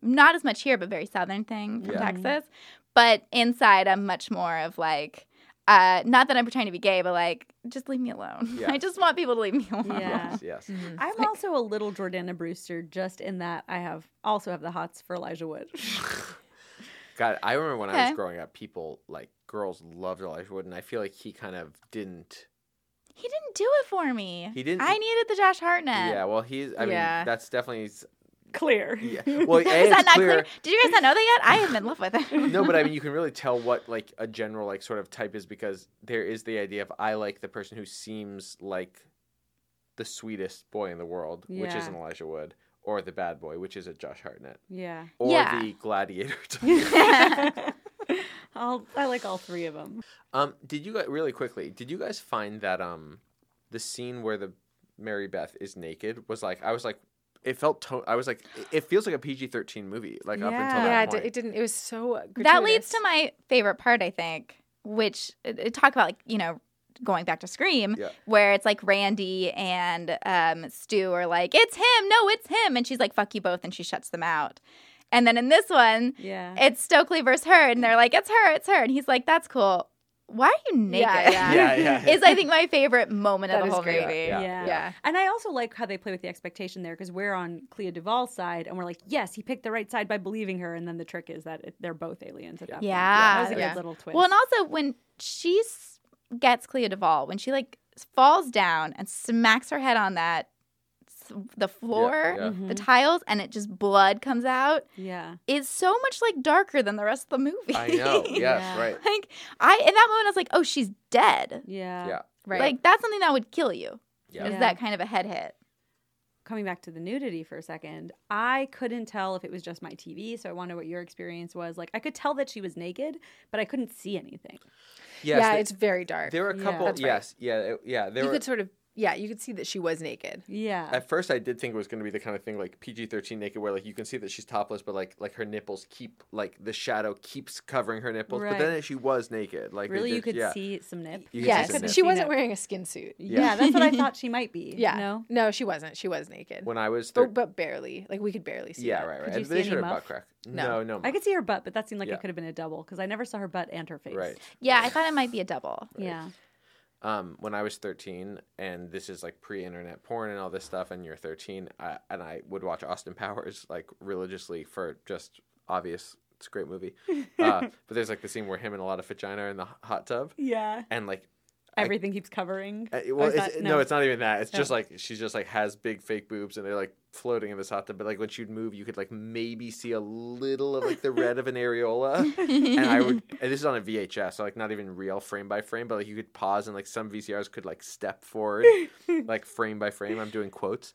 [SPEAKER 5] not as much here, but very southern thing from
[SPEAKER 1] Yeah.
[SPEAKER 5] Texas. But inside, I'm much more of like. Uh, not that I'm pretending to be gay, but like, just leave me alone. <laughs>
[SPEAKER 1] Yeah.
[SPEAKER 5] I just want people to leave me <laughs> alone.
[SPEAKER 3] Yeah.
[SPEAKER 1] Yes. Yes.
[SPEAKER 2] Mm-hmm.
[SPEAKER 3] I'm also a little Jordana Brewster, just in that I have also have the hots for Elijah Wood. <laughs>
[SPEAKER 1] God, I remember when I
[SPEAKER 5] Okay.
[SPEAKER 1] was growing up, people like girls loved Elijah Wood, and I feel like he kind of didn't.
[SPEAKER 5] He didn't do it for me.
[SPEAKER 1] He didn't-
[SPEAKER 5] I needed the Josh Hartnett.
[SPEAKER 1] Yeah, well, he's. I
[SPEAKER 2] Yeah.
[SPEAKER 1] mean, that's definitely. s-
[SPEAKER 3] Clear.
[SPEAKER 5] <laughs>
[SPEAKER 1] Yeah. Well, A,
[SPEAKER 5] Is that
[SPEAKER 1] it's
[SPEAKER 5] not
[SPEAKER 1] clear.
[SPEAKER 5] clear? Did you guys not know that yet? I am in love with
[SPEAKER 1] <laughs>
[SPEAKER 5] him.
[SPEAKER 1] No,
[SPEAKER 5] <laughs>
[SPEAKER 1] but I mean, you can really tell what like a general like sort of type is because there is the idea of I like the person who seems like the sweetest boy in the world, which
[SPEAKER 3] Yeah.
[SPEAKER 1] is an Elijah Wood, or the bad boy, which is a Josh Hartnett,
[SPEAKER 3] Yeah.
[SPEAKER 1] or
[SPEAKER 5] Yeah.
[SPEAKER 1] the gladiator. <laughs> type.
[SPEAKER 3] I'll, I like <laughs> all three of them.
[SPEAKER 1] Um, did you guys really quickly? Did you guys find that um, the scene where the Mary Beth is naked was like I was like, it felt to- I was like it- it feels like a PG thirteen movie like up until
[SPEAKER 3] Yeah,
[SPEAKER 2] Yeah,
[SPEAKER 1] that
[SPEAKER 2] it,
[SPEAKER 1] Oh, point.
[SPEAKER 2] di- it didn't. It was so.
[SPEAKER 5] that leads
[SPEAKER 2] gratuitous.
[SPEAKER 5] to my favorite part, I think, which it, it talk about like you know going back to Scream,
[SPEAKER 1] Yeah.
[SPEAKER 5] where it's like Randy and um, Stu are like, "It's him, no, it's him," and she's like, "Fuck you both," and she shuts them out. And then in this one,
[SPEAKER 3] Yeah.
[SPEAKER 5] it's Stokely versus her, and they're like, "It's her, it's her," and he's like, "That's cool. Why are you naked?"
[SPEAKER 2] Yeah, yeah.
[SPEAKER 1] yeah, yeah,
[SPEAKER 2] <laughs>
[SPEAKER 1] yeah.
[SPEAKER 5] <laughs> is I think my favorite moment
[SPEAKER 2] That
[SPEAKER 5] of the
[SPEAKER 2] is
[SPEAKER 5] whole
[SPEAKER 2] great.
[SPEAKER 5] movie.
[SPEAKER 1] Yeah,
[SPEAKER 3] yeah.
[SPEAKER 2] yeah.
[SPEAKER 3] And I also like how they play with the expectation there because we're on Clea Duval's side and we're like, yes, he picked the right side by believing her. And then the trick is that it, they're both aliens at that point. That was a
[SPEAKER 5] Yeah.
[SPEAKER 3] good little twist.
[SPEAKER 5] Well, and also when she s- gets Clea Duvall, when she like falls down and smacks her head on that s- the floor,
[SPEAKER 1] yeah.
[SPEAKER 5] the tiles, and it just blood comes out,
[SPEAKER 3] Mm-hmm. yeah.
[SPEAKER 5] is so much like darker than the rest of the
[SPEAKER 1] <laughs>
[SPEAKER 5] movie.
[SPEAKER 1] I
[SPEAKER 2] <laughs>
[SPEAKER 1] know.
[SPEAKER 5] <laughs>
[SPEAKER 1] Yes,
[SPEAKER 3] Yeah.
[SPEAKER 1] right.
[SPEAKER 5] like I in that moment, I was like, oh, she's dead.
[SPEAKER 3] Yeah.
[SPEAKER 1] Yeah.
[SPEAKER 2] Right.
[SPEAKER 5] Like that's something that would kill you.
[SPEAKER 1] Yeah.
[SPEAKER 5] Is
[SPEAKER 3] Yeah.
[SPEAKER 5] that kind of a head hit?
[SPEAKER 3] coming back to the nudity for a second, I couldn't tell if it was just my TV. So I wonder what your experience was. Like, I could tell that she was naked, but I couldn't see anything.
[SPEAKER 1] Yes,
[SPEAKER 2] yeah,
[SPEAKER 1] there-
[SPEAKER 2] it's very dark.
[SPEAKER 1] there were a
[SPEAKER 3] Yeah.
[SPEAKER 1] couple.
[SPEAKER 2] That's right.
[SPEAKER 1] yes, yeah, it- yeah. There
[SPEAKER 2] you
[SPEAKER 1] were,
[SPEAKER 2] could sort of yeah, you could see that she was naked.
[SPEAKER 3] Yeah.
[SPEAKER 1] At first, I did think it was going to be the kind of thing like PG thirteen naked, where like you can see that she's topless, but like like her nipples keep like the shadow keeps covering her nipples. But then
[SPEAKER 3] Right.
[SPEAKER 1] she was naked. Like they
[SPEAKER 3] really, you
[SPEAKER 1] did-
[SPEAKER 3] could
[SPEAKER 1] yeah.
[SPEAKER 3] see some nip.
[SPEAKER 1] You could
[SPEAKER 3] Yeah,
[SPEAKER 1] see some
[SPEAKER 2] yes,
[SPEAKER 1] nip.
[SPEAKER 2] she wasn't
[SPEAKER 3] Nip.
[SPEAKER 2] wearing a skin suit.
[SPEAKER 1] Yeah.
[SPEAKER 3] Yeah. that's what I thought she
[SPEAKER 2] <laughs>
[SPEAKER 3] might be.
[SPEAKER 2] Yeah,
[SPEAKER 3] No?
[SPEAKER 2] no, she wasn't. She was naked,
[SPEAKER 1] When I was thir-
[SPEAKER 2] but, but barely. Like we could barely see.
[SPEAKER 1] yeah,
[SPEAKER 2] it.
[SPEAKER 1] right, right.
[SPEAKER 3] Could
[SPEAKER 1] And
[SPEAKER 3] you
[SPEAKER 1] they
[SPEAKER 3] see
[SPEAKER 1] showed her
[SPEAKER 3] any
[SPEAKER 1] butt
[SPEAKER 3] muff?
[SPEAKER 1] crack.
[SPEAKER 2] No.
[SPEAKER 1] No, no,
[SPEAKER 3] I
[SPEAKER 1] muff.
[SPEAKER 3] could see her butt, but that seemed like
[SPEAKER 1] Yeah.
[SPEAKER 3] it could have been a double because I never saw her butt and her face.
[SPEAKER 1] right.
[SPEAKER 5] Yeah, I thought it might be a double.
[SPEAKER 3] Yeah.
[SPEAKER 1] um, when I was 13, and this is like pre-internet porn and all this stuff, and you're 13, I, and I would watch Austin Powers like religiously for just obvious. It's a great movie,
[SPEAKER 3] <laughs>
[SPEAKER 1] uh, but there's like the scene where him and a lot of vagina are in the h- hot tub,
[SPEAKER 3] Yeah.
[SPEAKER 1] and like
[SPEAKER 3] Everything keeps covering.
[SPEAKER 1] uh, well,
[SPEAKER 3] Oh, is
[SPEAKER 1] it's,
[SPEAKER 3] that-
[SPEAKER 1] no.
[SPEAKER 3] no.
[SPEAKER 1] it's not even that. It's
[SPEAKER 3] No.
[SPEAKER 1] just like she's just like has big fake boobs, and they're like floating in this hot tub. But like when she'd move, you could like maybe see a little of like the red of an
[SPEAKER 3] <laughs>
[SPEAKER 1] areola. and I
[SPEAKER 5] <laughs>
[SPEAKER 1] would, and this is on a VHS, so like not even real frame by frame, but like you could pause and like some VCRs could like step
[SPEAKER 5] <laughs>
[SPEAKER 1] forward, like frame by frame. I'm doing quotes.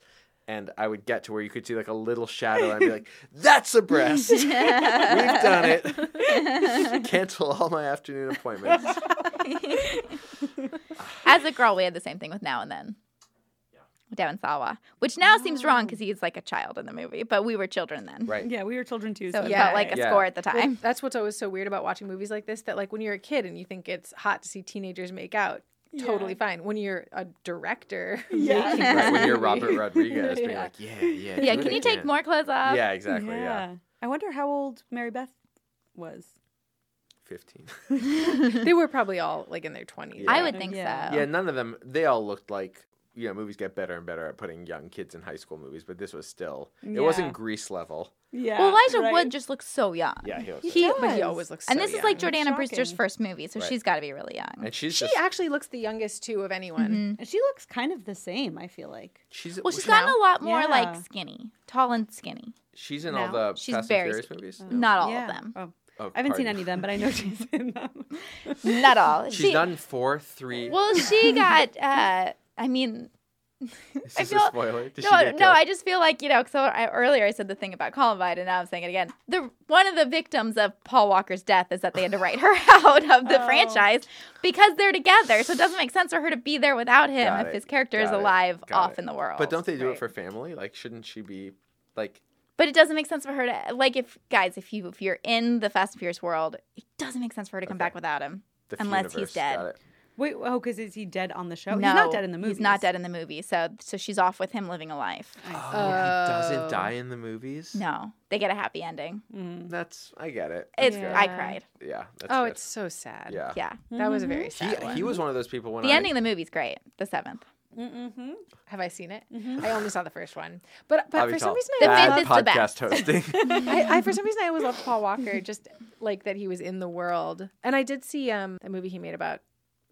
[SPEAKER 1] And I would get to where you could see like a little shadow, and I'd
[SPEAKER 5] <laughs>
[SPEAKER 1] be like, "That's a breast. We've <laughs> done
[SPEAKER 5] <laughs>
[SPEAKER 1] it. <laughs> Cancel all my afternoon appointments."
[SPEAKER 5] As a girl, we had the same thing with Now and Then. Devin Sawa, which now
[SPEAKER 3] Ah.
[SPEAKER 5] seems wrong because he's like a child in the movie, but we were children then.
[SPEAKER 1] Right.
[SPEAKER 3] Yeah, we were children too.
[SPEAKER 5] So it
[SPEAKER 2] Yeah.
[SPEAKER 5] felt like a
[SPEAKER 1] Yeah.
[SPEAKER 5] score at the
[SPEAKER 2] Well,
[SPEAKER 3] <laughs>
[SPEAKER 5] time.
[SPEAKER 2] that's what's always so weird about watching movies like this that like when you're a kid and you think it's hot to see teenagers make out totally fine when you're a director
[SPEAKER 3] Yeah.
[SPEAKER 2] making
[SPEAKER 1] right, when
[SPEAKER 2] this
[SPEAKER 1] you're
[SPEAKER 2] movie-
[SPEAKER 1] Robert Rodriguez, being
[SPEAKER 2] Yeah.
[SPEAKER 1] like, yeah, yeah,
[SPEAKER 5] <laughs> yeah,
[SPEAKER 1] do
[SPEAKER 5] can
[SPEAKER 1] it
[SPEAKER 5] you take
[SPEAKER 1] again."
[SPEAKER 5] more clothes off?
[SPEAKER 1] Yeah, exactly. Yeah,
[SPEAKER 3] I wonder how old Mary Beth was.
[SPEAKER 1] fifteen.
[SPEAKER 2] they were probably all like in their 20s
[SPEAKER 5] I would think
[SPEAKER 3] Yeah.
[SPEAKER 5] so.
[SPEAKER 1] Yeah, none of them. They all looked like you know movies get better and better at putting young kids in high school movies, but this was still it
[SPEAKER 3] Yeah.
[SPEAKER 1] wasn't Grease level.
[SPEAKER 3] Yeah.
[SPEAKER 5] Well, Elijah Wood just looks so young.
[SPEAKER 1] Yeah, he was.
[SPEAKER 2] he, but he always looks
[SPEAKER 5] And
[SPEAKER 2] so
[SPEAKER 5] this is
[SPEAKER 2] young.
[SPEAKER 5] like Jordana Brewster's
[SPEAKER 3] Shocking.
[SPEAKER 5] first movie, so
[SPEAKER 1] Right.
[SPEAKER 5] she's got to be really young.
[SPEAKER 1] and she's
[SPEAKER 2] she
[SPEAKER 1] just Mm-hmm.
[SPEAKER 2] actually looks the youngest too of anyone
[SPEAKER 3] And she looks kind of the same, I feel like.
[SPEAKER 1] she's <laughs>
[SPEAKER 5] Well, she's gotten a lot more
[SPEAKER 3] Yeah.
[SPEAKER 5] like skinny, tall and skinny.
[SPEAKER 1] she's in all
[SPEAKER 3] now?
[SPEAKER 1] the
[SPEAKER 5] She's
[SPEAKER 1] Fast
[SPEAKER 5] very
[SPEAKER 1] and Furious
[SPEAKER 5] skinny.
[SPEAKER 1] movies.
[SPEAKER 5] Not all
[SPEAKER 3] Yeah.
[SPEAKER 5] of them.
[SPEAKER 3] Oh.
[SPEAKER 1] Oh,
[SPEAKER 3] I haven't
[SPEAKER 1] pardon.
[SPEAKER 3] seen any of them, but I know <laughs> she's in them.
[SPEAKER 5] Not
[SPEAKER 1] <laughs>
[SPEAKER 5] all.
[SPEAKER 1] She's done four, three.
[SPEAKER 3] <laughs>
[SPEAKER 5] Well, she got. Uh, I mean, <laughs>
[SPEAKER 1] is
[SPEAKER 5] I
[SPEAKER 1] this
[SPEAKER 5] feel-
[SPEAKER 1] a spoiler? Did she
[SPEAKER 5] no,
[SPEAKER 1] get
[SPEAKER 5] no.
[SPEAKER 1] killed?
[SPEAKER 5] I just feel like you know. So I, earlier I said the thing about Columbine, and now I'm saying it again. The one of the victims of Paul Walker's death is that they had to write her <laughs> out of the
[SPEAKER 3] Oh.
[SPEAKER 5] franchise because they're together. So it doesn't make sense for her to be there without him
[SPEAKER 1] Got
[SPEAKER 5] if
[SPEAKER 1] it.
[SPEAKER 5] his character is
[SPEAKER 1] Got it.
[SPEAKER 5] alive
[SPEAKER 1] Got
[SPEAKER 5] off
[SPEAKER 1] it.
[SPEAKER 5] in the world.
[SPEAKER 1] but don't they do
[SPEAKER 2] right.
[SPEAKER 1] it for family? Like, shouldn't she be like?
[SPEAKER 5] But it doesn't make sense for her to like if guys, if you if you're in the Fast and Furious world, it doesn't make sense for her to come
[SPEAKER 1] Okay.
[SPEAKER 5] back without him.
[SPEAKER 1] The
[SPEAKER 5] Unless he's
[SPEAKER 1] universe?
[SPEAKER 5] dead.
[SPEAKER 1] Got it.
[SPEAKER 3] Wait, oh, because is he dead on the show?
[SPEAKER 5] no,
[SPEAKER 3] he's not dead in the movie.
[SPEAKER 5] He's not dead in the movie. So so she's off with him living a life.
[SPEAKER 1] Oh,
[SPEAKER 2] Oh.
[SPEAKER 1] he doesn't die in the movies.
[SPEAKER 5] No, they get a happy ending.
[SPEAKER 3] Mm.
[SPEAKER 1] that's I get it. That's
[SPEAKER 5] It's
[SPEAKER 1] good.
[SPEAKER 5] I cried.
[SPEAKER 1] yeah. That's
[SPEAKER 2] oh
[SPEAKER 1] good.
[SPEAKER 2] it's so sad
[SPEAKER 1] yeah.
[SPEAKER 5] Yeah,
[SPEAKER 2] that was a very sad
[SPEAKER 1] Mm-hmm. He,
[SPEAKER 2] one
[SPEAKER 1] he was one of those people when
[SPEAKER 5] the
[SPEAKER 1] I
[SPEAKER 5] ending of the movie's great. The seventh.
[SPEAKER 3] Mm-hmm.
[SPEAKER 2] have i seen it i only saw the first one but but
[SPEAKER 1] Avital,
[SPEAKER 2] for some reason
[SPEAKER 5] The
[SPEAKER 2] I
[SPEAKER 5] fifth
[SPEAKER 1] bad
[SPEAKER 5] is the best.
[SPEAKER 1] podcast
[SPEAKER 5] <laughs>
[SPEAKER 1] hosting.
[SPEAKER 2] I, I for some reason I always loved Paul Walker, just like that he was in the world. And I did see um that movie he made about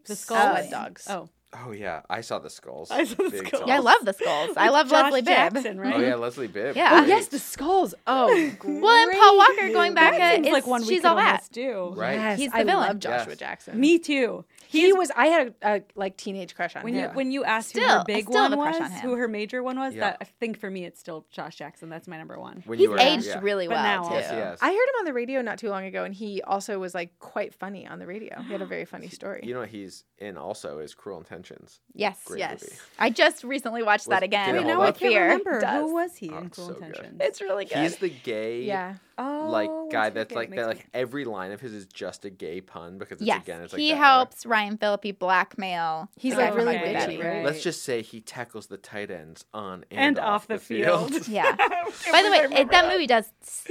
[SPEAKER 3] The
[SPEAKER 2] skull
[SPEAKER 5] Sculling.
[SPEAKER 2] dogs.
[SPEAKER 3] Oh,
[SPEAKER 1] oh yeah, I saw the skulls.
[SPEAKER 3] I saw the
[SPEAKER 1] Big
[SPEAKER 3] skulls.
[SPEAKER 5] Yeah, I love the skulls. <laughs> I love
[SPEAKER 3] Josh
[SPEAKER 5] Leslie Bibb.
[SPEAKER 3] Jackson, right?
[SPEAKER 1] Oh yeah, Leslie Bibb.
[SPEAKER 5] Yeah.
[SPEAKER 2] Oh, yes, the skulls. <laughs> Oh, great.
[SPEAKER 5] Well, and Paul Walker going back
[SPEAKER 3] That
[SPEAKER 5] at
[SPEAKER 3] seems
[SPEAKER 5] is,
[SPEAKER 3] like one we
[SPEAKER 5] she's
[SPEAKER 3] could
[SPEAKER 5] all that.
[SPEAKER 3] almost do.
[SPEAKER 1] Right.
[SPEAKER 2] Yes,
[SPEAKER 5] He's the
[SPEAKER 2] I
[SPEAKER 5] villain.
[SPEAKER 2] love Joshua
[SPEAKER 1] Yes.
[SPEAKER 2] Jackson.
[SPEAKER 3] Me too.
[SPEAKER 2] he was. I had a, a like teenage crush on
[SPEAKER 3] When
[SPEAKER 2] him.
[SPEAKER 3] you when you asked who
[SPEAKER 5] Still- I
[SPEAKER 3] her big
[SPEAKER 5] still have
[SPEAKER 3] one
[SPEAKER 5] a
[SPEAKER 3] was,
[SPEAKER 5] crush on him.
[SPEAKER 3] who her major one was,
[SPEAKER 1] Yeah.
[SPEAKER 3] that I think for me it's still Josh Jackson. That's my number one.
[SPEAKER 1] When
[SPEAKER 5] He's
[SPEAKER 1] you were-
[SPEAKER 5] aged
[SPEAKER 1] yeah.
[SPEAKER 5] really
[SPEAKER 3] But
[SPEAKER 5] well
[SPEAKER 3] now
[SPEAKER 5] too.
[SPEAKER 1] Yes, yes.
[SPEAKER 2] I heard him on the radio not too long ago, and he also was like quite funny on the radio. He had a very funny story.
[SPEAKER 1] you know what he's in also is Cruel Intentions.
[SPEAKER 5] Yes,
[SPEAKER 1] Great
[SPEAKER 5] yes.
[SPEAKER 1] movie.
[SPEAKER 5] I just recently watched that
[SPEAKER 1] Was-
[SPEAKER 5] again.
[SPEAKER 1] did it
[SPEAKER 3] Wait,
[SPEAKER 1] hold
[SPEAKER 3] now
[SPEAKER 1] up?
[SPEAKER 3] I
[SPEAKER 5] with
[SPEAKER 3] can't
[SPEAKER 5] fear.
[SPEAKER 3] remember
[SPEAKER 5] It does.
[SPEAKER 3] who was he
[SPEAKER 1] Oh,
[SPEAKER 3] in
[SPEAKER 1] it's
[SPEAKER 3] Cruel
[SPEAKER 1] so good.
[SPEAKER 3] Intentions.
[SPEAKER 5] It's really good.
[SPEAKER 1] He's the gay
[SPEAKER 2] yeah,
[SPEAKER 3] oh,
[SPEAKER 1] like guy
[SPEAKER 3] once
[SPEAKER 1] that's
[SPEAKER 3] again,
[SPEAKER 1] like
[SPEAKER 3] makes
[SPEAKER 1] that
[SPEAKER 3] me
[SPEAKER 1] like every line of his is just a gay pun because it's
[SPEAKER 5] yes,
[SPEAKER 1] again it's like
[SPEAKER 5] he
[SPEAKER 1] that
[SPEAKER 5] helps Ryan Philippi blackmail.
[SPEAKER 2] he's
[SPEAKER 5] the guy
[SPEAKER 2] like
[SPEAKER 5] from
[SPEAKER 2] really
[SPEAKER 5] Ugly
[SPEAKER 3] Right,
[SPEAKER 2] bitchy.
[SPEAKER 5] Betty.
[SPEAKER 1] era.
[SPEAKER 3] right.
[SPEAKER 1] Let's just say he tackles the tight ends on and,
[SPEAKER 3] And off the field. <laughs>
[SPEAKER 5] Yeah. By the way, it, that movie does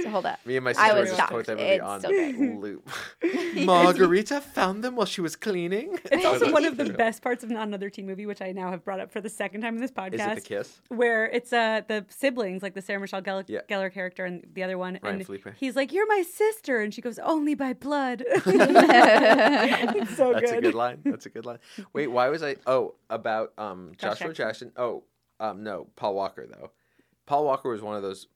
[SPEAKER 5] hold up.
[SPEAKER 1] <laughs> Me and my
[SPEAKER 5] I
[SPEAKER 1] sister would
[SPEAKER 5] was
[SPEAKER 1] just
[SPEAKER 5] shocked.
[SPEAKER 1] quote that movie
[SPEAKER 5] It's
[SPEAKER 1] on
[SPEAKER 5] so great.
[SPEAKER 1] loop. <laughs> Margarita found them while she was cleaning. <laughs>
[SPEAKER 3] It's also one of the best parts of Not Another Teen Movie, which I now have brought up for the second time in this podcast.
[SPEAKER 1] Is it the kiss?
[SPEAKER 3] where it's uh the siblings, like the Sarah Michelle Gell-
[SPEAKER 1] Yeah.
[SPEAKER 3] Gellar character and the other one,
[SPEAKER 1] Ryan
[SPEAKER 3] and
[SPEAKER 1] Felipe.
[SPEAKER 3] he's like, "You're my sister," and she goes, "Only by
[SPEAKER 5] <laughs>
[SPEAKER 3] blood." <laughs> it's so
[SPEAKER 1] That's
[SPEAKER 3] good.
[SPEAKER 1] a good line. That's a good line. Wait, why was I? Oh, about um,
[SPEAKER 3] Josh
[SPEAKER 1] Joshua Jackson. Oh, um, no, Paul Walker though. Paul Walker was one of those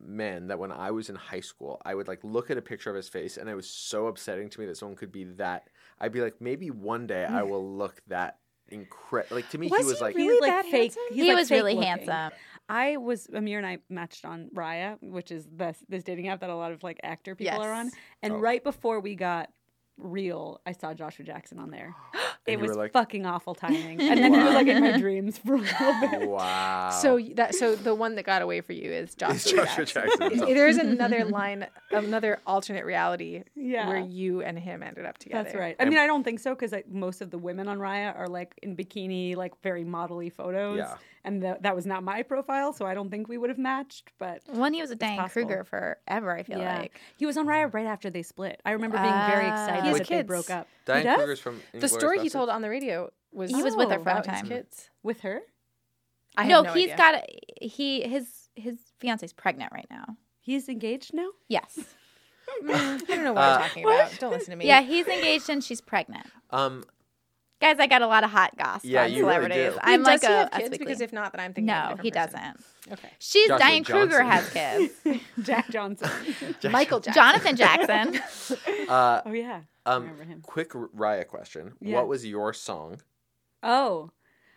[SPEAKER 1] men that when I was in high school, I would like look at a picture of his face, and it was so upsetting to me that someone could be that. I'd be like, maybe one day
[SPEAKER 3] <laughs>
[SPEAKER 1] I will look that incredible. Like to me,
[SPEAKER 2] Was
[SPEAKER 1] he was
[SPEAKER 2] he
[SPEAKER 1] like,
[SPEAKER 2] really
[SPEAKER 3] like
[SPEAKER 2] that
[SPEAKER 3] fake.
[SPEAKER 2] handsome?
[SPEAKER 3] he's,
[SPEAKER 5] He
[SPEAKER 3] like,
[SPEAKER 5] was really
[SPEAKER 3] fake looking.
[SPEAKER 5] handsome.
[SPEAKER 3] I was Amir and I matched on Raya, which is this this dating app that a lot of like actor people are on.
[SPEAKER 2] Yes.
[SPEAKER 3] And
[SPEAKER 1] Oh.
[SPEAKER 3] right before we got real, I saw Joshua Jackson on there. <gasps> it
[SPEAKER 1] And you
[SPEAKER 3] was
[SPEAKER 1] were like-
[SPEAKER 3] fucking awful
[SPEAKER 1] <laughs>
[SPEAKER 3] timing. And then he was
[SPEAKER 1] Wow.
[SPEAKER 3] like in my dreams for a little bit.
[SPEAKER 1] Wow.
[SPEAKER 2] So y- that so the one that got away for
[SPEAKER 1] <laughs>
[SPEAKER 2] you is Joshua,
[SPEAKER 1] It's uh, Joshua Jackson.
[SPEAKER 2] Jackson. <laughs> There is another line, another alternate reality
[SPEAKER 3] <laughs> Yeah.
[SPEAKER 2] where you and him ended up together.
[SPEAKER 3] That's right. I mean, I don't think so because most of the women on Raya are like in bikini, like very modelly photos.
[SPEAKER 1] Yeah.
[SPEAKER 3] And th- that was not my profile, so I don't think we would have matched. But
[SPEAKER 5] One, he was with Diane
[SPEAKER 3] possible.
[SPEAKER 5] Kruger forever. I feel
[SPEAKER 3] yeah,
[SPEAKER 5] like
[SPEAKER 3] he was on
[SPEAKER 1] Mm.
[SPEAKER 3] Raya right after they split. I remember being very excited
[SPEAKER 2] He has
[SPEAKER 3] that they
[SPEAKER 2] Ah. kids.
[SPEAKER 3] broke up. He
[SPEAKER 1] Diane
[SPEAKER 3] does?
[SPEAKER 1] Kruger's from
[SPEAKER 2] The
[SPEAKER 1] Inglourious
[SPEAKER 2] story he
[SPEAKER 1] Basterds.
[SPEAKER 2] told on the radio was
[SPEAKER 5] He was with her
[SPEAKER 2] Oh,
[SPEAKER 5] for a
[SPEAKER 2] about his
[SPEAKER 5] time.
[SPEAKER 2] Kids.
[SPEAKER 3] with her.
[SPEAKER 2] I have
[SPEAKER 5] no,
[SPEAKER 2] no
[SPEAKER 5] he's
[SPEAKER 2] <laughs> idea.
[SPEAKER 5] got a, he his his fiance's pregnant right now.
[SPEAKER 3] He's engaged now.
[SPEAKER 5] Yes.
[SPEAKER 2] Mm, I don't know what
[SPEAKER 1] Uh,
[SPEAKER 2] I'm talking about. Don't listen to me.
[SPEAKER 5] Yeah, he's engaged and she's pregnant.
[SPEAKER 1] Um,
[SPEAKER 5] Guys, I got a lot of hot gossip
[SPEAKER 1] Yeah,
[SPEAKER 5] on
[SPEAKER 1] you really
[SPEAKER 5] celebrities.
[SPEAKER 1] do.
[SPEAKER 5] I'm
[SPEAKER 2] does
[SPEAKER 5] like
[SPEAKER 2] he
[SPEAKER 5] a
[SPEAKER 2] have
[SPEAKER 5] Us
[SPEAKER 2] kids?
[SPEAKER 5] Weekly.
[SPEAKER 2] Because if not, then I'm thinking. of a
[SPEAKER 5] no,
[SPEAKER 2] different
[SPEAKER 5] he
[SPEAKER 2] person.
[SPEAKER 5] doesn't.
[SPEAKER 2] Okay.
[SPEAKER 5] She's
[SPEAKER 1] Joshua
[SPEAKER 5] Diane Kruger
[SPEAKER 1] Johnson.
[SPEAKER 5] has
[SPEAKER 1] <laughs>
[SPEAKER 5] kids.
[SPEAKER 3] <laughs> Jack Johnson.
[SPEAKER 2] Michael Jackson. <laughs>
[SPEAKER 5] Jonathan Jackson.
[SPEAKER 1] uh,
[SPEAKER 3] oh yeah.
[SPEAKER 1] um,
[SPEAKER 3] remember him.
[SPEAKER 1] quick R- Raya question.
[SPEAKER 3] Yeah.
[SPEAKER 1] What was your song?
[SPEAKER 3] Oh,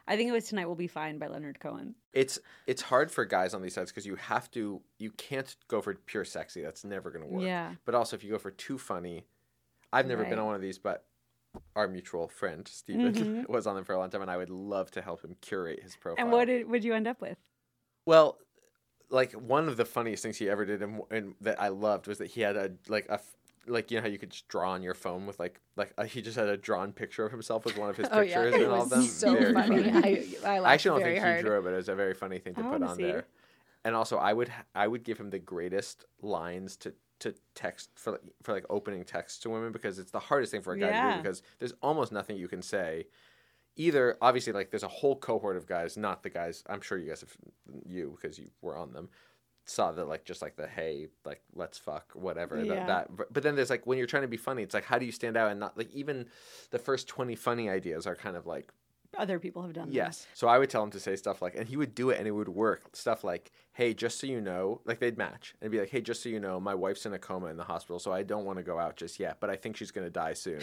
[SPEAKER 3] I think it was "Tonight Will Be Fine" by Leonard Cohen.
[SPEAKER 1] It's it's hard for guys on these sites because you have to you can't go for pure sexy. That's never gonna work.
[SPEAKER 3] Yeah.
[SPEAKER 1] But also if you go for too funny, I've never
[SPEAKER 3] Right.
[SPEAKER 1] been on one of these, but our mutual friend Steven <laughs>
[SPEAKER 2] Mm-hmm.
[SPEAKER 3] Mhm.
[SPEAKER 1] was on them for a long time, and I would love to help him curate his profile.
[SPEAKER 3] And what did would you end up with?
[SPEAKER 1] Well, like one of the funniest things he ever did, and, and that I loved was that he had a like a f- like you know how you could just draw on your phone with like like uh, he just had a drawn picture of himself with one of his
[SPEAKER 2] <laughs> Oh yeah,
[SPEAKER 1] pictures
[SPEAKER 2] it
[SPEAKER 1] and all
[SPEAKER 2] was
[SPEAKER 1] of them.
[SPEAKER 2] so
[SPEAKER 1] Very
[SPEAKER 2] funny. I, I laughed
[SPEAKER 1] I actually don't
[SPEAKER 2] very
[SPEAKER 1] think
[SPEAKER 2] hard.
[SPEAKER 1] he drew it, but it was a very funny thing to
[SPEAKER 3] I
[SPEAKER 1] put
[SPEAKER 3] wanna
[SPEAKER 1] on
[SPEAKER 3] see.
[SPEAKER 1] there. And also, I would I would give him the greatest lines to to text for like- for like opening text to women because it's the hardest thing for a guy to
[SPEAKER 3] Yeah.
[SPEAKER 1] do because there's almost nothing you can say. Either obviously, like there's a whole cohort of guys, not the guys. I'm sure you guys have you because you were on them saw that like just like the hey like let's fuck whatever
[SPEAKER 3] Yeah.
[SPEAKER 1] that, that but- but then there's like when you're trying to be funny it's like how do you stand out and not like even the first 20 funny ideas are kind of like
[SPEAKER 3] Other people have done. that.
[SPEAKER 1] Yes. So I would tell him to say stuff like, and he would do it and it would work. Stuff like, hey, just so you know, like they'd match and be like, hey, just so you know, my wife's in a coma in the hospital, so I don't want to go out just yet, but I think she's going to die
[SPEAKER 5] <laughs>
[SPEAKER 1] soon.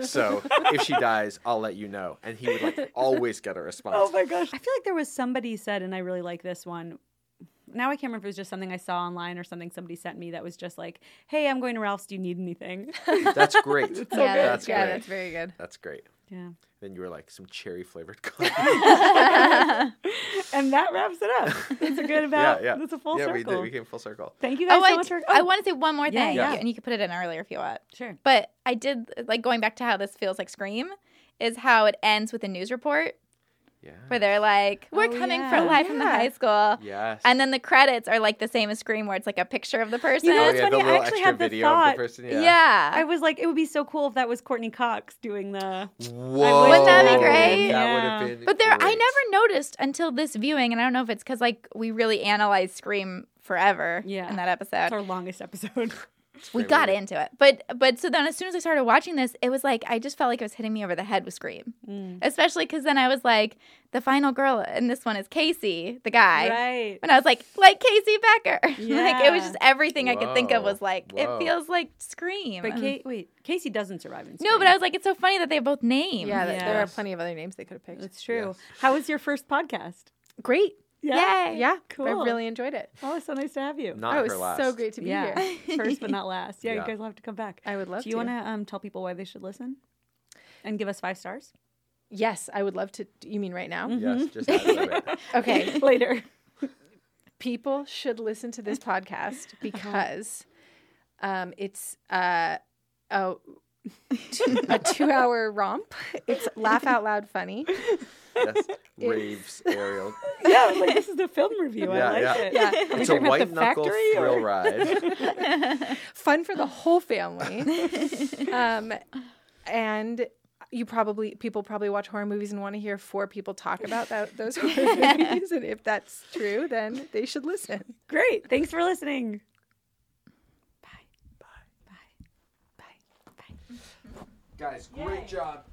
[SPEAKER 1] so if she dies, I'll let you know. And he would
[SPEAKER 5] <laughs>
[SPEAKER 1] like always get a response.
[SPEAKER 3] Oh my gosh. I feel like there was somebody said, and I really like this one. Now I can't remember if it was just something I saw online or something somebody sent me that was just like, "Hey, I'm going to Ralph's. Do you need
[SPEAKER 1] <laughs>
[SPEAKER 3] anything?"
[SPEAKER 1] That's great.
[SPEAKER 5] <laughs>
[SPEAKER 3] It's so
[SPEAKER 2] Yeah,
[SPEAKER 3] good.
[SPEAKER 2] that's,
[SPEAKER 1] That's
[SPEAKER 2] yeah,
[SPEAKER 1] great.
[SPEAKER 2] that's very good.
[SPEAKER 1] That's great.
[SPEAKER 3] yeah.
[SPEAKER 1] Then you were like some cherry
[SPEAKER 5] <laughs>
[SPEAKER 1] flavored coffee.
[SPEAKER 5] Oh,
[SPEAKER 3] And that wraps it up. It's a good
[SPEAKER 1] <laughs>
[SPEAKER 3] about.
[SPEAKER 1] yeah.
[SPEAKER 3] It's a
[SPEAKER 1] <laughs>
[SPEAKER 3] full
[SPEAKER 1] yeah, we
[SPEAKER 3] circle.
[SPEAKER 1] did. We came full circle.
[SPEAKER 3] Thank you guys
[SPEAKER 5] oh,
[SPEAKER 3] so
[SPEAKER 5] I,
[SPEAKER 3] much for.
[SPEAKER 5] I want to say one more
[SPEAKER 3] Yeah,
[SPEAKER 5] thing,
[SPEAKER 3] yeah.
[SPEAKER 5] and you can put it in earlier if you want.
[SPEAKER 3] sure.
[SPEAKER 5] But I did like going back to how this feels like Scream is how it ends with a news report
[SPEAKER 1] Yeah.
[SPEAKER 5] where they're like, "We're
[SPEAKER 3] Oh,
[SPEAKER 5] coming
[SPEAKER 3] yeah.
[SPEAKER 5] from live from the
[SPEAKER 3] Yeah.
[SPEAKER 5] high school,"
[SPEAKER 1] Yes.
[SPEAKER 5] and then the credits are like the same as Scream, where it's like a picture of the person.
[SPEAKER 3] know,
[SPEAKER 1] oh,
[SPEAKER 3] that's
[SPEAKER 1] yeah, the
[SPEAKER 3] funny. I
[SPEAKER 1] little
[SPEAKER 3] actually
[SPEAKER 1] extra
[SPEAKER 3] had the
[SPEAKER 1] video of
[SPEAKER 3] thought-
[SPEAKER 1] the person.
[SPEAKER 5] yeah.
[SPEAKER 1] Oh, Yeah.
[SPEAKER 3] I was like, it would be so cool if that was Courtney Cox doing the.
[SPEAKER 1] Whoa.
[SPEAKER 5] Wouldn't that be
[SPEAKER 1] That
[SPEAKER 5] great?
[SPEAKER 1] would
[SPEAKER 3] Yeah.
[SPEAKER 1] have been
[SPEAKER 5] But there, I
[SPEAKER 1] great.
[SPEAKER 5] never noticed until this viewing, and I don't know if it's because like we really analyzed Scream forever
[SPEAKER 3] Yeah.
[SPEAKER 5] in that episode.
[SPEAKER 2] Uh,
[SPEAKER 3] It's our
[SPEAKER 2] <laughs>
[SPEAKER 3] longest episode.
[SPEAKER 5] we
[SPEAKER 1] Scream
[SPEAKER 5] got
[SPEAKER 1] movie.
[SPEAKER 5] into it, but but so then as soon as I started watching this, it was like I just felt like it was hitting me over the head with Scream,
[SPEAKER 3] Mm.
[SPEAKER 2] Mm.
[SPEAKER 5] especially because then I was like, the final girl in this one is Casey, the guy.
[SPEAKER 3] right.
[SPEAKER 5] And I was like, like Casey Becker. <laughs> like it
[SPEAKER 3] Yeah.
[SPEAKER 5] was just everything I could think of
[SPEAKER 1] Whoa,
[SPEAKER 5] was like,
[SPEAKER 1] whoa.
[SPEAKER 5] it feels like Scream.
[SPEAKER 3] But
[SPEAKER 2] um,
[SPEAKER 3] Kate, wait, Casey doesn't survive in
[SPEAKER 5] no, but I was like, it's so funny that they have both names.
[SPEAKER 2] Yeah, th- there are
[SPEAKER 1] Yes.
[SPEAKER 2] plenty of other names they could have picked.
[SPEAKER 3] It's true. How was your first podcast?
[SPEAKER 2] Great.
[SPEAKER 5] Yay.
[SPEAKER 2] Yeah, I
[SPEAKER 3] Cool.
[SPEAKER 2] really enjoyed it.
[SPEAKER 3] Oh, it's so nice to have you.
[SPEAKER 1] Not
[SPEAKER 2] oh,
[SPEAKER 1] her
[SPEAKER 2] it was
[SPEAKER 1] last.
[SPEAKER 2] so great to be here.
[SPEAKER 3] yeah. <laughs> first but not last. Yeah, you
[SPEAKER 1] Yeah.
[SPEAKER 3] guys will have to come back.
[SPEAKER 2] <laughs> I would love
[SPEAKER 3] Do
[SPEAKER 2] to.
[SPEAKER 3] you want to um, tell people why they should listen and give us
[SPEAKER 2] <laughs>
[SPEAKER 3] five stars
[SPEAKER 2] Yes, I would love to. You mean right now?
[SPEAKER 1] Yes, just add a little
[SPEAKER 5] <laughs>
[SPEAKER 1] bit.
[SPEAKER 2] <laughs> Okay. <laughs>
[SPEAKER 3] later?
[SPEAKER 2] People should listen to this podcast because um, it's uh, a, <laughs> two, a two hour romp. It's laugh out loud funny.
[SPEAKER 1] Yes. Raves Ariel.
[SPEAKER 3] yeah, I was like, this is the film review.
[SPEAKER 1] Yeah,
[SPEAKER 3] I like
[SPEAKER 1] yeah.
[SPEAKER 3] it.
[SPEAKER 2] Yeah.
[SPEAKER 1] It's a
[SPEAKER 2] talking about
[SPEAKER 1] white
[SPEAKER 2] the
[SPEAKER 1] knuckle
[SPEAKER 2] factory,
[SPEAKER 1] thrill ride.
[SPEAKER 2] fun for the whole family. um, and you probably people probably watch horror movies and want to hear four people talk about that, those horror movies. And if that's true, then they should listen.
[SPEAKER 3] Great. Thanks for listening.
[SPEAKER 1] Guys, great job.